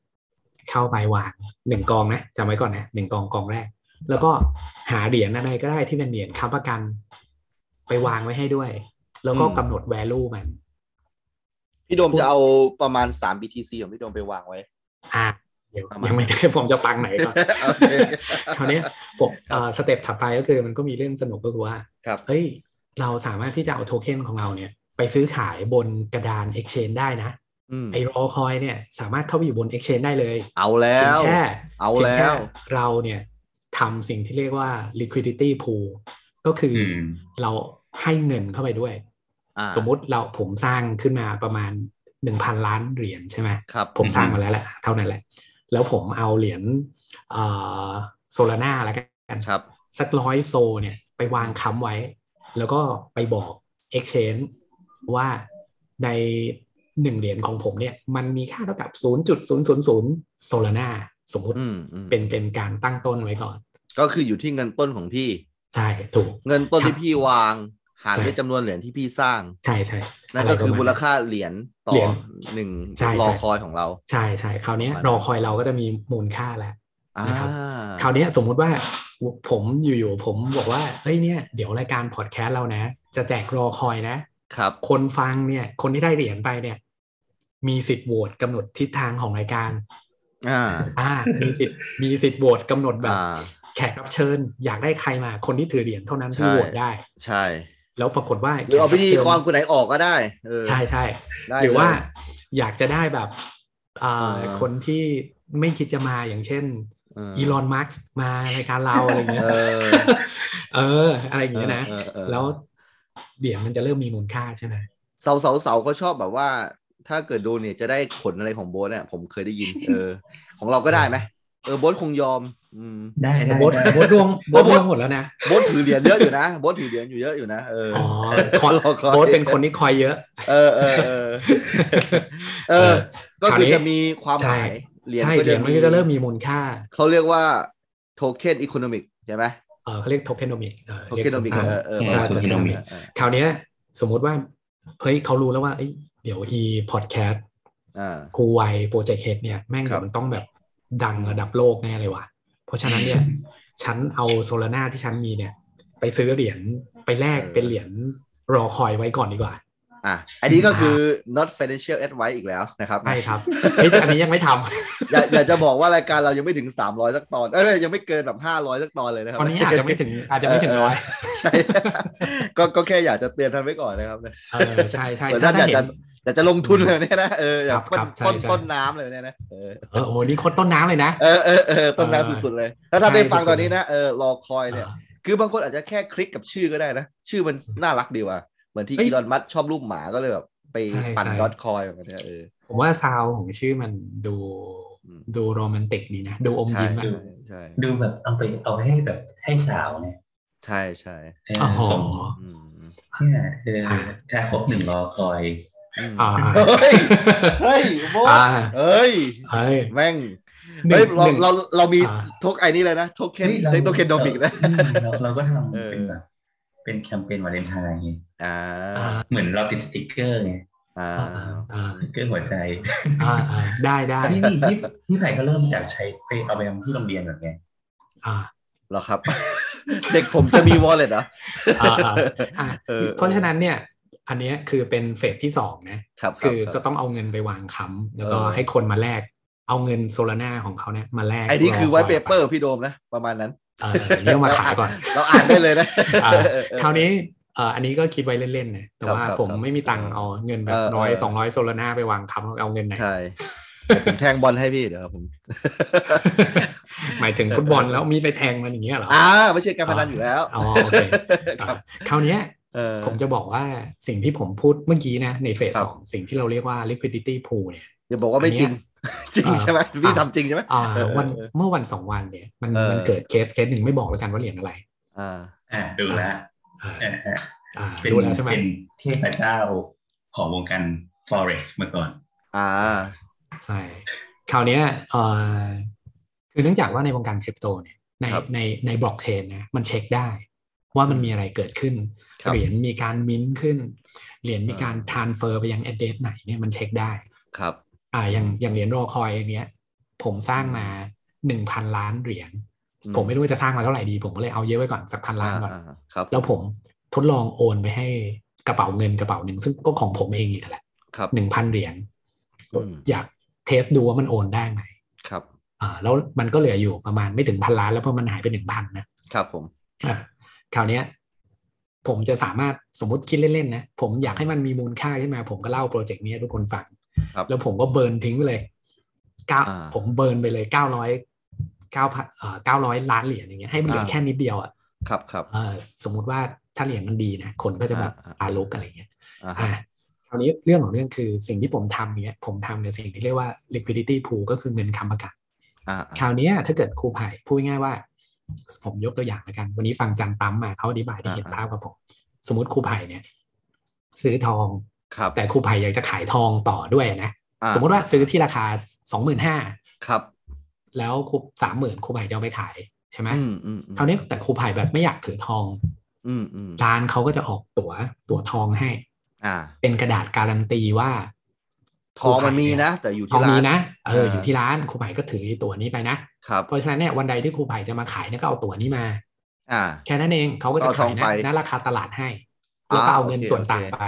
เข้าไปวางหนึ่งกองนะจำไว้ก่อนนะหนึ่งกองกองแรก แล้วก็หาเหรียญอะไรก็ได้ที่เป็นเหรียญค้ำประกัน ไปวางไว้ให้ด้วย แล้วก็กำหนด value มัน พี่โดม พูด จะเอาประมาณ 3 BTC ของพี่โดมไปวางไว้ อ่ะเดี๋ยว ประมาณ ยังไม่ ได้ผมจะปังไหนก่อน โอเค คราวเนี้ยผมเอ่อสเต็ปถัดไปก็คือมันก็มีเรื่องสนุกก็คือว่า ครับ เฮ้ยเราสามารถที่จะเอาโทเค็นของเราเนี่ย ไปซื้อขายบนกระดาน exchange ได้นะ อืม ไอ้รอคอยเนี่ยสามารถเข้าไปอยู่บน Exchange ได้เลย เอาแล้ เพียง ว แค่ เอา เพียง แล้ แค่ ว เราเนี่ยทำสิ่งที่เรียกว่า liquidity pool ก็คือ อื อ ม เราให้เงินเข้าไปด้วย อ่า สมมุติเราผมสร้างขึ้นมาประมาณ 1,000 ล้านเหรียญใช่ไหม ครับ ผม อืม สร้างมาแล้วแหละเท่านั้นแหละ แล้วผมเอาเหรียญโซลาร่าแล้วกัน ครับ สักร้อยโซเนี่ยไปวางค้ำไว้ แล้วก็ไปบอก Exchange ว่าในหนึ่งเหรียญของผมเนี่ยมันมีค่าเท่ากับ 0.000โซลาร่าสมมุติ อืมอืม เป็นเป็นการตั้งต้นไว้ก่อน ก็คืออยู่ที่เงินต้นของพี่ ใช่ถูก เงินต้น ครับ ที่พี่วาง หาร ใช่ ด้วยจำนวนเหรียญที่พี่สร้าง ใช่ใช่ นั่นก็คือ อะ มู ไร ล ประมาณ ค่าเหรียญต่อ เหรียญ หนึ่ง ใช่ใช่ รอคอยของเรา ใช่ใช่คราวเนี้ย ประมาณ รอคอยเราก็จะมีมูลค่าแล้ว อ่า นะครับ คราวเนี้ยสมมุติว่าผมอยู่ๆผมบอกว่าเฮ้ยเนี่ยเดี๋ยวรายการพอดแคสต์เรานะ จะแจกรอคอยนะ ครับ คนฟังเนี่ย คนที่ได้เหรียญไปเนี่ย มีสิทธิ์โหวตกำหนดทิศทางของรายการ อ่า อ่ามีสิทธิ์ มีสิทธิ์โหวตกำหนดแบบ อ่า แขกรับเชิญ อยากได้ใครมา คนที่ถือเหรียญเท่านั้นที่โหวตได้ ใช่ แล้วปรากฏว่า หรือเอาพิธีกร แขกบ คนไหนออกก็ได้เออ เชิญใช่ใช่ ได้ หรือ เลย ว่าอยากจะได้แบบอ่า อ่า คนที่ไม่คิดจะมาอย่างเช่น เ อีลอนมาร์กมารายการเราอะไรอย่างเงี้ย เออ เออ อะไรอย่างเงี้ยนะ เออเออเออ แล้วเดี๋ยวมันจะเริ่มมีมูลค่าใช่ไหม เสาเสาเสาก็ชอบแบบว่า ถ้าเกิดดูเนี่ยจะได้ขนอะไรของโบทเนี่ยผมเคยได้ ยิน เออ ของเราก็ได้ไหมเออโบทคงยอม อืม ได้ได้ โบด ได้ โบดรวมโบด โบ๊ทรวมหมดแล้วนะ โบทถือเหรียญเยอะอยู่นะโบทถือเหรียญอยู่เยอะอยู่นะเออ อ๋อ อ คอน รอคอย โบดเป็นคนที่คอยเยอะ เออเออเออเออ ก็คือจะมีความหมาย ใช่ เหรียญ ใช่ ก็ เหรียญมันก็จะเริ่มมีมูลค่า เขาเรียกว่าโทเค็นอีโคโนมิกใช่ไหม เออเขาเรียกโทเคนอมิกเออ โท เรียก เค็น สั้ มิก น เออเออประๆใช่ มาณ โทเคนอมิก เออ คราวเนี้ยสมมุติว่าเฮ้ยเขารู้แล้วว่าเอ้ยเดี๋ยวอีพอดแคสต์ อ่า ครูไวโปรเจกต์เฮดเนี่ยแม่ง ครั เดี๋ บ ยวมันต้องแบบดังระดับโลกแน่เลยว่ะเพราะฉะนั้น เนี่ย ฉันเอาโซลาร่า ที่ฉันมีเนี่ย ไปซื้อเหรียญไปแลกเป็นเหรียญรอคอยไว้ก่อนดีกว่า อ่ะอันนี้ก็คือ not financial advice อีกแล้วนะครับ ใช่ครับเฮ้ยแต่อันนี้ยังไม่ ทำ อยากอยากจะบอกว่ารายการเรายังไม่ถึง 300 สักตอน เอ้ยยังไม่เกินแบบ 500 สักตอนเลยนะครับ ตอนนี้อาจจะไม่ถึงอาจจะไม่ถึงร้อย ใช่ก็ก็แค่อยากจะเตือนท่านไว้ก่อนนะครับนะ เออใช่ใช่ เหมือน ถ้า ท่านอ ได้ ยากจะอเห็นยากจะลงทุนเลยเนี่ยนะเอออยากต้น ครับใช่ ต้น ใช่ ต้นน้ำเลยเนี่ยนะเออ เออโอ้โหนี่คนต้นน้ำเลยนะ เออเออเออต้นน้ำสุดๆเลย ถ้าท่านได้ฟังตอนนี้นะเออรอคอยเนี่ย คือบางคนอาจจะแค่คลิกกับชื่อก็ได้นะ ชื่อมันน่ารักดีว่ะเหมือนที่ เฮ้ย อีลอนมัสชอบรูปหมาก็เลยแบบไป ใช่ ปั่น ใช่ ดอทคอยแบบเนี้ยเออ ผมว่าซาวของชื่อมันดู อืม ดูโรแมนติกดีนะ ดูอม ใช่ ยิ้มอะ ใช่ใช่ ดูแบบเอาไปเอาไปให้แบบให้สาวเนี่ย ใช่ใช่ เออ โอ้โห ส่ง อืมอืม เนี่ยเออแค่ครบหนึ่งรอคอย อ่า เฮ้ยเฮ้ยโบ๊ท อ่า เฮ้ย เฮ้ย แม่ง หนึ่ เฮ้ย ง เรา หนึ่ง เราเรามี อ่า ทกไอ้นี่เลยนะทกเคน ฮ้ยรา ทกเคนโดมิกนะ อืมเราเราก็ทำ เออ เป็นแบบเป็นแคมเปญวาเลนไทน์ไง อ่า อ่า เหมือนเราติดสติกเกอร์ไง อ่า อ่าอ่า สติกเกอร์หัวใจ อ่าอ่าได้ได้ อันนี้นี่พี่พี่ไผ่ก็เริ่มจากใช้ไปเอาไปทำที่โรงเรียนแบบไง อ่า เหรอครับ เด็กผมจะมี wallet เหรอ อ่าอ่าอ่า เออ เพราะฉะนั้นเนี่ย อันเนี้ยคือเป็นเฟสที่สองนะ ครับรับ คือก็ รับ ต้องเอาเงินไปวางค้ำแล้วก็ เออ ให้คนมาแลกเอาเงินโซลาร่าของเขาเนี่ยมาแลก ไอ้นี่คือไวท์เปเปอ ไป ร์พี่โดมนะ ประมาณนั้น เออเรียกมาขายก่อน เราอ่านได้เลยนะ อ่า เออเออ คราวนี้เอ่ออันนี้ก็คิดไว้เล่นๆนะแต่คว่ารับครับ ผม ครับ ไม่มีตังค์เอาเงินแบ เอบ อ ร้อย เออ สองร้อยโซลาร่าไปวางค้ำเอาเงินไหน ใช่ผมแทงบอลให้พี่เดี๋ยว ครับผม หมายถึงฟุ ตบอลแล้วมีไปแทงมันอย่างเงี้ยเหรอ อ่าไม่ใช่การพนันอยู่แล้ว อ๋อโอเค ครับ คราวเนี้ย เออ ผมจะบอกว่าสิ่งที่ผมพูดเมื่อกี้นะในเฟส ครับ สองสิ่งที่เราเรียกว่า liquidity pool เนี่ย อย่าบอกว่าไม่จริง จริง เออ ใช่ไหมพี่ อ่า ทำจริงใช่ไหม อ่า เออ วัน เออ เมื่อวันสองวันเนี่ยมัน เออ มันเกิดเคสเคสหนึ่งไม่บอกแล้วกันว่าเหรียญอะไร อ่า อ่ะดูละ อ่า อ่ะอ่ะ อ่า เป็น ดูแล้วใช่ไหม เป็นเทพเจ้าของวงการ forex มาก่อน อ่า ใช่คราวเนี้ยเอ่อคือเนื่องจากว่าในวงการคริปโตเนี่ยใน ครับ ในในบล็อกเชนนะมันเช็คได้ ว่ามันมีอะไรเกิดขึ้น ครับ เหรียญมีการมิ้นท์ขึ้น เหรียญมีการทรานเฟอร์ไปยังแอดเดสไหนเนี่ยมันเช็คได้ ครับ อ่าอย่างอย่างเหรียญรอคอยอันเนี้ย ผมสร้างมาหนึ่งพันล้านเหรียญ อืม ผมไม่รู้ว่าจะสร้างมาเท่าไหร่ดี ผมก็เลยเอาเยอะไว้ก่อนสักพันล้านก่อน อ่าครับ แล้วผมทดลองโอนไปให้กระเป๋าเงินกระเป๋าหนึ่งซึ่งก็ของผมเองอีกแหละ ครับ หนึ่งพันเหรียญ อืม อยากเทสดูว่ามันโอนได้ไหม ครับ อ่าแล้วมันก็เหลืออยู่ประมาณไม่ถึงพันล้านแล้วเพราะมันหายไปหนึ่งพันนะครับ ผม อ่ะคราวเนี้ย ผมจะสามารถสมมติคิดเล่นๆนะผมอยากให้มันมีมูลค่าขึ้นมา ผมก็เล่าโปรเจกต์นี้ให้ทุกคนฟัง ครับ แล้วผมก็เบิร์นทิ้งไปเลยเก้า อ่า ผมเบิร์นไปเลยเก้าร้อยเก้าพันเก้าร้อยล้านเหรียญอย่างเงี้ยให้มันเหลืออา แค่นิดเดียวอ่ะ ครับครับ เอ่อสมมุติว่าถ้าเหรียญมันดีนะ คนก็จะแบบ อ่า ตาลุกอะไรเงี้ย อ่า อ่าคราวนี้เรื่องของเรื่องคือสิ่งที่ผมทำเนี้ยผมทำในสิ่งที่เรียกว่า liquidity pool ก็คือเงินค้ำประกัน อ่า คราวเนี้ยถ้าเกิดครูไผ่พูดง่ายๆว่า ผมยกตัวอย่างละกัน วันนี้ฟังจันตั้มมาเขาอธิบายได้เห็นภาพกับผม สมมติครูไผ่เนี่ย ซื้อทอง ครับ แต่ครูไผ่อยากจะขายทองต่อด้วยนะ อ่ สมมติว่าซื้อที่ราคาสองหมื่นห้า ครับ แล้วครูสามหมื่นครูไผ่จะเอาไปขายใช่ไหม อืมอืมอืม คราวนี้แต่ครูไผ่แบบไม่อยากถือทอง อืมอืม ร้านเขาก็จะออกตัว๋วตั๋วทองให้ อ่า เป็นกระดาษการันตีว่า ทองมันมีนะ แต่อยู่ ทอ ที่ ง ร้า มี น นะเออ เออ อ อ ยู่ที่ร้านครูไผ่ก็ถือไอ้ตั๋วนี้ไปนะครับ เพราะฉะนั้นเนี่ยวันใดที่ครูไผ่จะมาขายเนี่ยก็เอาตั๋วนี้มา อ่า แค่นั้นเองเขาก็จะ เอาซ ขา อง ย ไป นะนะราคาตลาดให้แล้วก็ อ่า เอาเงิน โอเค ส่วนต่าง โอเค ไป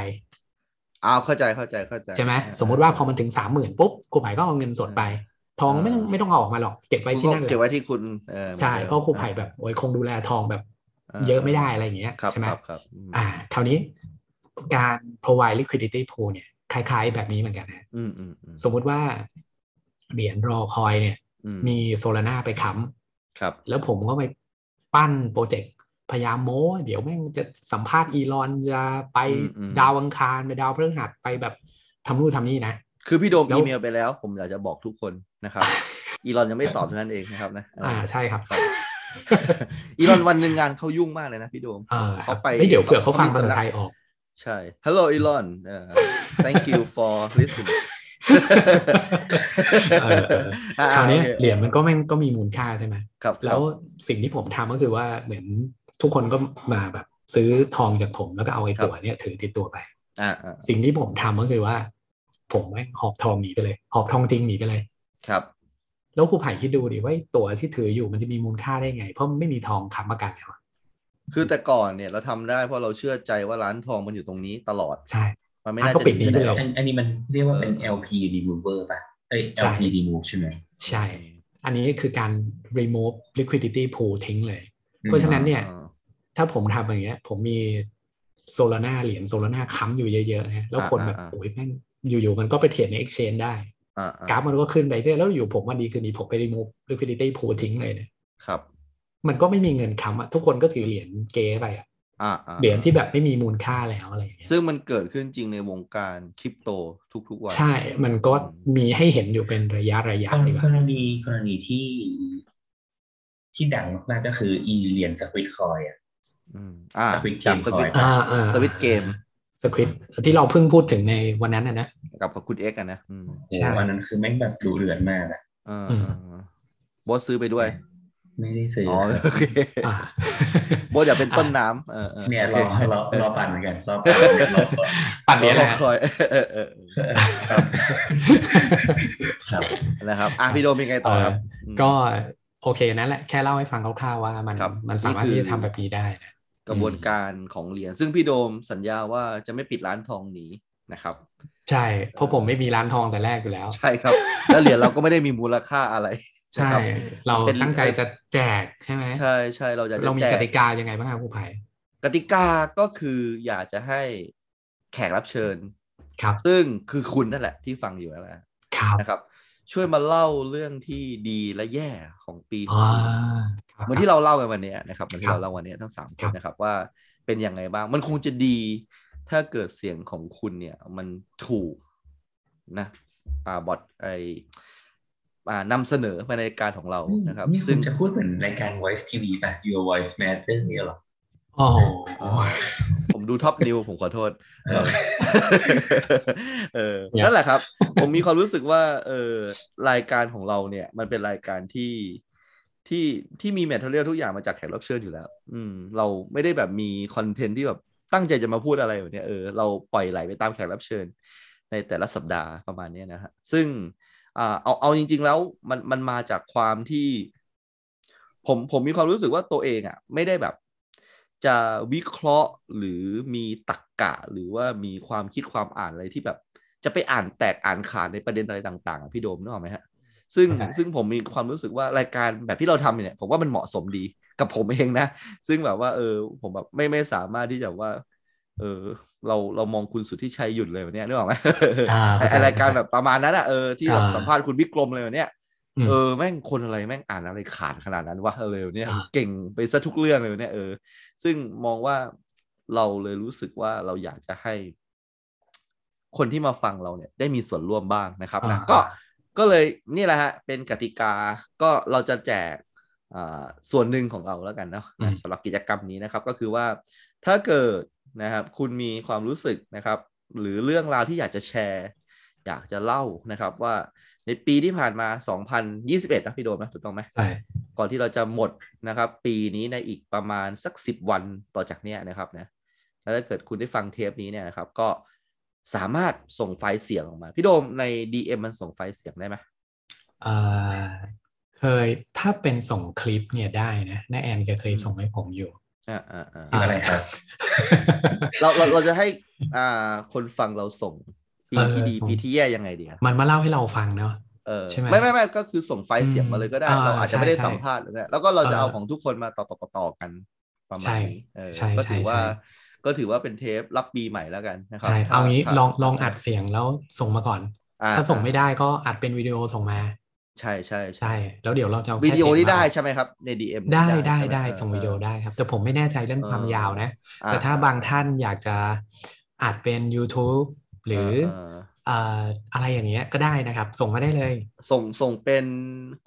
เอาเข้าใจเข้าใจเข้าใจ ใช่ไหม อ่ สมมุติว่าพอมันถึงสามหมื่นปุ๊บครูไผ่ก็เอาเงินสดไป ทองไม่ต้องไม่ต้องเอาออกมาหรอกเก็บไว้ที่นั่น คุณก็ เล เก็บไว้ ย ที่คุณเออ ใช่ หมือนดิม เพราะครูไผ่แบบโอ้ยคงดูแลทองแบบเยอะไม่ได้อะไรอย่างเงี้ย ครับ ใช่ไหม ครับครับม อ่าคราวนี้การ provide liquidity pool เนี่ยคล้ายๆ แบบนี้เหมือนกันนะ อืมอืมอืม สมมุติว่าเหรียญรอคอยเนี่ย อืม มีโซลาร่าไปค้ ครับ ำแล้วผมก็ไปปั้นโปรเจกต์พยายามโม้เดี๋ยวแม่งจะสัมภาษณ์อีลอนจะไปดาวอังคาร ไปดาวพฤหัสไปแบบทำนู่นทำนี่นะ คือพี่โดม แล้ว อีเมลไปแล้ว ผมอยากจะบอกทุกคน นะครับ อีลอนยังไม่ตอบเท่านั้นเองนะครับนะ อ่าใช่ครับ ครับ อีลอนวันหนึ่งงานเขายุ่งมากเลยนะพี่โดม เออคเขารับ ไป เฮ้ยเดี๋ยวเผื่อเขาฟัง มี ภา สำ ษา นัก ไทยออก ใช่ Hello Elon เอ่อ thank you for listening เออเออ คราวเนี้ยเหรียญมันก็แม่งก็มีมูลค่าใช่ไหม ครับครับ แล้วสิ่งที่ผมทำก็คือว่าเหมือนทุกคนก็มาแบบซื้อทองจากผมแล้วก็เอาไอ้ตั๋วเนี่ยถือติดตัวไป อ่าอ่า สิ่งที่ผมทำก็คือว่า ผมแม่งหอบทองหนีไปเลย หอบทองจริงหนีไปเลย ครับ แล้วครูไผ่คิดดูดิว่าไอ้ตั๋วที่ถืออยู่มันจะมีมูลค่าได้ไง เพราะมันไม่มีทองค้ำประกันแล้วอะ คือแต่ก่อนเนี่ยเราทำได้เพราะเราเชื่อใจว่าร้านทองมันอยู่ตรงนี้ตลอด ใช่ มันไม่ อ่ะ น่า ก็ จะ ปิดนี้ไปเลย หรอัอก นอันนี้มันเรียกว่าเป็น เออ LP remover ป่ะเอ้ย ใช่ LP remove ใช่ไหม ใช่ อันนี้คือการ remove liquidity pool ทิ้งเลย เพราะฉะนั้นเนี่ย อ่า ถ้าผมทำอย่างเงี้ย ผมมีโซลาร่าเหรียญโซลาร่าค้ำอยู่เยอะๆนะฮะแล้วคนแบบ อ่าๆ โอ้ยแม่งอยู่ๆมันก็ไปเทรดใน exchange ได้ อ่าก ราฟมันก็ขึ้นไปเรื่อยแล้วอยู่ผมวันดีคืนนี้ผมไป remove liquidity pool ทิ้งเลยเนี่ย ครับ มันก็ไม่มีเงินค้ำอะทุกคนก็ถือเหรียญเก๊ไปอะ อ่าอ่า เหรียญที่แบบไม่มีมูลค่าแล้วอะไรอย่างเงี้ย ซึ่งมันเกิดขึ้นจริงในวงการคริปโตทุกๆวัน ใช่มันก็มีให้เห็นอยู่เป็นระยะระยะ กร เล ณี ยว่าก รณีกรณีที่ที่ดังมากๆก็คือ อีเหรียญสควิตคอยอ่ะ อืมอ่า Squid จาก Game สวิต Coin อ่าอ่า สวิตเกม สควิตที่เราเพิ่งพูดถึงในวันนั้นนะนะ กับกับคุณเอ็กอะนะอืม โห ใช่ วันนั้นคือแม่งแบบดูเดือดมากอ่ะ เออเออเออบอสซื้อไปด้วย ไม่ได้ซื้อ อ๋อ อ โอเค อ่า บอสอยากเป็นต้นน้ำเออออ เนี่ยรอ โค รอรอปั่นเหมือนกันรอปั่นเรียบร้อย ปัดเหรียรญแห อ ละ คอย เออเออเออ ครับ นะครับอ่ะพี่โดมเป็นไงต่อครับ ก็โอเคนั่นแหละแค่เล่าให้ฟังคร่าวๆว่ามัน ครับ มันสามารถ นี่คือ ที่จะทำแบบนี้ได้นะ กระบวนการของเหรียญซึ่งพี่โดมสัญญาว่าจะไม่ปิดร้านทองนี้นะครับ ใช่เพราะผมไม่มีร้านทองแต่แรกอยู่แล้ว ใช่ครับ แล้วเหรียญเราก็ไม่ได้มีมูลค่าอะไร ใช่ นะครับ เรา เป็น ตั้งใจจะแจกใช่ไหม ใช่ใช่เราอยากจะ เรามี แจ กติกายังไงบ้างครับครูไผ่ กติกาก็คืออยากจะให้แขกรับเชิญ ครับ ซึ่งคือคุณนั่นแหละที่ฟังอยู่นั่นแหละ ครับ นะครับ ช่วยมาเล่าเรื่องที่ดีและแย่ของปี อ่าครับ เหมือนที่เราเล่ากันวันเนี้ยนะครับเหมือนที่ ครับ เราเล่าวันเนี้ยทั้งสามค ครั น บ นะครับว่าเป็นยังไงบ้าง มันคงจะดี ถ้าเกิดเสียงของคุณเนี่ย มันถูกนะ อ่าบอทไออ่านำเสนอมาในรายการของเรานะครับ นี่คุณจะพูดเหมือนรายการ Voice TV ป่ะ Your Voice Matter เนี่ยเหรอ โอ้โห ผมดูท็อปนิวผมขอโทษ เออเออ เนี่ย นั่นแหละครับ ผมมีความรู้สึกว่า เออรายการของเราเนี่ย มันเป็นรายการที่ที่ที่มีแมทเทอเรียลทุกอย่างมาจากแขกรับเชิญอยู่แล้ว อืม เราไม่ได้แบบมีคอนเทนต์ที่แบบตั้งใจจะมาพูดอะไรแบบเนี้ยเออเราปล่อยไหลไปตามแขกรับเชิญ ในแต่ละสัปดาห์ประมาณเนี้ยนะฮะซึ่ง อ่าเอาเอาจริง ๆ แล้วมันมันมาจากความที่ ผมผมมีความรู้สึกว่าตัวเองอะ่ะ ไม่ได้แบบ จะวิเคราะห์หรือมีตรรกกะ หรือว่ามีความคิดความอ่านอะไรที่แบบ จะไปอ่านแตกอ่านขาดในประเด็นอะไรต่างๆอะพี่โดมนึกออกไหมฮะ ซึ่ง ใช่ ซึ่งผมมีความรู้สึกว่ารายการแบบที่เราทำเนี่ย ผมว่ามันเหมาะสมดีกับผมเองนะ ซึ่งแบบว่า เออ ผมแบบไม่ไม่สามารถที่จะว่า เออ เราเรามองคุณสุทธิชัยหยุดเลยวันเนี้ยนึกออกไหม อ่า ไอ้ เข้าไอ้ใจรายการแบบประมาณนั้นอะเออที่แบบ อ่า สัมภาษณ์คุณวิกรมเลยเนี่ย อืม เออแม่งคนอะไรแม่งอ่านอะไรขาดขนาดนั้นวะเออเลยเนี่ย อ่า เก่งไปซะทุกเรื่องเลยเนี่ยเออ ซึ่งมองว่าเราเลยรู้สึกว่าเราอยากจะให้ คนที่มาฟังเราเนี่ย ได้มีส่วนร่วมบ้างนะครับนะ อ่า ก็ก็เลยนี่แหละฮะ เป็นกติกาก็เราจะแจก อ่าส่วนหนึ่งของเราแล้วกันเนาะ อืม สำหรับกิจกรรมนี้นะครับ ก็คือว่าถ้าเกิดนะครับ คุณมีความรู้สึกนะครับ หรือเรื่องราวที่อยากจะแชร์ อยากจะเล่านะครับ ว่าในปีที่ผ่านมา 2021 นะพี่โดมนะถูกต้องไหม ใช่ ก่อนที่เราจะหมดนะครับ ปีนี้ในอีกประมาณสัก 10 วันต่อจากเนี้ยนะครับนะแล้วถ้าเกิดคุณได้ฟังเทปนี้เนี่ยนะครับ ก็สามารถส่งไฟล์เสียงออกมา พี่โดมใน DM มันส่งไฟล์เสียงได้ไหม เอ่อเคยถ้าเป็นส่งคลิปเนี่ยได้นะน้าแอนแกเคยส่งให้ผมอยู่ อ่าอ่าอ่า คืะไรครับ เราเราเราจะให้อ่าคนฟังเราส่งปี เออ ที่ดี ส่ง ปีที่แย่ยังไงดีอะ มันมาเล่าให้เราฟังเนาะ เออ ใช่ไหม ไม่ไม่ไม่ก็คือส่งไฟล์ อืม เสียงมาเลยก็ได้ อ่า เราอาจ ใช่ จะไม่ได้ ใช่ สัมภาษณ์หรืออะไรแล้วก็เราจะเอา เออ ของทุกคนมาต่อต่อต่อต่อกันประมาณนี้เออ ใช่ ก็ ใช่ ถือว่า ใช่ ก็ถือว่าเป็นเทปรับปีใหม่แล้วกันนะครั ใช่เอางี้ ถ้ถ้ ลองลองอัดเสียงแล้วส่งมาก่อน อ่ ถ้าส่งไม่ได้ก็อัดเป็นวิดีโอส่งมา ใช่ใช่ ใช่ แล้วเดี๋ยวเราจะเอาแค่ วิดีโอ เสียง นี่ได้ มา ใช่ไหมครับ ใน DM ได้ได้ ใช่หม ได้ เออ ส่งวิดีโอ เออ ได้ครับ แต่ผมไม่แน่ใจเรื่องความ เออ ยาวนะ อ่ะ แต่ถ้าบางท่านอยากจะอัดเป็น YouTube หรือ เเออ เอ่ออะไรอย่างเงี้ยก็ได้นะครับ ส่งมาได้เลย ส่งส่งเป็น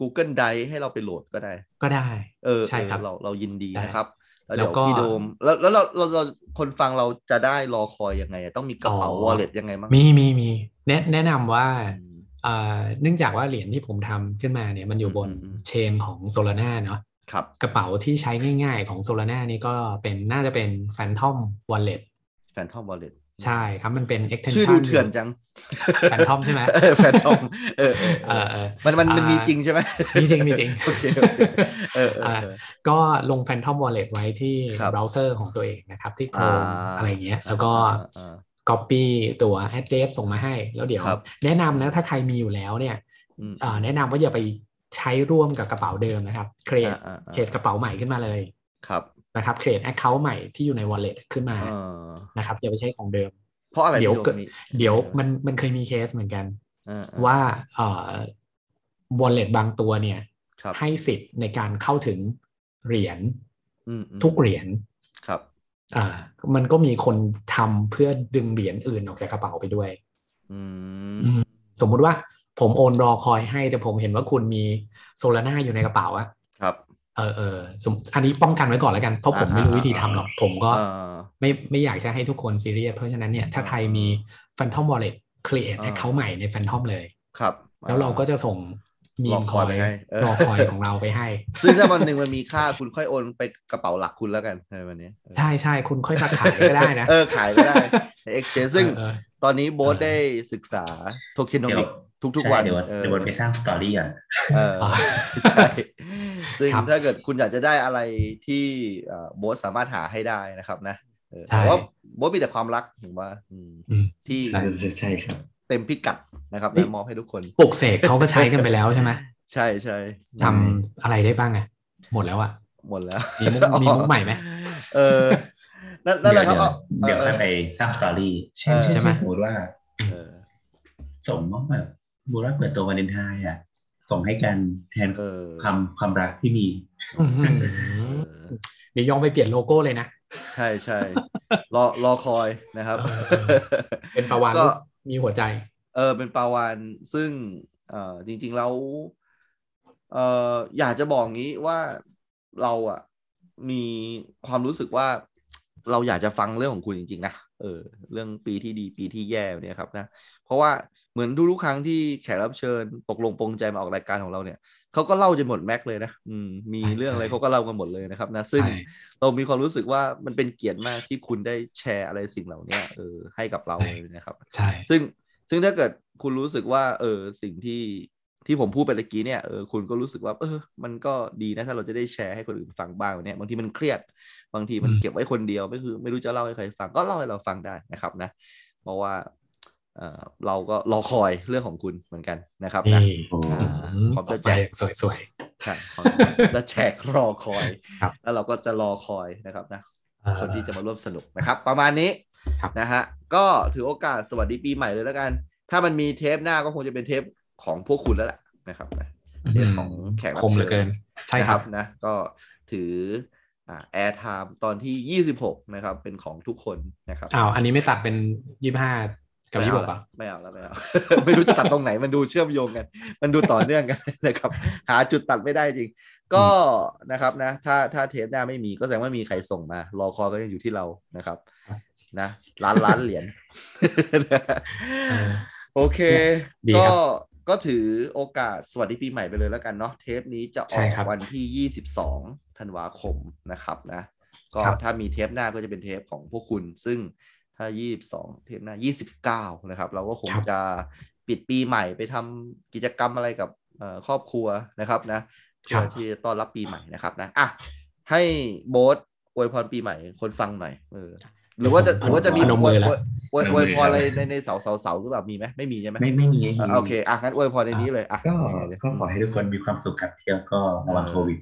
Google Drive ให้เราไปโหลดก็ได้ ก็ได้ เออ ใช่ครับ เออเราเรายินดี ได้ นะครับ แล้ว แล้ว เดี๋ยว ก็ พี่โดม แล้วแล้วเราเราเราคนฟังเราจะได้รอคอยยังไงอะต้องมีกระเป๋า อ๋อ wallet ยังไงบ้าง มีมีมีแนะแนะนำว่า อืม เอ่อเนื่องจากว่าเหรียญที่ผมทำขึ้นมาเนี่ยมันอยู่บน อืมอืม เชนของ s o l a n a เนาะ ครับ กระเป๋าที่ใช้ง่ายๆของ s o l a n a นี่ก็เป็นน่าจะเป็น Phantom Wallet Phantom Wallet ใช่ครับมันเป็น extension ชื่อดูเถื่อนจัง Phantom ใช่ไห ม แฟนทอมเออเออเอ เอ อ อเออ มันมันมัน อ่ามี มีจริงใช่ไหม มีจริงมีจริง โอเคโอเคเออเออเออ ก็ลง Phantom Wallet ไว้ที่ ครับ เบราว์เซอร์ของตัวเองนะครับ ที่ อ่า Chrome อะไรเงี้ย แล้วก็ อ่าอ่า Copy ตัว address ส่งมาให้ แล้วเดี๋ยว ครับ แนะนำนะถ้าใครมีอยู่แล้วเนี่ย อืม เอ่อแนะนำว่าอย่าไปใช้ร่วมกับกระเป๋าเดิมนะครับ เครด อ่าอ่าอ่า เครดกระเป๋าใหม่ขึ้นมาเลย ครับ นะครับเครด account ใหม่ที่อยู่ใน wallet ขึ้นมา เออ นะครับอย่าไปใช้ของเดิม เพราะอะไร เดี๋ยว พี่ เกิด มี เดี๋ยวมันมันเคยมีเคสเหมือนกัน เออเออ ว่าเอ่อ wallet บางตัวเนี่ย ครับ ให้สิทธิ์ในการเข้าถึงเหรียญ อืมอืม ทุกเหรียญ ครับ อ่ามันก็มีคนทำเพื่อดึงเหรียญอื่นออกจากกระเป๋าไปด้วย อืม อืม สมมุติว่าผมโอนรอคอยให้แต่ผมเห็นว่าคุณมีโซลาร่าอยู่ในกระเป๋าอะ ครับ เออเออสมอันนี้ป้องกันไว้ก่อนแล้วกันเพราะผม อ่า ไม่รู้ อ่า วิธีทำหรอก ผมก็ เออ ไม่ไม่อยากจะให้ทุกคนซีเรียสเพราะฉะนั้นเนี่ยถ้าใครมี Phantom Wallet create อ่า account ใหม่ใน Phantom เลย ครับ แล้วเราก็จะส่งมี รอ ม ค ค อ อย ย ไปให้เออ รอคอยของเราไปให้ ซึ่งถ้าวันหนึ่งมันมีค่า คุณค่อยโอนไปกระเป๋าหลักคุณแล้วกันในวันนี้ ใช่ใช่คุณค่อยมาขายก็ได้นะ เออขายก็ได้ใน exchange ซึ่ง เออ ตอนนี้โบ๊ท เออ ได้ศึกษา เดี๋ยว tokenomics ทุก ใช่ ๆวัน เดี๋ยวเดี๋ยว อ วั อ นไปสร้างสตอรี่ก่อน เออ อ่า ใช่ซึ่ง ครับ ถ้าเกิดคุณอยากจะได้อะไรที่เอ่อโบสสามารถหาให้ได้นะครับนะเออ ใช่ แต่ว่าโบสมีแต่ความรักถึงว่าอืม อืม ที่ ใช่ใช่ใช่ครับ เต็มพิกัดนะครับและมอบให้ทุกคน ปลุกเสกเขาก็ใช้กันไปแล้วใช่ไหม ใช่ใช่ ทำอะไรได้บ้างอะหมดแล้วอะ หมดแล้ว มีมุกมีมุกใหม่ไหม เออนั่นนั่นแหละครับเอา เดี๋ยวเดี๋ยว เอ ค่อ อ ยไปสร้างสตอรี่เช่น เออ เช่น ใช่ไหม สมมติว่า เออ สมมติแบบบูรักเปิดตัววาเลนไทน์อ่ะ ส่งให้กันแทน เออ ความความรักที่มี อื้อหื เอ อ อ เดี๋ยวยองไปเปลี่ยนโลโก้เลยนะ ใช่ใช่รอรอคอยนะครับ เออเออ เป็นประวัน ก็ มีหัวใจ เออเป็นปลาวานซึ่งเออจริงๆแล้วเอออยากจะบอกงี้ว่าเราอะมีความรู้สึกว่าเราอยากจะฟังเรื่องของคุณจริงๆนะเออเรื่องปีที่ดีปีที่แย่เนี่ยครับนะเพราะว่าเหมือนทุกๆครั้งที่แขกรับเชิญตกลงปรงใจมาออกรายการของเราเนี่ยเขาก็เล่าจนหมดแม็กเลยนะอืมมี ใช่ เรื่องอะไร ใช่ เขาก็เล่ากันหมดเลยนะครับนะซึ่ง ใช่ เรามีความรู้สึกว่ามันเป็นเกียรติมากที่คุณได้แชร์อะไรสิ่งเหล่านี้เออให้กับเรา ใช่ นะครับ ใช่ ซึ่งซึ่งถ้าเกิดคุณรู้สึกว่า เออสิ่งที่ที่ผมพูดไปตะกี้เนี่ยเออคุณก็รู้สึกว่า เออ มันก็ดีนะถ้าเราจะได้แชร์ให้คนอื่นฟังบ้างเนี่ยบางทีมันเครียด บางทีมันเก็บไว้คนเดียวไม่คือ ไม่รู้จะเล่าให้ใครฟังก็เล่าให้เราฟังได้นะครับนะ เพราะว่าเออเราก็รอคอยเรื่องของคุณเหมือนกันนะครับนะ นี่ อ่าขอบ ต่อ ใจ ไปสวย ใช่ขอและแชกรอคอย ครับ แล้วเราก็จะรอคอยนะครับนะ ๆเอ่อ คนที่จะมาร่วมสนุกนะครับ ประมาณนี้ ครับ นะฮะก็ถือโอกาสสวัสดีปีใหม่เลยแล้วกัน ถ้ามันมีเทปหน้าก็คงจะเป็นเทปของพวกคุณแล้วล่ะนะครับนะ เรื่องของแขกรับเชิญ คมเหลือเกิน ใช่ครับ นะก็ถือแอร์ไทม์ตอนที่ 26 นะครับ เป็นของทุกคนนะครับ อ้าว อันนี้ไม่ตัดเป็นยี่ห้ากับยี่หกอ่ะ ไม่เอาแล้วไม่เอา ไม่รู้จะตัดตรงไหนมันดูเชื่อมโยงกัน มันดูต่อเนื่องกัน นะครับ หาจุดตัดไม่ได้จริง ก็นะครับนะ ถ้าถ้าเทปหน้าไม่มีก็แสดงว่ามีใครส่งมา รอคอยก็ยังอยู่ที่เรานะครับ ครับ นะล้านล้านเหรียญ เออ โอเค ดีครั ก็ บ ก็ถือโอกาสสวัสดีปีใหม่ไปเลยแล้วกันเนาะเทปนี้จะอ ใช่ อก ครับ วันที่ 22 ธันวาคมนะครับนะ ก็ ครับ ถ้ามีเทปหน้าก็จะเป็นเทปของพวกคุณ ซึ่งถ้า 22 เทปหน้า 29 นะครับ เราก็คง ครับ จะปิดปีใหม่ไปทำกิจกรรมอะไรกับเอ่อครอบครัวนะครับนะ เพื่อที่จะต้อนรับปีใหม่นะครับนะอ่ะให้โบ๊ทอวยพรปีใหม่คนฟังหน่อยเออหรือว่าจะหรือว่าจะมี พนมมือแล้ว อวยอวยอวยพรอะไรในในเสาเสาเสาหรือแบบมีไหมไม่มีใช่ไหม ไม่ไม่มี เออโอเคอ่ะงั้นอวยพรในนี้เลยอ่ะ ก็ ยังไงเลย ก็ขอให้ทุกคนมีความสุขครับเที่ยวก็ระวังโควิด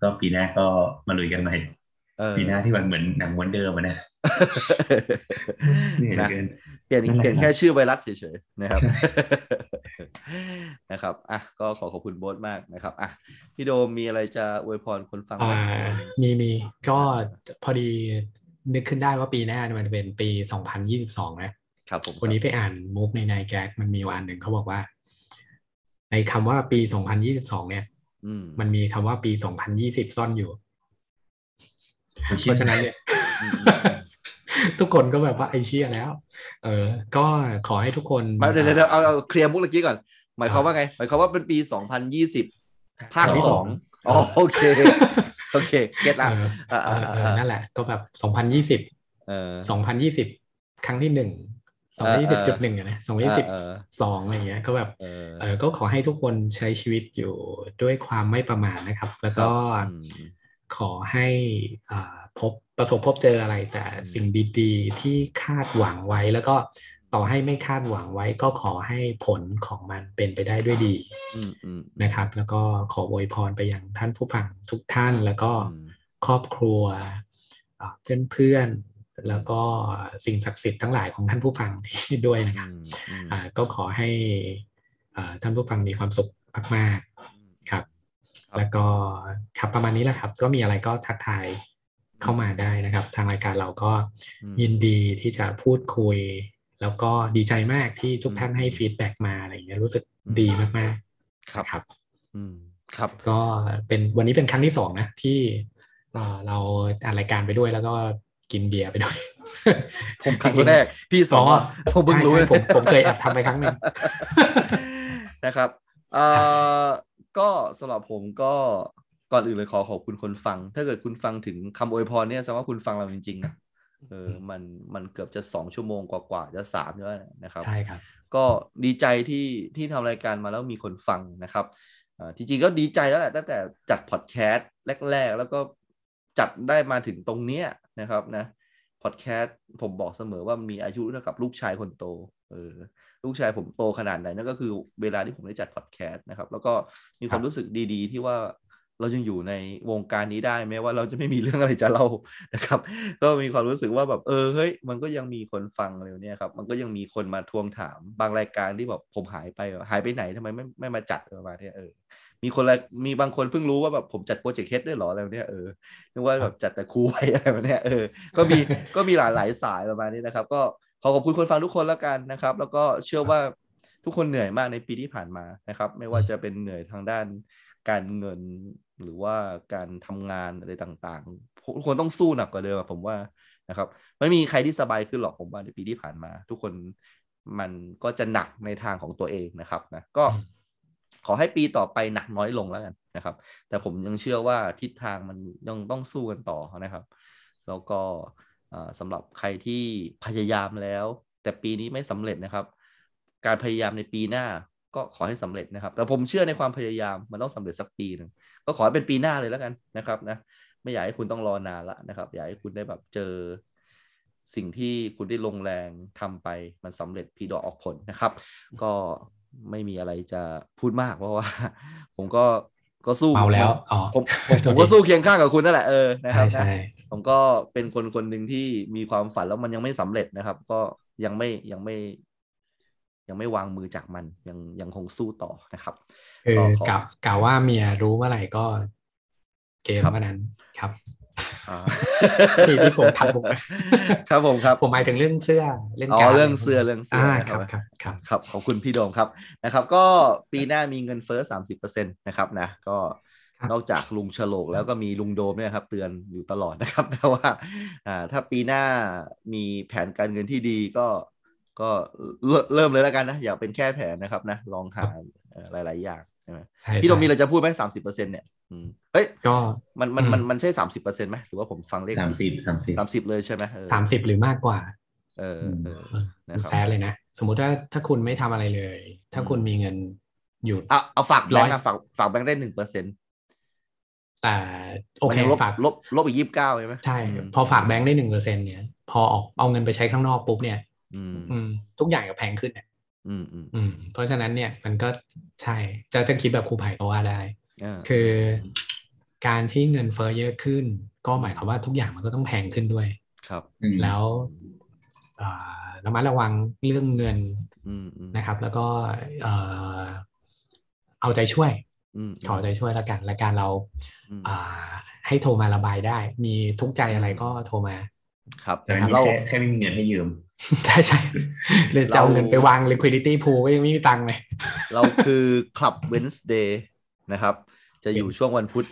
แล้วก็ปีหน้าก็มาลุยกันใหม่ เออ ปีหน้าที่มันเหมือนหนังม้วนเดิมอะนะเหนื่อยเหลื นะ อเกิน เปลี่ยน นั่นแหละ เปลี่ยนแค่ชื่อไวรัสเฉยๆนะครับ ใช่ นะครับอ่ะก็ขอขอบคุณโบ๊ทมากนะครับอ่ะพี่โดมมีอะไรจะอวยพรคนฟังไหม อ่ามีมีก็พอดีนึกขึ้นได้ว่าปีหน้าเนี่ยมันเป็นปี 2022 นะ ครับผม วันนี้ไปอ่านมุกในนายแก๊กมันมีวันหนึ่งเขาบอกว่า ในคำว่าปี 2022 เนี่ย อืม มันมีคำว่าปี 2020 ซ่อนอยู่ เพราะฉะนั้น เนี่ย อืม ทุกคนก็แบบว่าไอเชี่ยแล้ว เออ ก็ขอให้ทุกคน หมายเดี๋ยวเดี๋ยวเดี๋ยวเอาเอาเคลียร์มุกเมื่อกี้ก่อน หมายความว่าไง หมายความว่าเป็นปี 2020 ภาค ภาค ส ส อ อง ง อ๋อโอเค โอเค เก็ตละ เออ อ่า เอ อ่า อเออ อ่า นั่นแหละ ก็แบบ 2020 เออ 2020 ครั้งที่หนึ่ง เออ 2020จุดหนึ่งอะนะ2020 เออ สองอะไรเงี้ยก็แบบ เออ เออก็ขอให้ทุกคนใช้ชีวิตอยู่ด้วยความไม่ประมาทนะครับ แล้วก็ อืม ขอให้อ่าพบประสบพบเจออะไร แต่สิ่งดีๆที่คาดหวังไว้ แล้วก็ต่อให้ไม่คาดหวังไว้ ก็ขอให้ผลของมันเป็นไปได้ด้วยดี อืมอืม นะครับ แล้วก็ขออวยพรไปยังท่านผู้ฟังทุกท่านแล้วก็ อืม ครอบครัวเพื่อนเพื่อนๆแล้วก็สิ่งศักดิ์สิทธิ์ทั้งหลายของท่านผู้ฟังที่ด้วยนะครับ อืม อ่าก็ขอให้อ่าท่านผู้ฟังมีความสุขมากๆครับ ครับ แล้วก็ครับประมาณนี้แหละครับ ก็มีอะไรก็ทักทายเข้ามาได้นะครับ ทางรายการเราก็ อืม ยินดีที่จะพูดคุย แล้วก็ดีใจมากที่ทุกท่านให้ฟีดแบ็กมาอะไรอย่างเงี้ยรู้สึกดีมาก ค ๆ รับ ครับ อืม ครับ ก็เป็นวันนี้เป็นครั้งที่สองนะ ที่เอ่อเราอ่านรายการไปด้วยแล้วก็กินเบียร์ไปด้วย ผมครั้งแรก พี่สอง อ๋อ ผมเพิ่ง ใช่ รู้ ใช่ผมผมเคยแอบทำไปครั้งหนึ่ง นะครับเอ่อก็สำหรับผมก็ก่อนอื่นเลยขอขอบคุณคนฟัง ถ้าเกิดคุณฟังถึงคำอวยพรเนี่ยแสดงว่าคุณฟังเราจริงๆนะเออมันมันเกือบจะสองชั่วโมงกว่าๆจะสามแล้วนะครับ ใช่ครับ ก็ดีใจที่ที่ทำรายการมาแล้วมีคนฟังนะครับเอ่อจริงๆก็ดีใจแล้วแหละตั้งแต่จัดพอดแคสต์แรก ๆ แล้วก็จัดได้มาถึงตรงเนี้ยนะครับนะพอดแคสต์ผมบอกเสมอว่ามันมีอายุเท่ากับลูกชายคนโตเออลูกชายผมโตขนาดไหนนั่นก็คือเวลาที่ผมได้จัดพอดแคสต์นะครับ แล้วก็มีความรู้สึกดีๆ ที่ว่าเรายังอยู่ในวงการนี้ได้แม้ว่าเราจะไม่มีเรื่องอะไรจะเล่า นะครับ ก็มีความรู้สึกว่าแบบเออเฮ้ยมันก็ยังมีคนฟังเร็วเนี่ยครับ มันก็ยังมีคนมาทวงถามบางรายการที่แบบผมหายไปแบบหายไปไหนทำไมไม่ไม่มาจัดประมาณเนี้ยเออมีคนละมีบางคนเพิ่งรู้ว่าแบบผมจัดโปรเจกต์เคสด้วยเหรออะไรแบบเนี้ยเออนึกว่าแบบจัดแต่ครูไว้ อะไรแบบเนี้ยเออก็มี ก็มีหลายหลายสายประมาณนี้นะครับ ก็ขอขอบคุณคนฟังทุกคนแล้วกันนะครับ แล้วก็เชื่อว่าทุกคนเหนื่อยมากในปีที่ผ่านมานะครับ ไม่ว่าจะเป็นเหนื่อยทางด้าน การเงินหรือว่าการทำงานอะไรต่างๆทุกคนต้องสู้หนักกว่าเดิมอะผมว่านะครับ ไม่มีใครที่สบายขึ้นหรอกผมว่าในปีที่ผ่านมา ทุกคนมันก็จะหนักในทางของตัวเองนะครับนะก็ อืม ขอให้ปีต่อไปหนักน้อยลงแล้วกันนะครับ แต่ผมยังเชื่อว่าทิศทางมันยังต้องสู้กันต่อนะครับ แล้วก็เอ่อสำหรับใครที่พยายามแล้ว แต่ปีนี้ไม่สำเร็จนะครับ การพยายามในปีหน้าก็ขอให้สำเร็จนะครับ แต่ผมเชื่อในความพยายามมันต้องสำเร็จสักปีหนึ่งก็ขอให้เป็นปีหน้าเลยแล้วกันนะครับนะ ไม่อยากให้คุณต้องรอนานละนะครับ อยากให้คุณได้แบบเจอ สิ่งที่คุณได้ลงแรงทำไปมันสำเร็จพีดอกออกผลนะครับ ก็ไม่มีอะไรจะพูดมากเพราะว่า ผมก็ก็สู้ เมาแล้วอ๋อ ผมผมผมก็สู้เคียงข้างกับคุณนั่นแหละเออนะค ใช่ รับนะ ใช่ ผมก็เป็นคนคนหนึ่งที่มีความฝันแล้วมันยังไม่สำเร็จนะครับ ก็ยังไม่ยังไม่ ยังไม่วางมือจากมันยังยังคงสู้ต่อนะครับ คือ ก็ขอก ะกะว่าเมียรู้เมื่อไหร่ก็เกม ครับ เมื่อนั้นครับ อ่า ที่ที่ผมทำผมนะ ครับผมครับ ผมหมายถึงเรื่องเสื้อเรื่อง อ๋ การ อเรื่องเสื้อเรื่องเสื้อ อ่า นะ ค ครัรับบ ครับครับ ครับขอบคุณพี่โดมครับนะครับ ก็ปีหน้ามีเงินเฟ้อ30%นะครับนะก็ ครับ นอกจากลุงฉลกแล้วก็มีลุงโดมเนี่ยครับเตือนอยู่ตลอดนะครับ นะว่าอ่าถ้าปีหน้ามีแผนการเงินที่ดีก็ก็เริ่มเริ่มเลยแล้วกันนะ อย่าเป็นแค่แผนนะครับนะลองหาเอ่อหลาย ๆ อย่างใช่ไหม ใช่ พี่โดมมี ใช่ อะไรจะพูดไหมสามสิบเปอร์เซ็นต์เนี่ยอืมเฮ้ย ก็ มันมันมัน อืม มันใช่สามสิบเปอร์เซ็นต์ไหมหรือว่าผมฟังเลข สามสิบสามสิบ สามสิบเลยใช่ไหมเออ สามสิบหรือมากกว่า เออเออ เออ นะ มัน ค แซ รับ ดเลยนะ สมมุติถ้าถ้าคุณไม่ทำอะไรเลย ถ้าคุณมีเงินอยู่ เอาเอาฝากแบ ร้ ง อย ค์อะฝากฝากแบงค์ได้หนึ่งเปอร์เซ็นต์ แต่โอมัเคนยังลบ ฝาก ลบลบอีกยี่สิบเก้าใช่ไหม ใช่ อืม พอฝากแบงค์ได้หนึ่งเปอร์เซ็นเนี่ย พอออกเอาเงินไปใช้ข้างนอกปุ๊บเนี่ย อืม อืม ทุกอย่างก็แพงขึ้นเนี่ย อืมอืม อืม เพราะฉะนั้นเนี่ยมันก็ใช่จะจะคิดแบบครูไผ่ก็ว่าได้ อ่า คือ การที่เงินเฟ้อเยอะขึ้น ก็หมายความว่าทุกอย่างมันก็ต้องแพงขึ้นด้วย ครับ แล้วอ่าระมัดระวังเรื่องเงิน อืมอืม นะครับ แล้วก็เอ่อเอาใจช่วย อืม ขอใจช่วยแล้วกันรายการเรา อืม อ่าให้โทรมาระบายได้ มีทุกข์ใจอะไรก็โทรมา ครับ แต่อันนี้ เรา แค่แค่ไม่มีเงินให้ยืม ใช่ใช่หรือจะเอา เรา เงินไปวาง liquidity pool ก็ยังไม่มีตังค์เลย เราคือ Club Wednesday นะครับ จะอยู่ช่วงวันพุธ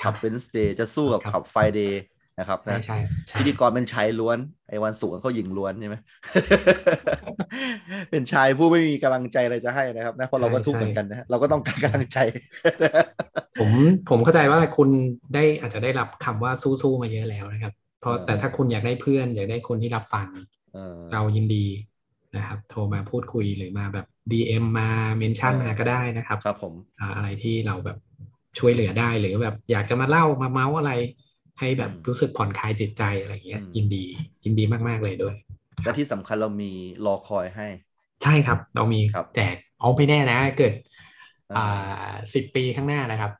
Club Wednesday จะสู้กับ ครับ Club Friday นะครับ ใช่ นะ ใช่ใช่ พิธีกรเป็นชายล้วน ไอ้วันศุกร์เขาหญิงล้วนใช่ไหม เป็นชายผู้ไม่มีกำลังใจอะไรจะให้นะครับนะเพราะเราก็ทุกข์ ใช่ เหมือนกันนะเราก็ต้องการกำลังใจ ผมผมเข้าใจว่าคุณได้อาจจะได้รับคำว่าสู้ๆมาเยอะแล้วนะครับ เพราะ เออ แต่ถ้าคุณอยากได้เพื่อน อยากได้คนที่รับฟัง เออ เรายินดีนะครับ โทรมาพูดคุยหรือมาแบบ DM มา mention เออ มาก็ได้นะครับ ครับผม อ่าอะไรที่เราแบบ ช่วยเหลือได้หรือแบบอยากจะมาเล่ามาเมาส์อะไร ให้แบบรู้สึกผ่อนคลายจิตใจอะไรอย่างเงี้ย อืม ยินดียินดีมากๆเลยด้วย และที่สำคัญเรามีรอคอยให้ ใช่ครับ เรามี ครับ แจกเอาไม่แน่นะ เกิด อ่า อ่าสิบปีข้างหน้านะครับ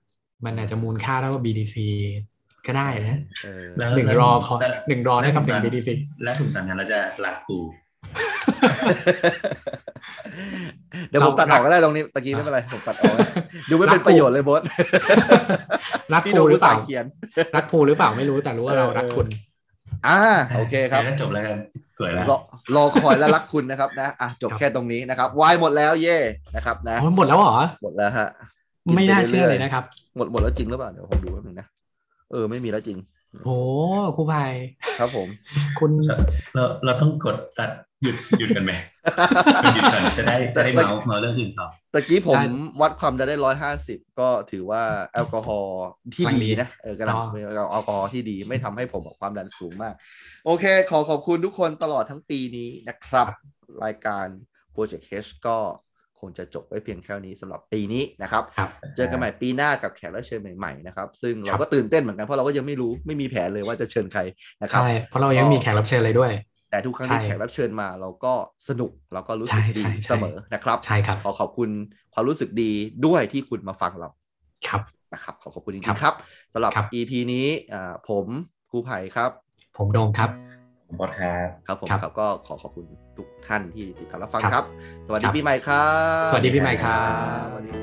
มันอาจจะมูลค่าเท่ากับ BDC ก็ได้นะ เออ แล้ว หนึ่ง แล้ว รอคอย แล้ว หนึ่งรอได้กับหนึ่ง แล้ว BDC แล้วถึงตอนนั้นเราจะรักกู เดี๋ยวผมตัดออกก็ได้ตรงนี้ตะกี้ไม่เป็นไรผมตัดออกนะดูไม่เป็นประโยชน์เลยบอส รัก พี่ ค โด รูห น รือเป สา ล่า ยเขียน รักครูหรือเปล่าไม่รู้แต่รู้ว่าเรารักคุณ อ่าโอเคครับ งั้นก็จบแล้วกันสวยแล้ว รอรอคอยและรักคุณนะครับนะอ่ะจบ ครับ แค่ตรงนี้นะครับวายหมดแล้วเย่นะครับนะ อ๋อหมดแล้วเหรอ หมดแล้วฮะ กินไป ไม่น่าเชื่อ เรื่ เล อยๆยนะครับ หมดหมดแล้วจริงหรือเปล่าเดี๋ยวผมดูแป๊บนึงนะเออไม่มีแล้วจริง โหครูภัย ครับผม คุณ เราเราต้องกดตัดหยุดหยุดกันไหมหยุดกันจะได้จะได้เมาส์เมาส์เรื่องอื่นต่อ ตะกี้ผมวัดความดันได้ร้อยห้าสิบก็ถือว่าแอลกอฮอล์ที่ดีนะเออกำลังเป็นแอลกอฮอล์ที่ดีไม่ทำให้ผมแบบความดันสูงมาก โอเค ขอขอบคุณทุกคนตลอดทั้งปีนี้นะครับ รายการ Project H ก็คงจะจบไว้เพียงแค่นี้สำหรับปีนี้นะครับ ครับ เจอกันใหม่ปีหน้ากับแขกรับเชิญใหม่ๆนะครับ ซึ่งเราก็ตื่นเต้นเหมือนกันเพราะเราก็ยังไม่รู้ไม่มีแผนเลยว่าจะเชิญใครนะครับ ใช่ เพราะเรายังมีแขกรับเชิญเลยด้วย แต่ทุกครั้งที่ ใช่ แขกรับเชิญมาเราก็สนุกเราก็รู้สึก ใช่ ดี ใช่ใช่ เสมอนะครับ ใช่ครับ ขอขอบคุณความรู้สึกดีด้วยที่คุณมาฟังเรา ครับ นะครับ ขอขอบคุณจ คริรับ งๆครับสำหรับ ครับ EP นี้อ่าผมครูไผ่ครับ ผมโดมครับ ผมบอสครับ ครับผม ครับ ครับก็ขอขอบคุณทุกท่านที่ติดตามรับฟัง ครับ ครับ สวัสดี ครับ ปีใหม่ครับ สวัสดีปีใหม่ครับ สวัสดี